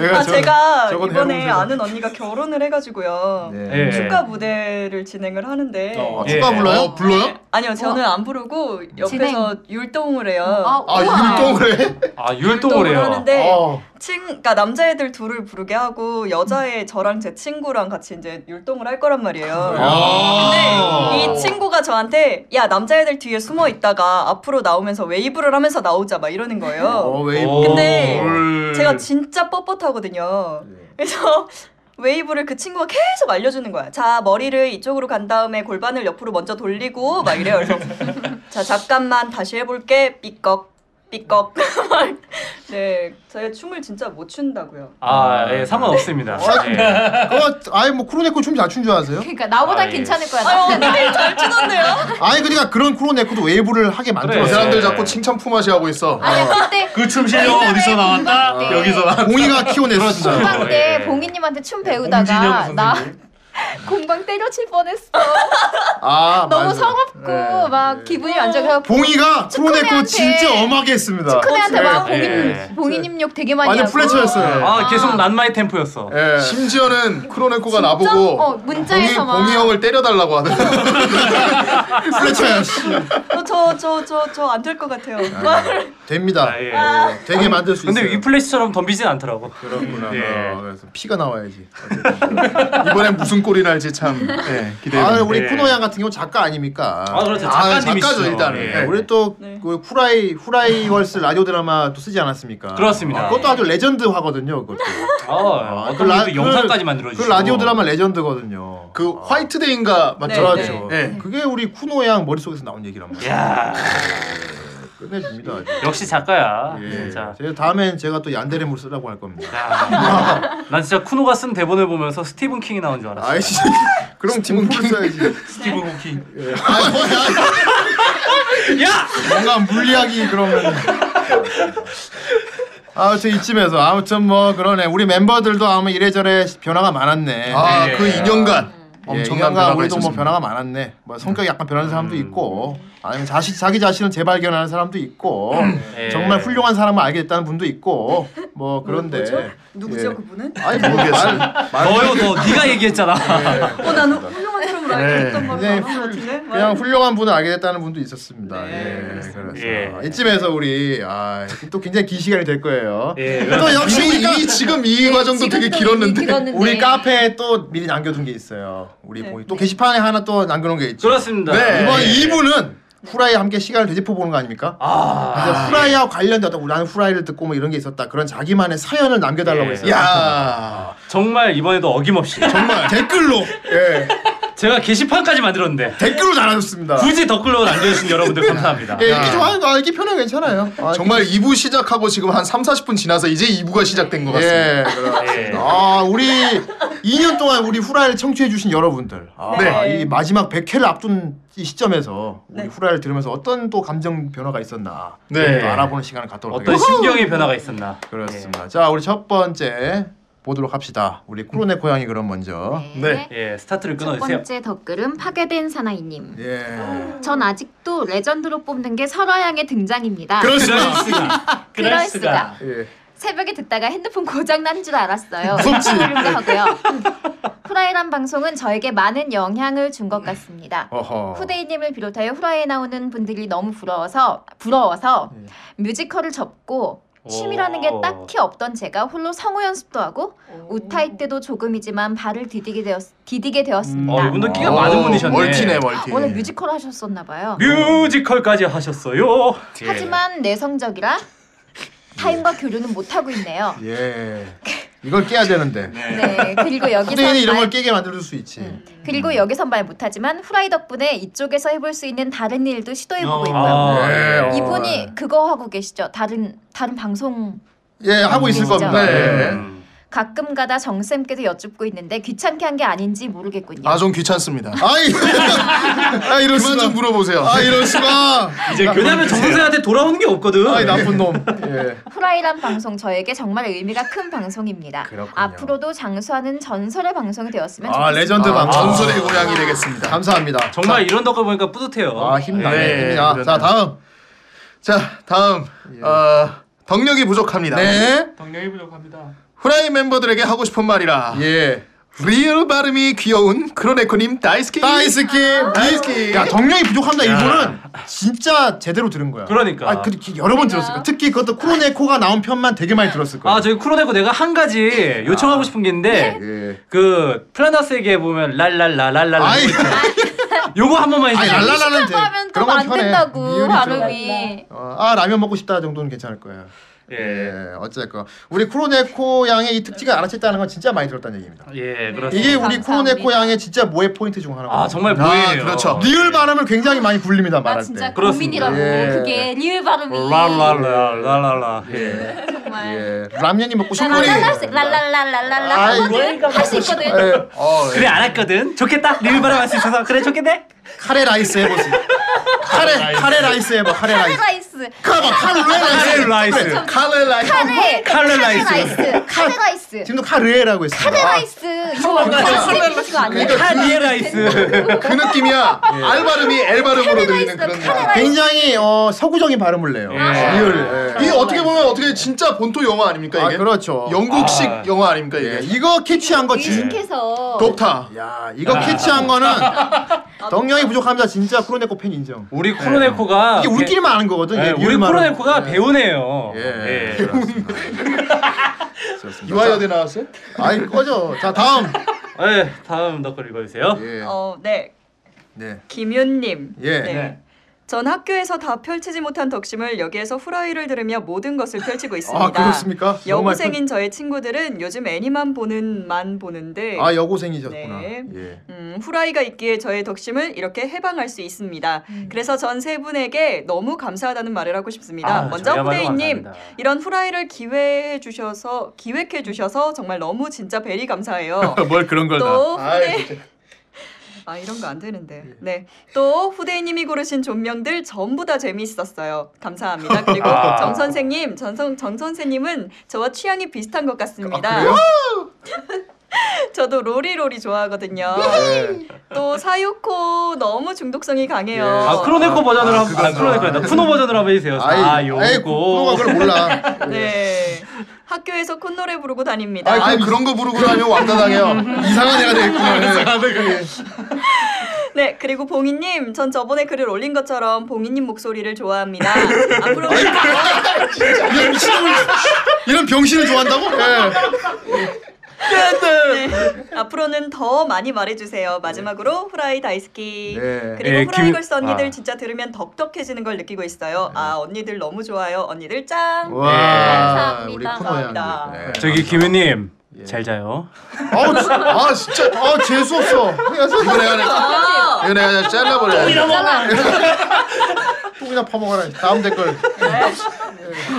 C: 내가
G: 아
C: 저-
G: 제가
C: 저건
G: 이번에
C: 해보세요.
G: 아는 언니가 결혼을 해가지고요
C: 예.
B: 예.
G: 축가 무대를 진행을 하는데
F: 어,
C: 아, 축가
B: 예.
C: 불러요?
D: 어 불러요?
G: 아니요 저는 안 부르고 옆에서 율동을 해요.
E: 아,
H: 어,
C: 아,
E: 우와.
C: 율동을 해?
B: 아, 아 율동을 해요.
G: 하는데
D: 어.
G: 친, 그러니까 남자애들 둘을 부르게 하고 여자애 저랑 제 친구랑 같이 이제 율동을 할 거란 말이에요.
B: 아.
C: 아.
G: 근데 이 친구가 저한테 야 남자애들 뒤에 숨어 있다가 앞으로 나오면서 웨이브를 하면서 나오자 막 이러는
C: 어.
G: 거예요.
F: 어.
B: 오.
G: 근데
F: 헐.
G: 제가 진짜 뻣뻣하거든요. 그래서 (laughs) 웨이브를 그 친구가 계속 알려주는 거야. 자 머리를 이쪽으로 간 다음에 골반을 옆으로 먼저 돌리고 막 이래요. 그래서 (laughs) 자 잠깐만 다시 해볼게. 삐걱 삐걱. (laughs) 네, 제가 춤을 진짜 못 춘다고요.
B: 아, 예, 상관없습니다.
C: 아,
B: 예.
C: 그거 아예 뭐 크로네코 춤 잘 춘 줄 아세요?
H: 그러니까 나보다
B: 아, 예.
H: 괜찮을 거야. 나.
G: 아유 (laughs) 언니들 잘 추던데요?
C: 아니 그러니까 그런 크로네코도 웨이브를 하게 만들었어요.
D: 그
B: 그래.
D: 사람들 자꾸 칭찬 품앗이 하고 있어.
H: 아니야 그때
F: 그 춤 실력 어디서 나왔다?
H: 공방 때-
F: 여기서 나왔다.
C: 공이가 아, 키워냈습니다.
H: 공방 때
B: 예.
H: 봉이님한테 춤 배우다가
F: 공진영
H: 나
F: 선생님.
H: (laughs) 공방 때려칠 뻔했어.
C: 아
H: 너무
C: 맞아.
H: 성없고
C: 예,
H: 막
C: 예.
H: 기분이 안
E: 어,
H: 좋아서
C: 봉이가 크로네코
H: 축구맨한테-
C: 진짜 엄하게 했습니다.
H: 큰애한테
E: 네.
H: 막
C: 네.
H: 봉이
B: 예.
H: 봉이님 욕 되게 많이
C: 완전
H: 하고.
C: 플래처였어요.
B: 아, 계속 난마의 템포였어.
D: 예. 심지어는 크로네코가 나보고
H: 어,
D: 봉이,
H: 문자에서 막
D: 봉이 형을 때려달라고 하는.
C: (laughs) 플래처야 씨.
G: 어, 저저 저 저 안 될 것 같아요.
C: 됩니다.
B: 아, 예.
C: 예, 되게 만들 수
B: 근데
C: 있어요.
B: 위플래시처럼 덤비진 않더라고.
C: 그렇구나.
B: 예.
C: 어, 그래서 피가 나와야지.
D: 이번엔 무슨 꼴이 날지 참 예, 기대해.
C: 아
D: 봅니다.
C: 우리
B: 예.
C: 쿠노양 같은 경우 작가 아닙니까?
B: 아, 그렇죠.
D: 아,
B: 작가님이시죠.
D: 작가죠, 일단은.
B: 예.
D: 네.
C: 우리 또
G: 네.
C: 그 후라이 후라이월스 라디오 드라마 또 쓰지 않았습니까?
B: 그렇습니다.
C: 아, 그것도 아주 레전드화거든요. 그것도.
B: 아,
C: 아,
B: 어떤 분도 영상까지 만들어주시고.
C: 그 라디오 드라마 레전드거든요.
D: 그 화이트데이인가 맞죠?
G: 네,
C: 그렇죠.
D: 네. 네.
C: 그게 우리 쿠노양 머릿속에서 나온 얘기란 말이에요.
B: 야
C: 끝내줍니다. 아주.
B: 역시 작가야.
C: 예.
B: 진짜.
C: 제가 다음엔 제가 또 얀데레물 쓰라고 할 겁니다.
B: 야. 아. 난 진짜 쿠노가 쓴 대본을 보면서 스티븐 킹이 나온 줄 알았어.
C: 아이씨. 그럼 지금 풀 써야지.
F: 스티브 호킹.
B: (laughs) 야!
C: 뭔가 물리학이 그러면. 아무튼 이쯤에서 아무튼 뭐 그러네 우리 멤버들도 아무 이래저래 변화가 많았네.
D: 아,
B: 예.
D: 그 2년간 엄청난
C: 예, 인간과
D: 변화가
C: 우리도 뭐
D: 있었습니다.
C: 변화가 많았네. 뭐 성격이 약간 변하는 사람도 있고 아니면 자시, 자기 자신을 재발견하는 사람도 있고
B: 예.
C: 정말 훌륭한 사람을 알게 됐다는 분도 있고 뭐 그런데
G: 누구죠
C: 예.
G: 그분은?
C: 아니 모르겠어.
B: 너요 너 네가 얘기했잖아.
G: 어 나는 훌륭한 사람을 알고 있던 말
C: 네,
G: 나온 것 같은데.
C: 그냥 훌륭한 분을 알게 됐다는 분도 있었습니다.
G: 네,
C: 예,
G: 그렇습니다.
C: 그래서
B: 예.
C: 이쯤에서 우리 아, 또 굉장히 긴 시간이 될 거예요.
B: 예.
C: 또 역시 네,
D: 이미, 이미 지금 이 과정도 되게 길었는데
C: 우리 카페에 또 미리 남겨둔 게 있어요. 우리
G: 네.
C: 봉이 또 게시판에 하나 또 남겨놓은 게 있죠.
B: 그렇습니다.
D: 네.
C: 이번
B: 예.
C: 2부는 후라이 함께 시간을 되짚어보는 거 아닙니까?
B: 아.
C: 이제 후라이와 관련된 어떤 나는 후라이를 듣고 뭐 이런 게 있었다. 그런 자기만의 사연을 남겨달라고
B: 예.
C: 했어요.
D: 야
B: 정말 이번에도 어김없이
C: 정말 댓글로 예
B: 제가 게시판까지 만들었는데
C: 댓글로 달아줬습니다.
B: 굳이 댓글로 남겨주신 여러분들 감사합니다.
C: 그 예, 이렇게 좋아요. 아, 이게 편해 괜찮아요. 아,
D: 정말 2부 시작하고 지금 한 3, 40분 지나서 이제 2부가 시작된 것 같습니다.
C: 예, 그렇습니다.
B: 예.
C: 아, 우리 2년 동안 우리 후라이를 청취해주신 여러분들. 아,
G: 네.
C: 이 마지막 100회를 앞둔 이 시점에서 우리
G: 네.
C: 후라이를 들으면서 어떤 또 감정 변화가 있었나.
D: 네.
C: 또 알아보는 시간을 갖도록
B: 어떤
C: 하겠습니다.
B: 심경의 변화가 있었나.
C: 그렇습니다. 자, 우리 첫 번째 보도록 합시다. 우리 쿠로네 고양이 그럼 먼저.
D: 네.
B: 예, 스타트를
E: 첫
B: 끊어주세요.
E: 번째 덧글은 파괴된 사나이님.
C: 예.
E: 전 아직도 레전드로 뽑는 게 설화양의 등장입니다.
C: 그럴 수
B: 그럴 수가.
E: 그럴 수가.
C: 예.
E: 새벽에 듣다가 핸드폰 고장 난 줄 알았어요.
C: 무섭지?
E: 하고요. (laughs) 후라이란 방송은 저에게 많은 영향을 준 것 같습니다.
C: 어허.
E: 후대인님을 비롯하여 후라이에 나오는 분들이 너무 부러워서 부러워서 뮤지컬을 접고 취미라는 게
B: 오.
E: 딱히 없던 제가 홀로 성우 연습도 하고 우타이 때도 조금이지만 발을 디디게 되었 디디게 되었습니다.
B: 어, 이분도 끼가
D: 오,
B: 많은 분이셨네.
D: 멀티네 멀티.
E: 원래 뮤지컬 하셨었나 봐요.
B: 뮤지컬까지 하셨어요. 예.
E: 하지만 내성적이라 타인과 교류는 못 하고 있네요.
C: 예. 이걸 깨야 되는데.
E: 네. 그리고 여기서
C: 후대인이 이런 걸 음.
E: 말,
C: 깨게 만들 수 있지.
E: 그리고 여기서 말 못하지만 후라이 덕분에 이쪽에서 해볼 수 있는 다른 일도
C: 어.
E: 시도해보고 있고요.
B: 아,
C: 예.
B: 예.
E: 네. 이분이 그거 하고 계시죠. 다른 다른 방송
C: 예, 하고 있을
E: 진짜.
C: 겁니다. 예.
B: 음.
E: 가끔가다 정쌤께도 여쭙고 있는데 귀찮게 한 게 아닌지 모르겠군요.
D: 아좀 귀찮습니다.
C: 아이, 아 이럴
D: 그만
C: 수가.
D: 좀 물어보세요.
C: 아 이럴 수가.
B: 이제 왜냐면 정선생한테 돌아오는 게 없거든.
C: 아이 나쁜 놈. 예.
E: 후라이란 방송 저에게 정말 의미가 큰 방송입니다.
C: 그렇군요.
E: 앞으로도 장수하는 전설의 방송이 되었으면
C: 아
E: 좋겠습니다.
C: 레전드
D: 아,
C: 방송.
D: 전설의 고향이 되겠습니다.
C: 감사합니다.
B: 정말 이런 덕을 보니까 뿌듯해요.
C: 아 힘나네.
D: 예,
C: 힘이나. 자
D: 그러네요.
C: 다음.
D: 자 다음 어, 덕력이 부족합니다. 네
C: 네.
F: 덕력이 부족합니다.
D: 후라이 멤버들에게 하고 싶은 말이라
C: 예.
D: 리얼 발음이 귀여운 그런 에코님 다이스키.
C: 다이스키 다이스키. 야 덕량이 부족합니다. 이분은 진짜 제대로 들은 거야.
B: 그러니까.
C: 아, 그 여러 번 들었을 거야. 특히 그것도 쿠로네코가 나온 편만 되게 많이 들었을 거야.
B: 아 저희 쿠로네코 내가 한 가지 요청하고
C: 아.
B: 싶은 게 있는데
C: 예.
B: 그 플라나스에게 보면 랄랄라랄랄라
C: 아이,
B: 요거 한 번만
C: 아이
B: 해주세요.
C: 랄랄라는 돼.
E: 하면
C: 그런 건
E: 또안
C: 편해.
E: 된다고
C: 이유는
E: 발음이.
C: 어, 아 라면 먹고 싶다 정도는 괜찮을 거예요.
B: 예.
C: 예, 어쨌건 우리 쿠로네코 양의 이 특징을 알아챘다는 건 진짜 많이 들었다는 얘기입니다.
B: 예, 그렇습니다.
C: 이게 뭐- 우리
E: 감사합니다.
C: 쿠로네코 양의 진짜 모의 포인트 중 하나거든요.
B: 아 정말 보이네요.
D: 그렇죠.
C: 리을 발음을 굉장히 많이 굴립니다
E: 나
C: 말할
E: 진짜
C: 때.
B: 그렇습니다.
E: 고민이라고.
C: 예.
E: 그게 리을 발음이.
B: 랄랄라랄랄라. 예.
E: 정말.
C: 예, 라면이 먹고 싶은 거니.
E: 랄랄랄랄랄랄라
C: 아이,
E: 하거든 할 수 있거든.
C: 예, 어, 예.
B: 그래 안 했거든. 좋겠다. 릴바람 할수 있어서 그래 좋겠네.
C: 카레 라이스 해보세요. 카레 카레 라이스 해봐. 카레 라이스.
E: 카레라이스.
C: 카레 카레
B: 라이스.
C: 카레 라이스.
E: 카레.
B: 카레라이스.
E: 카레라이스. 카레라이스.
C: 지금도 카레라고 했어요.
E: 카레라이스. 이거 카레라이스 아니야?
C: 그러니까
B: 카니에라이스.
D: 그
C: (laughs)
D: 느낌이야.
C: 예.
D: 알 발음이 엘 발음으로 들리는 그런.
E: 카레라이스.
C: 아, 굉장히 어, 서구적인 발음을 내요.
B: 예.
C: 리을. 예.
D: 이게 어떻게 보면 어떻게 진짜 본토 영화 아닙니까
C: 아
D: 이게? 어.
C: 그렇죠.
D: 영국식
B: 아.
D: 영화 아닙니까
C: 예,
D: 이게?
C: 이거 캐치한 거 진.
E: 익숙해서.
D: 독타.
C: 야 이거 캐치한 거는 덕량이 부족합니다. 진짜 쿠로네코 팬 인정.
B: 우리 코로네코가
C: 예. 이게 우리끼리만 아는 거거든.
B: 예,
C: 예,
B: 우리
C: 리을만은.
B: 코로네코가 배우네요.
C: 예.
B: 예.
D: 이화여대 나왔어요?
C: 아이 꺼져. 자 다음. 아,
B: 예, 다음 댓글 읽어주세요.
C: 예.
G: 어, 네.
C: 네.
G: 김윤님.
C: 예.
G: 네. 전 학교에서 다 펼치지 못한 덕심을 여기에서 후라이를 들으며 모든 것을 펼치고 있습니다.
C: 아 그렇습니까? 정말 큰-
G: 여고생인 저의 친구들은 요즘 애니만 보는 만 보는데
C: 아 여고생이셨구나.
G: 네.
C: 예.
G: 음, 후라이가 있기에 저의 덕심을 이렇게 해방할 수 있습니다.
C: 음.
G: 그래서 전 세 분에게 너무 감사하다는 말을 하고 싶습니다.
B: 아,
G: 먼저
B: 저야말로
G: 후대인님
B: 감사합니다.
G: 이런 후라이를 기회해 주셔서 기획해 주셔서 정말 너무 진짜 베리 감사해요.
C: (laughs) 뭘 그런 걸 다.
G: 또 후대 (laughs) 아 이런 거 안 되는데 네 또 후대인님이 고르신 존명들 전부 다 재미있었어요 감사합니다 그리고
B: 아.
G: 정 선생님 전성 정 선생님은 저와 취향이 비슷한 것 같습니다
C: 아, 그래요?
G: (laughs) 저도 로리로리 좋아하거든요
C: 예.
G: 또 사유코 너무 중독성이 강해요
C: 예.
B: 아 크로네코 버전으로 한번 아, 크로네코 아니다. 쿠노 버전으로 한번 해주세요. 아
C: 아이, 에이,
B: 요거.
C: 쿠로가 그걸
G: (laughs)
C: 몰라.
G: 네 학교에서 콧노래 부르고 다닙니다
D: 아, 그런 거 부르고 다니면 왕따 당해요.
C: 이상한 애가 되겠구나.
G: 네 그리고 봉이님 전 저번에 글을 올린 것처럼 봉이님 목소리를 좋아합니다 앞으로
C: 이런 미친놈을- 이런 병신을 좋아한다고? 예.
G: 네. 앞으로는 더 많이 말해주세요. 마지막으로 후라이 다이스키.
C: 네.
G: 그리고
B: 예, 김-
G: 후라이걸스 언니들
B: 아.
G: 진짜 들으면 덕덕해지는 걸 느끼고 있어요. 아 언니들 너무 좋아요. 언니들 짱.
C: 와,
E: 감사합니다.
C: 우리 쿠노야.
G: 감사합니다.
B: 저기 김윤님
C: 예.
B: 잘 자요.
C: 아우, 진- 아 진짜, 아 재수 없어.
D: 이거 내가 그냥-
G: 아,
D: 뭐 이거 내가 그냥 잘라버려야 돼.
C: (laughs) 똥이나 퍼먹어라. 다음 댓글.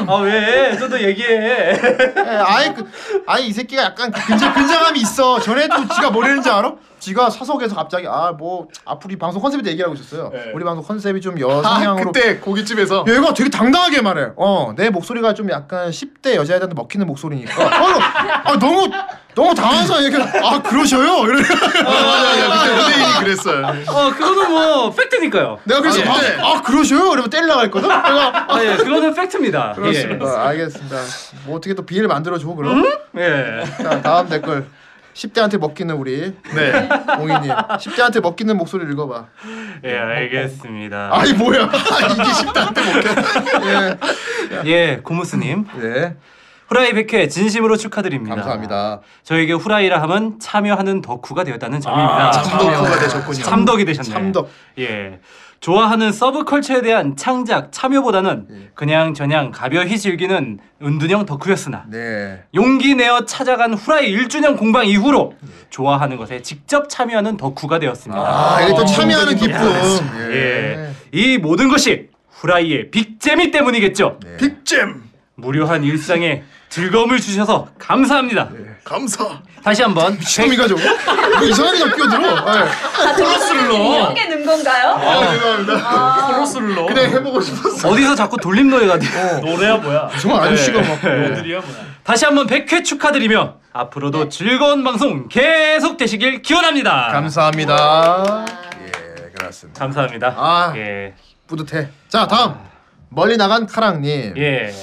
B: 아 왜? 저도 얘기해.
C: 예, 아예 그, 아예 이 새끼가 약간 그 근장 근장함이 있어. 전에도 지가 뭐라는지 알아? 지가 사석에서 갑자기 아 뭐 앞으로 이 방송 컨셉에 대해 얘기하고 있었어요. 우리 방송 컨셉이 좀
D: 아,
C: 여성향으로
D: 그때 고깃집에서
C: 얘가 되게 당당하게 말해. 어, 내 목소리가 좀 약간 10대 여자애들한테 먹히는 목소리니까. 어, 아, 너무 너무 당황해서 이렇게 아 그러셔요. 이래.
D: 어, 맞아 맞아 그때 후대인이 그랬어요.
B: 어 그거는 뭐 팩트니까요.
C: 내가 그래서
D: 아,
C: 아,
D: 예.
C: 아, 그러셔요. 이러면 때리려고 했거든. 내가
B: 아, 예, 그거는 팩트입니다.
C: 그렇습니다.
D: 예.
C: 알겠습니다. 뭐 어떻게 또 비일 만들어 줘 그럼.
B: 예. 예.
C: 자, 다음 댓글. 10대한테 먹히는 우리
D: 네.
C: 공인님. 10대한테 먹히는 목소리 읽어봐.
B: 예, 알겠습니다.
C: 아이 뭐야? (laughs) 이게 10대한테 먹혀.
B: 예, 고무스님.
C: 예.
D: 네,
C: 예.
B: 후라이 100회 진심으로 축하드립니다.
C: 감사합니다.
B: 저에게 후라이라 함은 참여하는 덕후가 되었다는 점입니다.
D: 아, 참덕후가 되셨군요.
B: 참덕이 되셨네.
C: 참덕.
B: 예. 좋아하는 서브컬처에 대한 창작, 참여보다는
D: 예.
B: 그냥 저냥 가벼이 즐기는 은둔형 덕후였으나
C: 네.
B: 용기 내어 찾아간 후라이 1주년 공방 이후로 좋아하는 것에 직접 참여하는 덕후가 되었습니다.
C: 아, 네. 이게 또 참여하는 기쁨.
B: 예. 이 모든 것이 후라이의 빅잼이 때문이겠죠.
C: 네.
D: 빅잼
B: 무료한 일상에 즐거움을 주셔서 감사합니다.
D: 감사.
B: 다시 한번
C: 미친놈이가 저거? 뭐 이상하게 좀 끼어들어. 예.
F: 코러스로.
G: 이렇게 넣은 건가요?
D: 아 죄송합니다.
F: 코러스로.
D: 그냥 해보고 싶었어.
B: 어디서 자꾸 돌림 노래가 돼요.
C: 어.
F: 노래야 뭐야?
C: 정말 아저씨가 막.
F: 노들이야 뭐야?
B: 다시 한번 100회 축하드리며 앞으로도 즐거운 방송 계속 되시길 기원합니다.
C: 감사합니다. 예, 그렇습니다.
B: 감사합니다.
C: 아.
B: 예.
C: 뿌듯해. 자, 다음. 멀리 나간 카랑님.
B: 예.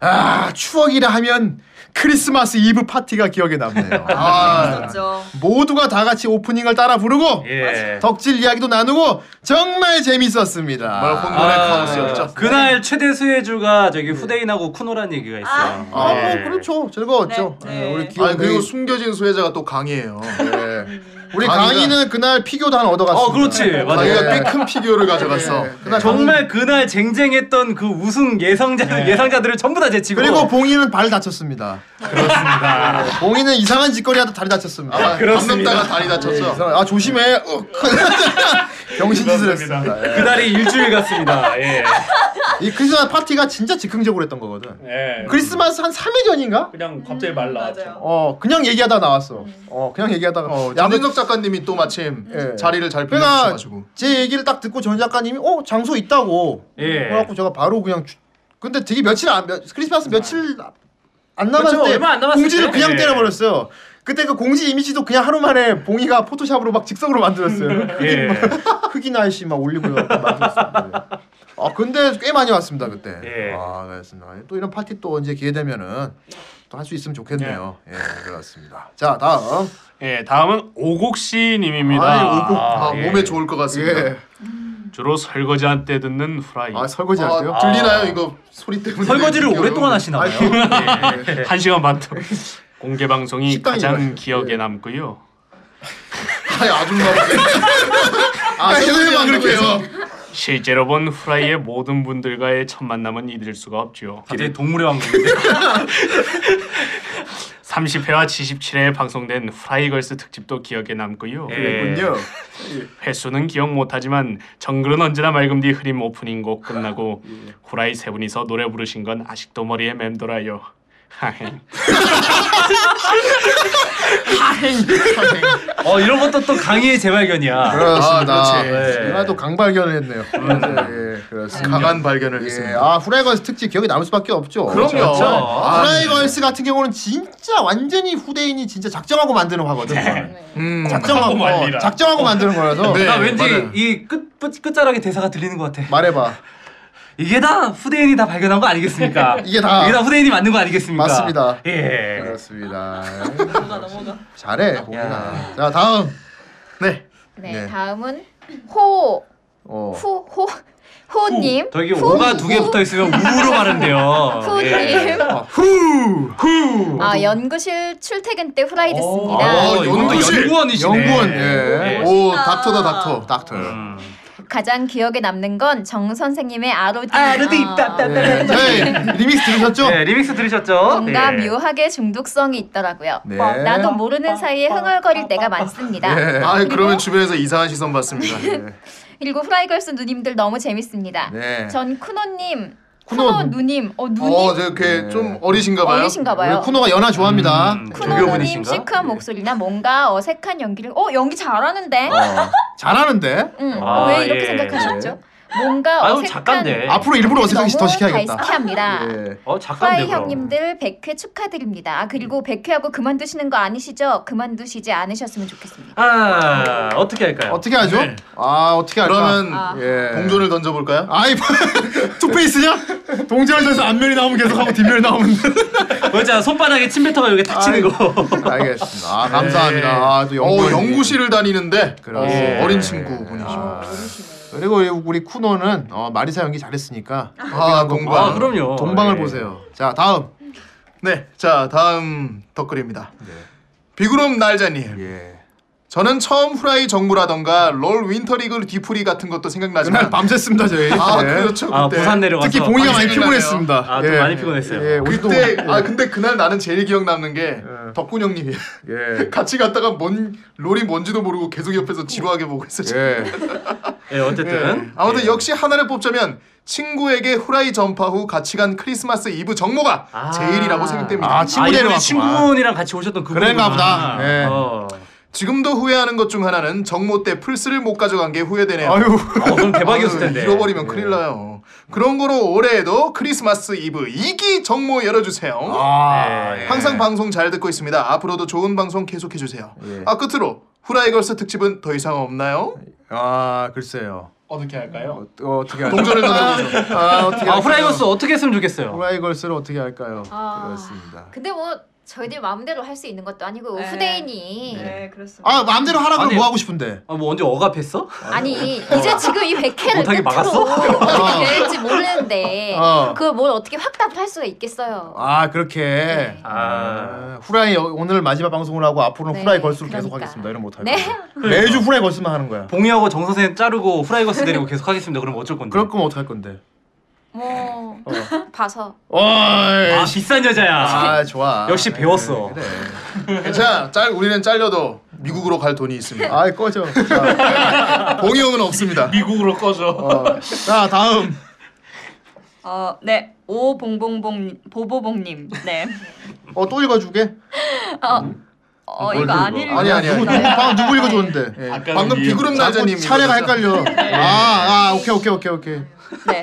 C: 아 추억이라 하면 크리스마스 이브 파티가 기억에 남네요. 아,
G: 맞죠.
C: 모두가 다 같이 오프닝을 따라 부르고
B: 예.
C: 덕질 이야기도 나누고 정말 재밌었습니다.
D: 말콤노래
G: 아.
C: 아,
D: 카오스였죠.
B: 그날 최대 수혜주가 저기 후대인하고 쿠노란 얘기가 있어요.
C: 아, 뭐
F: 네.
C: 그렇죠. 즐거웠죠.
G: 네, 네.
C: 예, 우리
D: 아
C: 기억
D: 그리고 숨겨진 수혜자가 또 강이에요.
C: 예. 우리
D: 강의가-
C: 강희는 그날 피규어도 하나 얻어갔어.
B: 어, 그렇지. 맞아요.
D: 강이가 꽤 큰 피규어를 가져갔어.
C: 예. 그날
B: 정말 그날 쟁쟁했던 그 우승 예상자 예상자들을 전부 다 제치고
C: 그리고 봉이는 발 다쳤습니다. 그렇습니다. 봉이는 이상한 짓거리 하다 다리 다쳤습니다.
D: 아, 밤 넘다가 다리 다쳤어.
C: 아 조심해. 어,
B: (laughs)
C: 병신짓을 했습니다. 예.
B: 그날이 일주일 갔습니다. 예.
C: 이 크리스마스 파티가 진짜 즉흥적으로 했던 거거든.
B: 네.
F: 예.
C: 크리스마스 한 3일 전인가?
F: 그냥 갑자기 말 나왔죠.
G: 맞아요.
C: 어 그냥 얘기하다 나왔어. 어 그냥 얘기하다가
D: 어,
C: 야,
D: 장진석 작가님이 또 마침
C: 예.
D: 자리를 잘
C: 그러니까
D: 빌려주셔가지고
C: 제 얘기를 딱 듣고 전 작가님이 어 장소 있다고
B: 예.
C: 그래갖고 제가 바로 그냥 주- 근데 되게 며칠 안 며- 크리스마스 며칠 안 남았을
B: 그렇죠.
C: 때
B: 얼마 안 남았을
C: 공지를
B: 때.
C: 그냥
F: 예.
C: 때려버렸어요. 그때 그 공지 이미지도 그냥 하루 만에 봉이가 포토샵으로 막 즉석으로
B: (laughs)
C: 만들었어요.
F: 예.
C: 흑인 아이씨 막 올리고요. 만들었습니다. 예. 아 근데 꽤 많이 왔습니다 그때.
F: 예.
C: 아 그렇습니다. 또 이런 파티 또 언제 기회 되면은 또 할 수 있으면 좋겠네요. 예, 그렇습니다. 자 다음.
F: 예, 다음은 오곡 씨 님입니다.
C: 아이, 오곡.
D: 아,
F: 예.
D: 몸에 좋을 것 같습니다.
C: 예.
F: 주로 설거지할 때 듣는 후라이.
C: 아 설거지 할게요.
D: 아, 들리나요 이거 소리 때문에?
B: 그 설거지를 오랫동안 하시나 봐요.
F: 한 시간 반
C: (laughs)
F: 동안 공개 방송이
C: 네. 식당이
F: 가장
C: 뭐예요?
F: 기억에 남고요.
D: 아니 아줌마. 아 선생님만 그렇게 해요.
F: 실제로 본 후라이의 모든 분들과의 첫 만남은 잊을 수가 없죠.
C: 아, 네.
B: 갑자기 동물의 왕국인데.
F: 30회와 77회에 방송된 후라이걸스 특집도 기억에 남고요.
C: 그랬군요.
F: 횟수는 기억 못하지만 정글은 언제나 맑음 뒤 흐림 오프닝
B: (laughs)
F: 곡 끝나고
B: 예.
F: 후라이 세 분이서 노래 부르신 건 아직도 머리에 맴돌아요. 하행.
B: 어 이런 것도 또 강의의 재발견이야.
C: 그렇습니다.
D: 아,
B: 그렇지.
C: 제가 또 강발견을 했네요. 예, 예, 그렇습니다.
D: 강한 발견을
C: 예,
D: 했습니다.
C: 아 후라이걸스 특집 기억에 남을 수밖에 없죠.
D: 그럼요.
B: 그렇죠.
D: 아,
C: 후라이걸스 같은 경우는 진짜 완전히 후대인이 진짜 작정하고 만드는 화거든.
D: 음.
C: 작정하고
F: 하고 말리라.
C: 어, 작정하고 만드는 거라서
D: 네.
B: 나 왠지
D: 맞아요.
B: 이끝 끝자락에 대사가 들리는 것 같아.
C: 말해봐.
B: 이게 다 후대인이 다 발견한 거 아니겠습니까?
C: 이게 다.
B: 이게 다 후대인이 맞는 거 아니겠습니까?
C: 맞습니다. 네.
B: 예.
C: 그렇습니다.
G: 넘어가.
C: 잘해 공이가. 자 다음.
D: 네.
E: 네,
C: 네.
E: 다음은 호,
C: 어.
E: 후, 호, 호님.
B: 어, 저기 오가 두 개 붙어 있으면 우로 말한대요. 예.
E: 후님.
B: 후.
E: 아, 연구실 출퇴근 때 후라이 듣습니다.
D: 아,
B: 어, 이거는
D: 연구실.
B: 연구원이시네.
C: 연구원. 예.
B: 예.
D: 오 닥터다 닥터.
C: 닥터.
B: 음.
E: 가장 기억에 남는 건 정 선생님의 ROD.
G: 아르디
E: 아.
C: 네.
G: 따따따따.
C: 저희 리믹스 들으셨죠?
B: 네, 리믹스 들으셨죠?
E: 뭔가
B: 예.
E: 묘하게 중독성이 있더라고요.
C: 네.
E: 어, 나도 모르는 사이에 흥얼거릴 때가 많습니다.
C: 예.
D: 아 그러면 주변에서 이상한
E: (laughs)
D: 시선 받습니다.
E: 그리고 후라이걸스 누님들 너무 재밌습니다.
C: 네.
E: 전 쿠노님,
C: 쿠노
E: 쿠노, 누님, 어 누님
D: 어, 되게
C: 네.
D: 좀 어리신가봐요.
E: 어리신가봐요.
C: 우리 쿠노가 연하 좋아합니다. 네.
B: 음.
E: 쿠노 누님 시크한 목소리나 뭔가 어색한 연기를 어 연기 잘하는데?
C: 어. 잘하는데.
E: 응.
B: 아,
E: 어, 왜 이렇게
B: 예.
E: 생각하셨죠? 뭔가
B: 아유,
E: 어색한
B: 작가인데.
C: 앞으로 일부러 어색하게 더
E: 너무
C: 시켜야겠다.
E: 다이스키합니다.
C: 예.
B: 어,
E: 후라이
B: 작가인데 그럼.
E: 형님들 100회 축하드립니다. 아, 그리고 100회하고 그만두시는 거 아니시죠? 그만두시지 않으셨으면 좋겠습니다.
B: 아, 어떻게 할까요?
C: 어떻게 하죠? 아 어떻게 할까?
D: 그러면
C: 예.
D: 동전을 던져볼까요?
C: 아이 (laughs) 투페이스냐? 동전을 던서 앞면이 나오면 계속 하고 뒷면이 나오면
B: 맞아. 손바닥에 침뱉어가 여기 탁 치는 거.
C: 알겠습니다. 아, 감사합니다. 아, 또 연구
D: 어, 연구실을 다니는데
C: 그렇습니다.
D: 어, 어린
C: 예. 아,
D: 친구분이시죠.
C: 그리고 이- 우리 쿠노는 어, 마리사 연기 잘했으니까
D: 아, 동방.
B: 아, 그럼요.
C: 동방을
B: 예.
C: 보세요. 자 다음.
D: 네, 자 다음 덧글입니다.
C: 네.
D: 비구름 날자님.
C: 예.
D: 저는 처음 후라이 정부라던가 롤 윈터리그 뒤풀이 같은 것도
C: 그날
D: 생각나지만
C: 밤샜습니다 저희.
D: 아
C: 예.
D: 그렇죠 그때
B: 아, 부산 내려가서
C: 특히 봉이가 많이
D: 밤새긴
C: 피곤했습니다.
B: 아, 좀 많이 피곤했어요.
C: 예, 우리도
D: 그때 아 근데 그날 나는 제일 기억 남는 게
C: 예.
D: 덕군 형님이
C: 예.
D: (laughs) 같이 갔다가 뭔 롤이 뭔지도 모르고 계속 옆에서 지루하게 보고 있었죠.
C: 예.
B: 예, 어쨌든.
D: 아무튼 역시 하나를 뽑자면 친구에게 후라이 전파 후 같이 간 크리스마스 이브 정모가
B: 아.
D: 제일이라고 생각됩니다.
C: 아 친구 데려왔구만.
B: 이분이 친구분이랑 같이 오셨던 그분.
C: 그랬나 보다. 예.
B: 어.
D: 지금도 후회하는 것 중 하나는 정모 때 플스를 못 가져간 게 후회되네요.
C: 아유. 예.
B: 어, 그럼 대박이었을
D: 아유,
B: 텐데.
D: 잃어버리면 큰일 나요. 그런 거로 올해에도 크리스마스 이브 2기 정모 열어주세요.
C: 아,
B: 네.
C: 예.
D: 항상 방송 잘 듣고 있습니다. 앞으로도 좋은 방송 계속해주세요.
C: 예.
D: 아 끝으로 후라이걸스 특집은 더 이상 없나요?
C: 아 글쎄요.
I: 어떻게 할까요?
C: 어, 어, 어떻게 할까요?
D: 동전을 던져보죠.
C: 아, 어떻게
B: 아
C: 할까요?
B: 후라이걸스 어떻게 했으면 좋겠어요.
C: 후라이걸스를 어떻게 할까요?
E: 아.
C: 그렇습니다.
E: 근데 뭐 저희들 마음대로 할 수 있는 것도 아니고
G: 네.
E: 후대인이
G: 네, 그렇습니다.
C: 아 마음대로 하라 그럼
B: 아니,
C: 뭐 하고 싶은데?
B: 아 뭐 언제 억압했어?
E: 아니 이제 지금 이 100회를
B: 못하게 막았어?
E: 끝으로 어떻게 될지 모르는데
C: 어.
E: 그걸 뭘 어떻게 확답을 할 수가 있겠어요.
C: 아 그렇게.
B: 아.
C: 아, 후라이 어, 오늘 마지막 방송을 하고 앞으로는
E: 네,
C: 후라이 걸스로 계속
E: 그러니까.
C: 하겠습니다. 이런 못하고
E: 네? (laughs)
C: 매주 후라이 걸스만 하는 거야.
B: 봉이하고 정 선생
C: (laughs)
B: 자르고 후라이걸스 데리고 계속 하겠습니다. 그럼 어쩔 건데?
C: 그럴 거면 어떡할 건데?
E: 뭐 봐서
B: 아
C: 와,
B: 비싼 여자야.
C: 아 좋아. 네,
B: 역시 배웠어.
C: 그래.
D: (laughs) 괜찮아. 짤 우리는 잘려도 미국으로 갈 돈이 있습니다.
C: 아이 꺼져. 자,
D: 봉이 형은 없습니다.
I: 아. 미국으로 꺼져.
C: 어. 자 다음.
G: 어, 네. 오봉봉봉 보보봉님. 네.
C: 어 또 읽어주게?
G: 어,
C: 뭘
G: 이거 안
C: 읽어?
G: 읽어.
D: 아니 아니
C: 누구,
D: 아니.
C: 누구, 방금 누구 읽어줬는데?
D: 예,
I: 아까는
D: 방금
I: 이해
D: 비구름 네.
I: 못
D: 나자님
C: 자꾸 차례가 헷갈려. 아, 아, 오케이, 오케이, 오케이, 오케이.
G: 네.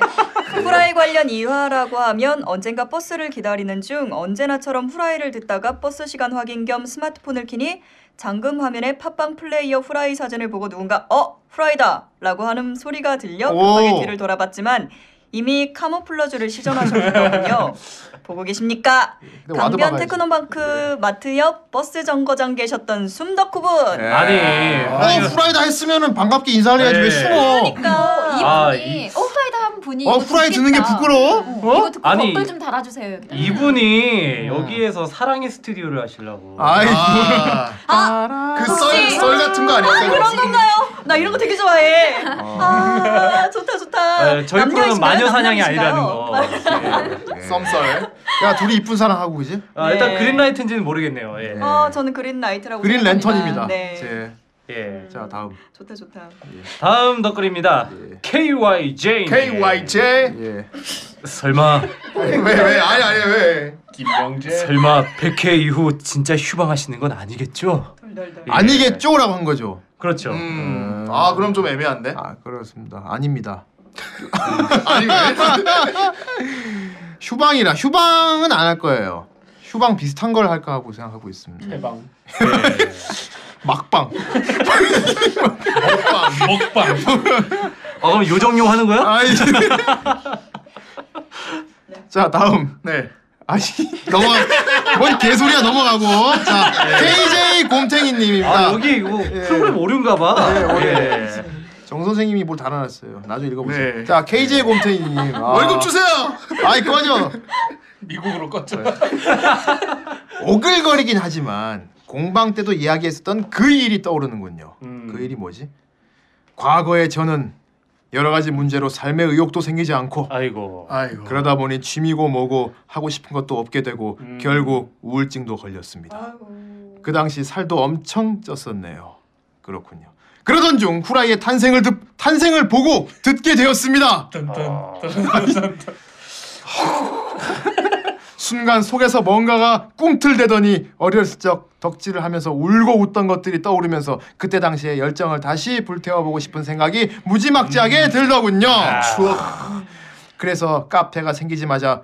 G: 후라이 관련 이화라고 하면 언젠가 버스를 기다리는 중 언제나처럼 후라이를 듣다가 버스 시간 확인 겸 스마트폰을 키니 잠금 화면에 팟빵 플레이어 후라이 사진을 보고 누군가 어 후라이다 라고 하는 소리가 들려
C: 오.
G: 급하게 뒤를 돌아봤지만 이미
C: (laughs)
G: 카모플러주를 시전하셨더군요. 보고 계십니까?
C: 근데 와도
G: 강변
C: 막아야지.
G: 테크노ban크 마트 옆 버스 정거장 계셨던 숨덕후분.
C: 네.
B: 아니.
C: 어, 후라이다 했으면은 반갑게 인사를 해야지
D: 네.
C: 왜
B: 예.
C: 숨어?
E: 그러니까
B: 아,
E: 이분이 어 후라이다 한 분이
C: 어,
E: 이거
C: 후라이 듣는 게
E: 듣겠다.
C: 부끄러워?
E: 어?
C: 어?
E: 이거 듣고
B: 아니,
E: 댓글 좀 달아주세요 여기다.
B: 이분이 여기에서 사랑의 스튜디오를 하시려고.
C: 아이,
D: 아, 그썰 썰 같은 거 아니야?
G: 그런 건가요? 나 이런 거 되게 좋아해.
C: 어.
G: 아 좋다 좋다.
B: 네, 저희 프로는
G: 남녀이신가요?
B: 마녀 사냥이 아니라는
G: 남녀이신가요?
B: 거. 네.
D: 네. 썸썰.
C: 야, 둘이 이쁜 사랑 하고 그지?
B: 아,
G: 네.
B: 일단 그린라이트인지는 모르겠네요. 예.
G: 어 저는 그린 라이트라고.
C: 그린 랜턴입니다.
G: 네.
C: 제.
B: 예.
C: 자, 다음.
G: 좋다 좋다.
B: 다음 댓글입니다. KYJ.
I: 네.
D: KYJ.
C: 예.
B: 설마
D: 왜 왜 아니 아니 왜?
I: 김영재.
B: 설마 100회 이후 진짜 휴방하시는 건 아니겠죠?
G: 덜덜덜.
B: 예.
C: 아니겠죠라고 한 거죠.
B: 그렇죠.
D: 음. 아 그럼 좀 애매한데.
C: 아, 그렇습니다. 아닙니다.
D: (laughs) 아니 왜?
C: 휴방이라 휴방은 안 할 거예요. 휴방 비슷한 걸 할까 하고 생각하고 있습니다. 네.
I: 해방.
C: 막방.
I: 먹방.
B: 아 그럼 요정용 하는 거야?
C: 아이. 자, 다음.
D: 네.
C: 아니 넘어 뭔 개소리야 넘어가고
D: 네.
C: 자 KJ 곰탱이님입니다.
B: 아 여기 이거 프로그램 오류인가 봐. 예.
C: 정 선생님이 뭘 달아놨어요. 나중에 읽어보세요.
D: 네.
C: 자 KJ 곰탱이님 아.
D: 월급 주세요.
C: 아이 꺼져.
I: 미국으로 꺼져.
C: (laughs) 오글거리긴 하지만 공방 때도 이야기했었던 그 일이 떠오르는군요.
I: 음.
C: 그 일이 뭐지? 과거에 저는 여러 가지 문제로 삶의 의욕도 생기지 않고
B: 아이고.
D: 아이고.
C: 그러다 보니 취미고 뭐고 하고 싶은 것도 없게 되고
I: 음.
C: 결국 우울증도 걸렸습니다. 그 당시 살도 엄청 쪘었네요. 그렇군요. 그러던 중 후라이의 탄생을 듣 탄생을 보고 듣게 되었습니다. (laughs) 순간 속에서 뭔가가 꿈틀대더니 어렸을 적 덕질을 하면서 울고 웃던 것들이 떠오르면서 그때 당시의 열정을 다시 불태워보고 싶은 생각이 무지막지하게 들더군요. 추억. 그래서 카페가 생기자마자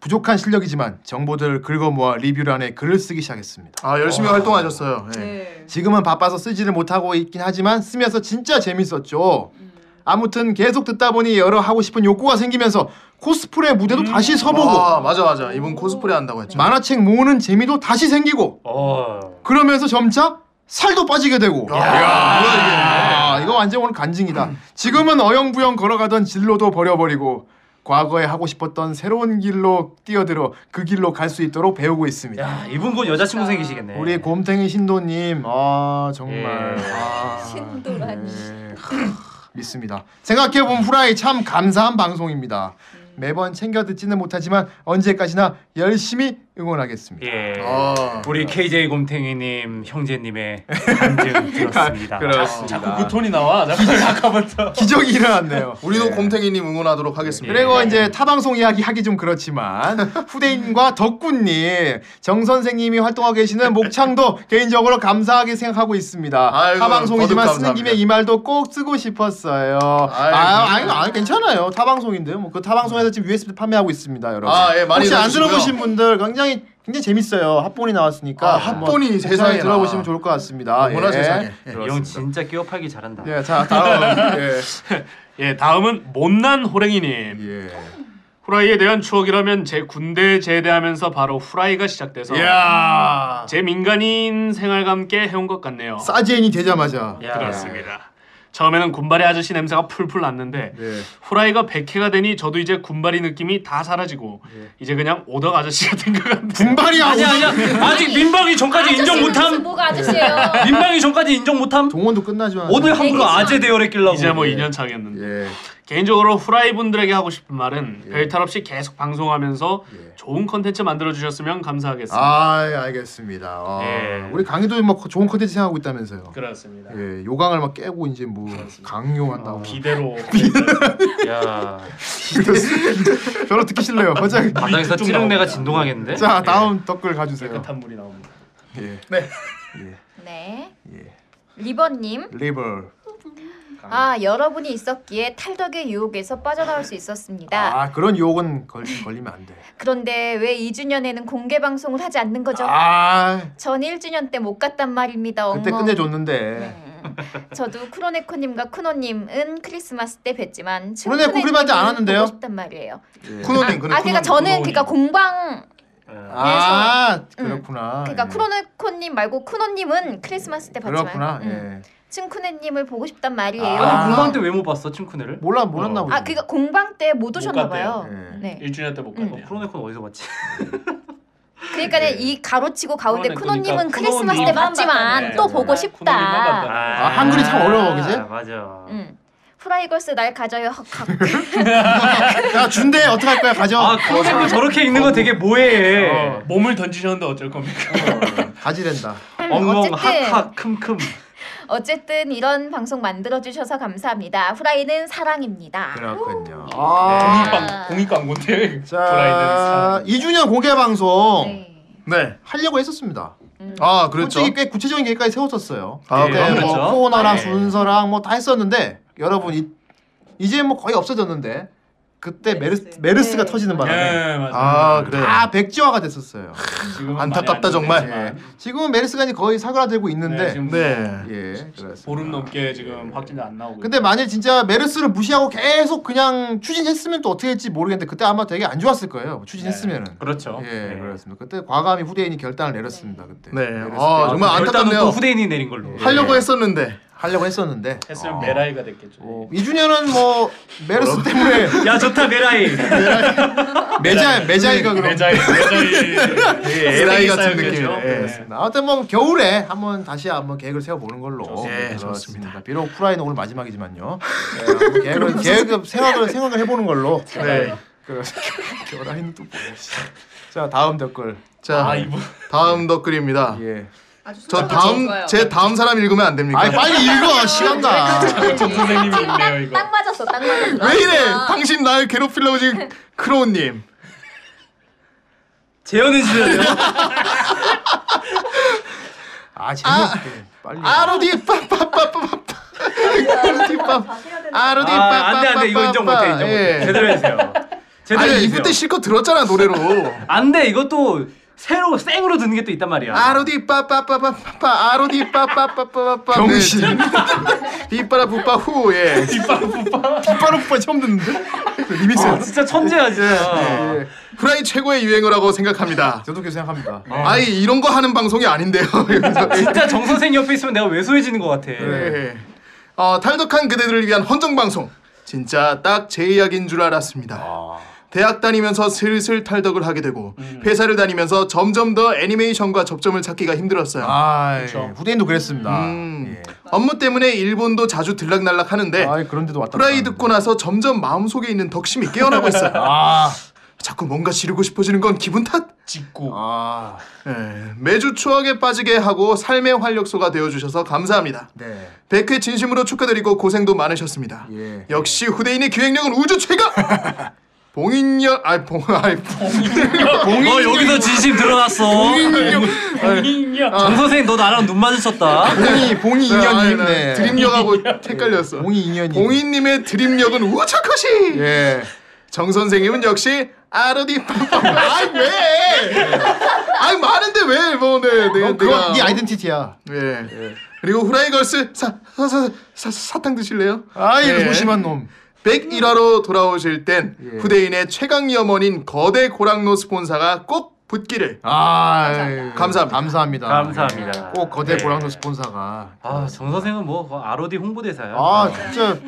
C: 부족한 실력이지만 정보들을 긁어모아 리뷰란에 글을 쓰기 시작했습니다.
D: 아 열심히 활동하셨어요. 예.
G: 네.
C: 지금은 바빠서 쓰지를 못하고 있긴 하지만 쓰면서 진짜 재밌었죠. 아무튼 계속 듣다 보니 여러 하고 싶은 욕구가 생기면서 코스프레 무대도 다시 서보고 네.
D: 아 맞아 맞아 이분 코스프레 한다고 했죠.
C: 음. 만화책 모으는 재미도 다시 생기고
B: 어.
C: 그러면서 점차 살도 빠지게 되고
D: 야, 뭐야
C: 아, 이거 완전 오늘 간증이다. 지금은 어영부영 걸어가던 진로도 버려버리고 과거에 하고 싶었던 새로운 길로 뛰어들어 그 길로 갈 수 있도록 배우고 있습니다.
B: 야 이분 곧 여자친구 생기시겠네.
C: 우리 곰탱이 신도님 아 정말
B: 예.
C: 아,
E: 신도라니.
C: 예. 하, 믿습니다 생각해보면 후라이 참 감사한 방송입니다 매번 챙겨 듣지는 못하지만 언제까지나 열심히 응원하겠습니다
B: 예.
D: 이게. 아.
B: 우리 KJ 곰탱이님 형제님의 (laughs) 간증 들었습니다.
I: 자꾸 그 톤이 나와. 자꾸
B: 예.
I: 아까부터.
C: 기적이 일어났네요 예.
D: 우리도 곰탱이님 응원하도록 하겠습니다.
C: 그리고 이제 타방송 이야기 하기 좀
D: (laughs)
C: 그렇지만 후대인과 덕구님 정 선생님이 활동하고 계시는
D: (laughs)
C: 목창도 개인적으로 감사하게 생각하고 있습니다.
D: 아이고,
C: 타방송이지만
D: 거듭
C: 쓰는 김에
D: 감사합니다.
C: 이 말도 꼭 쓰고 싶었어요.
D: 아이고.
C: 아, 아니, 아니 뭐그 괜찮아요. 타방송인데요. 뭐그 타방송에서 지금 USB 판매하고 있습니다, 여러분.
D: 아, 예, 많이
C: 혹시 안
D: 사주시고요.
C: 들어보신 분들 굉장히 굉장히 굉장히 재밌어요. 합본이 나왔으니까
D: 아, 합본이
C: 한번
D: 세상에나.
C: 곱씹어 들어보시면 좋을 것 같습니다.
D: 어머나
C: 예.
D: 세상에. 예.
B: 이 형 진짜 끼워 팔기 잘한다.
C: 예, 자
D: (laughs)
C: 다음. 예.
F: 예, 다음은 못난 호랭이님.
C: 예.
F: 후라이에 대한 추억이라면 제 군대 제대하면서 바로 후라이가 시작돼서
D: 이야.
F: 제 민간인 생활과 함께 해온 것 같네요.
B: 예.
C: 사지엔이 되자마자.
B: 야.
F: 그렇습니다. 처음에는 군발의 아저씨 냄새가 풀풀 났는데
C: 예.
F: 후라이가 100회가 되니 저도 이제 군발이 느낌이 다 사라지고 이제 그냥 오덕 아저씨 같은 것 같네요.
C: 분발이야.
B: 아니 아니야. 아직 민방위 전까지 인정
J: 아저씨는 무슨
B: 못함.
J: 뭐가 아저씨예요.
B: 민방위 전까지 인정 못함.
C: 동원도 끝나지만.
B: 오늘 함부로 아재 대열에 끼려고.
F: 이제 뭐 2년 차겠는데
C: 예.
F: 개인적으로 후라이 분들에게 하고 싶은 말은 별탈 없이 계속 방송하면서 좋은 컨텐츠 만들어 주셨으면 감사하겠습니다.
C: 아, 예, 알겠습니다. 아,
F: 예.
C: 우리 강의도 뭐 좋은 컨텐츠 생각하고 있다면서요.
F: 그렇습니다.
C: 예, 요강을 막 깨고 이제 뭐 강요한다고.
F: 기대로
B: 야.
C: 별로 듣기 싫네요. 화장.
B: 바닥에서 찌릉내가 진동하겠는데?
C: 자, 다음 댓글 가주세요.
F: 아, 깨끗한 물이 나옵니다.
C: 예.
E: (laughs) 네. 리버님,
C: 리버.
E: 아 여러분이 있었기에 탈덕의 유혹에서 빠져나올 수 있었습니다.
C: 아, 그런 유혹은 걸, 걸리면 안 돼.
E: 그런데 왜 2주년에는 공개 방송을 하지 않는 거죠?
C: 아,
E: 전 1주년 때 못 갔단 말입니다.
C: 그때
E: 어머.
C: 끝내줬는데.
E: 네. 저도 쿠로네코님과 쿠노님은 크리스마스 때 뵀지만
C: 쿠로네코 크리스마스 때안 왔는데요?
E: 보고 싶단 말이에요.
C: 예.
D: 쿠노님 근데
E: 아 그러니까 저는 그러니까 공방
B: 네.
C: 아, 그렇구나.
E: 그러니까
C: 예.
E: 쿠로네코님 말고 쿠노님은 크리스마스 때 봤지만
C: 그렇구나.
E: 음.
C: 예.
E: 층쿠네님을 보고 싶단 말이에요.
B: 아,
E: 아,
B: 공방 때 왜 못 봤어 층쿠네를?
C: 몰라
F: 어.
C: 몰랐나 보지.
E: 그러니까 공방 때 못 오셨나
F: 갔대요.
E: 봐요.
C: 예.
E: 네.
F: 1주년 때 못
B: 어,
F: 갔네요.
B: 크로네콘 어디서 봤지?
E: 그러니까 이 가로치고 가운데 쿠노님은
F: 쿠노네코니까 그러니까
E: 크리스마스 때
F: 쿠노님.
E: 봤지만
F: 네,
E: 또
F: 정말.
E: 보고
F: 쿠노님만
E: 싶다.
F: 봤다.
C: 아, 한글이 참 어려워, 그지?
B: 맞아.
E: 음. 프라이걸스 날 가져요. 헉, 헉.
C: (laughs) 야, 준대 어떻게 할 거야? 가져.
B: 아, 크로네콘 저렇게 읽는 거 되게 모해해.
F: 어, 몸을 던지셨는데 어쩔 겁니까?
C: 가지랜다.
B: 엉엉,
E: 어쨌든.
B: 학학, 큼큼.
E: 어쨌든 이런 방송 만들어 주셔서 감사합니다. 후라이는 사랑입니다. 아, 네.
C: 그렇군요.
F: 그 공익광 공익광고인데
C: 자, 2주년 아. 공개 방송
E: 네.
D: 네.
C: 하려고 했었습니다.
D: 아 그렇죠.
C: 솔직히 꽤 구체적인 계획까지 세웠었어요.
D: 아,
C: 그때
D: 그럼
C: 뭐
B: 그렇죠.
C: 코너랑
B: 네.
C: 순서랑 뭐 다 했었는데 여러분 이, 이제 뭐 거의 없어졌는데 그때 메르스, 메르스가 터지는 바람에
F: 예, 맞아요. 예,
D: 아 그래.
C: 다 백지화가 됐었어요. 예.
F: 지금은
D: 안타깝다,
F: 많이 안
D: 정말.
F: 되지만.
C: 지금은 메르스가 이제 거의 사그라들고
F: 네,
C: 있는데
F: 지금
D: 네.
C: 예, 그렇습니다.
F: 보름 넘게 지금 확진자 안 나오고.
C: 근데 만일 진짜 메르스를 무시하고 계속 그냥 추진했으면 또 어떻게 했지 모르겠는데 그때 아마 되게 안 좋았을 거예요.
D: 네,
C: 추진했으면은.
B: 그렇죠.
C: 예, 그렇습니다. 그때 과감히 후대인이 결단을 내렸습니다. 그때.
D: 네.
C: 메르스 때
D: 아 정말
B: 결단은
D: 안타깝네요.
B: 또 후대인이 내린 걸로.
D: 하려고 했었는데.
C: 하려고 했었는데
F: 했으면 메라이가 됐겠죠.
C: 어, 이준현은 뭐 메르스
D: (laughs)
C: 때문에
B: 야 좋다 메라이.
F: 네.
C: 매자
D: 네.
C: 매자이가 그런.
D: (laughs)
F: 메자이 메자이
D: 에라이 같은 예. 느낌.
C: 그렇습니다. 아무튼 뭐 겨울에 한번 다시 한번 계획을 세워보는 걸로.
D: 좋습니다. 예, 좋습니다.
C: 비록 후라이는 오늘 마지막이지만요. 네, 한번 계획을
D: (laughs)
C: 계획을 생각을 생각을 해보는 걸로.
D: 네.
C: 그 (laughs) 겨울아이는 또 뭐야? 씨. 자 다음 댓글.
D: 자 다음 댓글입니다.
C: 예.
D: 저 다음 제 다음 사람 읽으면 안 됩니까?
C: 아 빨리 읽어 시간 가.
F: 정 선생님인데요 이거.
E: 딱 맞았어. 딱
F: (laughs)
E: 맞았어.
D: 왜 이래? 당신 날 괴롭히려고 지금 크로우님.
B: 재현은 지금
C: 아 재밌어. 빨리.
D: 아로디 빠빠빠빠빠. 아로디 빠. 아로디 빠빠. 예.
B: 안돼 안돼 이거 인정 못해 인정
C: 예.
B: 못해. 제대로 해주세요. 제대로
D: 아니
B: 해주세요.
D: 이분 때 실컷 들었잖아 노래로.
B: 안돼 이것도 새로 생으로 듣는 게 또 있단 말이야.
C: 그렇죠.
D: 아로디 빠빠빠빠빠. 아로디 빠빠빠빠빠. 병신. 뒷바라 부빠 후 예.
C: 뒷바로 오빠 처음 듣는데? 리믹스.
B: 아, 진짜 천재야
C: 예,
B: 진짜.
D: 후라이 최고의 유행어라고 생각합니다.
C: 저도 그렇게 생각합니다.
D: 아이 이런 거 하는 방송이 아닌데요. (laughs) 이러면서.
B: 진짜 정 선생 옆에 있으면 내가 왜소해지는 것 같아.
C: 예.
D: 네. 어, 탈덕한 그대들을 위한 헌정 방송. 진짜 딱 제 이야기인 줄 알았습니다. 대학 다니면서 슬슬 탈덕을 하게 되고 회사를 다니면서 점점 더 애니메이션과 접점을 찾기가 힘들었어요.
C: 아, 예. 후대인도 그랬습니다.
D: 음,
C: 예.
D: 업무 때문에 일본도 자주 들락날락 하는데
C: 아, 그런데도 왔다.
D: 프라이
C: 갔다
D: 듣고 나서 점점 마음속에 있는 덕심이 깨어나고 있어요.
C: (laughs) 아,
D: 자꾸 뭔가 지르고 싶어지는 건 기분 탓?
F: 짓고.
C: 아,
D: 예, 매주 추억에 빠지게 하고 삶의 활력소가 되어주셔서 감사합니다.
C: 네.
D: 100회 진심으로 축하드리고 고생도 많으셨습니다.
C: 예.
D: 역시 후대인의 기획력은 우주 최고!
C: (laughs)
D: 봉인열, 아이, 봉, 아이,
B: 너 어, 여기서 진심 드러났어. 네.
F: 인형.
B: 정 선생 너 나랑 눈 마주쳤다.
C: 봉이 봉이 인연님. 네.
D: 드림력하고 헷갈렸어.
C: 봉이 인연님.
D: 봉인님의 드림력은 우주 컷이!
C: 예.
D: 정선생님은 역시 아르디 아이 왜? 아이 많은데 왜 뭐 네, 내,
C: 넌
D: 내가
C: 그건 네 아이덴티티야.
D: 예. 그리고 후라이걸스 사, 사, 사, 사, 사탕 드실래요?
C: 아이
D: 예.
C: 무심한 놈.
D: 101화로 돌아오실 땐 후대인의 최강 염원인 거대 고랑노 스폰사가 꼭 붙기를
C: 아
D: 감사합니다.
C: 감사합니다.
B: 감사합니다.
C: 아, 예. 꼭 거대
B: 네.
C: 고랑도 스폰사가.
B: 아, 정 선생은 뭐 거의 ROD 홍보대사야.
C: 아 진짜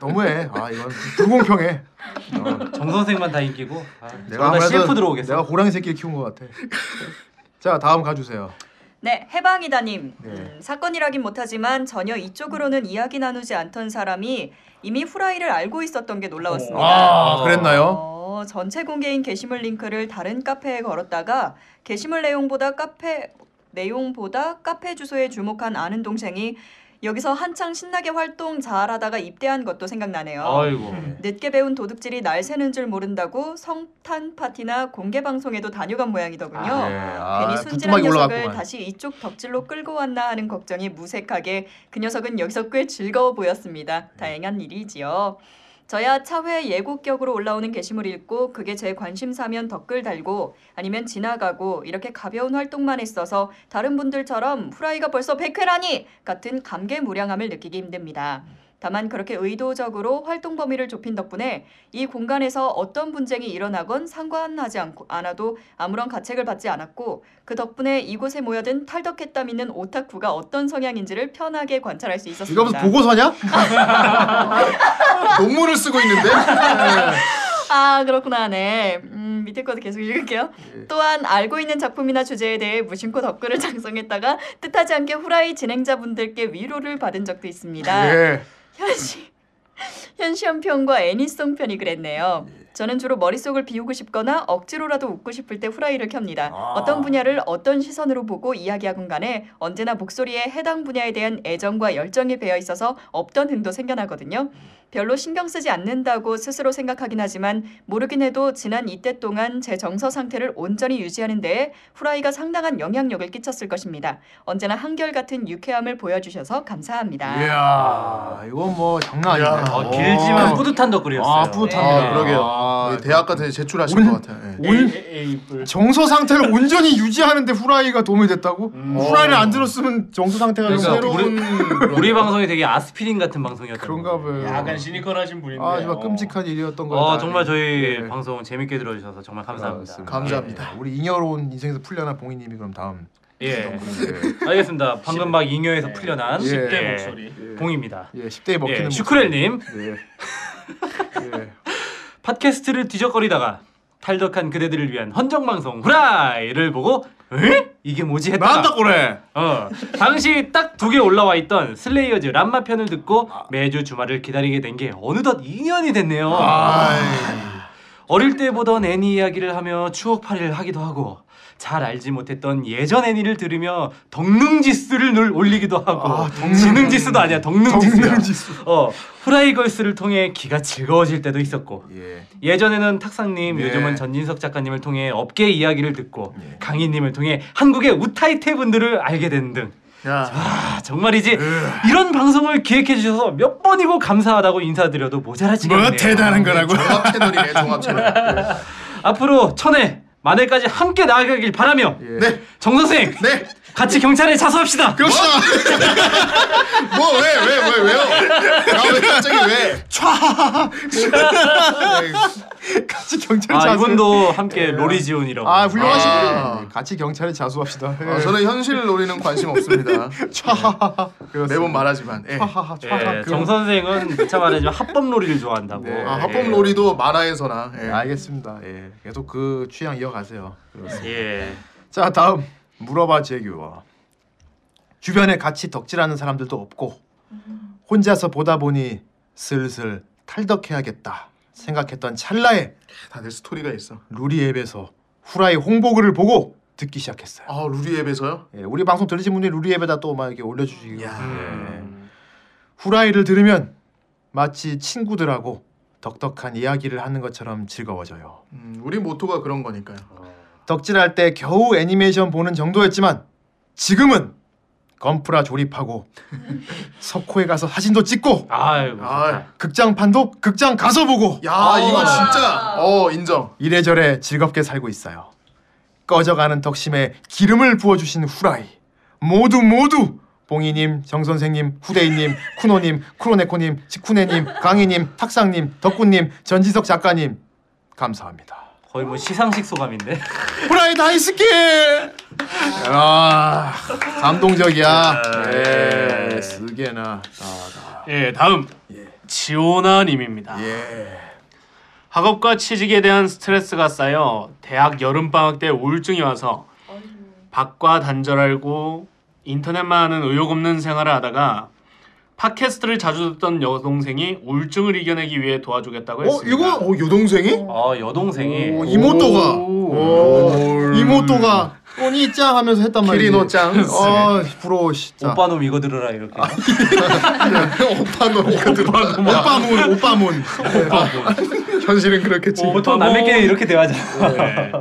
C: 너무해. 아 이건 불공평해.
B: 정 선생만 다 인기고. 아,
C: 내가
B: 내가 다
C: 아무래도
B: CF 들어오겠어.
C: 내가 고랑이 새끼를 키운 것 같아. 자 다음 가주세요.
G: 네, 해방이다님.
C: 네.
G: 음, 사건이라긴 못하지만 전혀 이쪽으로는 이야기 나누지 않던 사람이 이미 후라이를 알고 있었던 게 놀라웠습니다.
C: 아 그랬나요?
G: 어, 전체 공개인 게시물 링크를 다른 카페에 걸었다가 게시물 내용보다 카페 내용보다 카페 주소에 주목한 아는 동생이 여기서 한창 신나게 활동 잘하다가 입대한 것도 생각나네요.
F: 어.
B: 아이고.
G: 늦게 배운 도둑질이 날 새는 줄 모른다고 성탄 파티나 공개 방송에도 다녀간 모양이더군요.
C: 예, 아,
G: 괜히 순진한
C: 부뚜막이
G: 녀석을
C: 올라갔구만.
G: 다시 이쪽 덕질로 끌고 왔나 하는 걱정이 무색하게 그 녀석은 여기서 꽤 즐거워 보였습니다.
C: 음.
G: 다행한 일이지요. 저야 차회 예고격으로 올라오는 게시물 읽고 그게 제 관심사면 댓글 달고 아니면 지나가고 이렇게 가벼운 활동만 했어서 다른 분들처럼 후라이가 벌써 100회라니 같은 감개무량함을 느끼기 힘듭니다. 다만 그렇게 의도적으로 활동 범위를 좁힌 덕분에 이 공간에서 어떤 분쟁이 일어나건 상관하지 않고 않아도 아무런 가책을 받지 않았고 그 덕분에 이곳에 모여든 탈덕했담 있는 오타쿠가 어떤 성향인지를 편하게 관찰할 수 있었습니다.
C: 이거 무슨 보고서냐?
D: 논문을 쓰고 있는데
G: 아 그렇구나 네 음, 밑에 것도 계속 읽을게요 또한 알고 있는 작품이나 주제에 대해 무심코 댓글을 (laughs) 작성했다가 뜻하지 않게 후라이 진행자분들께 위로를 받은 적도 있습니다
C: 예.
G: 현시 현시연 편과 애니송 편이 그랬네요. 저는 주로 머릿속을 비우고 싶거나 억지로라도 웃고 싶을 때 후라이를 켭니다. 어떤 분야를 어떤 시선으로 보고 이야기하건 간에 언제나 목소리에 해당 분야에 대한 애정과 열정이 배어 있어서 없던 흥도 생겨나거든요. 별로 신경 쓰지 않는다고 스스로 생각하긴 하지만 모르긴 해도 지난 이때 동안 제 정서 상태를 온전히 유지하는 데에 후라이가 상당한 영향력을 끼쳤을 것입니다. 언제나 한결같은 유쾌함을 보여주셔서
C: 예.
G: 감사합니다.
C: 이야 이건 뭐 장난 아니야.
B: 어, 길지만 뿌듯한 덕글이었어요.
C: 아 뿌듯합니다.
G: 예.
D: 아, 그러게요.
C: 아,
D: 우리 대학 같은 데 제출하실
C: 온-
D: 것 같아요. 예.
C: 온
F: 에이블.
C: 정서 상태를 온전히 유지하는데 후라이가 도움이 됐다고? 후라이를 안 들었으면 정서 상태가 좀
D: 그러니까
C: 새로운
D: 우리
B: (laughs) 우리 방송이 되게 아스피린 같은 방송이었던
C: 그런가 봐요.
F: 예. 약간 시니컬하신 분인데.
C: 아 정말
F: 어.
C: 끔찍한 일이었던 거예요.
B: 어,
C: 다.
B: 정말 저희
C: 네.
B: 방송 재밌게 들어주셔서 정말 감사합니다.
C: 알겠습니다.
D: 감사합니다.
C: 예, 우리 잉여로운 인생에서 풀려나 봉이님이 그럼 다음.
B: 예. 알겠습니다. 방금 막 잉여에서 풀려난
C: 예.
B: 예.
F: 내 목소리.
B: 봉입니다.
C: 예, 10대에 먹히는
B: 예,
C: 모습.
B: 슈크렐님
C: 예. 예.
B: 팟캐스트를 뒤적거리다가 탈덕한 그대들을 위한 헌정 방송 후라이를 보고 에? 이게 뭐지 했다.
C: 나한다 그래.
B: 어, 당시 딱 두 개 올라와 있던 슬레이어즈 람마 편을 듣고 매주 주말을 기다리게 된 게 어느덧 2년이 됐네요. 아. 어릴 때 보던 애니 이야기를 하며 추억팔이를 하기도 하고 잘 알지 못했던 예전 애니를 들으며 덕능지수를 늘 올리기도 하고 지능지수도 아니야 아, 덕능지수야. 어, 후라이걸스를 통해 귀가 즐거워질 때도 있었고
C: 예.
B: 예전에는 예. 탁상님,
C: 예.
B: 요즘은 전진석 작가님을 통해 업계 이야기를 듣고 강희님을 통해 한국의 우타이테 분들을 알게 된 등. 아 정말이지 이런 방송을 기획해 주셔서 몇 번이고 감사하다고 인사드려도
C: 뭐,
B: 모자라지겠네요.
C: 거라고.
D: 종합 채널이네
C: (laughs)
D: 종합 채널.
B: 앞으로 천회 만회까지 함께 나아가길 바라며
D: 네.
B: 정 선생
D: 네.
B: 같이 경찰에 자수합시다.
D: 그럽시다. 뭐 (laughs) 왜 왜 왜 왜, 요 나 왜 갑자기 왜? 네, 촤.
C: 같이 경찰
B: 아
C: 자수.
B: 이분도 함께 로리지온이라고.
C: 아 훌륭하신
D: 아.
C: 분이네. 같이 경찰에 자수합시다. 예.
D: 아, 저는 현실 노리는 관심 없습니다.
C: (laughs) 촤하하하.
D: 매번 말하지만. 예.
C: 하하하.
B: 예,
C: 촤하하.
B: 정 선생은 참 말하지만 합법 로리를 좋아한다고.
C: 네.
D: 아,
B: 예.
D: 합법 놀이도 만화에서나. 예.
C: 알겠습니다. 예. 계속 그 취향 이어가세요. 그렇습니다.
B: 예.
C: 자 다음 물어봐 재규와 주변에 같이 덕질하는 사람들도 없고 혼자서 보다 보니 슬슬 탈덕해야겠다 생각했던 찰나에
D: 다들 스토리가 있어.
C: 루리 앱에서 후라이 홍보글을 보고 듣기 시작했어요.
D: 아 루리 앱에서요?
C: 예, 우리 방송 들으신 분들이 루리 앱에다 또 막 이렇게 올려주시고
D: 야. 네.
C: 예. 후라이를 들으면 마치 친구들하고 덕덕한 이야기를 하는 것처럼 즐거워져요.
D: 음, 우리 모토가 그런 거니까요.
C: 덕질할 때 겨우 애니메이션 보는 정도였지만 지금은 건프라 조립하고 (laughs) 석호에 가서 사진도 찍고
B: 아이고.
D: 아,
C: 극장판도 극장 가서 보고
D: 야 이거 진짜 어 인정.
C: 이래저래 즐겁게 살고 있어요. 꺼져가는 덕심에 기름을 부어주신 후라이 모두 모두 봉이님, 정선생님, 후대인님, 쿠노님, 쿠로네코님, 직쿠네님, 강희님, 탁상님, 덕구님, 전지석 작가님 감사합니다.
B: 거의 뭐 시상식 소감인데.
C: 후라이 다이스키! 아, 감동적이야. 예, 쓰게나.
F: 예, 다음 지오나님입니다.
B: 예.
F: 학업과 취직에 대한 스트레스가 쌓여 대학 여름 방학 때 우울증이 와서 밖과 단절하고 인터넷만 하는 의욕 없는 생활을 하다가 팟캐스트를 자주 듣던 여동생이 우울증을 이겨내기 위해 도와주겠다고
D: 어
F: 했습니다.
D: 이거 어 여동생이?
B: 아 여동생이.
C: 오, 이모토가.
D: 오.
C: 이모토가 꼬니 짱 하면서 했단 말이지.
D: 키리노 짱.
C: 어, 부러워, 진짜.
B: 오빠 놈 이거 들으라 이렇게.
C: (laughs)
D: 네. 오빠 너 이거 들어.
C: 오빠문, 오빠문. 네.
D: (laughs) 현실은 그렇겠지.
B: 보통 남에게 이렇게 대화하잖아.
F: 어? 네.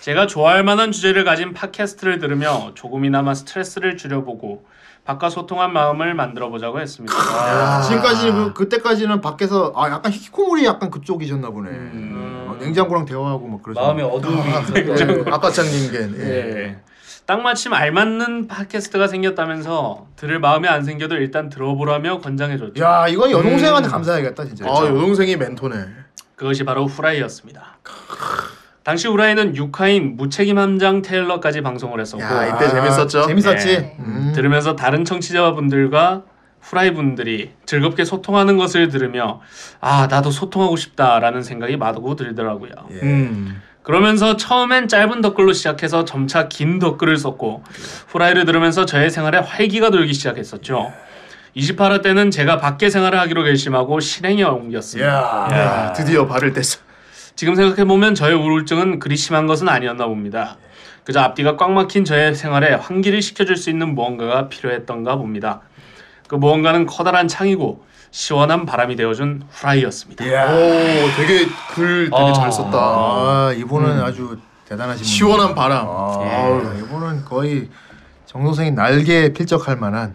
F: 제가 좋아할 만한 주제를 가진 팟캐스트를 들으며 조금이나마 스트레스를 줄여보고 바깥 소통한 마음을 만들어 보자고 했습니다.
C: 지금까지는 그, 때까지는 밖에서 아 약간 히키코모리 약간 그쪽이셨나 보네.
D: 음.
C: 어, 냉장고랑 대화하고 막 그러죠.
B: 마음의 어두움이 있어.
D: 아빠짱님겐. 아, 예.
F: 예. 딱 마침 알맞는 팟캐스트가 생겼다면서 들을 마음이 안 생겨도 일단 들어보라며 권장해줬죠.
C: 야 이건 여동생한테 감사해야겠다 진짜.
D: 음. 아 여동생이 멘토네.
F: 그것이 바로 후라이였습니다. 당시 후라이는 6화인 무책임 함장 테일러까지 방송을 했었고
D: 야 이때 어, 아, 재밌었죠.
C: 아,
D: 네.
C: 재밌었지.
F: 예.
C: 음.
F: 들으면서 다른 청취자분들과 후라이 분들이 즐겁게 소통하는 것을 들으며 아 나도 소통하고 싶다라는 생각이 마구 들더라고요.
D: 음.
F: 그러면서 처음엔 짧은 댓글로 시작해서 점차 긴 댓글을 썼고 후라이를 들으면서 저의 생활에 활기가 돌기 시작했었죠. 28화 때는 제가 밖에 생활을 하기로 결심하고 실행에 옮겼습니다.
D: 야 드디어 발을 뗐어.
F: 지금 생각해보면 저의 우울증은 그리 심한 것은 아니었나 봅니다. 그저 앞뒤가 꽉 막힌 저의 생활에 환기를 시켜줄 수 있는 무언가가 필요했던가 봅니다. 그 무언가는 커다란 창이고 시원한 바람이 되어준 후라이였습니다.
D: 오 되게 글 되게
B: 아.
D: 잘 썼다.
C: 아 이분은 아주 대단하신 분.
D: 음. 시원한 바람. 예.
C: 아, 야, 이분은 거의 정동생이 날개 필적할 만한.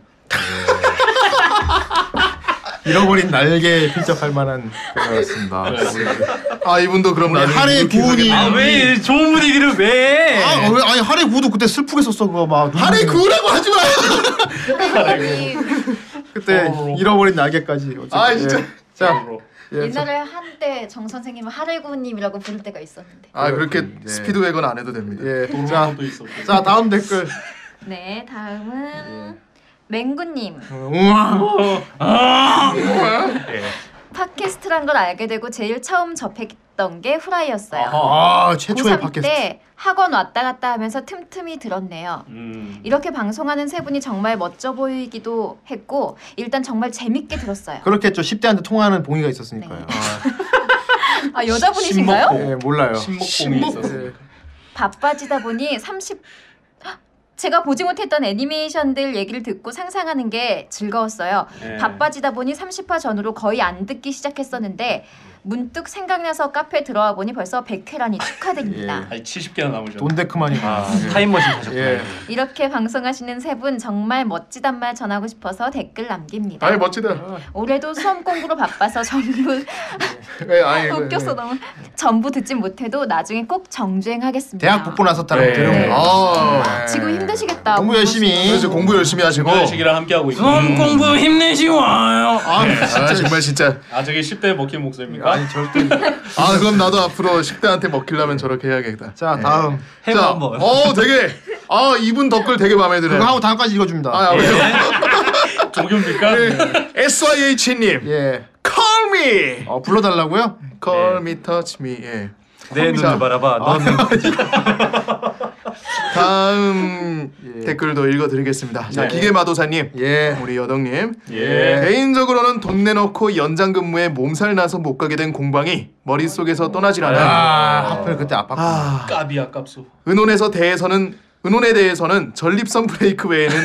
C: 예. (laughs) 잃어버린 날개 필적할 만한 그거였습니다.
D: 아 이분도 그럼
C: 우리
D: 나중에
C: 하래
D: 이렇게
C: 구운이.
D: 하겠다.
B: 아왜 좋은 분위기를 왜?
C: 아, 왜, 아니 하래 구도 그때 슬프게 썼어 그거 막.
D: 하래 구우라고 하지 마.
F: 아, 네.
C: 그때 잃어버린 날개까지. 어쨌든.
D: 아, 진짜.
C: 예. 자 예,
E: 옛날에 한때 정 선생님을 하래구님이라고 부를 때가 있었는데.
D: 아 그렇게
C: 네.
D: 스피드웨건 안 해도 됩니다.
C: 예, 자, 자 다음 댓글.
E: 네,
C: 예.
E: 다음은 맹구님. 팟캐스트란 걸 알게 되고 제일 처음 접했던 게 후라이였어요.
C: 아 최초의
E: 고3
C: 팟캐스트.
E: 때 학원 왔다 갔다 하면서 틈틈이 들었네요.
F: 음,
E: 이렇게 방송하는 세 분이 정말 멋져 보이기도 했고 일단 정말
C: (laughs)
E: 재밌게 들었어요.
C: 그렇겠죠. 10대한테 통하는 봉이가 있었으니까요.
E: 네. 아 여자분이신가요?
C: 아, 예, 몰라요. 예,
F: 신목공이 있었어요.
E: 바빠지다 보니 30 헉! 제가 보지 못했던 애니메이션들 얘기를 듣고 상상하는 게 즐거웠어요.
F: 네.
E: 바빠지다 보니 30화 전후로 거의 안 듣기 시작했었는데 문득 생각나서 카페 들어와 보니 벌써 100회라니 축하드립니다.
F: 아니 70개나 남으셨.
C: 돈데크만이
B: 아, 타임머신 타셨구나.
C: 예.
E: 네. 이렇게 방송하시는 세 분 정말 멋지단 말 전하고 싶어서 댓글 남깁니다.
D: 아이 멋지다.
E: 올해도 수험 공부로 바빠서 전부
D: 예, 아이,
E: 웃겼어 너무 전부 듣진 못해도 나중에 꼭 정주행하겠습니다.
C: 대학 붙고 나서 따라
F: 네.
C: 들은
E: 네.
C: 거예요.
D: 아
E: 지금 힘드시겠다.
C: 공부 열심히.
D: 그래서 아, 공부 열심히 하시고.
F: 시기랑 함께 하고 있고.
B: 수험 공부 힘내시고. 아유.
D: 아, 진짜 정말 진짜.
F: 아 저게 10대 먹힌 목소리입니까?
C: 아니 절대.
D: 아 그럼 나도 앞으로 10대한테 먹히려면 저렇게 해야겠다. 예.
C: 자 다음.
B: 해봐
D: 자,
B: 한번.
D: 어 되게 아 이분 댓글 되게 마음에 들어요.
C: 그거 하고 다음까지 읽어줍니다.
D: 아, 아, 왜요?
F: 조교입니까?
C: 네.
D: SIH님
C: 예.
D: Call me
C: 어, 불러달라고요?
D: Call me touch me 예.
B: 네.
D: 아,
B: 내 눈을 바라봐. 너는
D: (laughs) 다음 댓글도 읽어드리겠습니다 자 기계마도사님
C: 예.
D: 우리 여덕님
F: 예.
D: 개인적으로는 돈 내놓고 연장 근무에 몸살 나서 못 가게 된 공방이 머릿속에서 떠나질 않아
C: 아 하필 그때 아팠고.
D: 아,
F: 깝이야 깝소.
D: 은혼에서 대해서는 은혼에 대해서는 전립선 브레이크 외에는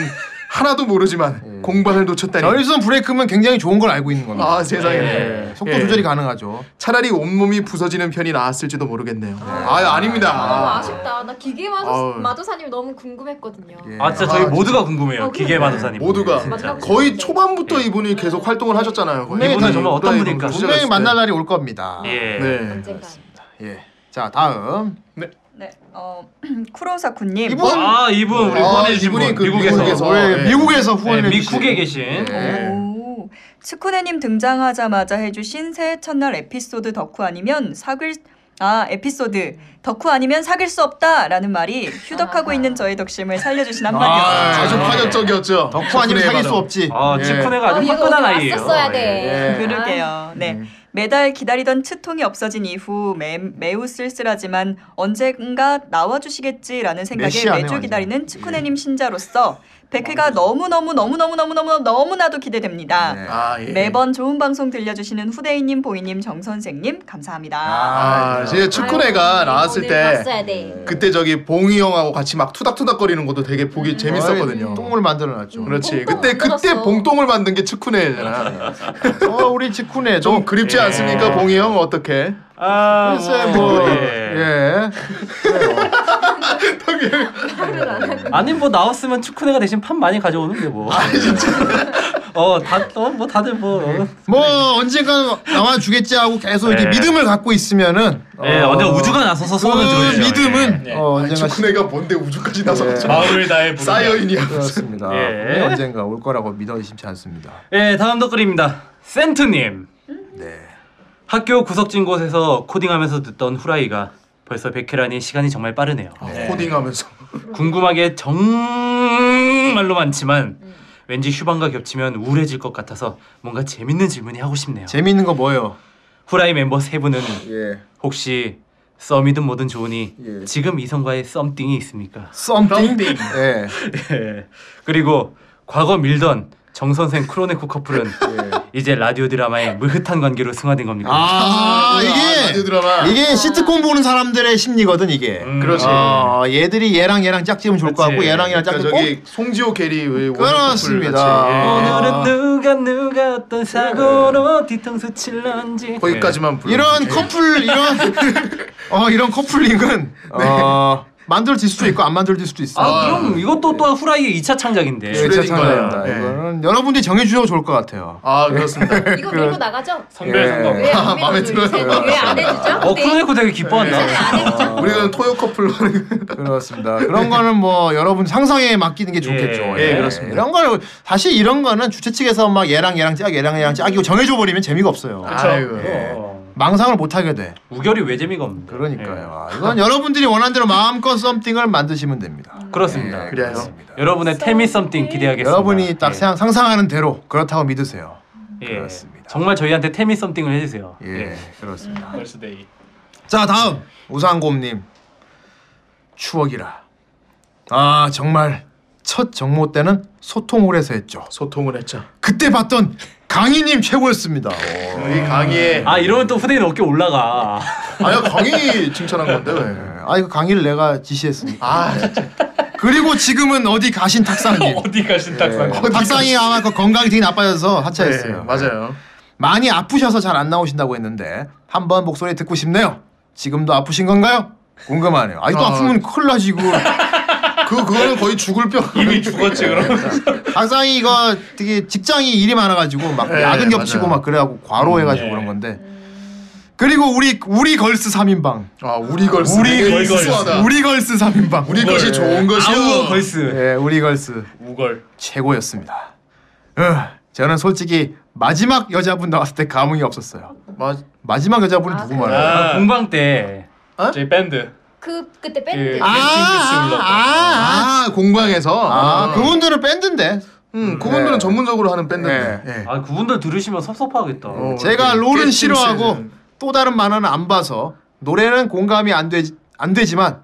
D: 하나도 모르지만 공방을 놓쳤다니.
C: 전일선 브레이크면 굉장히 좋은 걸 알고 있는 겁니다.
D: 아 세상에.
C: 예, 속도
D: 예.
C: 조절이 가능하죠.
D: 차라리 온몸이 부서지는 편이 나았을지도 모르겠네요. 아
E: 너무
D: 아닙니다.
E: 아쉽다. 나 기계
D: 아우.
E: 마도, 마도사님 너무 궁금했거든요.
B: 아 진짜 저희 모두가 궁금해요. 기계 마도사님.
D: 모두가
E: 진짜.
D: 거의 초반부터 이분이 계속 활동을 하셨잖아요. 거의.
C: 분명히
B: 이분은 정말 어떤 분일까?
C: 분명히 만날 날이 올 겁니다.
B: 예.
D: 네.
E: 언젠가.
C: 예. 자 다음
G: 네, 어, (clears throat) 쿠로사쿠님.
C: 이분
B: 아 이분 우리 보내주신 분
D: 이분이 그
B: 미국에서
D: 미국에서.
C: 왜
D: 예.
C: 미국에서 후원을
B: 네,
C: 해주신- 예.
B: 미국에 계신
D: 네.
G: 오, 츠쿠네님 등장하자마자 해주신 새해 첫날 에피소드 덕후 아니면 사귈 아 에피소드 덕후 아니면 사귈 수 없다라는 말이 휴덕하고 있는 저의 덕심을 살려주신
C: 아,
G: 한마디였어요.
D: 아주 파격적이었죠.
C: 덕후 아니면 사귈 수 없지.
B: 아
D: 예.
B: 찌쿠네가
E: 어,
B: 아주
E: 얘가
B: 화끈한
E: 오늘
B: 아이예요.
E: 왔었어야
B: 예.
E: 돼. 아.
G: 그러게요. 네. 매달 기다리던 치통이 없어진 이후 매, 매우 쓸쓸하지만 언젠가 나와주시겠지라는 생각에
C: 메시아네,
G: 매주
C: 완전.
G: 기다리는 치쿠네님 신자로서 백회가 너무너무너무너무너무너무 너무나도 기대됩니다.
C: 네.
D: 아, 예.
G: 매번 좋은 방송 들려주시는 후대인님, 보이님, 정선생님 감사합니다.
D: 아, 진짜 축구네가
E: 아유,
D: 나왔을
E: 오늘
D: 때
E: 봤어야 돼.
D: 그때 저기 봉이 형하고 같이 막 투닥투닥거리는 것도 되게 보기 재밌었거든요.
C: 똥을 만들어놨죠.
D: 그렇지.
E: 음. 봉똥
D: 그때 그때
E: 만들었어.
D: 봉똥을 만든 게 축구네잖아.
C: 어 우리 직후네
D: 좀
C: 좀
D: 그립지 않습니까, 봉이 형 어떻게?
B: 아
C: 글쎄 뭐
B: 예.
C: 예.
B: 아니 뭐 나왔으면 찌쿠네가 대신 판 많이 가져오는데 뭐. 아 진짜. 어다어뭐 다들 뭐. 어.
C: 뭐 언젠가는 나와 주겠지 하고 계속 이렇게
B: 네.
C: 믿음을 갖고 있으면은
B: 예,
C: 어,
B: 언제 우주가 나서서 소원을 네.
C: 그
B: 들어요.
C: 믿음은 어, 언젠가
D: 축구네가 뭔데 우주까지 나서
B: 아,
F: 마음을 다해 부르.
D: 사이언이야.
C: 그렇습니다.
B: 예.
C: 네, 언젠가 올 거라고 믿어 의심치 않습니다.
B: 예, 다음 댓글입니다. 센트님. 네. 학교 구석진 곳에서 코딩하면서 듣던 후라이가 벌써 100회라니 시간이 정말 빠르네요.
D: 아, 코딩하면서
C: 네.
B: 궁금하게 정말로 많지만 왠지 휴방과 겹치면 우울해질 것 같아서 뭔가 재밌는 질문이 하고 싶네요.
C: 재미있는 거 뭐예요?
B: 후라이 멤버 세 분은
C: 예.
B: 혹시 썸이든 뭐든 좋으니
C: 예.
B: 지금 이성과의 썸띵이 있습니까?
C: something. 예.
B: 예. 그리고 과거 밀던 정 선생 크로네코 커플은 이제 라디오 드라마의 무흐한 관계로 승화된 겁니까?
C: 아,
D: 라디오
C: 이게
D: 드라마. 음,
C: 이게 시트콤 보는 사람들의 심리거든 이게.
D: 그렇지.
C: 어, 얘들이 얘랑 얘랑 짝지으면 좋을 것 같고
B: 그렇지.
C: 얘랑 얘랑 짝지
D: 그러니까
C: 꼭
D: 저기 송지호 게리 왜 오늘
C: 그렇습니다. 어.
D: 커플 같이, 예.
C: 아.
B: 오늘은 누가 누가 어떤
C: 네.
B: 사고로 뒤통수 칠런지
D: 거기까지만 불러.
C: 이런 커플 이런 어 이런 커플링은 어 만들어질 수도 있고 안 만들어질 수도 있어요.
B: 아 그럼 이것도 또한 후라이의 2차 창작인데
D: 네.
C: 예, 진짜 창작입니다.
B: 네.
D: 예.
C: 이거는 여러분들이 정해 주셔도 좋을 것 같아요.
D: 아
C: (laughs)
D: 그렇습니다.
C: 네.
E: 이거 밀고 나가죠?
F: 선별 선거.
C: 예.
E: 왜 안
D: 마음에
E: 밀어줘요?
D: 들어요.
E: 왜안 해주죠?
B: 어
E: 네.
B: 크로네코 되게 기뻐한다
D: 우리는 토요 커플로 하는
C: (laughs)
D: 거.
C: 그렇습니다. 그런 거는 뭐 여러분 상상에 맡기는 게 좋겠죠.
B: 예,
D: 그렇습니다.
C: 이런 걸 사실 이런 거는 주최 측에서 막 얘랑 얘랑 짝 얘랑 얘랑 짝이고 정해 줘 버리면 재미가 없어요.
D: 아이고.
C: 예. 망상을 못 하게 돼.
B: 어. 우결이 왜 재미가 없는데
C: 그러니까요. 아, 이건 여러분들이 원하는 대로 마음껏 썸띵을 만드시면 됩니다.
B: 예. 그렇습니다
D: 네, 그래요.
B: 여러분의 텔미 썸띵 기대하겠습니다
C: 여러분이 딱
B: 예.
C: 생각- 상상하는 대로 그렇다고 믿으세요.
B: 예.
C: 그렇습니다.
B: 정말 저희한테 텔미 썸띵을 해주세요
C: 예, 그렇습니다.
F: 벌스데이.
C: 자, 다음 우상곰님 추억이라. 아 정말 첫 정모 때는 소통을 해서 했죠.
D: 소통을 했죠.
C: 그때 봤던 강희님 최고였습니다. 어. 오.
D: 어, 이 강의에
B: 아 이러면 또 후대인 어깨 올라가
D: 아야 강의 칭찬한 건데 왜?
C: 아 이거 강의를 내가 지시했습니다.
D: 아 진짜.
C: 그리고 지금은 어디 가신
D: (laughs)
C: 탁상님.
F: 어디 가신 딱상.
C: 어, 탁상이 아마 그 건강이 되게 나빠져서 하차했어요.
D: 네, 맞아요.
C: 많이 아프셔서 잘 안 나오신다고 했는데 한번 목소리 듣고 싶네요. 지금도 아프신 건가요? 궁금하네요. 아니 또
D: 아.
C: 아프면 큰일 나지 그.
D: 그 그거는 거의 죽을 병.
F: 이미
C: (laughs)
F: 죽었지 그럼.
C: 항상이 이거 되게 직장이 일이 많아가지고 막
D: 네,
C: 야근 겹치고
D: 맞아요.
C: 막 그래갖고 과로해가지고
F: 음, 네.
C: 그런 건데. 그리고 우리 우리 걸스 3인방.
D: 아 우리 걸스.
C: 우리
D: 되게
F: 걸스.
D: 수수하다.
C: 우리 네. 걸스 3인방.
D: 아. 우리 것이 좋은 것이요.
B: 아우 걸스
D: 네.
C: 예, 우리 걸스
F: 우걸.
C: 최고였습니다. 어, 저는 솔직히 마지막 여자분 나왔을 때 감흥이 없었어요.
D: 맞.
C: 마지막 여자분은 누구 말해요?
D: 네.
B: 아, 공방 때
F: 저희 밴드.
E: 그 그때 밴드.
F: 그 밴드 불렀던.
D: 아 공방에서.
C: 아, 그분들은 밴드인데.
D: 음 그분들은
C: 네.
D: 전문적으로 하는 밴드인데. 예.
B: 아 그분들 들으시면 섭섭하겠다
D: 어,
C: 제가
D: 그
C: 롤은
D: 깨짐
C: 싫어하고
D: 세는.
C: 또 다른 만화는 안 봐서 노래는 공감이 안, 되지, 안 되지만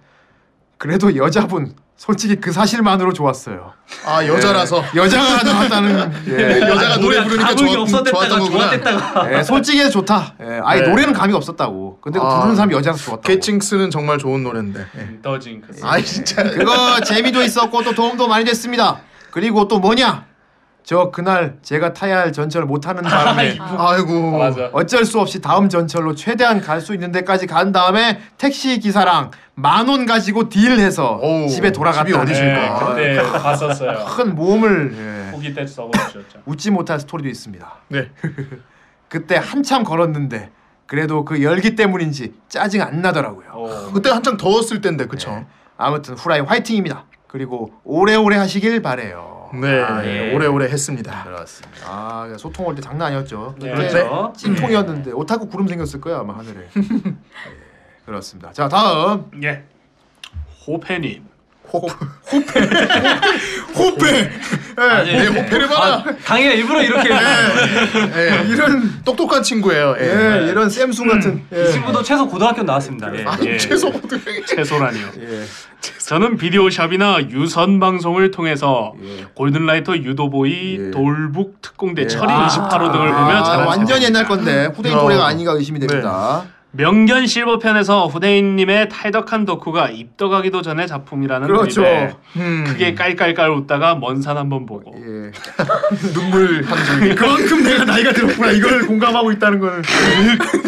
C: 그래도 여자분 솔직히 그 사실만으로 좋았어요.
D: 아 여자라서.
C: 여자가 (laughs) 나왔다는 예.
D: (laughs) 여자가
B: 아,
D: 노래 부르니까
B: 감흥이
D: 좋았, 좋았던
B: 없었댔다가
D: 거구나.
B: 좋았댔다가
C: 예, 솔직히 해서 좋다. 예, 아예
D: 네.
C: 노래는 감이 없었다고. 근데 그
D: 아.
C: 부르는 사람이 여자라서 좋았다고.
D: (laughs) 개칭스는 정말 좋은 노래인데. 예.
F: 음, 더징크스. 그
D: 아 진짜.
C: 그거 재미도 있었고 또 도움도 많이 됐습니다. 그리고 또 뭐냐? 저 그날 제가 타야 할 전철을 못
D: (laughs)
C: 타는
F: 아,
C: 바람에
D: 아이고.
K: 맞아.
C: 예. 어쩔 수 없이 다음 전철로 최대한 갈 수 있는 데까지 간 다음에 택시 기사랑 만 원 가지고 딜해서
D: 어우,
C: 집에 예. 돌아갔다.
D: 집이
F: 예,
D: 어디실까?
K: 그때 봤었어요.
C: (laughs) 큰 모험을 예,
K: 고기 때 써보셨죠.
C: 웃지 못할 스토리도 있습니다.
D: 네.
C: 그때 한참 걸었는데 그래도 그 열기 때문인지 짜증 안 나더라고요.
D: 그때 한창 더웠을 텐데 그쵸?
C: 아무튼 후라이 화이팅입니다. 그리고 오래오래 하시길 바래요.
D: 네,
C: 아,
F: 예.
D: 오래오래 했습니다.
C: 그렇습니다. 아 소통 올 때 장난 아니었죠.
F: 네.
C: 그때
F: 그렇죠.
C: 찜통이었는데 오타쿠 구름 생겼을 거야 아마
D: (laughs)
C: 하늘에. 예, 그렇습니다. 자 다음
F: 예.
C: (laughs)
F: 호패님.
D: 호패, 예, 호패를 봐라.
B: 강의가 일부러 이렇게
D: 네.
C: 아, 네.
D: 예, 이런 똑똑한 친구예요. 예,
C: 예 이런 쌤순 같은 네.
B: 이 친구도 최소 고등학교 나왔습니다. 예.
D: 아니,
F: 예.
D: 최소 고등학교.
F: 채소라니요.
C: 예.
F: (laughs) 저는 비디오샵이나 유선 방송을 통해서
C: 예.
F: 골든라이터 유도보이 돌북 특공대 철인 28호 등을 보며
C: 아, 네.
F: 자란
C: 완전
F: 채소입니다.
C: 옛날 건데 후대인
D: 어.
C: 또래가 아닌가 의심이 됩니다.
F: 명견 실버편에서 후대인님의 탈덕한 덕후가 입덕하기도 전에 작품이라는
C: 그렇죠.
F: 글에
D: 음.
F: 크게 깔깔깔 웃다가 먼 산 한번 보고
C: 예.
D: 눈물 한 줄.
C: 그만큼 내가 나이가 들었구나 이걸 공감하고 있다는 거는.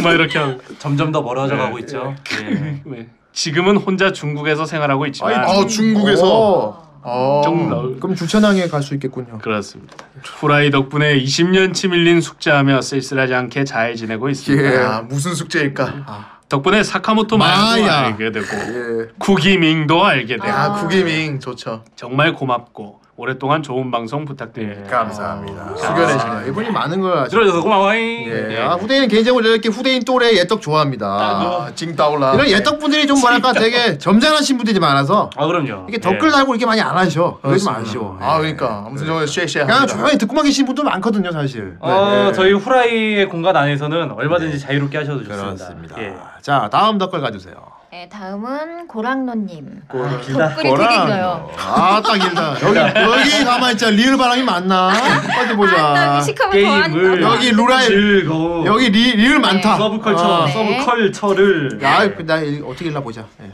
F: 막 이렇게 하고
B: 점점 더 멀어져 가고
C: 네. (laughs)
B: 있죠. 예.
F: 네. 지금은 혼자 중국에서 생활하고 있지만
D: 아 중국에서.
C: 어.
D: 아,
F: 좀 나-
C: 그럼 주천항에 갈 수 있겠군요.
F: 그렇습니다. 후라이 덕분에 20년치 밀린 숙제하며 쓸쓸하지 않게 잘 지내고
C: 예.
F: 있습니다.
C: 네.
D: 아, 무슨 숙제일까? 아,
F: 덕분에 사카모토 마야도 알게 되고 쿠기밍도 알게 되고
D: 아 구기밍 좋죠.
F: 정말 고맙고 오랫동안 좋은 방송 부탁드립니다.
C: 감사합니다.
D: 숙연해지네.
C: 아, 이분이 많은 걸 아시죠.
B: 들어줘서 고마워잉.
C: 예. 아, 후대인 개인적으로 이렇게 후대인 또래 예떡 좋아합니다. 뭐.
D: 아, 징다올라.
C: 이런 예떡분들이 좀 뭐랄까 되게 점잖으신 분들이 많아서
B: 아 그럼요.
C: 이게 댓글 달고 이렇게 많이 안 하셔. 그게 좀 아쉬워.
D: 아,
C: 예.
D: 그러니까 아무튼 정말 쉐쉐.
C: 그냥 조용히 듣고만 계신 분들 많거든요, 사실.
B: 어,
C: 네.
B: 저희 후라이의 공간 안에서는 얼마든지 자유롭게 하셔도 좋습니다.
C: 그렇습니다.
B: 예.
C: 자, 다음 댓글 가주세요.
E: 네, 다음은 고랑노님.
C: 덕글이
E: 되게 길어요.
C: 아, 딱 길다. 여기 (laughs) 여기 가만 있자. 리을 바람이 많나? 어디
E: 아,
C: 보자.
E: 시커면
B: 게임을
E: 더한
C: 아, 여기 루라이
B: 즐거운
C: 여기 리,
E: 네.
C: 리을 많다.
B: 서브컬처
C: 아.
B: 서브컬처를 예.
C: 야, 나 이- 어떻게 읽나 보자. 예.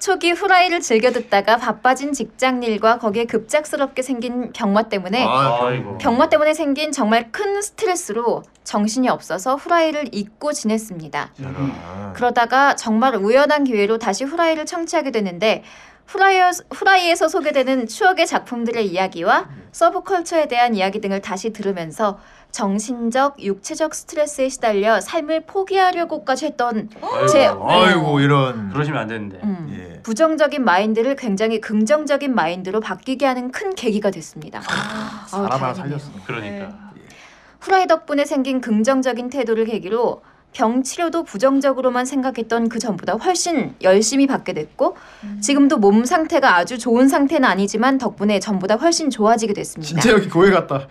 E: 초기 후라이를 즐겨 듣다가 바빠진 직장 일과 거기에 급작스럽게 생긴 병마 때문에
B: 아이고.
E: 병마 때문에 생긴 정말 큰 스트레스로 정신이 없어서 후라이를 잊고 지냈습니다.
C: 네.
E: 그러다가 정말 우연한 기회로 다시 후라이를 청취하게 되는데 후라이어, 후라이에서 소개되는 추억의 작품들의 이야기와 서브컬처에 대한 이야기 등을 다시 들으면서 정신적, 육체적 스트레스에 시달려 삶을 포기하려고까지 했던 제
C: 아이고 이런.
B: 그러시면 안 되는데.
E: 음,
C: 예.
E: 부정적인 마인드를 굉장히 긍정적인 마인드로 바뀌게 하는 큰 계기가 됐습니다. 아우,
C: 사람 하나
E: 다행이네요.
C: 살렸어. 예.
B: 그러니까.
E: 후라이 덕분에 생긴 긍정적인 태도를 계기로 병 치료도 부정적으로만 생각했던 그 전보다 훨씬 열심히 받게 됐고 지금도 몸 상태가 아주 좋은 상태는 아니지만 덕분에 전보다 훨씬 좋아지게 됐습니다.
C: 진짜 여기 교회 같다.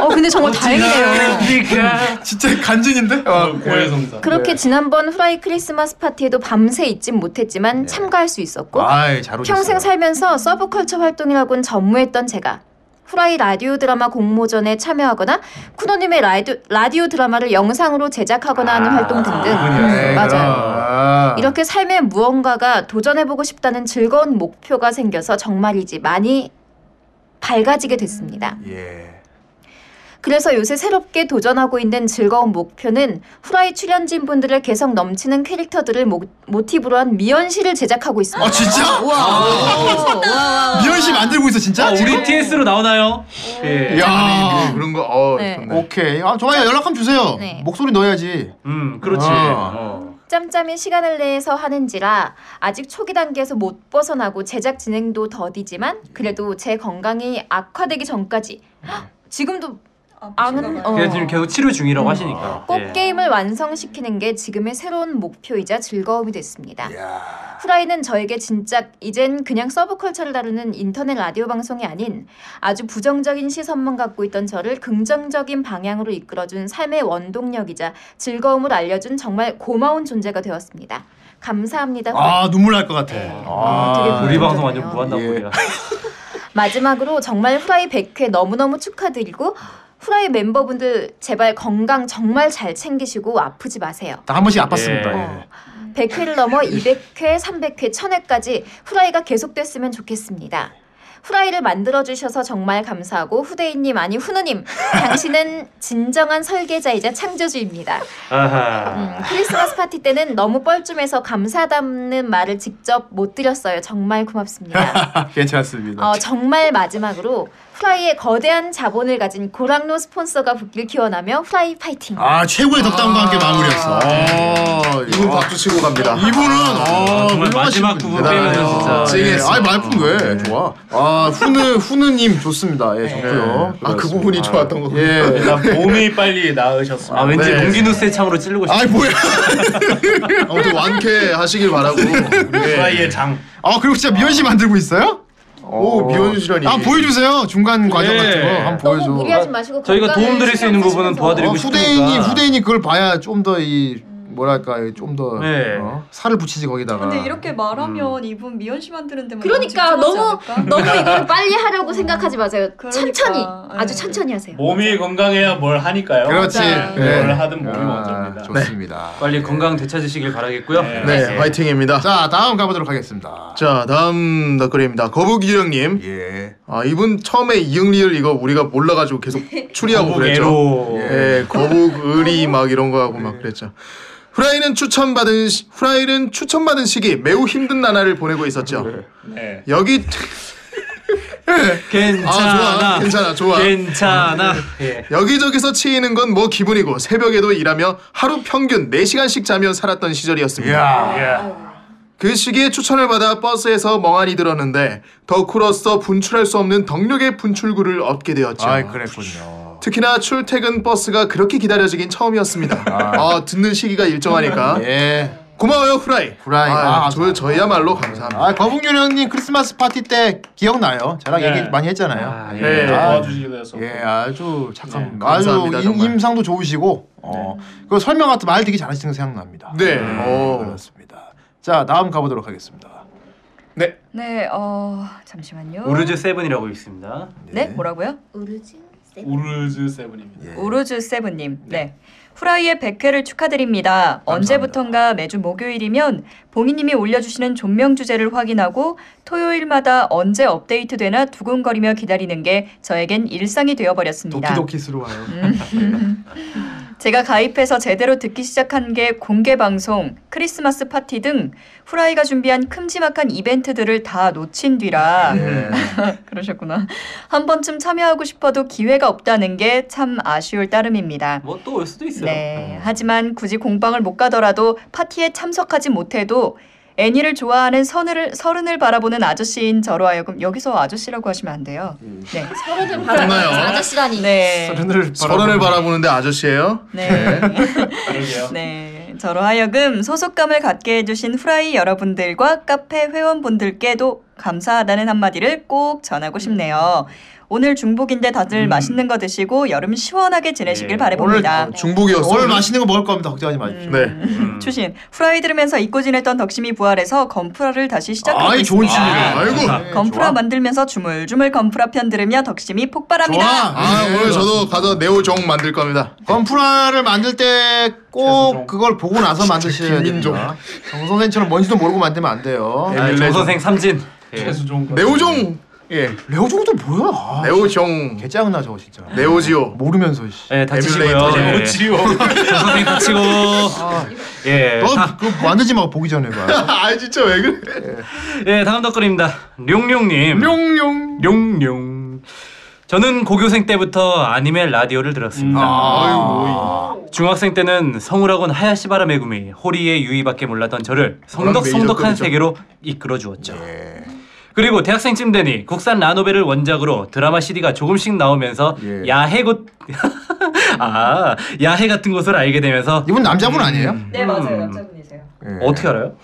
E: 어 근데 정말 다행이네요.
C: (laughs) 진짜 간증인데? 아,
F: 고해 성사.
E: 그렇게 지난번 후라이 크리스마스 파티에도 밤새 있진 못했지만 참가할 수 있었고
C: 네. 아이, 잘 오셨어요.
E: 평생 살면서 서브컬처 활동이라고는 전무했던 제가 후라이 라디오 드라마 공모전에 참여하거나 쿠노님의 라디오, 라디오 드라마를 영상으로 제작하거나
C: 아,
E: 하는 활동 등등 음,
C: 예,
E: 맞아요.
C: 그럼.
E: 네, 이렇게 삶의 무언가가 도전해보고 싶다는 즐거운 목표가 생겨서 정말이지 많이 밝아지게 됐습니다.
C: 예.
E: 그래서 요새 새롭게 도전하고 있는 즐거운 목표는 후라이 출연진 분들의 개성 넘치는 캐릭터들을 모, 모티브로 한 미연시를 제작하고 있습니다.
C: 아 진짜? 아, 미연 씨 만들고 있어 진짜?
B: 아,
C: 지금?
B: 우리 TS로 나오나요? 예.
D: 야 그런 거. 어,
E: 네.
D: 좋네.
C: 오케이. 아 좋아요. 연락 한번 주세요.
E: 네.
C: 목소리 넣어야지.
B: 음, 그렇지.
C: 아.
B: 어.
E: 짬짬이 시간을 내서 하는지라 아직 초기 단계에서 못 벗어나고 제작 진행도 더디지만 그래도 제 건강이 악화되기 전까지 헉, 지금도 아는 어,
B: 그래 네. 지금 계속 치료 중이라고 하시니까.
E: 꼭
B: 예.
E: 게임을 완성시키는 게 지금의 새로운 목표이자 즐거움이 됐습니다. 후라이는 저에게 진짜 이젠 그냥 서브컬처를 다루는 인터넷 라디오 방송이 아닌 아주 부정적인 시선만 갖고 있던 저를 긍정적인 방향으로 이끌어준 삶의 원동력이자 즐거움을 알려준 정말 고마운 존재가 되었습니다. 감사합니다.
C: 아 눈물 날 것 같아.
E: 아, 되게
C: 아,
B: 우리
E: 고마운
B: 방송
E: 존재네요.
B: 완전 무한담보야.
E: 마지막으로 정말 후라이 100회 너무너무 축하드리고 후라이 멤버분들 제발 건강 정말 잘 챙기시고 아프지 마세요.
C: 나한 번씩 아팠습니다.
B: 예.
E: 어.
C: 예.
E: 100회를 넘어 200회, 300회, 1000회까지 후라이가 계속됐으면 좋겠습니다. 후라이를 만들어주셔서 정말 감사하고 후대인님 아니 후누님 당신은 진정한 설계자이자 창조주입니다.
B: 아하.
E: 음, 크리스마스 파티 때는 너무 뻘쭘해서 감사하다는 말을 직접 못 드렸어요.
C: (laughs)
E: 정말 고맙습니다.
C: 예. 괜찮습니다.
E: 어, 정말 마지막으로 후라이의 거대한 자본을 가진 고랑로 스폰서가 붙길 기원하며 후라이 파이팅.
C: 아 최고의 덕담과 함께 마무리했어. 아,
D: 이분 박수 치고 갑니다.
C: 이분은 아,
B: 정말 마지막
C: 훌륭하신
B: 부분
C: 분이다.
B: 빼면 진짜.
D: 찡-
C: 예.
D: 찡했습니다.
C: 아이 말품 왜 좋아? 아 후느 후느님 좋습니다. 예 좋고요.
D: 아 그 부분이 좋았던 거군요.
C: 예.
F: 일단 몸이 빨리 나으셨으면.
B: 네. 아 왠지
D: 아, 네.
B: 공기누스의 창으로 찌르고 싶어.
C: 아이 뭐야?
D: (laughs) 아무튼 완쾌하시길 바라고. 네.
F: 후라이의 장.
C: 아 그리고 진짜 미연 씨 만들고 있어요?
D: 오 미연실련이.
C: 아 보여주세요 중간 과정
B: 예.
C: 같은 거 한번
E: 너무
C: 보여줘.
E: 무리하지 마시고
B: 저희가
E: 건강을
B: 도움 드릴 수 있는
E: 신경
B: 부분은
E: 쓰시면서.
B: 도와드리고
C: 어, 후대인이
B: 싶으니까.
C: 후대인이 그걸 봐야 좀 더 이 뭐랄까 좀 더
B: 네.
C: 어, 살을 붙이지 거기다가.
G: 근데 이렇게 말하면 이분 미연 씨 만드는 데만 뭐
E: 그러니까 너무 너무 (laughs) 이거를 빨리 하려고 생각하지 마세요.
G: 그러니까,
E: 천천히 아주
G: 네.
E: 천천히 하세요.
C: 뭐?
F: 몸이 건강해야 뭘 하니까요.
C: 그렇지.
E: 맞아.
C: 예.
F: 뭘 하든 몸이
C: 아,
F: 먼저입니다.
C: 좋습니다.
B: 빨리 건강 되찾으시길 바라겠고요.
D: 네 화이팅입니다.
C: 자 다음 가보도록 하겠습니다.
D: 자 다음 댓글입니다. 거북이 형님.
C: 예.
D: 아 이분 처음에 이응리을 이거 우리가 몰라가지고 계속 추리하고 그랬죠.
B: 애로.
D: 예, 거북의리 막 이런 거 하고 막 그랬죠. 후라이는 추천받은 시, 후라이는 추천받은 시기 매우 힘든 나날을 보내고 있었죠.
F: 네.
D: 여기 아
B: 괜찮아.
D: 좋아 네. 괜찮아 좋아
B: 괜찮아. 예.
D: 여기저기서 치이는 건 뭐 기분이고 새벽에도 일하며 하루 평균 4시간씩 자며 살았던 시절이었습니다.
B: 예.
D: 그 시기에 추천을 받아 버스에서 멍하니 들었는데 덕후로서 분출할 수 없는 덕력의 분출구를 얻게 되었죠.
C: 아이 그랬군요.
D: 특히나 출퇴근 버스가 그렇게 기다려지긴 처음이었습니다. 아, 듣는 시기가 일정하니까
C: 예.
D: 고마워요 후라이.
C: 후라이.
D: 아,
C: 아,
D: 저, 저희야말로 감사합니다.
C: 아 거북유 형님 크리스마스 파티 때 기억나요? 저랑
F: 네.
C: 얘기 많이 했잖아요.
B: 아,
C: 예.
D: 네.
C: 아,
F: 도와주시게 돼서.
C: 예, 아주 착한,
D: 네,
C: 아주
D: 감사합니다,
C: 인,
D: 정말.
C: 임상도 좋으시고, 어, 그 설명 같은 말 되게 잘하시는 거 생각납니다.
D: 네.
C: 어,
D: 오.
C: 그렇습니다. 자, 다음 가보도록 하겠습니다.
G: 네, 어 잠시만요.
B: 오르즈 세븐이라고 있습니다.
G: 네, 뭐라고요?
E: 오르지? 세-
F: 우르즈 세븐입니다.
G: 우르즈 세븐님. 네. 후라이의 100회를 축하드립니다. 언제부턴가 매주 목요일이면 봉이님이 올려주시는 존명 주제를 확인하고 토요일마다 언제 업데이트되나 두근거리며 기다리는 게 저에겐 일상이 되어버렸습니다. 음.
C: 도키도키스러워요.
G: (laughs) 제가 가입해서 제대로 듣기 시작한 게 공개 방송, 크리스마스 파티 등 후라이가 준비한 큼지막한 이벤트들을 다 놓친 뒤라
C: 네.
G: (laughs) 그러셨구나. 한 번쯤 참여하고 싶어도 기회가 없다는 게 참 아쉬울 따름입니다.
B: 뭐 또 올 수도 있어요.
G: 네. 하지만 굳이 공방을 못 가더라도 파티에 참석하지 못해도 애니를 좋아하는 서른을, 서른을 바라보는 아저씨인 저로 하여금 여기서 아저씨라고 하시면 안 돼요. 네.
E: 서로들 바라보는
D: 그렇나요?
E: 아저씨라니.
G: 네.
D: 서른을 바라보는데 아저씨예요?
G: (laughs) 네.
F: 그러게요.
G: 네, 저로 하여금 소속감을 갖게 해주신 후라이 여러분들과 카페 회원분들께도 감사하다는 한마디를 꼭 전하고 싶네요. 오늘 중복인데 다들 맛있는 거 드시고 여름 시원하게 지내시길
B: 예,
G: 네, 바라봅니다.
E: 네.
D: 중복이었어.
C: 오늘 맛있는 거 먹을 겁니다. 걱정하지 마십시오.
D: 네.
B: 음.
G: 추신 후라이 들으면서 잊고 지냈던 덕심이 부활해서 건프라를 다시 시작하고
C: 아이, 좋은
G: 있습니다.
C: 취미네.
D: 아이고.
G: 건프라 만들면서 주물주물 건프라 편 들으며 덕심이
C: 좋아.
G: 폭발합니다.
D: 아 오늘 저도 가서 네오종 만들 겁니다.
C: 건프라를 만들 때 꼭 그걸 보고 나서 만드셔야
D: 김민종. 네.
C: 됩니다. 정 선생처럼 뭔지도 모르고 만들면 안 돼요.
B: 아, 정 선생 삼진. 예.
F: 최수종.
D: 네오종 예
C: 레오종도 뭐야? 아,
D: 네오종
C: 개 짜증나 저거 진짜.
D: 네오지오
C: 모르면서 씨.
B: 예, 다치시고요.
D: 에뮬레이터
B: 예.
F: 지오.
B: 정 선생 다치고.
C: 네,
B: 예. 다,
C: 너그 만들지 마 보기 전에 봐.
D: 아 진짜 왜 그래
B: 예, 다음 덧글입니다. 룡룡님.
C: 뿅뿅.
B: 룡룡. 저는 고교생 때부터 아니메 라디오를
D: 음.
B: 들었습니다.
C: 아.
D: 아유
B: 중학생 때는 성우라곤 하야시 바라메구미, 호리의 유이밖에 몰랐던 저를
D: 그런
B: 성덕성덕한
D: 메이저급이죠. 예.
B: 세계로 이끌어 주었죠. 그리고 대학생쯤 되니 국산 라노벨을 원작으로 드라마 CD가 조금씩 나오면서
C: 예.
B: 야해 곳 (laughs) 아, 야해 같은 곳을 알게 되면서
C: 이분 남자분 아니에요?
G: 네, 맞아요.
B: 음.
G: 남자분이세요.
C: 예.
B: 어떻게 알아요?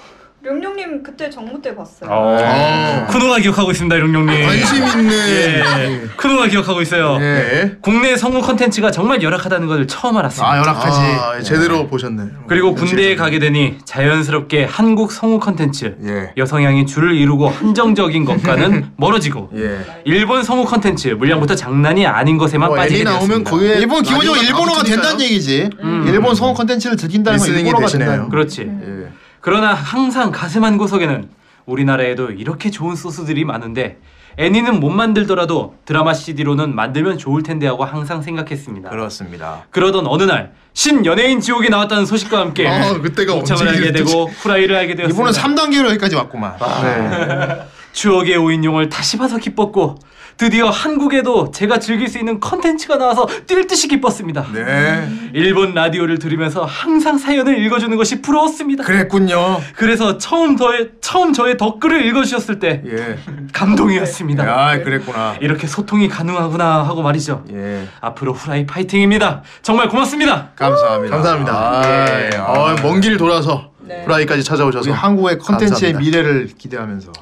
G: 룡룡님 그때 정모 때 봤어요.
D: 아,
B: 쿠노가 기억하고 있습니다, 용룡님.
D: 관심 있는
B: 예. 쿠노가 기억하고 있어요.
D: 예.
B: 국내 성우 컨텐츠가 정말 열악하다는 것을 처음 알았습니다.
C: 아 열악하지.
D: 아, 제대로 보셨네
B: 그리고 군대에 가게 되니 자연스럽게 한국 성우 컨텐츠
C: 예.
B: 여성향이 줄을 이루고 한정적인 것과는 멀어지고
C: 예.
B: 일본 성우 컨텐츠 물량부터 장난이 아닌 것에만
D: 뭐
B: 빠지게
D: 애니 나오면
B: 되었습니다.
D: 거기에
C: 일본 예, 기본적으로
D: 라디오가
C: 일본어가
D: 나오니까요.
C: 된다는 얘기지. 일본 성우 컨텐츠를 즐긴다는 건
D: 음. 리스닝이
C: 일본어가
D: 되시네요.
C: 된다는 거.
B: 그렇지.
C: 예.
B: 그러나 항상 가슴 한 구석에는 우리나라에도 이렇게 좋은 소스들이 많은데 애니는 못 만들더라도 드라마 CD로는 만들면 좋을 텐데 하고 항상 생각했습니다.
C: 그렇습니다.
B: 그러던 어느 날 신연예인 지옥이 나왔다는 소식과 함께
D: 아, 그때가
B: 옥참을
D: 언제
B: 알게
D: 이랬지?
B: 되고 후라이를 알게 되었습니다.
C: 이분은 3단계로 여기까지 왔구만.
D: 아,
B: 추억의 오인용을 다시 봐서 기뻤고 드디어 한국에도 제가 즐길 수 있는 컨텐츠가 나와서 뛸 듯이 기뻤습니다.
C: 네.
B: 일본 라디오를 들으면서 항상 사연을 읽어주는 것이 부러웠습니다.
C: 그랬군요.
B: 그래서 처음 저의 처음 저의 덧글을 읽어주셨을 때
C: 예.
B: 감동이었습니다.
C: 아, 그랬구나.
B: 이렇게 소통이 가능하구나 하고 말이죠.
C: 예.
B: 앞으로 후라이 파이팅입니다. 정말 고맙습니다.
C: 감사합니다.
D: 감사합니다.
C: 아,
D: 예.
C: 예. 아.
D: 어, 먼길 돌아서 후라이까지 찾아오셔서
C: 우리 한국의 컨텐츠의
D: 감사합니다.
C: 미래를 기대하면서.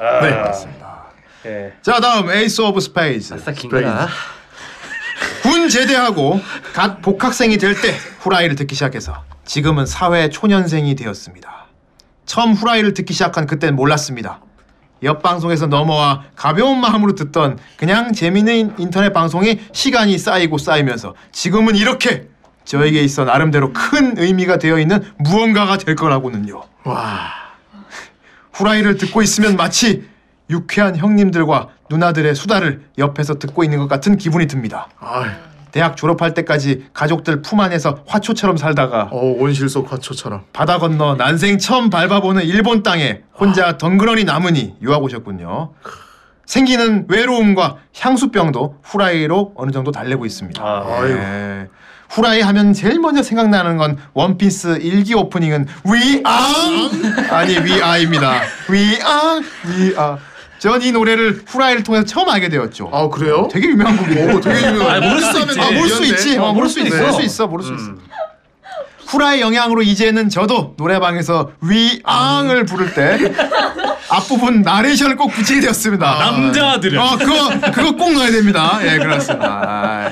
D: 네.
C: 자, 다음 에이스 오브 스페이스.
B: 아싸 긴거라.
C: 군 제대하고 갓 복학생이 될 때 후라이를 듣기 시작해서 지금은 사회 초년생이 되었습니다. 처음 후라이를 듣기 시작한 그땐 몰랐습니다. 옆 방송에서 넘어와 가벼운 마음으로 듣던 그냥 재미있는 인터넷 방송이 시간이 쌓이고 쌓이면서 지금은 이렇게 저에게 있어 나름대로 큰 의미가 되어 있는 무언가가 될 거라고는요. 후라이를 듣고 있으면 마치 유쾌한 형님들과 누나들의 수다를 옆에서 듣고 있는 것 같은 기분이 듭니다. 대학 졸업할 때까지 가족들 품 안에서 화초처럼 살다가
D: 어, 온실 속 화초처럼.
C: 바다 건너 난생 처음 밟아보는 일본 땅에 혼자 덩그러니 남으니 유학 오셨군요. 생기는 외로움과 향수병도 후라이로 어느 정도 달래고 있습니다.
D: 아,
C: 예. 후라이 하면 제일 먼저 생각나는 건 원피스 일기 오프닝은 위앙 아니 위아입니다. 위앙 위아. 전 이 노래를 후라이를 통해서 처음 알게 되었죠.
D: 아, 그래요?
C: 되게 유명한 곡이에요.
D: 오, 되게
B: 아, 예.
D: 유명한.
B: 모를 수도 있지.
C: 아, 모를 수
D: 미안해.
C: 있지. 어, 모를 수 있어. 모를 수 있어. 모를 수 있어. 후라이 영향으로 이제는 저도 노래방에서 위앙을 부를 때 앞부분 나레이션을 꼭 붙이게 되었습니다.
B: 남자들은.
C: 어, 그거 그거 꼭 넣어야 됩니다. 예, 그렇습니다.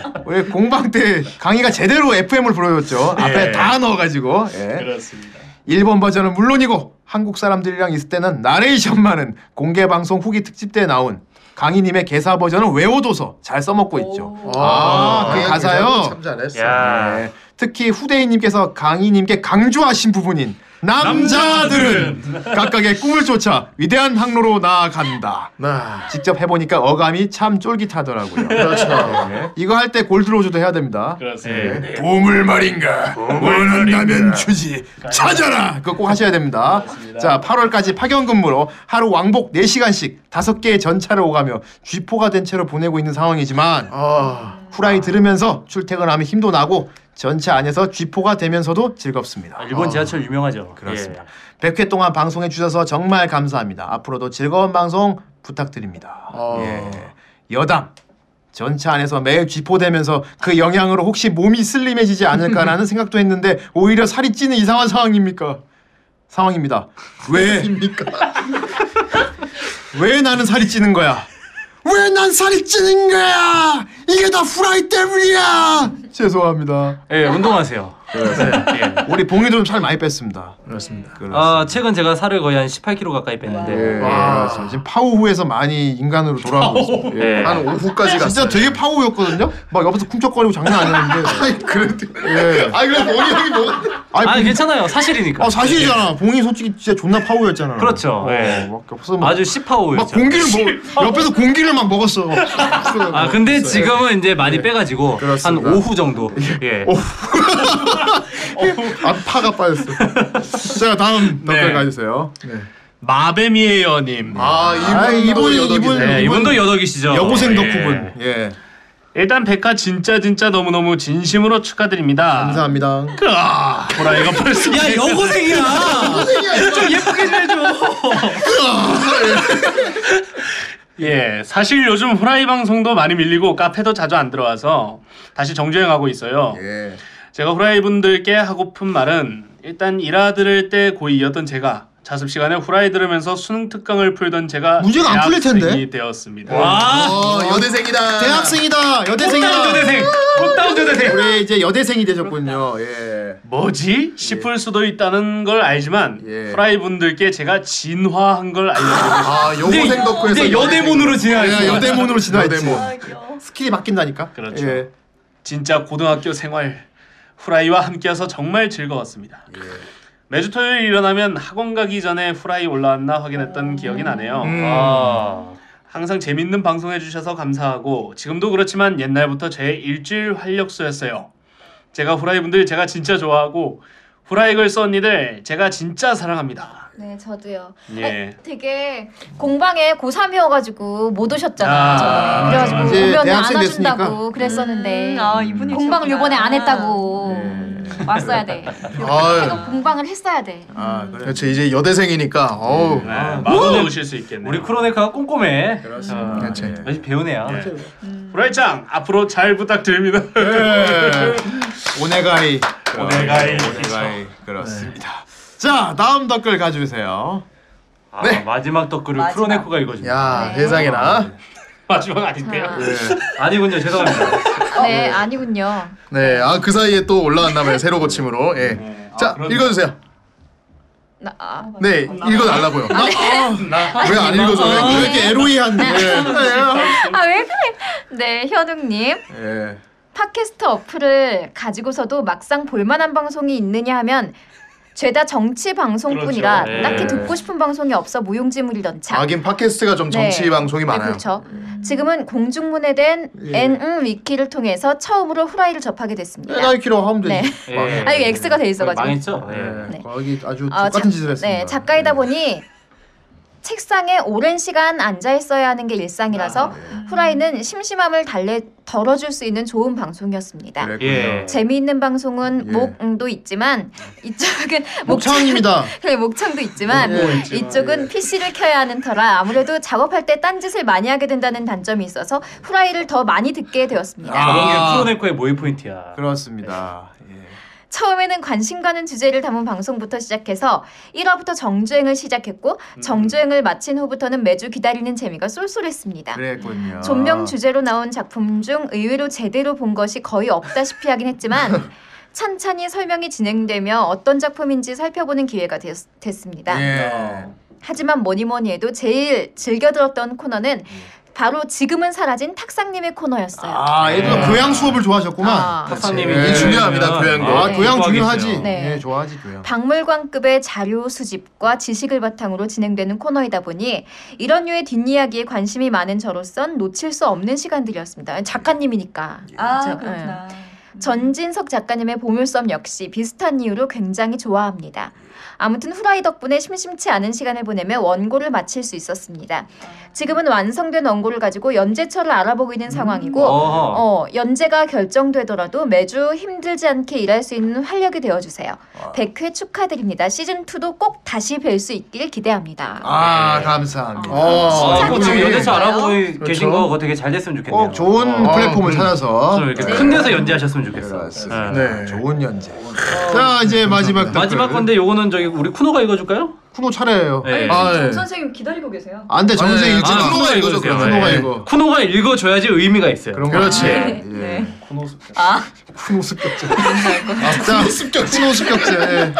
C: 아, 우리 공방 때 강의가 제대로 FM을 불러줬죠. 앞에 다 넣어가지고.
F: 그렇죠.
C: 예.
F: (laughs) 그렇습니다.
C: 일본 버전은 물론이고 한국 사람들이랑 있을 때는 나레이션만은 공개 방송 후기 특집 때 나온 강희님의 개사 버전은 외워둬서 잘 써먹고 있죠. 아, 그 가사요.
D: 참 잘했어.
F: 야.
C: 네. 특히 후대인님께서 강희님께 강조하신 부분인 남자들은 각각의 꿈을 쫓아 위대한 항로로 나아간다.
D: 나.
C: 직접 해보니까 어감이 참 쫄깃하더라고요.
D: 네. 그렇죠.
C: 이거 할 때 골드로즈도 해야 됩니다. 네.
F: 그렇습니다. 네.
C: 보물 말인가 뭐 원한다면 주지 찾아라 그거 꼭 하셔야 됩니다 자 8월까지 파견 근무로 하루 왕복 4시간씩 5개의 전차를 오가며 쥐포가 된 채로 보내고 있는 상황이지만
D: 아,
C: 후라이 들으면서 출퇴근하면 힘도 나고 전체 안에서 쥐포가 되면서도 즐겁습니다
B: 아, 일본 지하철 유명하죠.
C: 그렇습니다. 100회 동안 방송해 주셔서 정말 감사합니다. 앞으로도 즐거운 방송 부탁드립니다.
D: 어.
C: 예. 여담. 전차 안에서 매일 쥐포되면서 그 영향으로 혹시 몸이 슬림해지지 않을까라는 생각도 했는데 오히려 살이 찌는 이상한 상황입니까? 상황입니다. 왜? (laughs) 왜 나는 살이 찌는 거야? 왜 난 살이 찌는 거야? 이게 다 후라이 때문이야. 죄송합니다.
B: 예, 예 운동하세요. 예.
C: 우리 봉이도 좀 살 많이 뺐습니다.
D: 그렇습니다.
B: 아, 최근 제가 살을 거의 한 18kg 가까이 뺐는데.
C: 예,
D: 아.
C: 그렇습니다. 지금 파우후에서 많이 인간으로 돌아가고 있습니다. 예.
B: 예.
D: 한 오후까지
C: 진짜
D: 갔어.
C: 되게 파우였거든요. 막 옆에서 쿵쩍거리고 장난
D: (laughs)
C: 아니었는데.
D: 그래도.
C: 예.
D: 아, 그래 봉이 형이 뭐.
C: 아니,
B: 아,
C: 봉-
B: 괜찮아요. 사실이니까.
C: 아, 사실이잖아. 봉이 솔직히 진짜 존나 파우였잖아.
B: 그렇죠.
C: 어,
B: 예.
C: 막 옆에서 막,
B: 아주 시파오였죠.
C: 막 공기를
B: (laughs)
C: 먹 옆에서 공기를 막 먹었어.
B: 아 근데 지금은 이제 많이 빼가지고
C: 그렇습니다.
B: 한 오후 정도. 예.
C: 아, 파가 빠졌어. 자,
B: 네.
C: 다음 댓글 가주세요.
F: 마뱀이에요님.
D: 아,
C: 아, 이분,
D: 이분
C: 이분.
D: 이분.
B: 네, 이분도 여덕이시죠.
C: 여고생
F: 예.
C: 덕후분. 예.
F: 일단 백화 진짜 진짜 너무너무 진심으로 축하드립니다.
C: 감사합니다.
F: 아, 호라이가 벌써
B: 야 여고생이야. 좀 예쁘게 잘 줘.
F: 예, 사실 요즘 후라이 방송도 많이 밀리고 카페도 자주 안 들어와서 다시 정주행하고 있어요.
C: 예.
F: 제가 후라이 분들께 하고픈 말은 일단 일하 들을 때 고이였던 제가 자습 시간에 후라이 들으면서 수능 특강을 풀던 제가
C: 문제가 안 풀릴 텐데.
F: 대학생이 되었습니다.
B: 와.
D: 어, 여대생이다.
C: 대학생이다.
B: 꽃다운
C: 여대생이다.
B: 아. 여대생. 꽃다운 여대생.
C: 우리 이제 여대생이 되셨군요. 예.
F: 뭐지? 싶을 수도 있다는 걸 알지만
C: 예.
F: 후라이 분들께 제가 진화한 걸 알려드리고
D: 아, 여고생 덕후에서
B: 이제 여대문으로
C: 야,
B: 지나야
C: 예, 여대문으로 진화했지.
D: 여대문.
C: 스킬이 바뀐다니까.
F: 그렇죠.
C: 예.
B: 예.
F: 진짜 고등학교 생활 후라이와 함께해서 정말 즐거웠습니다. 매주 토요일 일어나면 학원 가기 전에 후라이 올라왔나 확인했던 기억이 나네요.
D: 음.
F: 와. 항상 재밌는 방송 해주셔서 감사하고 지금도 그렇지만 옛날부터 제 일주일 활력소였어요. 제가 후라이 분들 제가 진짜 좋아하고 후라이걸스 언니들 제가 진짜 사랑합니다.
E: 네, 저도요.
F: 예.
E: 되게 공방에 고3이어가지고 못 오셨잖아요.
F: 아,
E: 저번에.
F: 맞아,
E: 그래가지고
F: 맞아.
C: 이제
E: 오면
C: 네. 대학생
E: 안아준다고
C: 됐으니까.
E: 그랬었는데
G: 음, 아 이분이
E: 공방을
G: 오셨구나.
E: 요번에 안 했다고
C: 네.
E: 왔어야 돼.
D: 아,
E: 공방을 했어야 돼.
C: 아 그래.
D: 그렇지 이제 여대생이니까. 어우.
F: 네, 마음을 오실 수 있겠네요.
B: 우리 크로네카가 꼼꼼해.
C: 그렇습니다.
D: 그렇지.
C: 예.
B: 역시 배우네요.
F: 예. 후라이짱 앞으로 잘 부탁드립니다. (laughs)
C: 예. 오네가이.
F: 예. 오네가이.
C: 오네가이. 그렇습니다. 자 다음 댓글 가져주세요.
B: 아,
D: 네.
B: 마지막 덧글을
G: 마지막.
B: 크로네코가 읽어줍니다.
D: 야
C: 아,
D: 세상에나.
F: 마지막 아닌데요.
B: 네. 아니군요. 죄송합니다.
E: 네, 아니군요.
D: 네. 아 그 사이에 또 올라왔나봐요 새로 고침으로. 예. 자
F: 그러네.
D: 읽어주세요.
E: 나, 아,
D: 네 읽어달라고요. 왜 안 읽어줘?
C: 왜
D: 왜?
C: 이렇게 에로이한?
E: 아, 왜 그래? 네, 현웅님.
C: 예.
E: 팟캐스트 어플을 가지고서도 막상 볼만한 방송이 있느냐 하면 죄다 정치 방송뿐이라
F: 그렇죠. 네.
E: 딱히 듣고 싶은 방송이 없어 무용지물이던
C: 아,
E: 차.
D: 하긴 팟캐스트가 좀 정치
E: 네.
D: 방송이
E: 네,
D: 많아요.
E: 그렇죠.
F: 음.
E: 지금은 공중문에 된 NM 위키를 통해서 처음으로 후라이를 접하게 됐습니다.
C: 나이키로 하면 되지.
E: 네.
B: 예.
E: 아, 이거 X가 돼 있어가지고.
B: 망했죠?
C: 예.
B: 예.
E: 네.
C: 거기 아주
E: 아,
C: 똑같은
E: 작-
C: 짓을 했습니다. 예,
E: 네, 작가이다 보니 책상에 오랜 시간 앉아 있어야 하는 게 일상이라서 후라이는 심심함을 달래 덜어줄 수 있는 좋은 방송이었습니다.
C: 그랬군요.
B: 예.
E: 재미있는 방송은
C: 예.
E: 목도 있지만 이쪽은
C: 목창입니다.
E: 그래 목청도 있지만 예. 이쪽은 PC를 켜야 하는 터라 아무래도 작업할 때 딴짓을 많이 하게 된다는 단점이 있어서 후라이를 더 많이 듣게 되었습니다.
B: 저런 게
C: 아.
B: 크로네코의 모의 포인트야.
C: 그렇습니다. 예.
E: 처음에는 관심 가는 주제를 담은 방송부터 시작해서 1화부터 정주행을 시작했고 정주행을 마친 후부터는 매주 기다리는 재미가 쏠쏠했습니다.
C: 그랬군요.
E: 존명 주제로 나온 작품 중 의외로 제대로 본 것이 거의 없다시피 하긴 했지만 (laughs) 찬찬히 설명이 진행되며 어떤 작품인지 살펴보는 기회가 되었, 됐습니다.
C: 예.
E: 하지만 뭐니 뭐니 해도 제일 즐겨 들었던 코너는 바로 지금은 사라진 탁상님의 코너였어요.
C: 아, 얘도
B: 예.
C: 교양 수업을 좋아하셨구만.
E: 아.
B: 탁상님이
C: 예.
B: 이제
D: 중요합니다,
B: 그러면-
D: 교양도.
C: 아,
E: 네.
C: 교양
B: 공부하기
C: 중요하지.
B: 있어요.
E: 네.
C: 예, 좋아하지 교양.
E: 박물관급의 자료 수집과 지식을 바탕으로 진행되는 코너이다 보니 이런 류의 뒷이야기에 관심이 많은 저로선 놓칠 수 없는 시간들이었습니다. 작가님이니까.
G: 아
E: 그렇죠?
G: 그렇구나.
E: 전진석 작가님의 보물섬 역시 비슷한 이유로 굉장히 좋아합니다. 아무튼 후라이 덕분에 심심치 않은 시간을 보내며 원고를 마칠 수 있었습니다. 지금은 완성된 원고를 가지고 연재처를 알아보고 있는 상황이고
B: 음. 어허.
E: 어, 연재가 결정되더라도 매주 힘들지 않게 일할 수 있는 활력이 되어주세요. 100회 축하드립니다. 시즌2도 꼭 다시 뵐 수 있길 기대합니다.
C: 아, 감사합니다.
D: 어,
B: 아, 이거 지금
C: 예.
B: 연애차 알아보고
D: 그렇죠.
B: 계신 거 그거 되게 잘 됐으면 좋겠네요. 네.
C: 꼭 좋은
D: 어,
C: 플랫폼을
D: 음.
C: 찾아서
B: 그래서 이렇게 큰 데서 연재하셨으면 좋겠어.
C: 그렇습니다.
B: 네.
D: 네.
C: 좋은 연재. 자, 이제 마지막 댓글.
B: 마지막 건데 요거는 저기 우리 쿠노가 읽어줄까요?
C: 쿠노 차례예요.
B: 네.
D: 아,
G: 정
D: 예.
G: 선생님 기다리고 계세요.
C: 안 돼, 정생
D: 아,
C: 일찍
D: 아,
C: 쿠노가
D: 쿠노가
C: 읽어줘.
B: 읽어주세요.
C: 그럼 쿠노가
D: 예.
C: 읽어.
B: 쿠노가 읽어줘야지 의미가 있어요.
C: 그런 거.
D: 그렇지.
C: 예.
G: 네.
C: 쿠노 습격자. 쿠노 아, 습격자. 쿠노 습격자. 예.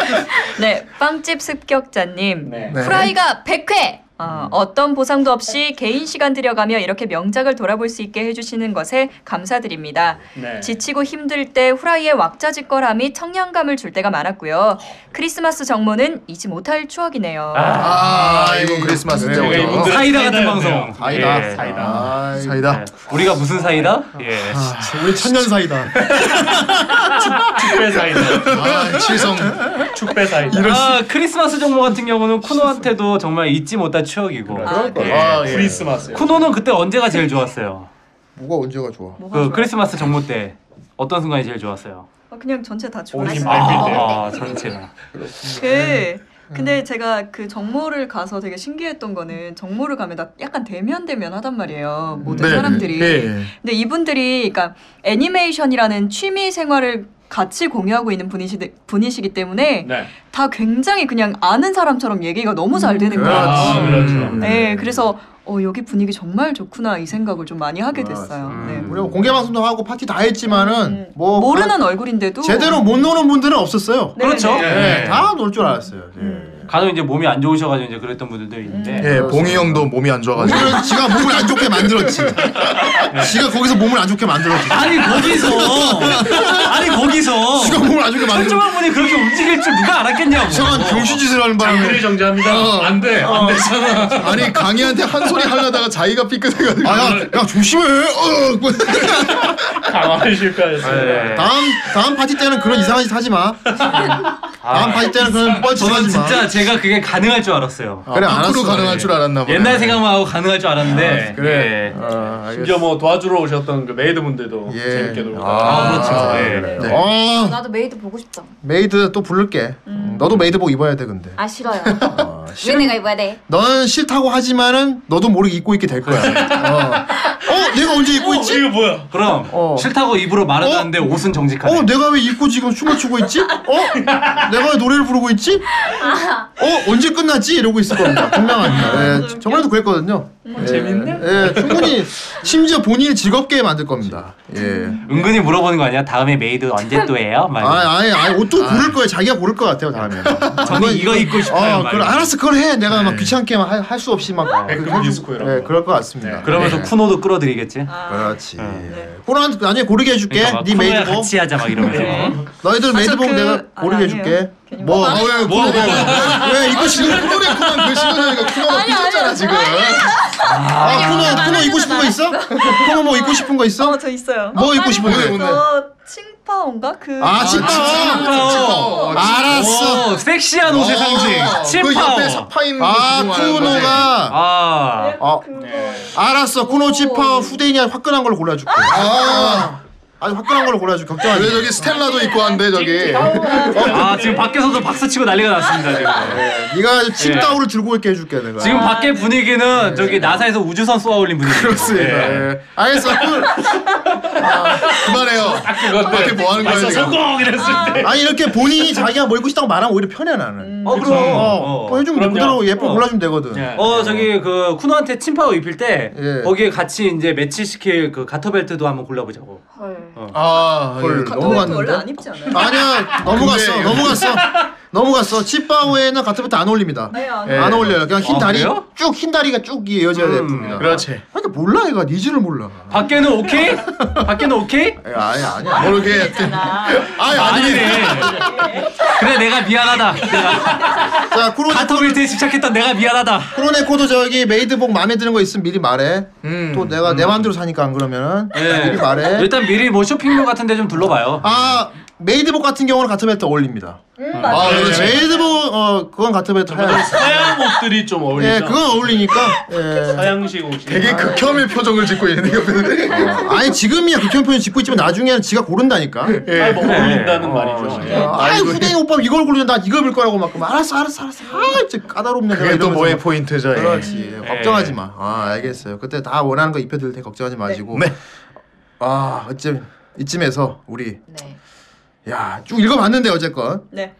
G: 네, 빵집 습격자님.
F: 네.
G: 프라이가 100회! 어, 어떤 보상도 없이 개인 시간 들여가며 이렇게 명작을 돌아볼 수 있게 해주시는 것에 감사드립니다.
F: 네.
G: 지치고 힘들 때 후라이의 왁자지껄함이 청량감을 줄 때가 많았고요. 크리스마스 정모는 잊지 못할 추억이네요.
D: 아, 이번 크리스마스 때
C: 예. 네, 그래요.
F: 제가
D: 오죠.
F: 이분들은
B: 사이다 같은
F: 네, 사이다였네요.
B: 방송. 네.
C: 사이다.
F: 예.
C: 아,
D: 사이다.
B: 우리가 무슨 사이다? 아,
C: (laughs)
F: 예.
C: 우리 천년 사이다.
F: 축배 사이다.
D: 아, 칠성.
F: 축배 사이다.
B: 아 크리스마스 정모 같은 경우는 쿠노한테도 정말 잊지 못할 추억이고
C: 그럴
F: 예.
C: 거야. 아, 예.
F: 크리스마스.
B: 쿠노는 그때 언제가 제일 좋았어요?
C: 뭐가 언제가 좋아?
B: 그 크리스마스 정모 때 어떤 순간이 제일 좋았어요?
G: 어, 그냥 전체 다
F: 오지
G: 좋아했어요.
F: 마. 아, 네.
B: 아 전체가
C: 네.
G: 그, 근데 제가 그 정모를 가서 되게 신기했던 거는 정모를 가면 다 약간 대면 대면 하단 말이에요. 모든
C: 네.
G: 사람들이.
D: 예.
G: 근데 이분들이 그러니까 애니메이션이라는 취미 생활을 같이 공유하고 있는 분이시, 분이시기 때문에
F: 네.
G: 다 굉장히 그냥 아는 사람처럼 얘기가 너무
B: 음,
G: 잘 되는
F: 아,
G: 거예요.
F: 그렇죠.
G: 네, 그래서 어, 여기 분위기 정말 좋구나 이 생각을 좀 많이 하게 됐어요.
B: 음.
G: 네.
C: 우리가 뭐 공개 방송도 하고 파티 다 했지만은 뭐
G: 음. 모르는 얼굴인데도
C: 제대로 못 노는 분들은 없었어요.
G: 네,
B: 그렇죠.
F: 예.
G: 네. 음.
C: 네, 다 놀 줄 알았어요. 예.
B: 간혹 이제 몸이 안 좋으셔가지고 이제 그랬던 분들도 있는데
C: 음.
D: 예, 봉이 형도 몸이 안 좋아가지고.
C: 오히려 지가 몸을 안 좋게 만들었지. 지가 거기서 몸을 안 좋게 만들었지.
B: 아니 거기서 아니 거기서
C: 지가 몸을 안 좋게 만들었지.
B: 철조망 분이 그렇게 움직일 줄 누가 알았겠냐고
C: 이상한 병신짓을 하는 바람에.
F: 정지합니다. 안 돼. 안 되잖아.
D: 아니 강희한테 한 소리 하려다가 자기가 삐끗해가지고.
C: 아, 야, 야, 조심해! 어! 뭐.
F: 가만히
B: 네. 아, 예.
F: 실까였어요.
C: 다음, 다음 파티 때는 그런 이상한 짓 하지 마. 다음 파티 때는 그런 뻘짓
B: 저는
C: 하지 마.
B: 진짜 제가 그게 가능할 줄 알았어요
C: 그래,
D: 아,
C: 알았어. 예.
D: 거꾸로 가능할 줄 알았나 보네.
B: 옛날 생각만 하고 가능할 줄 알았는데 예. 그래
C: 아,
F: 심지어 뭐 도와주러 오셨던 그 메이드분들도
C: 예.
F: 재밌게 놀고.
B: 아, 그렇죠 예.
C: 알겠어. 어,
L: 나도 메이드 보고 싶다.
C: 메이드 또 부를게. 너도 메이드복 입어야 돼, 근데.
L: 아 싫어요.
C: 어,
L: 왜 내가 입어야 네, 돼?
C: 너는 싫다고 하지만은 너도 모르게 입고 있게 될 거야. 어, 어 내가 언제 입고 있지?
F: 이거 뭐야?
B: 그럼
C: 어.
B: 싫다고 입으로 말하는데 옷은 정직하네
C: 어, 내가 왜 입고 지금 춤을 추고 있지? 어? 내가 왜 노래를 부르고 있지? 어, 언제 끝나지? 이러고 있을 겁니다. 분명합니다. 예, 저번에도 그랬거든요. 음. 재밌네? 예, 충분히, 심지어 본인을 즐겁게 만들 겁니다. 예.
B: 은근히 물어보는 거 아니야? 다음에 메이드 언제 또 해요? 막
C: 아, 아니, 아니, 옷도 고를 거예요. 자기가 고를 것 같아요, 다음에. (laughs)
B: 저는 이거 입고 싶어요. 네.
C: 어,
B: 막
C: 그래,
B: 이러면서.
C: 알았어, 그걸 해. 내가 막 귀찮게 할 수 없이 막.
F: 백금
C: 해주고.
F: 디스코 이런
C: 예,
F: 거.
C: 그럴 것 같습니다.
B: 네, 그러면서 쿠노도 끌어들이겠지.
C: 아. 그렇지. 호란, 나중에 고르게 네. 해줄게.
B: 그러니까 막
C: 네
B: 쿠노야
C: 메이드복.
B: 같이 하자 막 이러면서.
C: 너희들 메이드복
G: 그-
C: 내가 고르게
G: 아니,
C: 해줄게.
G: 괜히
C: 뭐,
D: 아, 왜, 뭐, 뭐, 왜, 왜 이거 지금 쿠노레코만 그 시간이니까 쿠노가 삐졌잖아 지금.
C: 아, 코너 코너 입고 싶은 거 있어? 코너 뭐 입고 싶은 거 있어?
G: 어, 저 있어요.
C: 뭐 입고 싶은
D: 오늘,
C: 거?
D: 오늘.
G: 어, 칭파온가? 그
C: 아, 진짜.
B: 칭파오.
C: 알았어.
B: 오, 섹시한 옷의 상징.
D: 그 옆에
B: 칠파오.
D: 사파 있는
C: 아,
D: 구조 말하는 거지.
C: 쿠노가
B: 아,
C: 아,
G: 그거.
C: 알았어. 쿠노 지파 후대인이 아주 화끈한 걸로 골라줄게.
D: 아,
C: 아주 화끈한 걸로 골라줄게. 걱정하지.
D: 왜 저기 스텔라도 있고 한데 저기.
B: 아 지금 밖에서도 박수 치고 난리가 났습니다 지금.
C: 마. 네가 아주 칭따오를 들고 있게 해줄게 내가.
B: 지금 밖에 분위기는 저기 나사에서 우주선 쏘아올린 분위기.
C: 그렇습니다. 예. 알겠어. 쿠-
D: 아, 그만해요. 어떻게 뭐
F: 아,
D: 하는 거야 지금.
F: 성공 이랬을 때.
C: 아. 아니 이렇게 본인이 자기가 뭐 입고 싶다고 말하면 오히려 편해 나는.
B: 어 그럼.
C: 어, 뭐 해주면
F: 그럼요.
C: 그대로 예쁜 거
B: 어.
C: 골라주면 되거든.
F: 예.
B: 어 저기 그 쿠노한테 침파오 입힐 때
C: 예.
B: 거기에 같이 이제 매치 시킬 그 가터벨트도 한번 골라보자고.
D: 아,
C: 헐, 너무
D: 예.
G: 그것도 원래
C: 갔는데?
G: 안 입지 않아요?
C: 아니야 넘어갔어
D: 근데-
C: 넘어갔어 넘어갔어 칩바오에는 가타부터 안 어울립니다
G: 네, 안
D: 예.
C: 안 어울려요 그냥 흰
B: 아,
C: 다리
B: 그래요?
C: 쭉 흰 다리가 쭉 이어져야 됩니다
D: 음, 그렇지.
C: 아니 몰라 얘가 니즈를 몰라
B: 밖에는 오케이? 밖에는 오케이?
C: 예, 아니 아니야
D: 모르게
C: (laughs)
D: 했더니. 아니 아니네.
B: 아니네. 그래 내가 미안하다. 내가
C: 자 쿠로네
B: 가터벨트에 집착했던 내가 미안하다.
C: 쿠로네코도 저기 메이드복 마음에 드는 거 있으면 미리 말해
D: 음.
C: 또 내가 내 마음대로 사니까 안 그러면은
B: 예.
C: 미리 말해
B: 일단 미리 뭐 쇼핑몰 같은데 좀 둘러봐요.
C: 아 메이드복 같은 경우는 가타벨트 어울립니다
D: 아, 그렇지.
C: 메이드복 어 그건
D: 아,
C: 가타벨트 하야
F: 서양 옷들이 좀
C: 예
F: 어울리죠.
C: 그건 (laughs) 어울리니까 예.
F: 서양식 옷이.
D: 되게 극혐의 표정을 짓고 있는데 옆에.
C: 아니 지금이야 극혐 표현 짓고 있지만 나중에는 지가 고른다니까
D: 예.
F: 잘못 어울린다는 말이죠. 예.
C: 아이 후대인 오빠 이걸 고르면 나 이걸 입을 거라고 막 알았어 알았어 알았어 아 진짜 까다롭네 내가
D: 그게 또
C: 이러면서
D: 뭐의
C: 막.
D: 포인트죠. 예.
C: 그렇지 네. 걱정하지 마아 알겠어요 그때 다 원하는 거 입혀드릴 테니 걱정하지 마시고
D: 네.
C: 아 어쩜 이쯤에서 우리
L: 네.
C: 야 쭉 읽어봤는데 어쨌건
G: 네.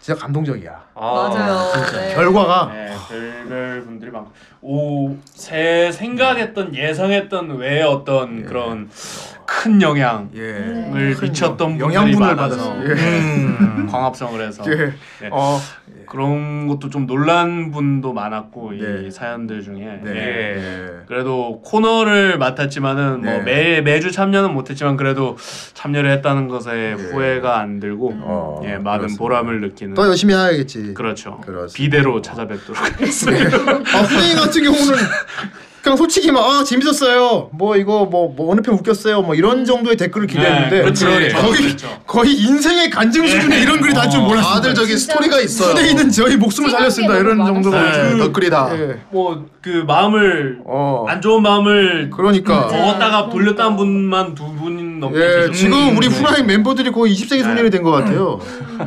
C: 진짜 감동적이야
G: 맞아요. 네.
C: 결과가
F: 네, 별별 분들이 많고 오, 제 생각했던 예상했던 외의 어떤 그런 큰 영향을
C: 예
F: 네. 미쳤던 분들이
C: 영양분을
F: 많아서
C: 받아서
F: 음, 광합성을 해서 네.
C: 어
F: 그런 것도 좀 놀란 분도 많았고
C: 네.
F: 이 사연들 중에
C: 네.
F: 예.
C: 네.
F: 그래도 코너를 맡았지만은
C: 네.
F: 뭐 매, 매주 참여는 못했지만 그래도 참여를 했다는 것에 후회가 안 들고
C: 네. 어,
F: 예, 많은
C: 그렇습니다.
F: 보람을 느끼는
C: 더 열심히 해야겠지
F: 그렇죠
C: 그렇습니다.
F: 비대로 찾아뵙도록 (laughs) 하겠습니다.
C: 아, 후대인 같은 경우는 그냥 솔직히 막 아, 재밌었어요. 뭐 이거 뭐, 뭐 어느 편 웃겼어요. 뭐 이런 정도의 댓글을 기대했는데
F: 네, 그렇지.
C: 거의
F: 그렇죠.
C: 거의 인생의 간증 수준의 이런 글이 날 줄 몰랐어요.
D: 다들 저기 스토리가 있어요.
C: 후대인은 저희 목숨을 살렸습니다. 이런 정도로.
D: 네, 덧글이다.
C: 예.
F: 뭐 그 마음을
C: 어.
F: 안 좋은 마음을
C: 그러니까.
F: 먹었다가 돌렸다는 분만 두 분 넘게 네.
C: 예,
F: 계셨죠.
C: 지금 우리 후라이 멤버들이 거의 20세기 소년이 된 것 같아요.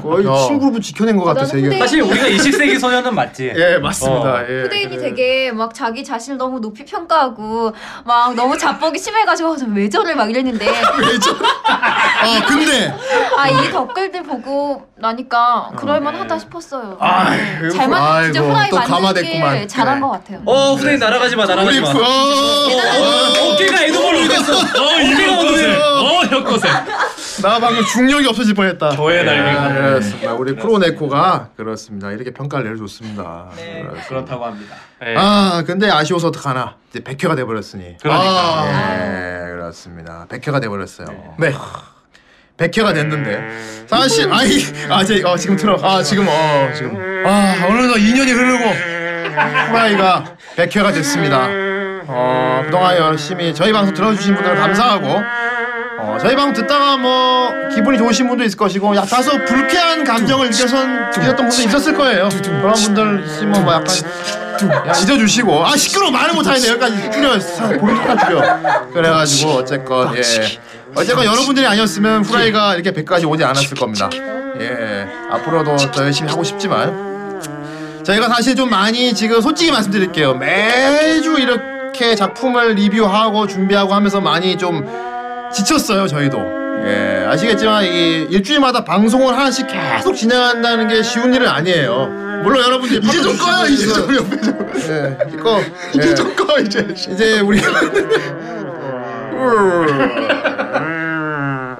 C: 거의
D: 야.
C: 친구를 지켜낸 것 같아,
L: 나는
C: 세계.
L: 후대인-
B: 사실 우리가 20세기 소년은 맞지.
C: 예, 맞습니다.
B: 어.
C: 예.
L: 후대인이 되게 막 자기 자신을 너무 높이 평가하고 막 너무 자뻑이 심해가지고 저왜 저래 막 이랬는데
C: 아, 근데
L: 아 이 댓글들 보고 나니까 그럴만하다 싶었어요.
D: 아, 네. 아이고,
L: 잘 맞, 진짜
D: 아이고,
L: 후라이
D: 또
L: 만드는
D: 감화됐구만.
L: 게 잘한
D: 네.
L: 것 같아요.
B: 어 후대인 날아가지 마 날아가지 마. 어,
D: 어,
B: 어, 어깨가 애도벌로 됐어.
F: 어 이거 어떠세요? 어 혁거세.
C: 나 방금 중력이 없어질 뻔했다.
F: 저의 날개가.
C: 예, 그렇습니다. 우리 크로네코가 그렇습니다. 이렇게 평가를 내려줬습니다.
M: 네.
C: 그렇습니다.
F: 그렇다고 합니다. 예.
C: 아 근데 아쉬워서 어떡하나 이제 백회가 돼버렸으니
F: 그러니까.
C: 예 그렇습니다 백회가 돼버렸어요
D: 네.
C: 백회가
F: 네.
C: 됐는데 사실 아이 아제 어, 지금 틀어 아 지금 어 지금 아 어느덧 2년이 흐르고 후라이가 백회가 됐습니다 어 그동안 열심히 저희 방송 들어주신 분들 감사하고 어, 저희 방송 듣다가 뭐 기분이 좋으신 분도 있을 것이고 약 다소 불쾌한 감정을 느껴선 느꼈던 분도 있었을 거예요 그런 분들 있으면 뭐 약간 야, 잊어주시고 아 시끄러 워 말을 못하는데 여기까지 줄여 사- 보니까 줄여 그래가지고 어쨌건 예 어쨌건 여러분들이 아니었으면 후라이가 이렇게 100까지 오지 않았을 겁니다 예 앞으로도 더 열심히 하고 싶지만 저희가 사실 좀 많이 지금 솔직히 말씀드릴게요 매주 이렇게 작품을 리뷰하고 준비하고 하면서 많이 좀 지쳤어요 저희도 예 아시겠지만 이 일주일마다 방송을 하나씩 계속 진행한다는 게 쉬운 일은 아니에요 물론 여러분들이 이제 좀 꺼요 이제 좀 옆에 좀 예, 꺼 (laughs) 이제 좀 꺼 이제 이제 우리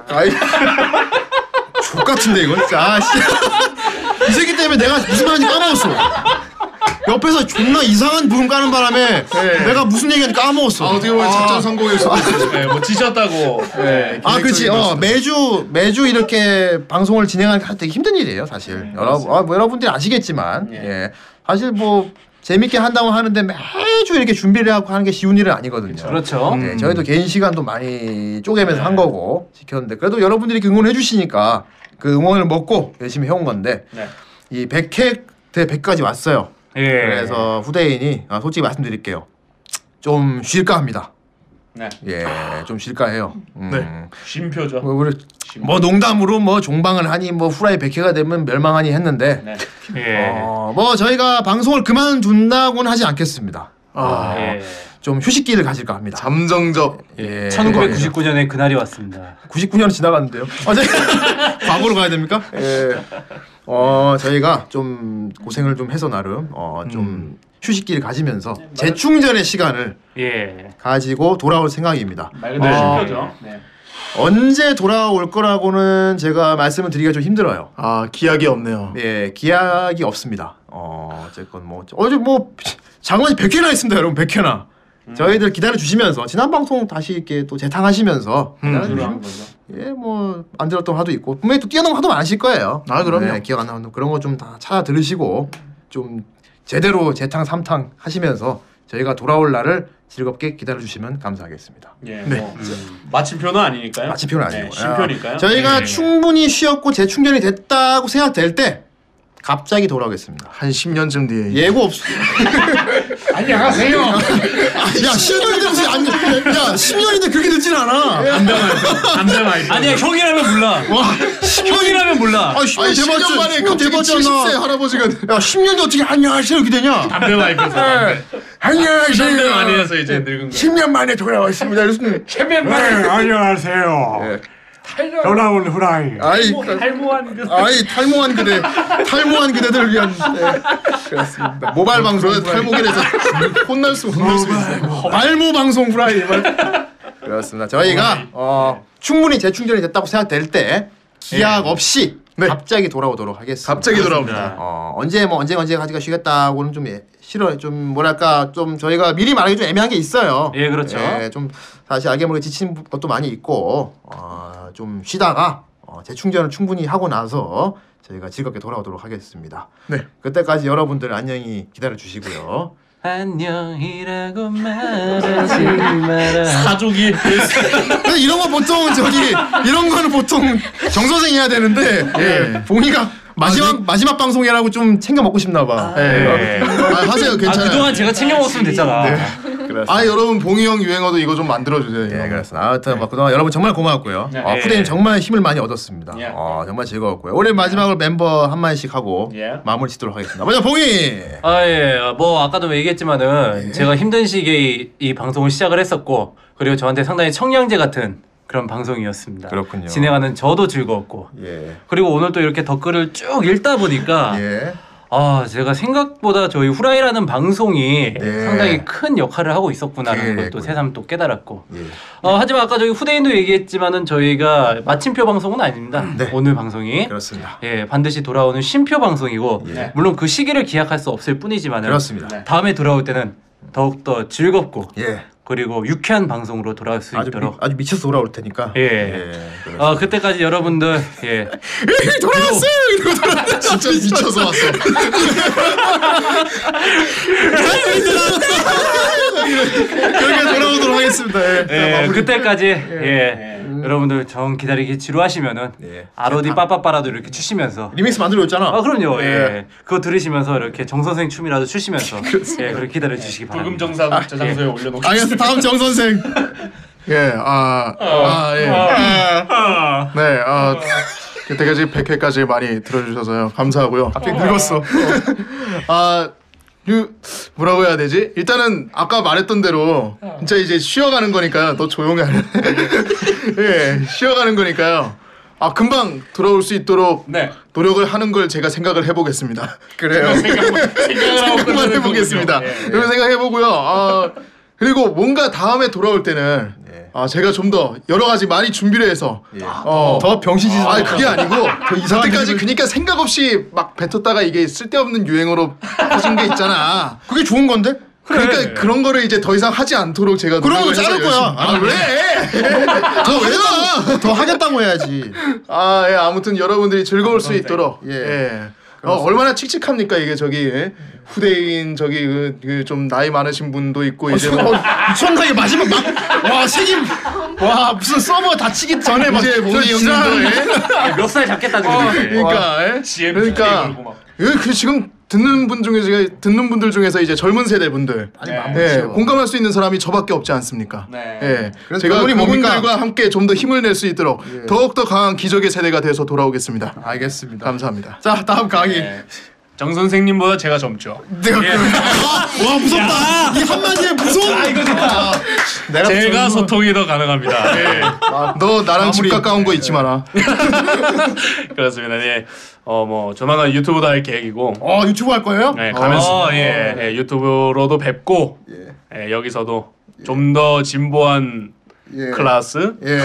C: 아이 족 같은데 이건 진짜 아, 씨. 이 새끼 때문에 내가 무슨 말인지 까먹었어 옆에서 존나 이상한 부분 까는 바람에 내가 무슨 얘기하는지 네. 까먹었어
D: 아, 어떻게 보면 작전 성공일 수도 있어요.
F: 예, 뭐 지쳤다고.
B: 네,
F: 예.
C: 아, 그렇지. 어, 매주 매주 이렇게 방송을 진행하는 게 되게 힘든 일이에요, 사실. 여러분, 아, 뭐 여러분들이 아시겠지만, 예. 사실 뭐 재밌게 한다고 하는데 매주 이렇게 준비를 하고 하는 게 쉬운 일은 아니거든요.
B: 그렇죠.
C: 네, 저희도 개인 시간도 많이 쪼개면서 한 거고 지켰는데 그래도 여러분들이 이렇게 응원해 주시니까 그 응원을 먹고 열심히 해온 건데
F: 네.
C: 이 100회 대 100까지 왔어요.
B: 예.
C: 그래서 후대인이 아, 솔직히 말씀드릴게요. 좀 쉴까 합니다.
F: 네.
C: 예, 좀 쉴까 해요. 음.
D: 네.
F: 쉼표죠.
C: 뭐, 우리 뭐 농담으로 뭐 종방을 하니 뭐 후라이 백회가 되면 멸망하니 했는데
F: 네. 예.
C: 어, 뭐 저희가 방송을 그만둔다고는 하지 않겠습니다.
B: 아,
C: 어,
B: 네.
F: 예.
C: 좀 휴식기를 가질까 합니다.
D: 잠정적
C: 예.
B: 1999년에 그날이 왔습니다.
C: 99년 지나갔는데요. 어제 (laughs) 과거로 가야 됩니까? 예. 어 저희가 좀 고생을 좀 해서 나름 어좀 휴식기를 가지면서 재충전의 시간을
F: 예.
C: 가지고 돌아올 생각입니다.
F: 말 그대로
C: 어,
F: 쉼표죠. 네.
C: 언제 돌아올 거라고는 제가 말씀을 드리기가 좀 힘들어요.
D: 아 기약이 없네요.
C: 예, 기약이 없습니다. 어, 어쨌건 뭐 어제 뭐 장관이 100회나 했습니다, 여러분. 100회나. 저희들 기다려 주시면서 지난 방송 다시 이렇게 또 재탕하시면서
F: 주로
D: 음.
C: 기다려주시면
F: 한 거죠.
C: 예, 뭐 안 들었던 화도 있고 분명히 또 뛰어난 화도 많으실 거예요.
D: 아, 그럼요.
C: 네, 기억 안 나는 그런 거 좀 다 찾아 들으시고 좀 제대로 재탕 삼탕 하시면서 저희가 돌아올 날을 즐겁게 기다려 주시면 감사하겠습니다.
F: 예. 뭐 마침표는 아니니까요.
C: 마침표는
F: 네,
C: 네. (laughs) 아니고
F: 쉼표니까요.
C: 아, 저희가
F: 예.
C: 충분히 쉬었고 재충전이 됐다고 생각될 때 갑자기 돌아오겠습니다.
D: 한 10년쯤 뒤에
C: 예고 없이 안녕하세요. 야 10년인데 무슨 안, 야 10년인데 그렇게 늦진 않아.
F: 담당 아이.
B: 아니야 형이라면 (laughs) 몰라.
C: 와
B: 네. 어, 형이라면 몰라.
C: 아 10년,
D: 아니, 10년
C: 대박이지.
D: 만에
C: 10년
D: 갑자기
C: 대박이잖아.
D: 70세 할아버지가 돼.
C: 야 10년도 어떻게 안녕하세요 이렇게 되냐?
F: 담당 아이에서
C: 네.
F: 담당 아니에서 이제 늙은 거.
C: 10년 만에 돌아왔습니다. 이랬으면
N: 안녕하세요. 돌아온 후라이.
C: 예. 아이
F: 탈모한 그
C: 아이 탈모한 그대 탈모한 그대들을 위한 네. 그렇습니다. 네, 모발 방송 탈모기에서 혼날 수 혼날 수 있어요. 발모 방송 프라이 그렇습니다. 저희가 어, 충분히 재충전이 됐다고 생각될 때 기약 없이 갑자기 돌아오도록 하겠습니다.
D: 갑자기 돌아옵니다.
C: 어, 언제 뭐 언제 언제까지가 쉬겠다고는 좀 예, 싫어 좀 뭐랄까 좀 저희가 미리 말하기 좀 애매한 게 있어요.
B: 예, 그렇죠.
C: 예, 좀 사실 알게 모르게 지친 것도 많이 있고 어, 좀 쉬다가 어, 재충전을 충분히 하고 나서 저희가 즐겁게 돌아오도록 하겠습니다.
D: 네.
C: 그때까지 여러분들 안녕히 기다려 주시고요.
B: 안녕이라고 말하지 마라.
F: 가족이
C: 근데 이런 거 보통 저기 이런 거는 보통 정 선생이 해야 되는데 예, 봉이가
B: 아,
C: 마지막
B: 네.
C: 마지막 방송이라고 좀 챙겨 먹고 싶나 봐.
D: 예. 아, 하세요
B: 아
D: 괜찮아요.
B: 그동안 제가 챙겨 먹었으면 됐잖아.
C: 그래서
D: 아 여러분 봉이 형 유행어도 이거 좀 만들어 주세요.
C: 예, 그렇습니다. 아무튼 뭐 그동안 여러분 정말 고마웠고요.
F: 네.
C: 어,
F: 예.
C: 후대님 정말 힘을 많이 얻었습니다.
F: 예.
C: 어, 정말 즐거웠고요. 올해 마지막으로
D: 예.
C: 멤버 한 마디씩 하고
F: 예.
C: 마무리 짓도록 하겠습니다. 먼저 봉이.
B: 아, 예. 뭐, 아까도
C: 예.
B: 얘기했지만은, 제가 힘든 시기에 이, 이 방송을 시작을 했었고, 그리고 저한테 상당히 청량제 같은 그런 방송이었습니다.
C: 그렇군요.
B: 진행하는 저도 즐거웠고,
C: 예.
B: 그리고 오늘 또 이렇게 댓글을 쭉 읽다 보니까,
C: (laughs) 예.
B: 아, 제가 생각보다 저희 후라이라는 방송이
C: 네.
B: 상당히 큰 역할을 하고 있었구나라는 것도
C: 그랬군요.
B: 새삼 또 깨달았고.
C: 예.
B: 어, 하지만 아까 저희 후대인도 얘기했지만은 저희가 마침표 방송은 아닙니다.
C: 네.
B: 오늘 방송이.
C: 그렇습니다.
B: 예, 반드시 돌아오는 쉼표 방송이고
C: 예.
B: 물론 그 시기를 기약할 수 없을
D: 네.
B: 뿐이지만은
C: 그렇습니다.
B: 다음에 돌아올 때는 더욱 더 즐겁고
C: 예.
B: 그리고 유쾌한 방송으로 돌아올 수
C: 아주 미,
B: 있도록
C: 아주 미쳐서 돌아올 테니까.
B: 예.
C: 그렇습니다.
D: 아.
B: 어, 그때까지 여러분들 예.
D: 돌아왔어! 이러고 돌아왔어. (laughs) 진짜
C: (laughs)
D: 미쳐서 왔어.
C: 여기가 돌아오도록 하겠습니다. 예. 음.
B: 예, 그때까지 예. 여러분들 정 기다리기 지루하시면은
C: 예.
B: 아로디 빠빠빠라도 이렇게 추시면서
C: 리믹스 만들어줬잖아.
B: 아 그럼요 예.
C: 예.
B: 그거 들으시면서 이렇게 정 선생
C: (laughs)
B: 춤이라도 추시면서 예 그렇게 기다려 주시기
F: 불금
B: 바랍니다.
F: 정상 저장소에 올려놓기.
D: 알겠어. 아, 다음 정 선생. 예, 아, 아, 예. 네, 아, 그때까지 100회까지 많이 들어주셔서요. 감사하고요. 갑자기 늙었어. 아, 유, 뭐라고 해야 되지? 일단은 아까 말했던 대로 진짜 이제 쉬어가는 거니까요. 너 조용히 하네. (laughs) 예, 쉬어가는 거니까요. 아, 금방 돌아올 수 있도록
F: 네.
D: 노력을 하는 걸 제가 생각을 해보겠습니다. 그래요.
F: 생각을 하고
D: 생각만
F: 끝내는
D: 해보겠습니다.
F: 거군요. 예.
D: 그런 생각해보고요. 아, 그리고 뭔가 다음에 돌아올 때는 아, 제가 좀 더 여러 가지 많이 준비를 해서
C: 아,
D: 어,
C: 더 병신짓.
D: 아,
C: (laughs)
D: 그게 아니고
C: 이상한
D: 그때까지 그러니까 생각 없이 막 뱉었다가 이게 쓸데없는 유행어로 퍼진 게 있잖아.
C: (laughs) 그게 좋은 건데?
D: 그러니까 그런 거를 이제 더 이상 하지 않도록 제가
C: 그러면
D: 노력을 해서
C: 자를 거야.
D: 열심히- 아,
C: 안
D: 왜?
C: 더 하겠다고, 더 하겠다고 해야지.
D: 아, 예, 아무튼 여러분들이 즐거울 수 있도록. 예.
C: 예.
D: 어, 얼마나 칙칙합니까 이게 저기 예? 후대인 저기 그, 그좀 나이 많으신 분도 있고
C: (laughs)
D: 이제 뭐
C: 미쳤나 어, 이게 마지막 막. 와 책임. 와 무슨 서버 다치기 전에 막.
D: 이제 모든
C: 지랄하는
D: 형들 예?
B: 몇 살 잡겠다는
C: 어,
B: 거지.
D: 그러니까 예?
F: GM
D: 그러니까
F: 그리고 막.
D: 예, 그 지금 듣는 분 중에 제가 듣는 분들 중에서 이제 젊은 세대 분들
C: 아니
F: 네.
C: 맘
D: 예,
C: 예,
D: 공감할 수 있는 사람이 저밖에 없지 않습니까?
F: 네.
D: 예,
C: 그래서
D: 제가
C: 결론이 뭡니까? 예.
D: 그분들과 함께 좀 더 힘을 낼 수 있도록 더욱 더 강한 기적의 세대가 돼서 돌아오겠습니다.
C: 알겠습니다.
D: 감사합니다.
C: 자 다음 강의. 네,
F: 예. 정 선생님보다 제가 젊죠.
D: 네.
C: 내가 그- 와 무섭다. 이 한마디에 무서운. 아 이거 좋다. 내가
F: 제가 소통이 더 가능합니다. 예.
D: 너 나랑 집
C: 마무리.
D: 가까운 거 잊지 마라.
F: 그렇습니다. 예. 어, 뭐 조만간 유튜브도 할 계획이고.
C: 어 유튜브 할 거예요?
F: 예, 가면서
B: 어,
F: 예, 예, 유튜브로도 뵙고 예, 여기서도 좀 더 진보한
C: 예.
F: 클래스,
C: 예.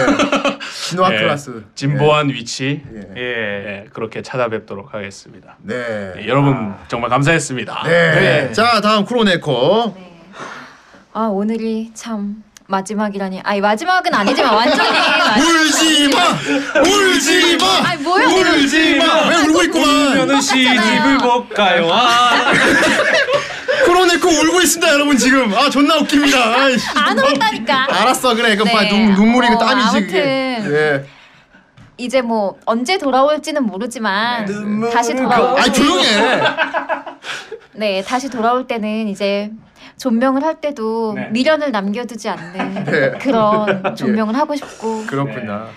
C: 진화
F: 예,
C: 클래스.
F: 진보한 위치
C: 예.
F: 예. 예, 그렇게 찾아뵙도록 하겠습니다.
C: 네.
F: 예, 여러분 정말 감사했습니다.
C: 네. 자 다음 크로네코.
E: 아 오늘이 참 마지막이라니. 아니
D: (laughs)
E: 마지막은 아니지만 완전히.
C: 울지 마. 울지 마.
E: 아니 뭐야?
C: 울지 마. 왜 울고 있구만.
B: 그러면은 시집을 못 가요. 아,
C: 크로네코 울고 있습니다 여러분 지금. 아 존나 웃깁니다. 아이씨.
E: 안 울었다니까.
C: 알았어 그래 이거
E: 네.
C: 봐 눈, 눈물이 그
E: 어,
C: 땀이지 그게.
E: 아무튼.
C: 예.
E: 이제 뭐 언제 돌아올지는 모르지만 다시 돌아올
C: 아
B: 예.
C: 조용해.
E: 네 다시 돌아올 때는 이제 존명을 할 때도
F: 네.
E: 미련을 남겨두지
C: (laughs)
E: 않는
C: 네.
E: 그런 존명을 하고 싶고
C: 그렇구나.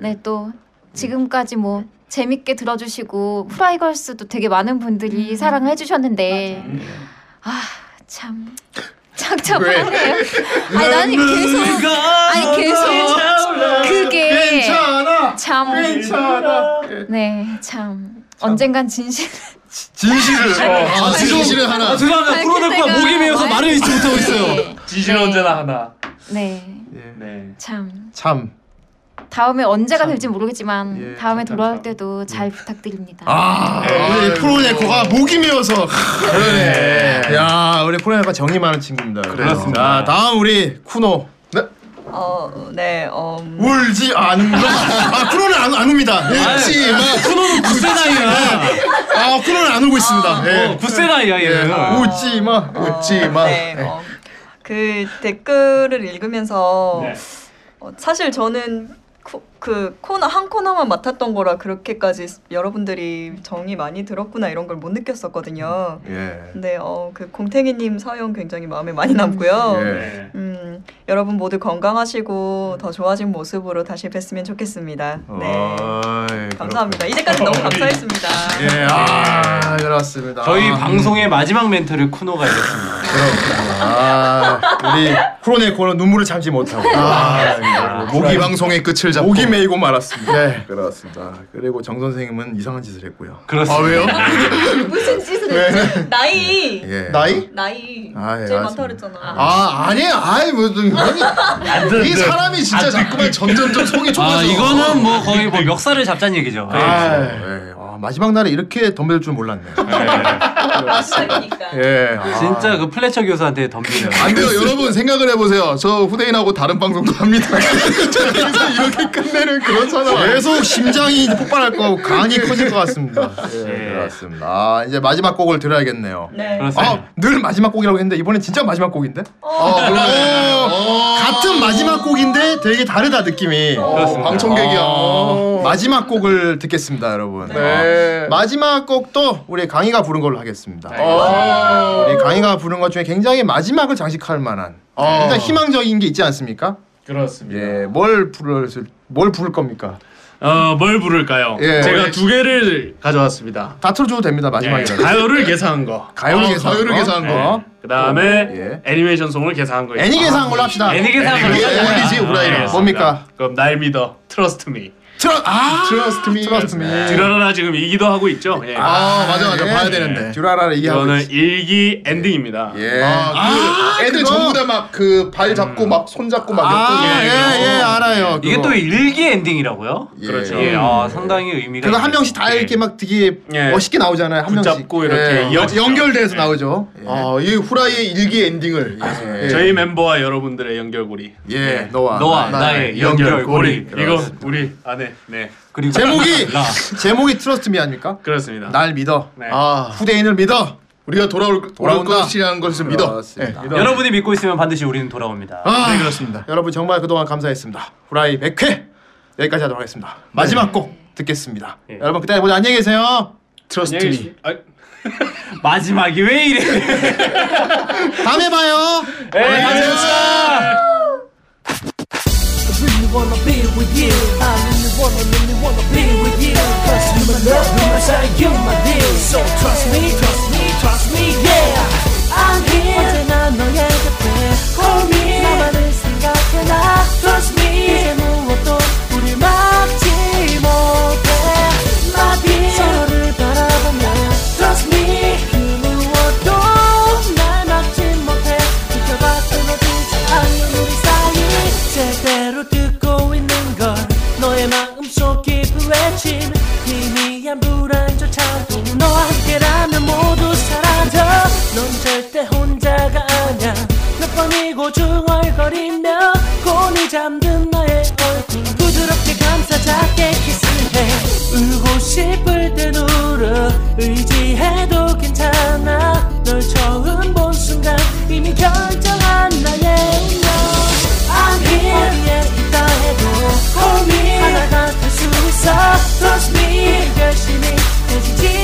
E: 네 또 지금까지 뭐 재밌게 들어주시고 프라이걸스도 되게 많은 분들이 사랑을 해주셨는데 아, 아참 착잡하네요. 아니 나는 계속 아니 계속 그게
C: 괜찮아.
E: 참
C: 괜찮아.
E: 네, 참 언젠간 진실.
C: 진실을. 어,
D: 아, 진실은
B: 아,
D: 하나.
B: 죄송합니다. 코로나가 뭐
E: 밝힐
B: 목이 메어서
E: 때가
B: 말을 잊지 못하고 있어요.
E: 네,
F: 지지는
E: 네.
F: 언제나 하나.
E: 네,
C: 예.
F: 네.
E: 참
C: 참.
E: 다음에 언제가 될지 모르겠지만 다음에 돌아올
F: 예, 참. 예.
E: 때도 잘 부탁드립니다.
C: 아, 우리 프로네코가 목이 메어서. 그러네. 야, 우리 프로네코가 정이 많은 친구입니다. 자,
F: 그렇습니다.
C: 다음 우리 쿠노.
B: 네?
G: 어, 네, 어, 음,
C: 울지 않는다. 아, 쿠노는 안, 안 웁니다. 예.
D: 그렇지, 막
B: 네. 아, 쿠노는 굳센 아이야.
C: 아, 쿠노는 안 울고 있습니다. 예.
B: 어, 굳센 아이야 얘는.
C: 웃지 마.
D: 웃지 마.
G: 네, 어, 그 댓글을 읽으면서
B: 네.
F: 네.
G: 어, 사실 저는 코, 그 코너 한 코너만 맡았던 거라 그렇게까지 여러분들이 정이 많이 들었구나 이런 걸 못 느꼈었거든요.
C: 예.
G: 근데 어, 그 공태기님 사연 굉장히 마음에 많이 남고요.
C: 예.
F: 네.
G: 음, 여러분 모두 건강하시고 더 좋아진 모습으로 다시 뵀으면 좋겠습니다.
C: 아,
G: 네.
C: 어이,
G: 감사합니다. 이제까지 너무 감사했습니다.
C: 그렇군요. 예, 아, 그렇습니다.
B: 저희
C: 아,
B: 방송의 마지막 멘트를 쿠노가 읽었습니다.
C: 그렇구나. 아, 우리 프로네코는 눈물을 참지 못하고
D: 아, 모기 방송의 끝을 잡고
C: 목이 메이고 말았습니다.
D: 네.
C: 그렇습니다. 그리고 정 선생님은 이상한 짓을 했고요.
D: 아
F: 그렇습니다.
D: 왜요?
G: 무슨 짓을 했지? 나이.
C: 네. 예.
D: 나이?
G: 나이.
C: 아, 예,
G: 제일
C: 맞습니다.
G: 많다 그랬잖아.
D: 아 아니에요. 아이 무슨 이 사람이 진짜 자꾸만 점점점 속이 좁아져.
B: 아 이거는 뭐 거의 뭐 멱살을 잡자는 얘기죠.
D: 아,
C: 예. 아, 마지막 날에 이렇게 덤벼들 줄 몰랐네.
G: 시작이니까.
C: (laughs) 예. 아,
B: 진짜 그 플래처 교수한테 덤비는.
D: 안 돼요 여러분 생각을 해보세요. 저 후대인하고 다른
C: (laughs)
D: 방송도 합니다. 그래서 이렇게 끝내는 그런 사람.
C: 계속 심장이 폭발할 (laughs) 거고 간이 커질 것 같습니다. 예,
B: 예.
C: 그렇습니다. 아, 이제 마지막 곡을 들어야겠네요.
G: 네.
B: 그렇습니다.
C: 아, 늘 마지막 곡이라고 했는데 이번엔 진짜 마지막 곡인데?
B: 어.
D: 아 그러네.
C: 같은 마지막 곡인데 되게 다르다 느낌이.
B: 그렇습니다.
D: 방청객이야.
C: 어, 마지막 곡을 듣겠습니다, 여러분.
D: 네.
C: 어, 마지막 곡도 우리 강희가 부른 걸로 하겠습니다.
D: 어.
C: 우리 강희가 부른 것 중에 굉장히 마지막을 장식할 만한
D: 어.
C: 일단 희망적인 게 있지 않습니까?
F: 그렇습니다.
C: 예, 뭘 부를 뭘 부를 겁니까?
F: 어뭘 부를까요?
C: 예.
F: 제가 두 개를 가져왔습니다.
C: 다 틀어줘도 됩니다
F: 예.
C: 마지막이라.
F: 가요를 계산한 거.
C: 가요를
D: 어,
C: 계산.
D: 가요를 계산한 거.
F: 그다음에
C: 예.
F: 애니메이션 송을 계산한 거.
C: 네.
F: 아,
C: 애니 계산 걸로 합시다.
B: 애니 계산
D: 이게 어디지 후라이는?
C: 예. 뭡니까?
F: 그럼 날 믿어. 트러스트 미.
C: 트러 아 트러스트 미 트러스트 미.
F: 드라라 지금 이기도 하고 있죠. 예.
D: 네. 아 맞아 맞아 봐야 되는데.
C: 듀라라를 얘기하고.
F: 이거는
C: 있지.
F: 일기 엔딩입니다.
C: 예.
D: 아, 그 애들
C: 그거?
D: 전부 다 막 그
F: 음.
D: 발 잡고 막 손 잡고 막
C: 아,
D: 엮고
C: 예,
D: 이러는 거.
C: 예, 알아요.
B: 이게
C: 그거.
B: 또 일기 엔딩이라고요?
C: 예.
F: 그렇죠.
B: 예, 아, 상당히 의미가.
C: 그거 한
B: 있네요.
C: 명씩 다
F: 예.
C: 이렇게 막 되게
F: 예.
C: 멋있게 나오잖아요. 한 명씩.
F: 붙잡고 이렇게
C: 예.
F: 이어지죠.
C: 연결돼서
F: 예.
C: 나오죠. 예.
D: 아, 이 후라이의 일기 엔딩을. 예.
F: 저희 멤버와 여러분들의 연결고리.
C: 예, 너와.
B: 너와 나의 연결고리.
F: 이거 우리 안에 네
B: 그리고
F: (laughs)
C: 제목이
B: 나.
C: 제목이 트러스트 미 아닙니까?
F: 그렇습니다.
C: 날 믿어.
F: 네.
D: 아,
C: 후대인을 믿어.
D: 우리가 돌아올 돌아올
C: 돌아온다.
D: 것이라는 것을 믿어. 예.
C: 그렇습니다.
B: 여러분이 믿고 있으면 반드시 우리는 돌아옵니다.
C: 아, 네, 그렇습니다. 여러분 정말 그동안 감사했습니다. 후라이 100회 여기까지 하도록 하겠습니다. 마지막 곡 듣겠습니다. 여러분 그때 보자. 안녕히 계세요.
D: 트러스트
F: 안녕히
D: 미.
F: 계시- 아,
B: 마지막이 왜 이래?
C: 다음에 봐요.
O: really wanna be with you. I really wanna, really wanna be with you. Cause you my love, you my shine, you my dear. So trust me, trust me, trust me, yeah. I'm here. 언제나 너의 곁에. Hold me. 나만을 생각해라. Trust me. 이제 무엇도 우리 막지 못해. My dear. 서로를 바라보며. Trust me. 그 무엇도 날 막지 못해. 지켜봐 끊어지지 않는 우리 사이. 제대로 듣고 있는 걸 너의 마음속 깊은 외침 희미한 불안조차도 너와 함께라면 모두 사라져 넌 절대 혼자가 아냐 몇 번이고 중얼거리며 곤히 잠든 너의 얼굴 부드럽게 감싸 작게 키스해 울고 싶을 땐 울어 의지해도 괜찮아 널 처음 본 순간 이미 결정한 나의 운명 I'm here 어디에 있다 해도 Hold me 하나가 될 수 있어 Trust me 결심이 되지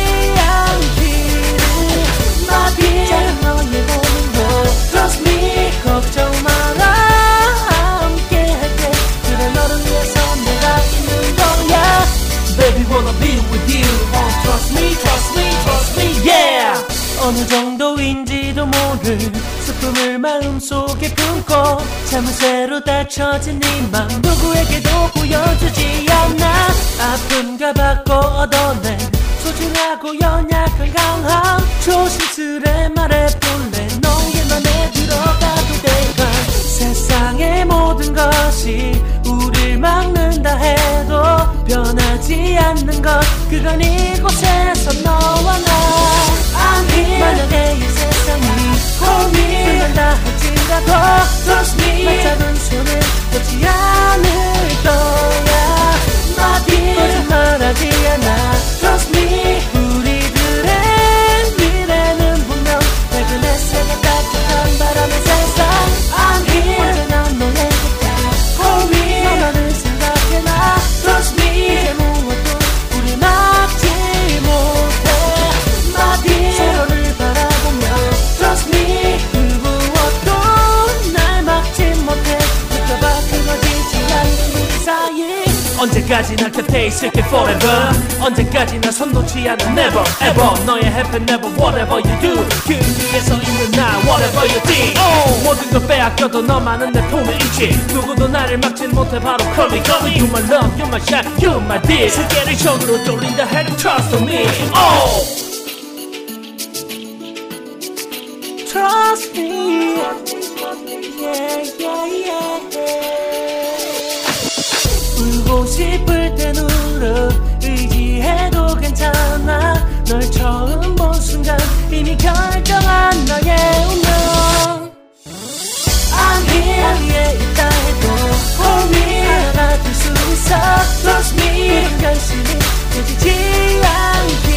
O: 않기를 My dear 너의 보는 거 Trust me 걱정 마라 함께 할게 그래 너를 위해서 내가 있는 거야 Baby wanna be with you oh, Trust me trust me trust me yeah 어느 정도인지도 모를 슬픔을 마음속에 품고 참새로 닫혀진 네맘 누구에게도 보여주지 않아 아픔과 바꿔 얻어낸 소중하고 연약한 강함 조심스레 말해볼래 너의 맘에 들어가도 될까 세상의 모든 것이 우릴 막는다 해도 변하지 않는 것 그건 이곳에서 너와 나 I'm here 만약에 이 세상이 Hold me 끝난다 할지라도 Trust me 날 잡은 손을 놓지 않을 거야 My dear 거짓말하지 않아 Trust me 우리들의 미래는 분명 밝은 햇살과 따뜻한 바람의 세상 I'm here 언제나 너의 곁에 Hold me 너만을 생각해놔 Trust me 이제 무엇도 우리 막지 못해 My dear 서로를 바라보며 그 언제까지나 곁에 있을게 forever 언제까지나 손 놓지 않아 never ever 너의 happy never whatever you do 그 위에서 있는 나 whatever you think oh, 모든 걸 빼앗겨도 너만은 내 품에 있지 누구도 나를 막진 못해 바로 call me call me you my love you my shot you my dear 세계를 전으로 돌린다 해도 trust on me oh. Trust me. Yeah, yeah, yeah. 울고 싶을 땐 울어 의지해도 괜찮아 널 처음 본 순간 이미 결정한 너의 운명 I'm here 위에 있다 해도 Hold me 알아둘 수 있어 Trust me 이런 결심이 되지 그 않기